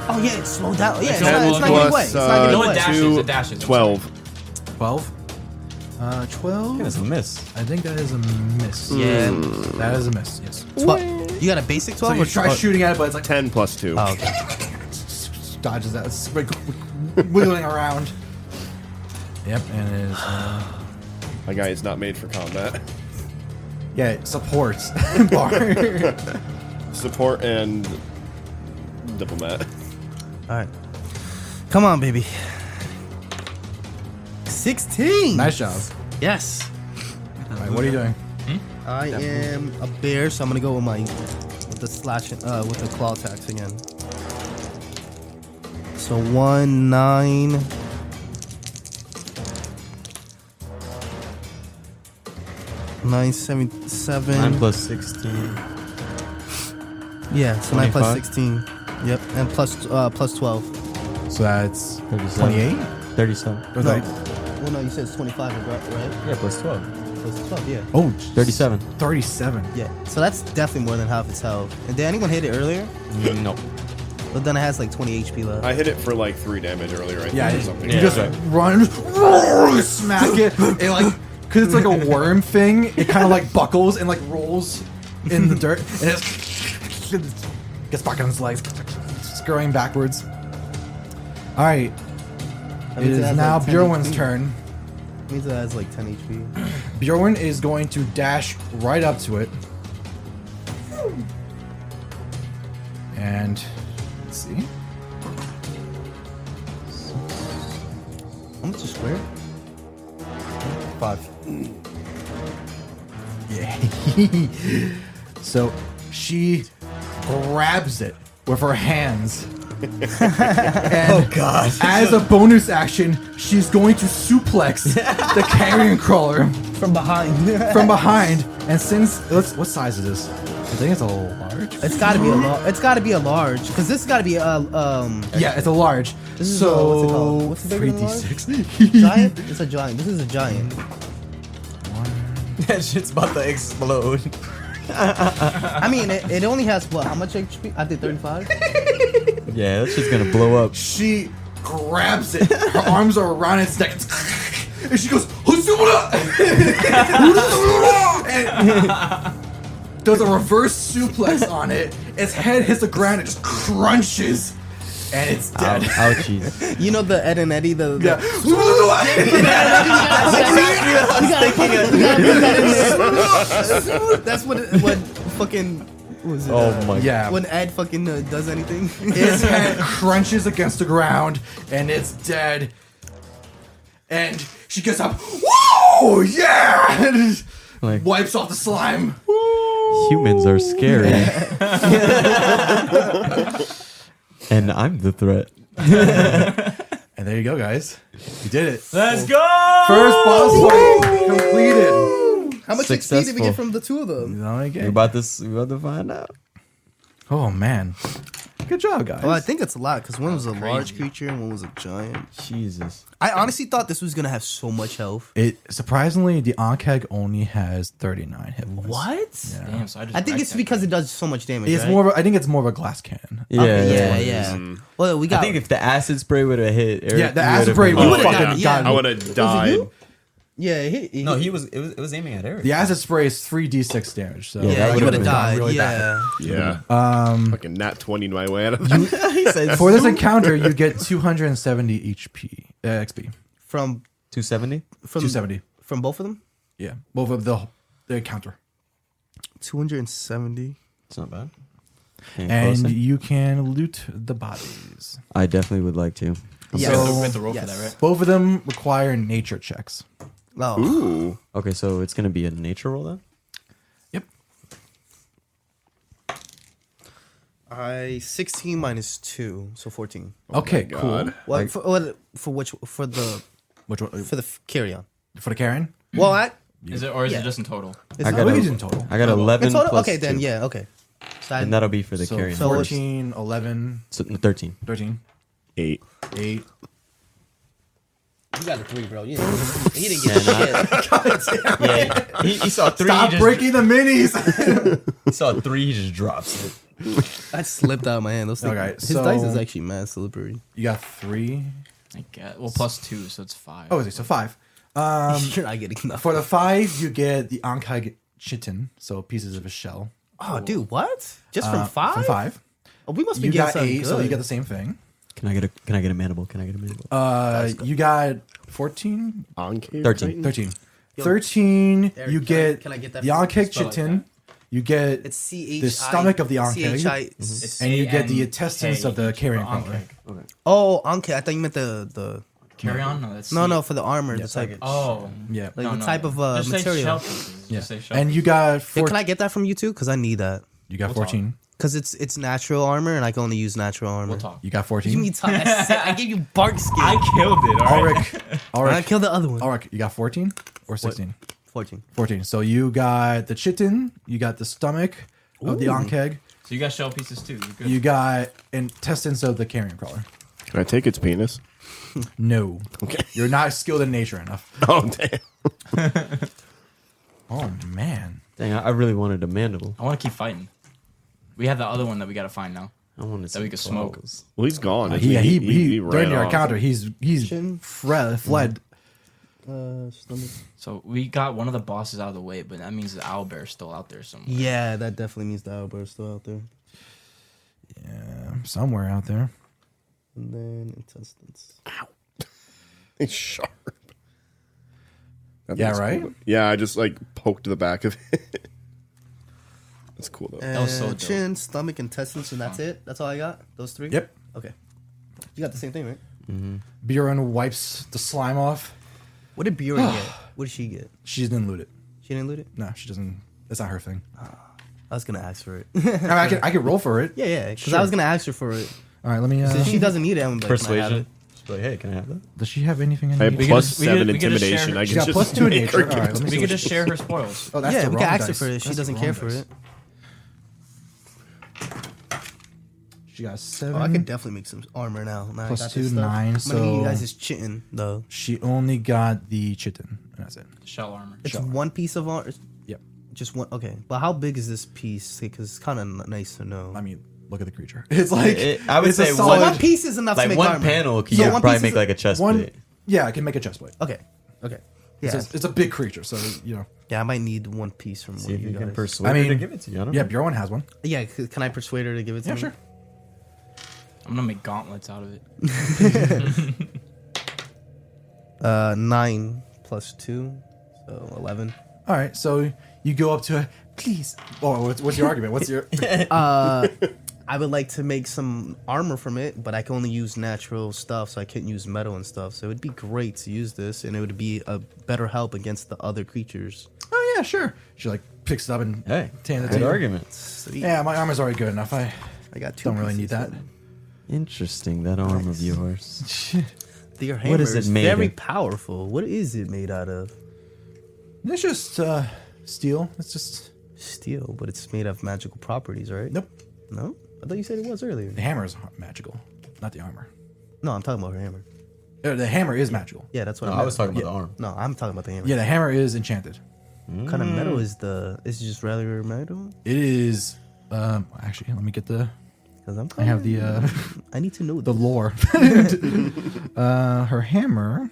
Speaker 6: Oh yeah, it slowed down. Yeah, it's,
Speaker 4: only
Speaker 6: not, it's
Speaker 4: one
Speaker 6: not getting
Speaker 4: plus,
Speaker 6: away. It's not
Speaker 3: uh,
Speaker 6: getting
Speaker 4: No
Speaker 6: away.
Speaker 4: one dashes.
Speaker 3: two,
Speaker 4: It dashes.
Speaker 3: Twelve.
Speaker 1: 12? Uh, 12?
Speaker 2: That's a miss.
Speaker 1: I think that is a miss.
Speaker 6: Yeah.
Speaker 1: That is a miss, yes.
Speaker 6: Twelve. You got a basic
Speaker 1: So
Speaker 6: twelve.
Speaker 1: you
Speaker 6: or uh,
Speaker 1: try shooting at it, but it's like
Speaker 3: Ten plus two.
Speaker 6: Oh, okay.
Speaker 1: dodges that. It's like wiggling around. Yep, and it is. Uh,
Speaker 3: My guy is not made for combat.
Speaker 1: yeah, it supports <laughs> bar.
Speaker 3: <laughs> Support and diplomat.
Speaker 6: All right. Come on, baby. Sixteen.
Speaker 1: nice job.
Speaker 6: Yes.
Speaker 1: All right, what are you doing?
Speaker 11: I am
Speaker 6: I'm a bear, so I'm gonna go with my with the slash uh, with the claw attacks again. So one nine. Nine seven seven.
Speaker 2: Nine plus sixteen.
Speaker 6: yeah, so nine plus
Speaker 2: 25.
Speaker 6: sixteen. Yep, and plus uh, plus twelve.
Speaker 1: So that's
Speaker 2: 37.
Speaker 1: 28?
Speaker 2: Thirty-seven.
Speaker 1: Or
Speaker 6: No.
Speaker 1: like-
Speaker 6: Well, no, you said it's twenty five, right?
Speaker 2: Yeah, plus twelve.
Speaker 6: Plus twelve, yeah.
Speaker 1: Oh,
Speaker 2: Thirty-seven.
Speaker 1: 37.
Speaker 6: Yeah. So that's definitely more than half its health. And did anyone hit it earlier?
Speaker 2: no.
Speaker 6: But then it has like twenty HP left.
Speaker 3: I hit it for like three damage earlier, I think,
Speaker 1: Yeah,
Speaker 3: or
Speaker 1: you,
Speaker 3: something.
Speaker 1: you just run, roar, smack it, it like, because it's
Speaker 3: <laughs>
Speaker 1: like a worm thing, it kind of like buckles and like rolls in the dirt, and it gets back on <laughs> its legs, scurrying backwards. All right, it
Speaker 6: means it
Speaker 1: is
Speaker 6: has,
Speaker 1: now
Speaker 6: like, 10
Speaker 1: Bjorn's
Speaker 6: HP.
Speaker 1: turn.
Speaker 6: means it has like ten HP.
Speaker 1: <clears throat> Bjorn is going to dash right up to it. And let's see.
Speaker 6: How much a square?
Speaker 1: Five. Yeah. <laughs> so she grabs it with her hands. oh god. As a bonus action, she's going to suplex the carrion crawler
Speaker 6: From behind.
Speaker 1: from behind. And since let's, what size is this? I think it's a large.
Speaker 6: It's gotta be a large. It's gotta be a large, cause this has gotta be a um
Speaker 1: Yeah, it's a large.
Speaker 6: This is
Speaker 1: so
Speaker 6: a- what's it called? What's bigger than large?
Speaker 1: 3d6.
Speaker 6: giant. It's a giant. This is a
Speaker 2: <laughs>
Speaker 6: giant.
Speaker 2: that shit's about to explode.
Speaker 4: <laughs>
Speaker 6: Uh, I mean, it, it only has what? How much HP? I did thirty-five.
Speaker 2: Yeah, that shit's gonna blow up.
Speaker 1: she grabs it.
Speaker 2: <laughs>
Speaker 1: Her arms are around its <laughs> neck. And she goes, "Husumura!" <laughs> and does a
Speaker 2: <laughs>
Speaker 1: reverse suplex on it. Its head hits the ground. It just crunches. And it's
Speaker 2: Ow,
Speaker 1: dead.
Speaker 2: ouchies.
Speaker 6: You know the Ed and Eddie. The, the <laughs>
Speaker 1: Yeah. <laughs> <laughs>
Speaker 6: that's what it, what fucking what was it?
Speaker 2: Oh my.
Speaker 1: yeah.
Speaker 6: When Ed fucking uh, does anything.
Speaker 1: <laughs> Its
Speaker 6: <laughs>
Speaker 1: head crunches against the ground and it's dead. And she gets up. Whoa! Yeah! <laughs> And
Speaker 2: Like-
Speaker 1: wipes off the slime.
Speaker 2: Humans are scary. <laughs> and I'm the threat.
Speaker 1: And there you go, guys. You did it. Oh.
Speaker 4: Let's go.
Speaker 1: First boss fight completed.
Speaker 6: How much XP did we
Speaker 2: Successful.
Speaker 6: get from the two of them?
Speaker 2: We're about this we about to find out.
Speaker 1: Oh man, good job, guys.
Speaker 6: Well, Oh, I think it's a lot because one was a large creature and one was a giant.
Speaker 2: Jesus.
Speaker 6: I honestly thought this was gonna have so much health.
Speaker 1: It surprisingly, the Ankeg only has thirty nine hit points.
Speaker 6: What?
Speaker 4: Damn, so I, just
Speaker 6: I think it's
Speaker 4: backtracked.
Speaker 6: because it does so much damage.
Speaker 1: It's
Speaker 6: right?
Speaker 1: more. Of a, I think it's more of a glass cannon.
Speaker 2: Yeah,
Speaker 6: Oh yeah, yeah.
Speaker 2: Mm.
Speaker 6: Well, we
Speaker 2: I
Speaker 6: got.
Speaker 2: think if the acid spray would have hit, Eric,
Speaker 1: Yeah, the
Speaker 2: he
Speaker 1: acid
Speaker 2: would've
Speaker 1: spray
Speaker 2: been-
Speaker 1: would-
Speaker 3: Oh,
Speaker 6: would've
Speaker 3: fuck,
Speaker 6: gotten- yeah.
Speaker 3: I would have died.
Speaker 6: yeah, he, he,
Speaker 2: No, he was it was it was aiming at Eric.
Speaker 1: The acid spray is three d six damage. So
Speaker 2: Yeah,
Speaker 6: yeah,
Speaker 2: that
Speaker 6: you
Speaker 2: would've
Speaker 6: would have
Speaker 2: been
Speaker 6: died.
Speaker 1: really
Speaker 6: yeah.
Speaker 3: Yeah.
Speaker 6: <laughs>
Speaker 3: Um. Fucking nat twenty my way out of that.
Speaker 1: <laughs>
Speaker 2: he said
Speaker 1: For this encounter, you get two hundred and seventy HP uh, XP.
Speaker 6: From
Speaker 2: two seventy.
Speaker 6: from
Speaker 1: Two seventy.
Speaker 6: from both of them.
Speaker 1: Yeah, both of the the encounter.
Speaker 6: Two hundred and seventy.
Speaker 2: It's not bad.
Speaker 1: And you can loot the bodies.
Speaker 2: I definitely would like to.
Speaker 4: We have to- we have to roll for that, right?
Speaker 1: Both of them require nature checks.
Speaker 6: No.
Speaker 3: Ooh.
Speaker 2: Okay, so it's gonna be a nature roll then.
Speaker 6: I 16 minus 2, so 14.
Speaker 1: okay, cool.
Speaker 6: What, for, what for which for the
Speaker 1: Which one?
Speaker 6: for the f- carry on?
Speaker 1: For the Karen?
Speaker 6: Well, I
Speaker 4: Is it or is
Speaker 6: Yeah.
Speaker 4: it just in total?
Speaker 6: it's
Speaker 2: I
Speaker 6: not-
Speaker 2: got
Speaker 1: we
Speaker 2: a-
Speaker 1: did in total.
Speaker 2: I got eleven
Speaker 6: in total?
Speaker 2: plus
Speaker 6: Okay, then
Speaker 2: two,
Speaker 6: yeah, okay. So I-
Speaker 2: and that'll be for the
Speaker 1: So
Speaker 2: carry.
Speaker 6: so it's-
Speaker 1: 14, 11,
Speaker 2: So, thirteen.
Speaker 1: 13,
Speaker 3: Eight.
Speaker 1: 8.
Speaker 6: you got a three, bro. You didn't, you didn't get shit.
Speaker 2: Yeah, he, he saw three.
Speaker 1: Stop breaking the minis!
Speaker 6: <laughs>
Speaker 2: He saw three. He just drops it.
Speaker 6: That slipped out of my hand. Those things,
Speaker 1: Okay,
Speaker 6: his dice is
Speaker 1: so-
Speaker 6: actually mad slippery.
Speaker 1: you got three.
Speaker 4: I guess. Well, plus two, so it's five.
Speaker 1: Oh, is it? So five. Um,
Speaker 6: <laughs> You're not getting enough.
Speaker 1: for the five, you get the Ankai Chitin, so pieces of his shell.
Speaker 6: oh, dude, what? Just
Speaker 1: Uh,
Speaker 6: from five?
Speaker 1: From five.
Speaker 6: Oh, we must be
Speaker 1: You
Speaker 6: getting
Speaker 1: got
Speaker 6: something
Speaker 1: eight,
Speaker 6: good.
Speaker 1: so you got the same thing.
Speaker 2: Can I get a? Can I get a mandible? Can I get a mandible?
Speaker 1: Uh, you got 14,
Speaker 3: On cave
Speaker 2: 13.
Speaker 3: Titan?
Speaker 1: 13. 13,
Speaker 6: Eric,
Speaker 1: you
Speaker 6: can I-
Speaker 1: get
Speaker 6: can I get that
Speaker 1: the
Speaker 6: for-
Speaker 1: Ankeg
Speaker 6: spell like
Speaker 1: chitin. you get
Speaker 6: It's C H
Speaker 1: the stomach of the Ankeg.
Speaker 6: Mm-hmm.
Speaker 4: It's
Speaker 1: And you get the
Speaker 4: A-N-K
Speaker 1: intestines of the carrion
Speaker 4: for Ankh.
Speaker 1: crawler.
Speaker 6: Oh, Anke. I thought you meant the the.
Speaker 4: Carry on. No, that's
Speaker 6: No, no, for the armor, the type.
Speaker 4: Oh,
Speaker 1: Yeah.
Speaker 6: like
Speaker 4: no,
Speaker 6: the
Speaker 4: no.
Speaker 6: type of uh,
Speaker 4: Just say shell
Speaker 6: material.
Speaker 4: pieces.
Speaker 1: yeah.
Speaker 4: Just say shell
Speaker 1: And you got
Speaker 6: Dude,
Speaker 1: 14.
Speaker 6: can I get that from you too? Because I need that.
Speaker 1: you got 14.
Speaker 6: Because it's it's natural armor, and I can only use natural armor.
Speaker 4: We'll talk.
Speaker 1: You got
Speaker 6: You
Speaker 1: 14.
Speaker 6: need time. I, said, I gave you bark skin.
Speaker 4: I killed it. <laughs> All right.
Speaker 1: Ulrich,
Speaker 6: I
Speaker 1: Ulrich,
Speaker 6: killed the other one.
Speaker 1: Ulrich, you got 14 or 16?
Speaker 6: 14.
Speaker 1: 14. So you got the chitin, you got the stomach of oh, the Ankeg,
Speaker 4: So you got shell pieces too. You're good.
Speaker 1: you got intestines of the carrion crawler.
Speaker 3: Can I take its
Speaker 1: <laughs>
Speaker 3: penis?
Speaker 1: No. Okay. You're not skilled in nature enough.
Speaker 3: Oh damn.
Speaker 1: <laughs> Oh, man.
Speaker 2: Dang, I, I really wanted a mandible.
Speaker 4: I want to keep fighting. We have the other one that we gotta find now.
Speaker 2: I wanted some
Speaker 4: we could smoke.
Speaker 2: claws.
Speaker 3: Well, he's gone.
Speaker 6: Uh,
Speaker 1: He, yeah, he, he,
Speaker 3: ran
Speaker 1: during your
Speaker 3: off.
Speaker 1: encounter, he's he's fre- fled.
Speaker 4: Mm. Uh, So we got one of the bosses out of the way, but that means the owlbear's still out there somewhere.
Speaker 6: Yeah, that definitely means the owlbear's still out there.
Speaker 1: Yeah, somewhere out there.
Speaker 6: And then intestines.
Speaker 3: It's sharp. That
Speaker 1: Yeah,
Speaker 3: thing's
Speaker 1: right?
Speaker 3: cool. Yeah, I just like poked the back of it. <laughs> That's cool though.
Speaker 1: Uh,
Speaker 6: That
Speaker 4: was so dope.
Speaker 6: Uh, Chin, stomach, intestines, and that's it. That's all I got. Those three.
Speaker 1: Yep.
Speaker 6: Okay. You got the same
Speaker 1: <sighs>
Speaker 6: thing, right?
Speaker 1: Mm-hmm. Buren wipes the slime off.
Speaker 6: What did
Speaker 1: <sighs>
Speaker 6: Bjorn get? What did she get?
Speaker 1: She didn't loot it.
Speaker 6: She didn't loot it.
Speaker 1: No, she doesn't. That's not her thing.
Speaker 6: I was gonna ask <laughs> for it. yeah,
Speaker 1: I, mean, I can I can roll for it.
Speaker 6: yeah. Because I was gonna ask her for it.
Speaker 1: All right, let me. Uh,
Speaker 6: Since she doesn't need it, I'm like,
Speaker 2: Persuasion. Just be like, hey, can I have that?
Speaker 1: does she have anything in
Speaker 3: I have
Speaker 1: nature?
Speaker 3: plus
Speaker 4: just- we
Speaker 3: seven
Speaker 4: could- we could just share-
Speaker 3: intimidation. I
Speaker 1: She
Speaker 3: can
Speaker 1: got
Speaker 3: just
Speaker 1: plus two in
Speaker 3: make her
Speaker 1: nature. All
Speaker 3: give
Speaker 1: right,
Speaker 3: it
Speaker 1: let me
Speaker 4: We
Speaker 1: see
Speaker 4: could
Speaker 1: what
Speaker 4: just
Speaker 1: she-
Speaker 4: share her spoils.
Speaker 1: Oh, that's
Speaker 6: Yeah,
Speaker 1: the
Speaker 6: we can
Speaker 1: wrong
Speaker 6: ask her
Speaker 1: dice.
Speaker 6: for it. She
Speaker 1: That's the
Speaker 6: doesn't
Speaker 1: wrong
Speaker 6: care for
Speaker 1: dice.
Speaker 6: it.
Speaker 1: She got seven.
Speaker 6: Oh, I can definitely make some armor now. now I
Speaker 1: Plus
Speaker 6: got this
Speaker 1: two,
Speaker 6: stuff.
Speaker 1: nine,
Speaker 6: I'm gonna give
Speaker 1: so-
Speaker 6: you guys is chitin though.
Speaker 1: she only got the chitin. and That's it.
Speaker 4: Shell armor.
Speaker 6: It's one piece of armor.
Speaker 1: Yep.
Speaker 6: Just one. Okay, but how big is this piece? Because it's kind of nice to know.
Speaker 1: I mean, look at the creature. It's like
Speaker 2: It- I would
Speaker 1: it's a
Speaker 2: say
Speaker 6: so
Speaker 1: solid-
Speaker 6: one, piece is enough to
Speaker 2: Like
Speaker 6: make
Speaker 2: one
Speaker 6: armor.
Speaker 2: panel, could
Speaker 6: So
Speaker 2: you
Speaker 6: one
Speaker 2: probably
Speaker 6: piece
Speaker 2: make
Speaker 6: is-
Speaker 2: like a chest
Speaker 1: One.
Speaker 2: plate.
Speaker 1: Yeah, I can make a chest plate.
Speaker 6: Okay. Okay. Yeah.
Speaker 1: It's, a, it's a big creature, so you know.
Speaker 6: yeah, I might need one piece from
Speaker 2: See
Speaker 6: one
Speaker 2: if
Speaker 6: of
Speaker 2: you,
Speaker 6: you
Speaker 2: can
Speaker 6: guys.
Speaker 2: persuade
Speaker 1: I
Speaker 2: her to
Speaker 1: mean-
Speaker 2: give it to you. I don't
Speaker 1: Yeah,
Speaker 2: know.
Speaker 1: Bjorn has one.
Speaker 6: yeah, c- can I persuade her to give it to
Speaker 1: Yeah,
Speaker 6: me?
Speaker 1: sure.
Speaker 4: I'm gonna make gauntlets out of it. <laughs>
Speaker 6: Uh, nine plus two, so eleven.
Speaker 1: All right, so you go up to her. Please. Oh, what's, what's your argument? What's
Speaker 6: <laughs>
Speaker 2: <laughs>
Speaker 1: your?
Speaker 6: Uh, I would like to make some armor from it, but I can only use natural stuff, so I couldn't use metal and stuff. So it would be great to use this, and it would be a better help against the other creatures.
Speaker 1: <laughs> Oh yeah, sure. She like picks it up and
Speaker 2: Hey,
Speaker 1: Tan the
Speaker 2: good
Speaker 1: tail.
Speaker 2: argument.
Speaker 6: Sweet.
Speaker 1: Yeah, my armor's already good enough. I
Speaker 6: I got two.
Speaker 1: don't really need
Speaker 6: pieces.
Speaker 1: that.
Speaker 2: Interesting that arm of yours.
Speaker 6: <laughs> Your hammer
Speaker 2: What is
Speaker 6: is
Speaker 2: it made
Speaker 6: very
Speaker 2: of?
Speaker 6: powerful. What is it made out of?
Speaker 1: It's just uh, steel. It's just
Speaker 6: Steel, but it's made of magical properties, right?
Speaker 1: nope.
Speaker 6: No, I thought you said it was earlier.
Speaker 1: The hammer is magical, not the armor.
Speaker 6: No, I'm talking about her hammer.
Speaker 1: Uh, The hammer is magical.
Speaker 6: Yeah, that's what
Speaker 2: No,
Speaker 6: I'm
Speaker 2: I was talking about the arm.
Speaker 6: No, I'm talking about the hammer.
Speaker 1: Yeah, the hammer is enchanted.
Speaker 6: What kind of
Speaker 2: Mm.
Speaker 6: metal is the? Is it just regular metal?
Speaker 1: It is. Um, actually, let me get the.
Speaker 6: Because I'm.
Speaker 1: I have the uh,
Speaker 6: <laughs> I need to know
Speaker 1: the
Speaker 6: the. <laughs>
Speaker 1: lore. <laughs> uh, her hammer.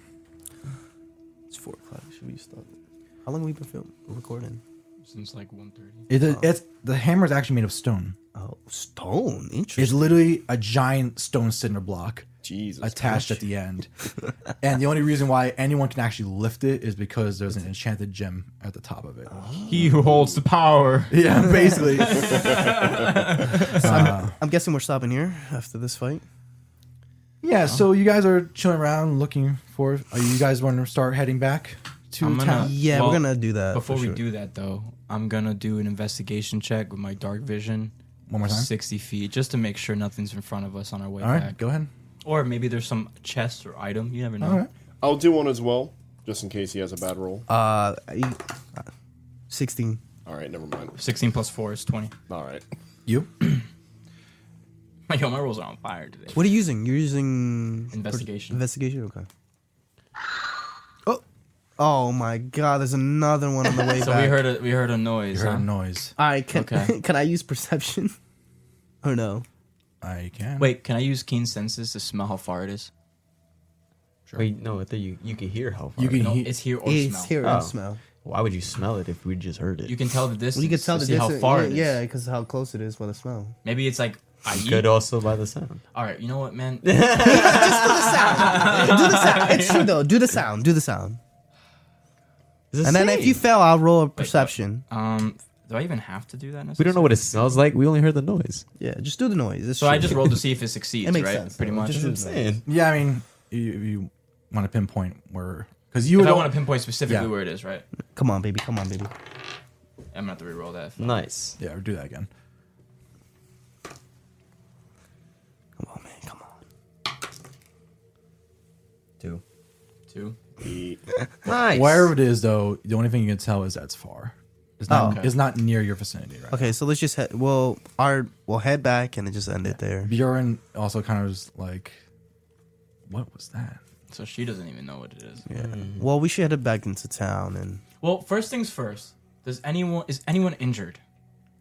Speaker 6: It's four o'clock. Should we stop? How long have we been filming, recording?
Speaker 4: Since like 1:30.
Speaker 1: It, it's the hammer is actually made of stone.
Speaker 6: Oh, stone. Interesting.
Speaker 1: It's literally a giant stone cinder block.
Speaker 3: Jesus.
Speaker 1: attached at the end.
Speaker 6: <laughs>
Speaker 1: and the only reason why anyone can actually lift it is because there's an enchanted gem at the top of it.
Speaker 4: He who holds the power.
Speaker 1: <laughs> Yeah,
Speaker 6: <laughs>
Speaker 4: <laughs>
Speaker 1: basically. Uh,
Speaker 6: I'm guessing we're stopping here after this fight.
Speaker 1: Yeah, so you guys are chilling around looking for. Are you guys want to start heading back to
Speaker 4: I'm gonna-
Speaker 1: town?
Speaker 6: Yeah, we're gonna do that
Speaker 4: Before
Speaker 6: for
Speaker 4: we
Speaker 6: sure.
Speaker 4: do that, though, I'm gonna do an investigation check with my dark vision.
Speaker 1: One more time?
Speaker 4: Sixty feet, just to make sure nothing's in front of us on our way
Speaker 1: All right,
Speaker 4: back.
Speaker 1: go ahead.
Speaker 4: Or maybe there's some chest or item. You never know.
Speaker 1: All right.
Speaker 3: I'll do one as well, just in case he has a bad roll.
Speaker 6: Uh, I- uh, sixteen.
Speaker 3: All right, never mind.
Speaker 4: Sixteen plus four is twenty.
Speaker 3: All right.
Speaker 1: You?
Speaker 4: <clears throat> Yo, my rolls are on fire today.
Speaker 6: What are you using? You're using
Speaker 4: Investigation.
Speaker 6: Investigation. Okay. Oh, oh my God! There's another one on the way
Speaker 4: <laughs> So
Speaker 6: back.
Speaker 4: we heard a we heard a noise.
Speaker 1: You heard
Speaker 4: huh?
Speaker 1: a noise.
Speaker 6: All right, can
Speaker 4: Okay.
Speaker 6: <laughs> can I use perception? <laughs> Or no?
Speaker 1: I can.
Speaker 4: Wait, can I use keen senses to smell how far it is?
Speaker 2: Wait, no, I think you you can hear how far.
Speaker 1: You
Speaker 2: You
Speaker 1: can
Speaker 4: No,
Speaker 1: hear.
Speaker 4: it's here or
Speaker 6: It's
Speaker 4: smell.
Speaker 6: here
Speaker 2: Oh.
Speaker 6: and smell.
Speaker 2: Why would you smell it if we just heard it?
Speaker 4: You can tell the distance.
Speaker 6: You can tell
Speaker 4: to
Speaker 6: the
Speaker 4: see
Speaker 6: distance.
Speaker 4: how far
Speaker 6: yeah,
Speaker 4: it is.
Speaker 6: yeah, because how close it is by the smell. <laughs>
Speaker 4: Maybe it's like I
Speaker 2: You
Speaker 4: eat.
Speaker 2: could also by the sound.
Speaker 4: All right, you know
Speaker 2: <laughs>
Speaker 4: what, man?
Speaker 6: do the sound. It's true though. Do the sound. Do the sound.
Speaker 2: It's the
Speaker 6: And then if
Speaker 2: same.
Speaker 6: you fail, I'll roll a perception.
Speaker 4: um, do I even have to do that?
Speaker 2: we don't know what it smells like. We only heard the noise.
Speaker 6: Yeah, just do the noise. It's
Speaker 4: So I
Speaker 6: true.
Speaker 4: just rolled to see if it succeeds,
Speaker 6: It makes
Speaker 4: right?
Speaker 6: sense,
Speaker 4: Pretty
Speaker 6: though.
Speaker 4: much.
Speaker 6: Just
Speaker 2: I'm saying.
Speaker 1: Yeah, I mean, you, you want to pinpoint where because you
Speaker 4: If I
Speaker 1: don't-
Speaker 4: want to pinpoint specifically
Speaker 1: Yeah.
Speaker 4: where it is, right?
Speaker 6: Come on, baby. Come on, baby.
Speaker 4: I'm gonna have to reroll that.
Speaker 2: Nice.
Speaker 1: Yeah, do that again.
Speaker 6: Come on, man. Come on.
Speaker 2: Two.
Speaker 4: Two.
Speaker 2: Nice.
Speaker 1: Wherever it is, though, the only thing you can tell is that's far. It's not.
Speaker 6: Oh.
Speaker 1: It's not near your vicinity, right?
Speaker 6: Okay, so let's just head. Well, our we'll head back and then just end it there.
Speaker 1: Bjorn also kind of was like, "What was that?" Hmm.
Speaker 4: So she doesn't even know what it is.
Speaker 6: Yeah.
Speaker 1: mm-hmm.
Speaker 6: Well, we should head back into town and
Speaker 4: Well, first things first. Does anyone is anyone injured?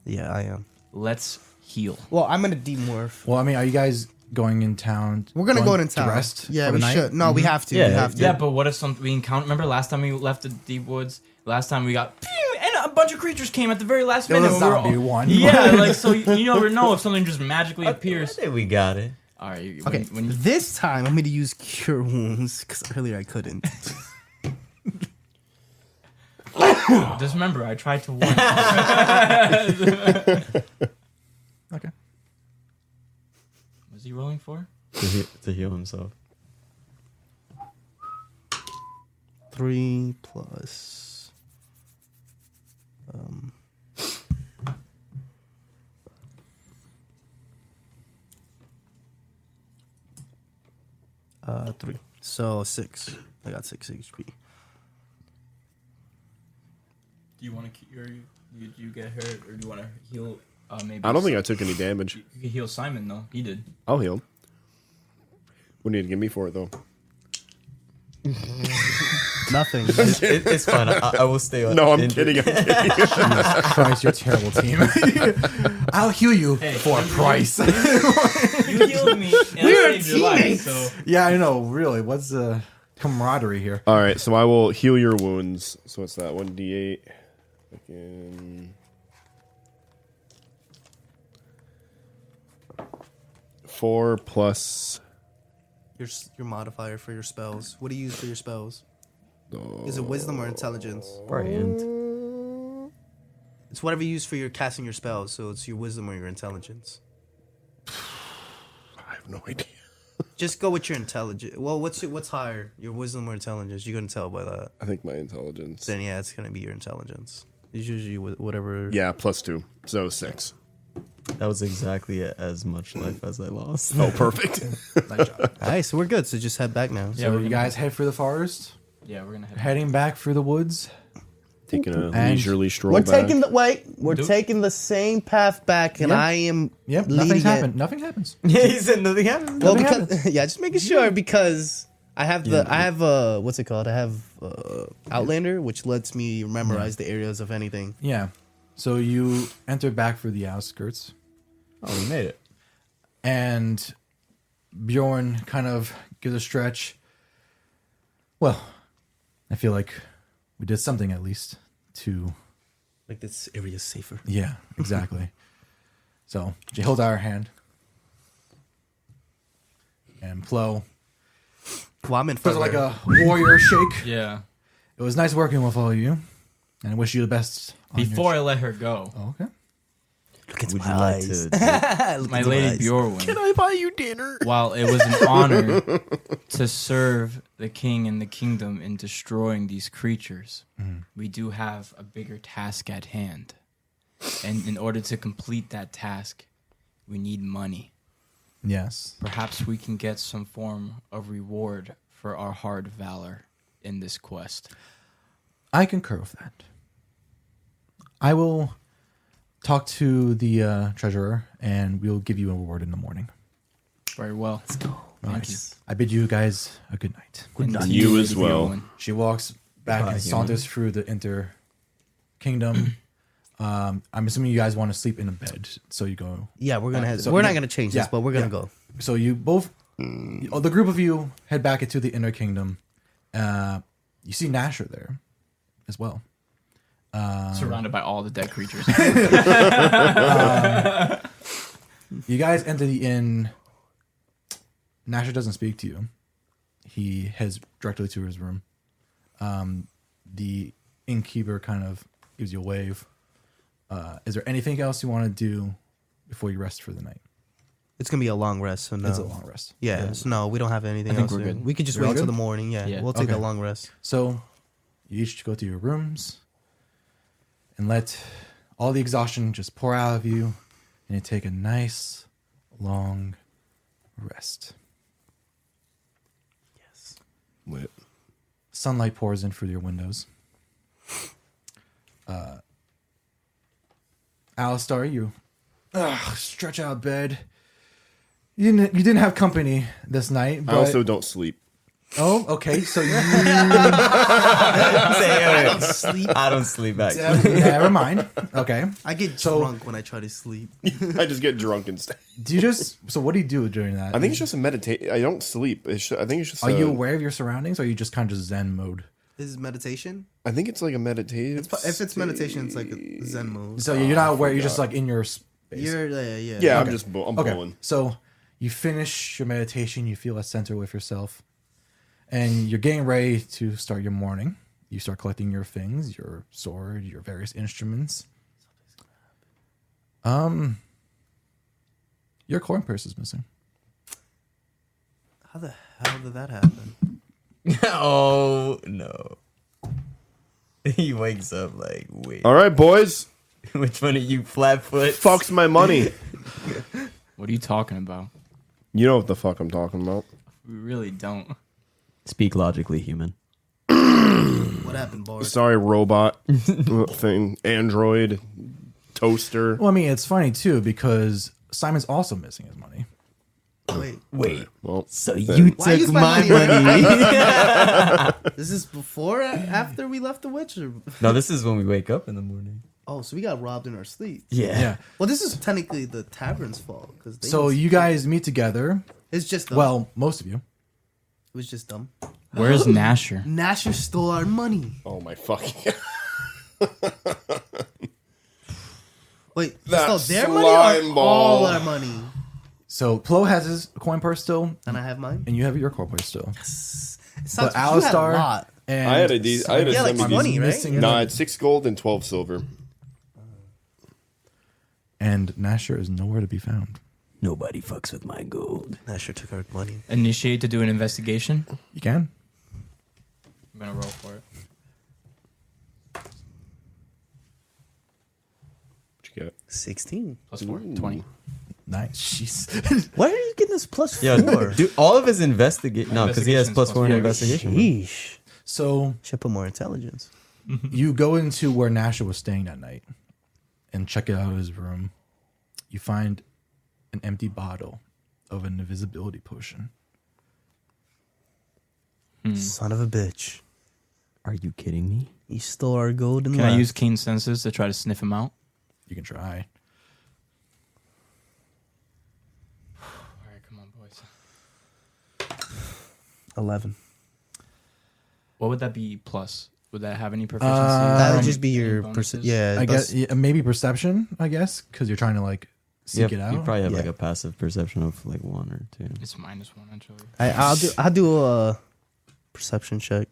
Speaker 6: yeah, I am.
Speaker 4: Let's heal.
Speaker 6: Well, I'm gonna demorph.
Speaker 1: Well, I mean, are you guys going in town?
Speaker 6: We're gonna
Speaker 1: going
Speaker 6: go into
Speaker 1: to
Speaker 6: town.
Speaker 1: rest.
Speaker 6: yeah,
Speaker 1: for
Speaker 6: we
Speaker 1: the night? Mm-hmm.
Speaker 6: should. No, we have to.
Speaker 2: Yeah,
Speaker 6: we have to.
Speaker 4: Mm-hmm. Yeah, but what if some we encounter? Remember last time we left the deep woods? Last time we got pew, and a bunch of creatures came at the very last
Speaker 1: There was
Speaker 4: minute.
Speaker 1: a
Speaker 4: when we were
Speaker 1: zombie
Speaker 4: all-
Speaker 1: one. <laughs>
Speaker 4: Yeah, like so you you never know if something just magically appears.
Speaker 2: I think we got it.
Speaker 4: All right. you-
Speaker 6: Okay,
Speaker 4: When, when you,
Speaker 6: this time I'm gonna use cure wounds because earlier I
Speaker 4: <laughs>
Speaker 6: couldn't.
Speaker 4: just remember, I tried to warn. you.
Speaker 6: <laughs>
Speaker 1: Okay.
Speaker 4: Was he rolling for?
Speaker 2: To, he- to heal himself.
Speaker 6: Three plus. um, Um, uh, three. So six. I got six HP.
Speaker 4: Do you want to cure? You, you, you get hurt, or do you want to heal? Uh, maybe
Speaker 3: I don't think I took any damage.
Speaker 4: you can heal Simon though. He did.
Speaker 3: I'll heal. him. What do you need to give me for it, though? <laughs>
Speaker 6: Nothing.
Speaker 2: It, it's fine. I, I will stay on.
Speaker 3: No, I'm
Speaker 2: injured. <laughs>
Speaker 3: kidding. I'm kidding.
Speaker 1: <laughs> Christ, you're a terrible team. <laughs> I'll heal you for a price.
Speaker 4: You healed me. And we I saved your life. So
Speaker 1: yeah, I know. Really, what's the camaraderie here?
Speaker 3: All right, so I will heal your wounds. So what's that? One d eight. Fucking four plus.
Speaker 6: your s- your modifier for your spells. What do you use for your spells? Is it wisdom or intelligence?
Speaker 2: Brilliant.
Speaker 6: It's whatever you use for your casting your spells. So it's your wisdom or your intelligence.
Speaker 3: <sighs> I have no idea.
Speaker 6: Just go with your intelligence. Well, what's what's higher, your wisdom or intelligence? You're gonna tell by that.
Speaker 3: I think my intelligence.
Speaker 6: Then yeah, it's gonna be your intelligence. It's usually wh- whatever.
Speaker 3: Yeah, plus two, so Oh, six.
Speaker 2: That was exactly as much life as I lost.
Speaker 3: Oh,
Speaker 2: <laughs>
Speaker 4: <laughs>
Speaker 3: perfect.
Speaker 6: All right, so we're good. So just head back now.
Speaker 4: yeah,
Speaker 1: So
Speaker 4: we're
Speaker 1: you
Speaker 4: gonna,
Speaker 1: guys head for the forest,
Speaker 4: yeah, we're gonna head.
Speaker 1: heading back through the woods.
Speaker 3: Taking a
Speaker 1: And-
Speaker 3: leisurely stroll.
Speaker 6: We're
Speaker 3: back.
Speaker 6: taking the wait. We're
Speaker 4: Do-
Speaker 6: taking the same path back, and
Speaker 1: Yeah.
Speaker 6: I am
Speaker 1: Yep,
Speaker 6: leading
Speaker 1: nothing's
Speaker 6: it.
Speaker 1: happened.
Speaker 4: <laughs>
Speaker 1: Nothing happens.
Speaker 6: <laughs>
Speaker 2: he said nothing happened.
Speaker 6: Well, because, yeah, just making sure because I have the I have uh what's it called? I have uh, Outlander, which lets me memorize the areas of anything.
Speaker 1: Yeah. So you enter back through the outskirts,
Speaker 2: Oh, we made it.
Speaker 1: and Bjorn kind of gives a stretch. Well, I feel like we did something at least to
Speaker 6: Like this area is safer.
Speaker 1: Yeah, <laughs> exactly. so she holds out her hand. And Plo
Speaker 6: Well, I'm in
Speaker 1: does
Speaker 6: front.
Speaker 1: like
Speaker 6: Like
Speaker 1: a warrior shake.
Speaker 4: Yeah.
Speaker 1: It was nice working with all of you. And I wish you the best. on your-
Speaker 4: Before I let her go,
Speaker 1: Oh, okay.
Speaker 5: Look at
Speaker 2: Would
Speaker 5: my
Speaker 2: you like
Speaker 5: eyes.
Speaker 6: <laughs>
Speaker 2: to dip-
Speaker 5: Look
Speaker 4: My
Speaker 5: into my
Speaker 4: Lady
Speaker 5: eyes.
Speaker 4: Bjorwin.
Speaker 3: I buy you dinner?
Speaker 4: while it was
Speaker 5: <laughs>
Speaker 4: an honor to serve the king and the kingdom in destroying these creatures, we do have a bigger task at hand. And in order to complete that task, we need money.
Speaker 1: Yes.
Speaker 4: Perhaps we can get some form of reward for our hard valor in this quest.
Speaker 1: I concur with that. I will talk to the uh, treasurer and we'll give you a reward in the morning.
Speaker 4: Very well. Let's go. Thank
Speaker 1: I bid you guys a good night.
Speaker 4: you. And to
Speaker 3: You as
Speaker 4: Lady
Speaker 3: well.
Speaker 4: <laughs> Bjorwin.
Speaker 1: She walks back
Speaker 2: Goodbye,
Speaker 1: and
Speaker 2: human.
Speaker 1: saunters through the inter kingdom. um, I'm assuming you guys want to sleep in a bed, so you go.
Speaker 6: Yeah, we're gonna.
Speaker 1: Uh,
Speaker 6: Have,
Speaker 1: so-
Speaker 6: we're not
Speaker 1: yeah.
Speaker 6: gonna change
Speaker 1: Yeah,
Speaker 6: this, but we're gonna
Speaker 1: yeah.
Speaker 6: go. Hmm.
Speaker 1: So you both, oh, the group of you, head back into the inner kingdom. Uh, you see Nasher there, as well. Uh, Um,
Speaker 4: Surrounded by all the dead creatures.
Speaker 1: You guys enter the inn. Nasher doesn't speak to you. He heads directly to his room. Um, the innkeeper kind of gives you a wave. Uh, is there anything else you want to do before you rest for the night?
Speaker 6: It's gonna be a long rest. So no.
Speaker 1: It's a long rest.
Speaker 6: Yeah, so no, we don't have anything
Speaker 4: think
Speaker 6: else.
Speaker 4: we're
Speaker 6: to-
Speaker 4: good.
Speaker 6: We could just
Speaker 1: You're all
Speaker 6: wait till
Speaker 1: good?
Speaker 6: the morning. Yeah,
Speaker 4: Yeah.
Speaker 6: we'll take
Speaker 1: Okay.
Speaker 6: a long rest.
Speaker 1: So you each go to your rooms and let all the exhaustion just pour out of you, and you take a nice long rest.
Speaker 3: Lit.
Speaker 1: sunlight pours in through your windows. Uh, Alistar, you ugh, stretch out of bed. You didn't, you didn't have company this night.
Speaker 3: <laughs>
Speaker 1: But,
Speaker 3: I also don't
Speaker 1: <laughs>
Speaker 3: sleep.
Speaker 1: oh, okay. So
Speaker 3: <laughs>
Speaker 1: you
Speaker 2: Say,
Speaker 5: I
Speaker 2: "Hey,
Speaker 5: don't sleep.
Speaker 2: I don't sleep back.
Speaker 1: never mind. Okay.
Speaker 6: I get
Speaker 1: So-
Speaker 6: drunk when I try to sleep.
Speaker 3: <laughs> I just get drunk and stuff.
Speaker 1: Do you just? So what do you do during that?
Speaker 3: I think it's just a meditate. I don't sleep. It's ju- I think it's uh, just.
Speaker 1: Are
Speaker 3: a-
Speaker 1: you aware of your surroundings? Or are you just kind of just Zen mode?
Speaker 6: This is meditation.
Speaker 3: I think it's like a meditative.
Speaker 6: It's, fu- if it's meditation, it's like a Zen mode.
Speaker 1: So you're not aware. You're just like in your space.
Speaker 6: Ah, You're yeah, yeah.
Speaker 3: yeah, I'm just. Bu- I'm pulling.
Speaker 1: So you finish your meditation, you feel at center with yourself, and you're getting ready to start your morning. You start collecting your things, your sword, your various instruments. Um, your coin purse is missing.
Speaker 6: How the hell did that happen?
Speaker 4: <laughs>
Speaker 2: oh no. <laughs> He wakes up like, wait,
Speaker 3: All right, boys.
Speaker 2: <laughs> which one of you flatfoot?
Speaker 3: Fuck's my money.
Speaker 4: <laughs> what are you talking about?
Speaker 3: you know what the fuck I'm talking about.
Speaker 4: We really don't.
Speaker 2: Speak logically, human.
Speaker 6: What happened, Bard?
Speaker 3: Sorry, robot thing, android, toaster.
Speaker 1: Well, I mean, it's funny too because Simon's also missing his money.
Speaker 6: Wait,
Speaker 2: Wait,
Speaker 3: Well,
Speaker 2: so
Speaker 3: then-
Speaker 2: you
Speaker 6: Why
Speaker 2: took
Speaker 6: use
Speaker 2: my
Speaker 6: my <laughs>
Speaker 2: money?
Speaker 6: is <laughs> this before or after we left the witch? Or...
Speaker 2: <laughs> no, this is when we wake up in the morning.
Speaker 6: <laughs> Oh, so we got robbed in our sleep.
Speaker 2: Yeah.
Speaker 1: Yeah.
Speaker 6: Well, this is technically the tavern's fault because
Speaker 1: So you guys meet together.
Speaker 6: it's just dumb.
Speaker 1: Well, most of you.
Speaker 6: it was just dumb.
Speaker 4: Where's Nasher?
Speaker 6: Nasher stole our money.
Speaker 3: oh my fucking.
Speaker 6: Wait, he
Speaker 3: That
Speaker 6: stole their money
Speaker 3: slime
Speaker 6: or
Speaker 3: ball.
Speaker 6: all our money?
Speaker 1: So Plo has his coin purse still,
Speaker 6: And I have mine.
Speaker 1: and you have your coin purse still.
Speaker 6: It
Speaker 1: But
Speaker 6: sounds you had a
Speaker 1: Alistar
Speaker 6: lot.
Speaker 1: and
Speaker 3: I had a de- I had a
Speaker 6: Yeah, like
Speaker 3: semi-
Speaker 6: 20, right?
Speaker 1: missing
Speaker 3: Nah, it's six gold and twelve silver.
Speaker 1: and Nasher is nowhere to be found.
Speaker 2: Nobody fucks with my gold.
Speaker 6: Nasher took our money.
Speaker 4: Initiate to do an investigation.
Speaker 1: You can.
Speaker 4: I'm gonna roll for it.
Speaker 3: What you got?
Speaker 6: Sixteen.
Speaker 4: Plus four. 20.
Speaker 1: Nice. Jeez.
Speaker 5: Why are you getting this plus
Speaker 2: <laughs> Yeah,
Speaker 5: four?
Speaker 2: do all of his investigate. No, because he has
Speaker 4: Investigation's
Speaker 2: plus
Speaker 4: plus
Speaker 2: four in
Speaker 4: four.
Speaker 2: investigation.
Speaker 5: Yeesh.
Speaker 1: So
Speaker 6: Should put more intelligence.
Speaker 1: <laughs> you go into where Nasher was staying that night and check out his room. You find an empty bottle of an invisibility potion.
Speaker 6: Son of a bitch.
Speaker 2: Are you kidding me?
Speaker 6: He stole our gold and
Speaker 4: Can I
Speaker 6: left.
Speaker 4: use keen senses to try to sniff him out?
Speaker 1: You can try.
Speaker 4: All right, come on, boys.
Speaker 6: eleven?
Speaker 4: What would that be plus? Would that
Speaker 1: Uh,
Speaker 4: have any proficiency?
Speaker 6: that
Speaker 4: Um,
Speaker 6: would just be your
Speaker 4: any
Speaker 6: perce-
Speaker 4: bonuses?
Speaker 6: yeah.
Speaker 1: I
Speaker 6: that's-
Speaker 1: guess yeah, maybe perception. I guess because you're trying to like
Speaker 2: Yeah,
Speaker 1: seek
Speaker 2: you
Speaker 1: it out.
Speaker 2: probably have like
Speaker 6: Yeah.
Speaker 2: a passive perception of like one or two.
Speaker 4: It's minus one, actually.
Speaker 6: I, I'll do. I'll do a perception check.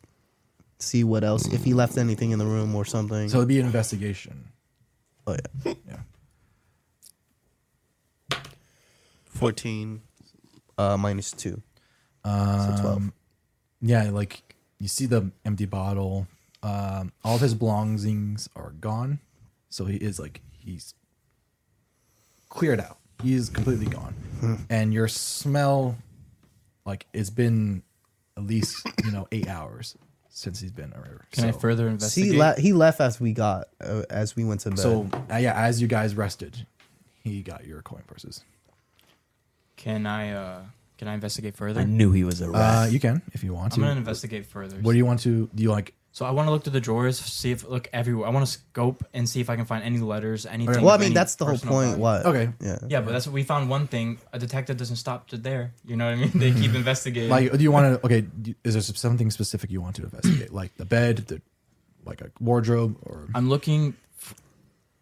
Speaker 6: See what else if he left anything in the room or something.
Speaker 1: so it'd be an investigation.
Speaker 6: oh yeah,
Speaker 1: Yeah.
Speaker 5: 14 uh, minus 2.
Speaker 1: Um,
Speaker 5: So 12.
Speaker 1: Yeah, like you see the empty bottle. Um, all of his belongings are gone, so he is like he's cleared out. He is completely gone, and your smell, like it's been at least you know eight hours since he's been around.
Speaker 4: Can I further
Speaker 5: See,
Speaker 4: investigate?
Speaker 5: la- he left as we got, uh, as we went to bed.
Speaker 1: So uh, yeah, as you guys rested, he got your coin purses.
Speaker 4: can I uh can I investigate further?
Speaker 2: I knew he was a rat.
Speaker 1: Uh, you can if you want
Speaker 4: I'm
Speaker 1: to.
Speaker 4: gonna investigate further.
Speaker 1: What do you want to? Do you like?
Speaker 4: so I want to look through the drawers, see if look everywhere. I want to scope and see if I can find any letters, anything.
Speaker 5: well, I
Speaker 4: of
Speaker 5: mean,
Speaker 4: any
Speaker 5: that's the whole
Speaker 4: personal
Speaker 5: point.
Speaker 4: value.
Speaker 5: What?
Speaker 1: Okay.
Speaker 5: Yeah.
Speaker 4: Yeah, but that's what we found. One thing a detective doesn't stop to there. You know what I mean?
Speaker 5: <laughs>
Speaker 4: They keep investigating.
Speaker 1: Like, do you want to? Okay, do, is there something specific you want to investigate? Like the bed, the like a wardrobe, or
Speaker 4: I'm looking f-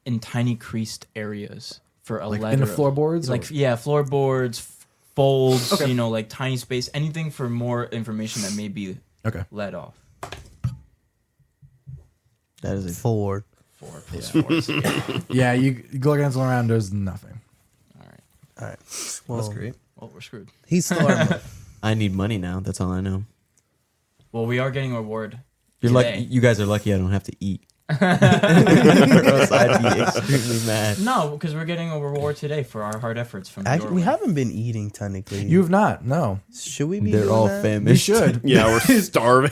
Speaker 4: in tiny creased areas for a
Speaker 1: Like in
Speaker 4: letter.
Speaker 1: the floorboards,
Speaker 4: Like
Speaker 1: or-
Speaker 4: yeah, floorboards, f- folds. You know, like tiny space. Anything for more information that may be
Speaker 1: okay,
Speaker 4: let off.
Speaker 2: that is a
Speaker 5: Four.
Speaker 4: Four plus four. is- yeah.
Speaker 1: yeah, <laughs> you glance around. There's nothing.
Speaker 4: All right.
Speaker 5: All right. Well,
Speaker 2: That's great.
Speaker 4: Well, we're screwed.
Speaker 5: He's still
Speaker 4: <laughs>
Speaker 5: our
Speaker 2: <laughs> I need money now. That's all I know.
Speaker 4: Well, we are getting a reward.
Speaker 2: You're lucky.
Speaker 4: today.
Speaker 2: You guys are lucky. I don't have to
Speaker 4: <laughs>
Speaker 2: eat. <laughs> or else I'd
Speaker 3: <laughs>
Speaker 2: be extremely mad.
Speaker 4: No, because we're getting a reward today for our hard efforts from
Speaker 5: Actually, we
Speaker 4: Jorwin.
Speaker 5: haven't been eating technically.
Speaker 1: You've not. No,
Speaker 5: should we be?
Speaker 2: They're
Speaker 5: doing
Speaker 2: all
Speaker 5: that?
Speaker 2: famished.
Speaker 1: you should.
Speaker 3: Yeah, we're starving.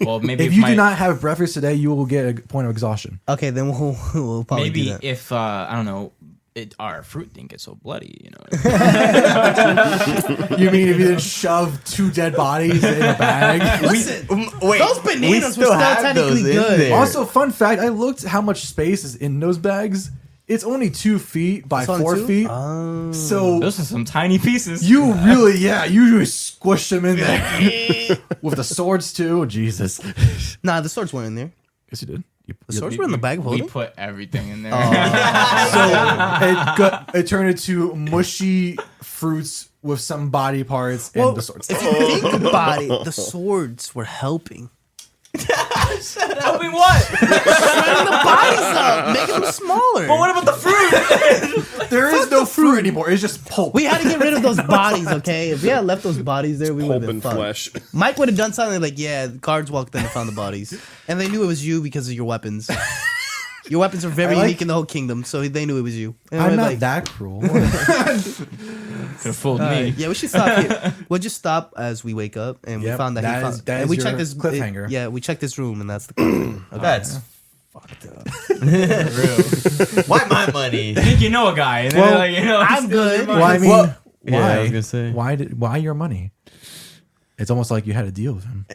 Speaker 4: Well, maybe
Speaker 1: If you
Speaker 4: my,
Speaker 1: do not have breakfast today, you will get a point of exhaustion.
Speaker 5: Okay, then we'll <laughs> we'll probably do
Speaker 4: maybe
Speaker 5: that.
Speaker 4: if uh, I don't know, it, our fruit didn't get so bloody. You know, what I mean?
Speaker 1: You mean if you didn't shove two dead bodies in a
Speaker 5: <laughs>
Speaker 1: bag?
Speaker 5: Listen,
Speaker 2: wait,
Speaker 5: those bananas were still technically good.
Speaker 1: also, fun fact: I looked how much space is in those bags. It's only two feet by
Speaker 5: It's only
Speaker 1: four
Speaker 5: two? Oh.
Speaker 1: feet. so
Speaker 4: those are some tiny pieces.
Speaker 1: You really, yeah, you just squished them in
Speaker 5: <laughs>
Speaker 1: there <laughs> with the swords too. Jesus, yes,
Speaker 5: nah, the swords weren't in there.
Speaker 1: you did. You,
Speaker 5: The swords were in the bag of
Speaker 4: we
Speaker 5: holding. Oh.
Speaker 4: put everything in there.
Speaker 1: <laughs>
Speaker 2: <laughs>
Speaker 1: it, got, it turned into mushy fruits with some body parts and the swords.
Speaker 5: if you think about it, the swords were helping.
Speaker 4: Helping what?
Speaker 5: the bodies up, making
Speaker 4: <laughs>
Speaker 5: them smaller.
Speaker 4: What about the fruit?
Speaker 1: There is no fruit anymore. It's just pulp.
Speaker 5: we had to get rid of
Speaker 1: <laughs>
Speaker 5: those bodies, okay? If we had left those bodies there, we would
Speaker 3: Pulp
Speaker 5: have been
Speaker 3: and
Speaker 5: fucked.
Speaker 3: flesh.
Speaker 5: Mike would have done something like, yeah, the guards walked in and found the bodies. And they knew it was you because of your
Speaker 1: <laughs>
Speaker 5: weapons. Your weapons are very
Speaker 1: I like-
Speaker 5: unique in the whole kingdom, so they knew it was you. And
Speaker 1: I'm
Speaker 5: we're
Speaker 1: not
Speaker 5: like,
Speaker 1: that
Speaker 5: <laughs>
Speaker 1: cruel.
Speaker 4: Could have fooled
Speaker 5: "All
Speaker 4: me.
Speaker 5: right, yeah, we should stop here. We'll just stop as we wake up, and we
Speaker 1: Yep,
Speaker 5: found that,
Speaker 1: that
Speaker 5: he found,
Speaker 1: is- that
Speaker 5: and
Speaker 1: is
Speaker 5: we
Speaker 1: your
Speaker 5: checked this
Speaker 1: cliffhanger.
Speaker 5: yeah, we checked this room, and
Speaker 1: <clears throat>
Speaker 5: that's the cliffhanger. Okay.
Speaker 2: That's
Speaker 4: <laughs>
Speaker 2: fucked up. Why my money?
Speaker 4: I think you know a guy. And well, like, you know,
Speaker 5: I'm good.
Speaker 1: Well, I mean,
Speaker 2: Yeah,
Speaker 1: why?
Speaker 2: I was gonna say.
Speaker 1: why did why your money? It's almost like you had a deal with him.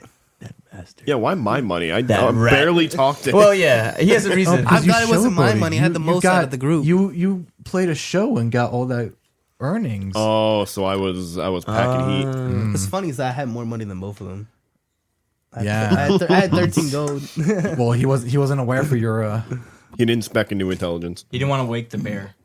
Speaker 3: Yeah, why my money? I
Speaker 2: That
Speaker 3: I
Speaker 2: rat.
Speaker 3: barely talked to
Speaker 2: <laughs> <laughs> Well, yeah, he
Speaker 1: Oh,
Speaker 2: has a reason.
Speaker 5: I'm glad it wasn't my money. I had the
Speaker 1: you
Speaker 5: most out of the group.
Speaker 1: You you played a show and got all that earnings.
Speaker 3: Oh, so I was I was packing heat.
Speaker 2: Ah.
Speaker 5: What's funny is that I had more money than both of them. I
Speaker 1: yeah.
Speaker 5: had, thir- I had 13 gold.
Speaker 1: <laughs> well, he was he wasn't aware for your. Uh,
Speaker 3: He didn't spec into intelligence.
Speaker 4: He didn't want to wake the bear.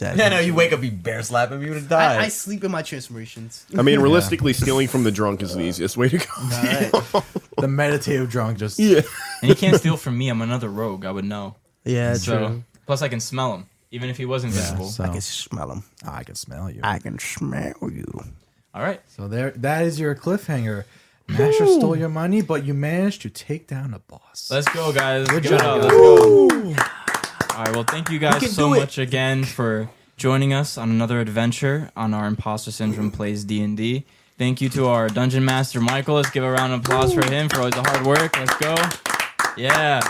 Speaker 2: yeah, no, you wake up, you bear slap him, you would have
Speaker 5: I,
Speaker 2: <laughs> died.
Speaker 5: I sleep in my transformations.
Speaker 3: I
Speaker 5: <laughs>
Speaker 3: mean, realistically, stealing from the drunk is the easiest way to go. <laughs>
Speaker 1: the meditative drunk just
Speaker 4: And he can't steal from me. I'm another rogue. I would know.
Speaker 5: Yeah,
Speaker 4: So plus, I can smell him, even if he was invisible.
Speaker 1: so
Speaker 5: I can smell them.
Speaker 2: ah,
Speaker 1: I can smell you.
Speaker 5: I can smell you.
Speaker 4: All right.
Speaker 1: so there, that is your cliffhanger. Masher stole your money, but you managed to take down a boss.
Speaker 4: Let's go, guys. Good
Speaker 1: job,
Speaker 4: Let's go. All right. Well, thank you guys so much again for joining us on another adventure on our Imposter Syndrome Plays D and D. Thank you to our dungeon master Michael. Let's give a round of applause for him for all the hard work. Let's go. Yeah.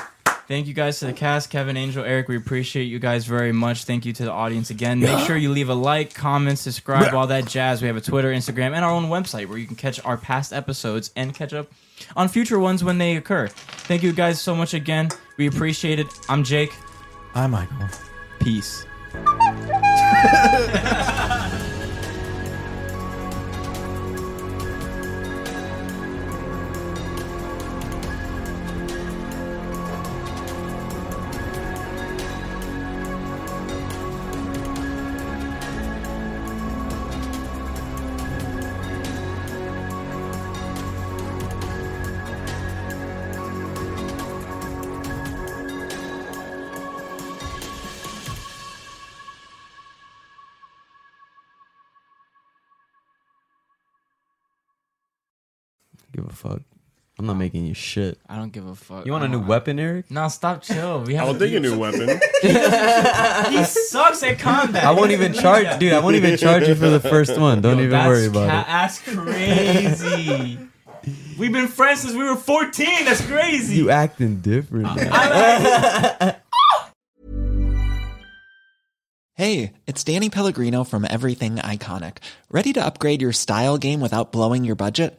Speaker 4: Thank you guys to the cast, Kevin, Angel, Eric. We appreciate you guys very much. Thank you to the audience again. Make sure you leave a like, comment, subscribe, all that jazz. We have a Twitter, Instagram, and our own website where you can catch our past episodes and catch up on future ones when they occur. Thank you guys so much again. We appreciate it. I'm Jake.
Speaker 1: I'm Michael.
Speaker 4: Peace.
Speaker 2: Give a fuck. I'm not making you shit.
Speaker 4: I don't give a fuck.
Speaker 2: You want a
Speaker 4: I
Speaker 2: new
Speaker 4: don't-
Speaker 2: weapon, Eric?
Speaker 4: Uh, No, <laughs> stop, chill. We
Speaker 3: I don't
Speaker 4: have
Speaker 3: think a
Speaker 4: <laughs>
Speaker 3: new weapon.
Speaker 4: He sucks at combat.
Speaker 2: I won't even charge, dude. I won't even charge you for the first one. Don't
Speaker 4: Yo,
Speaker 2: even
Speaker 4: that's
Speaker 2: worry about
Speaker 4: ca-
Speaker 2: it.
Speaker 4: That's crazy. We've been friends since we were 14. That's
Speaker 2: <laughs>
Speaker 4: crazy.
Speaker 2: You acting different. now.
Speaker 9: Hey, it's Danny Pellegrino from Everything Iconic. Ready to upgrade your style game without blowing your budget?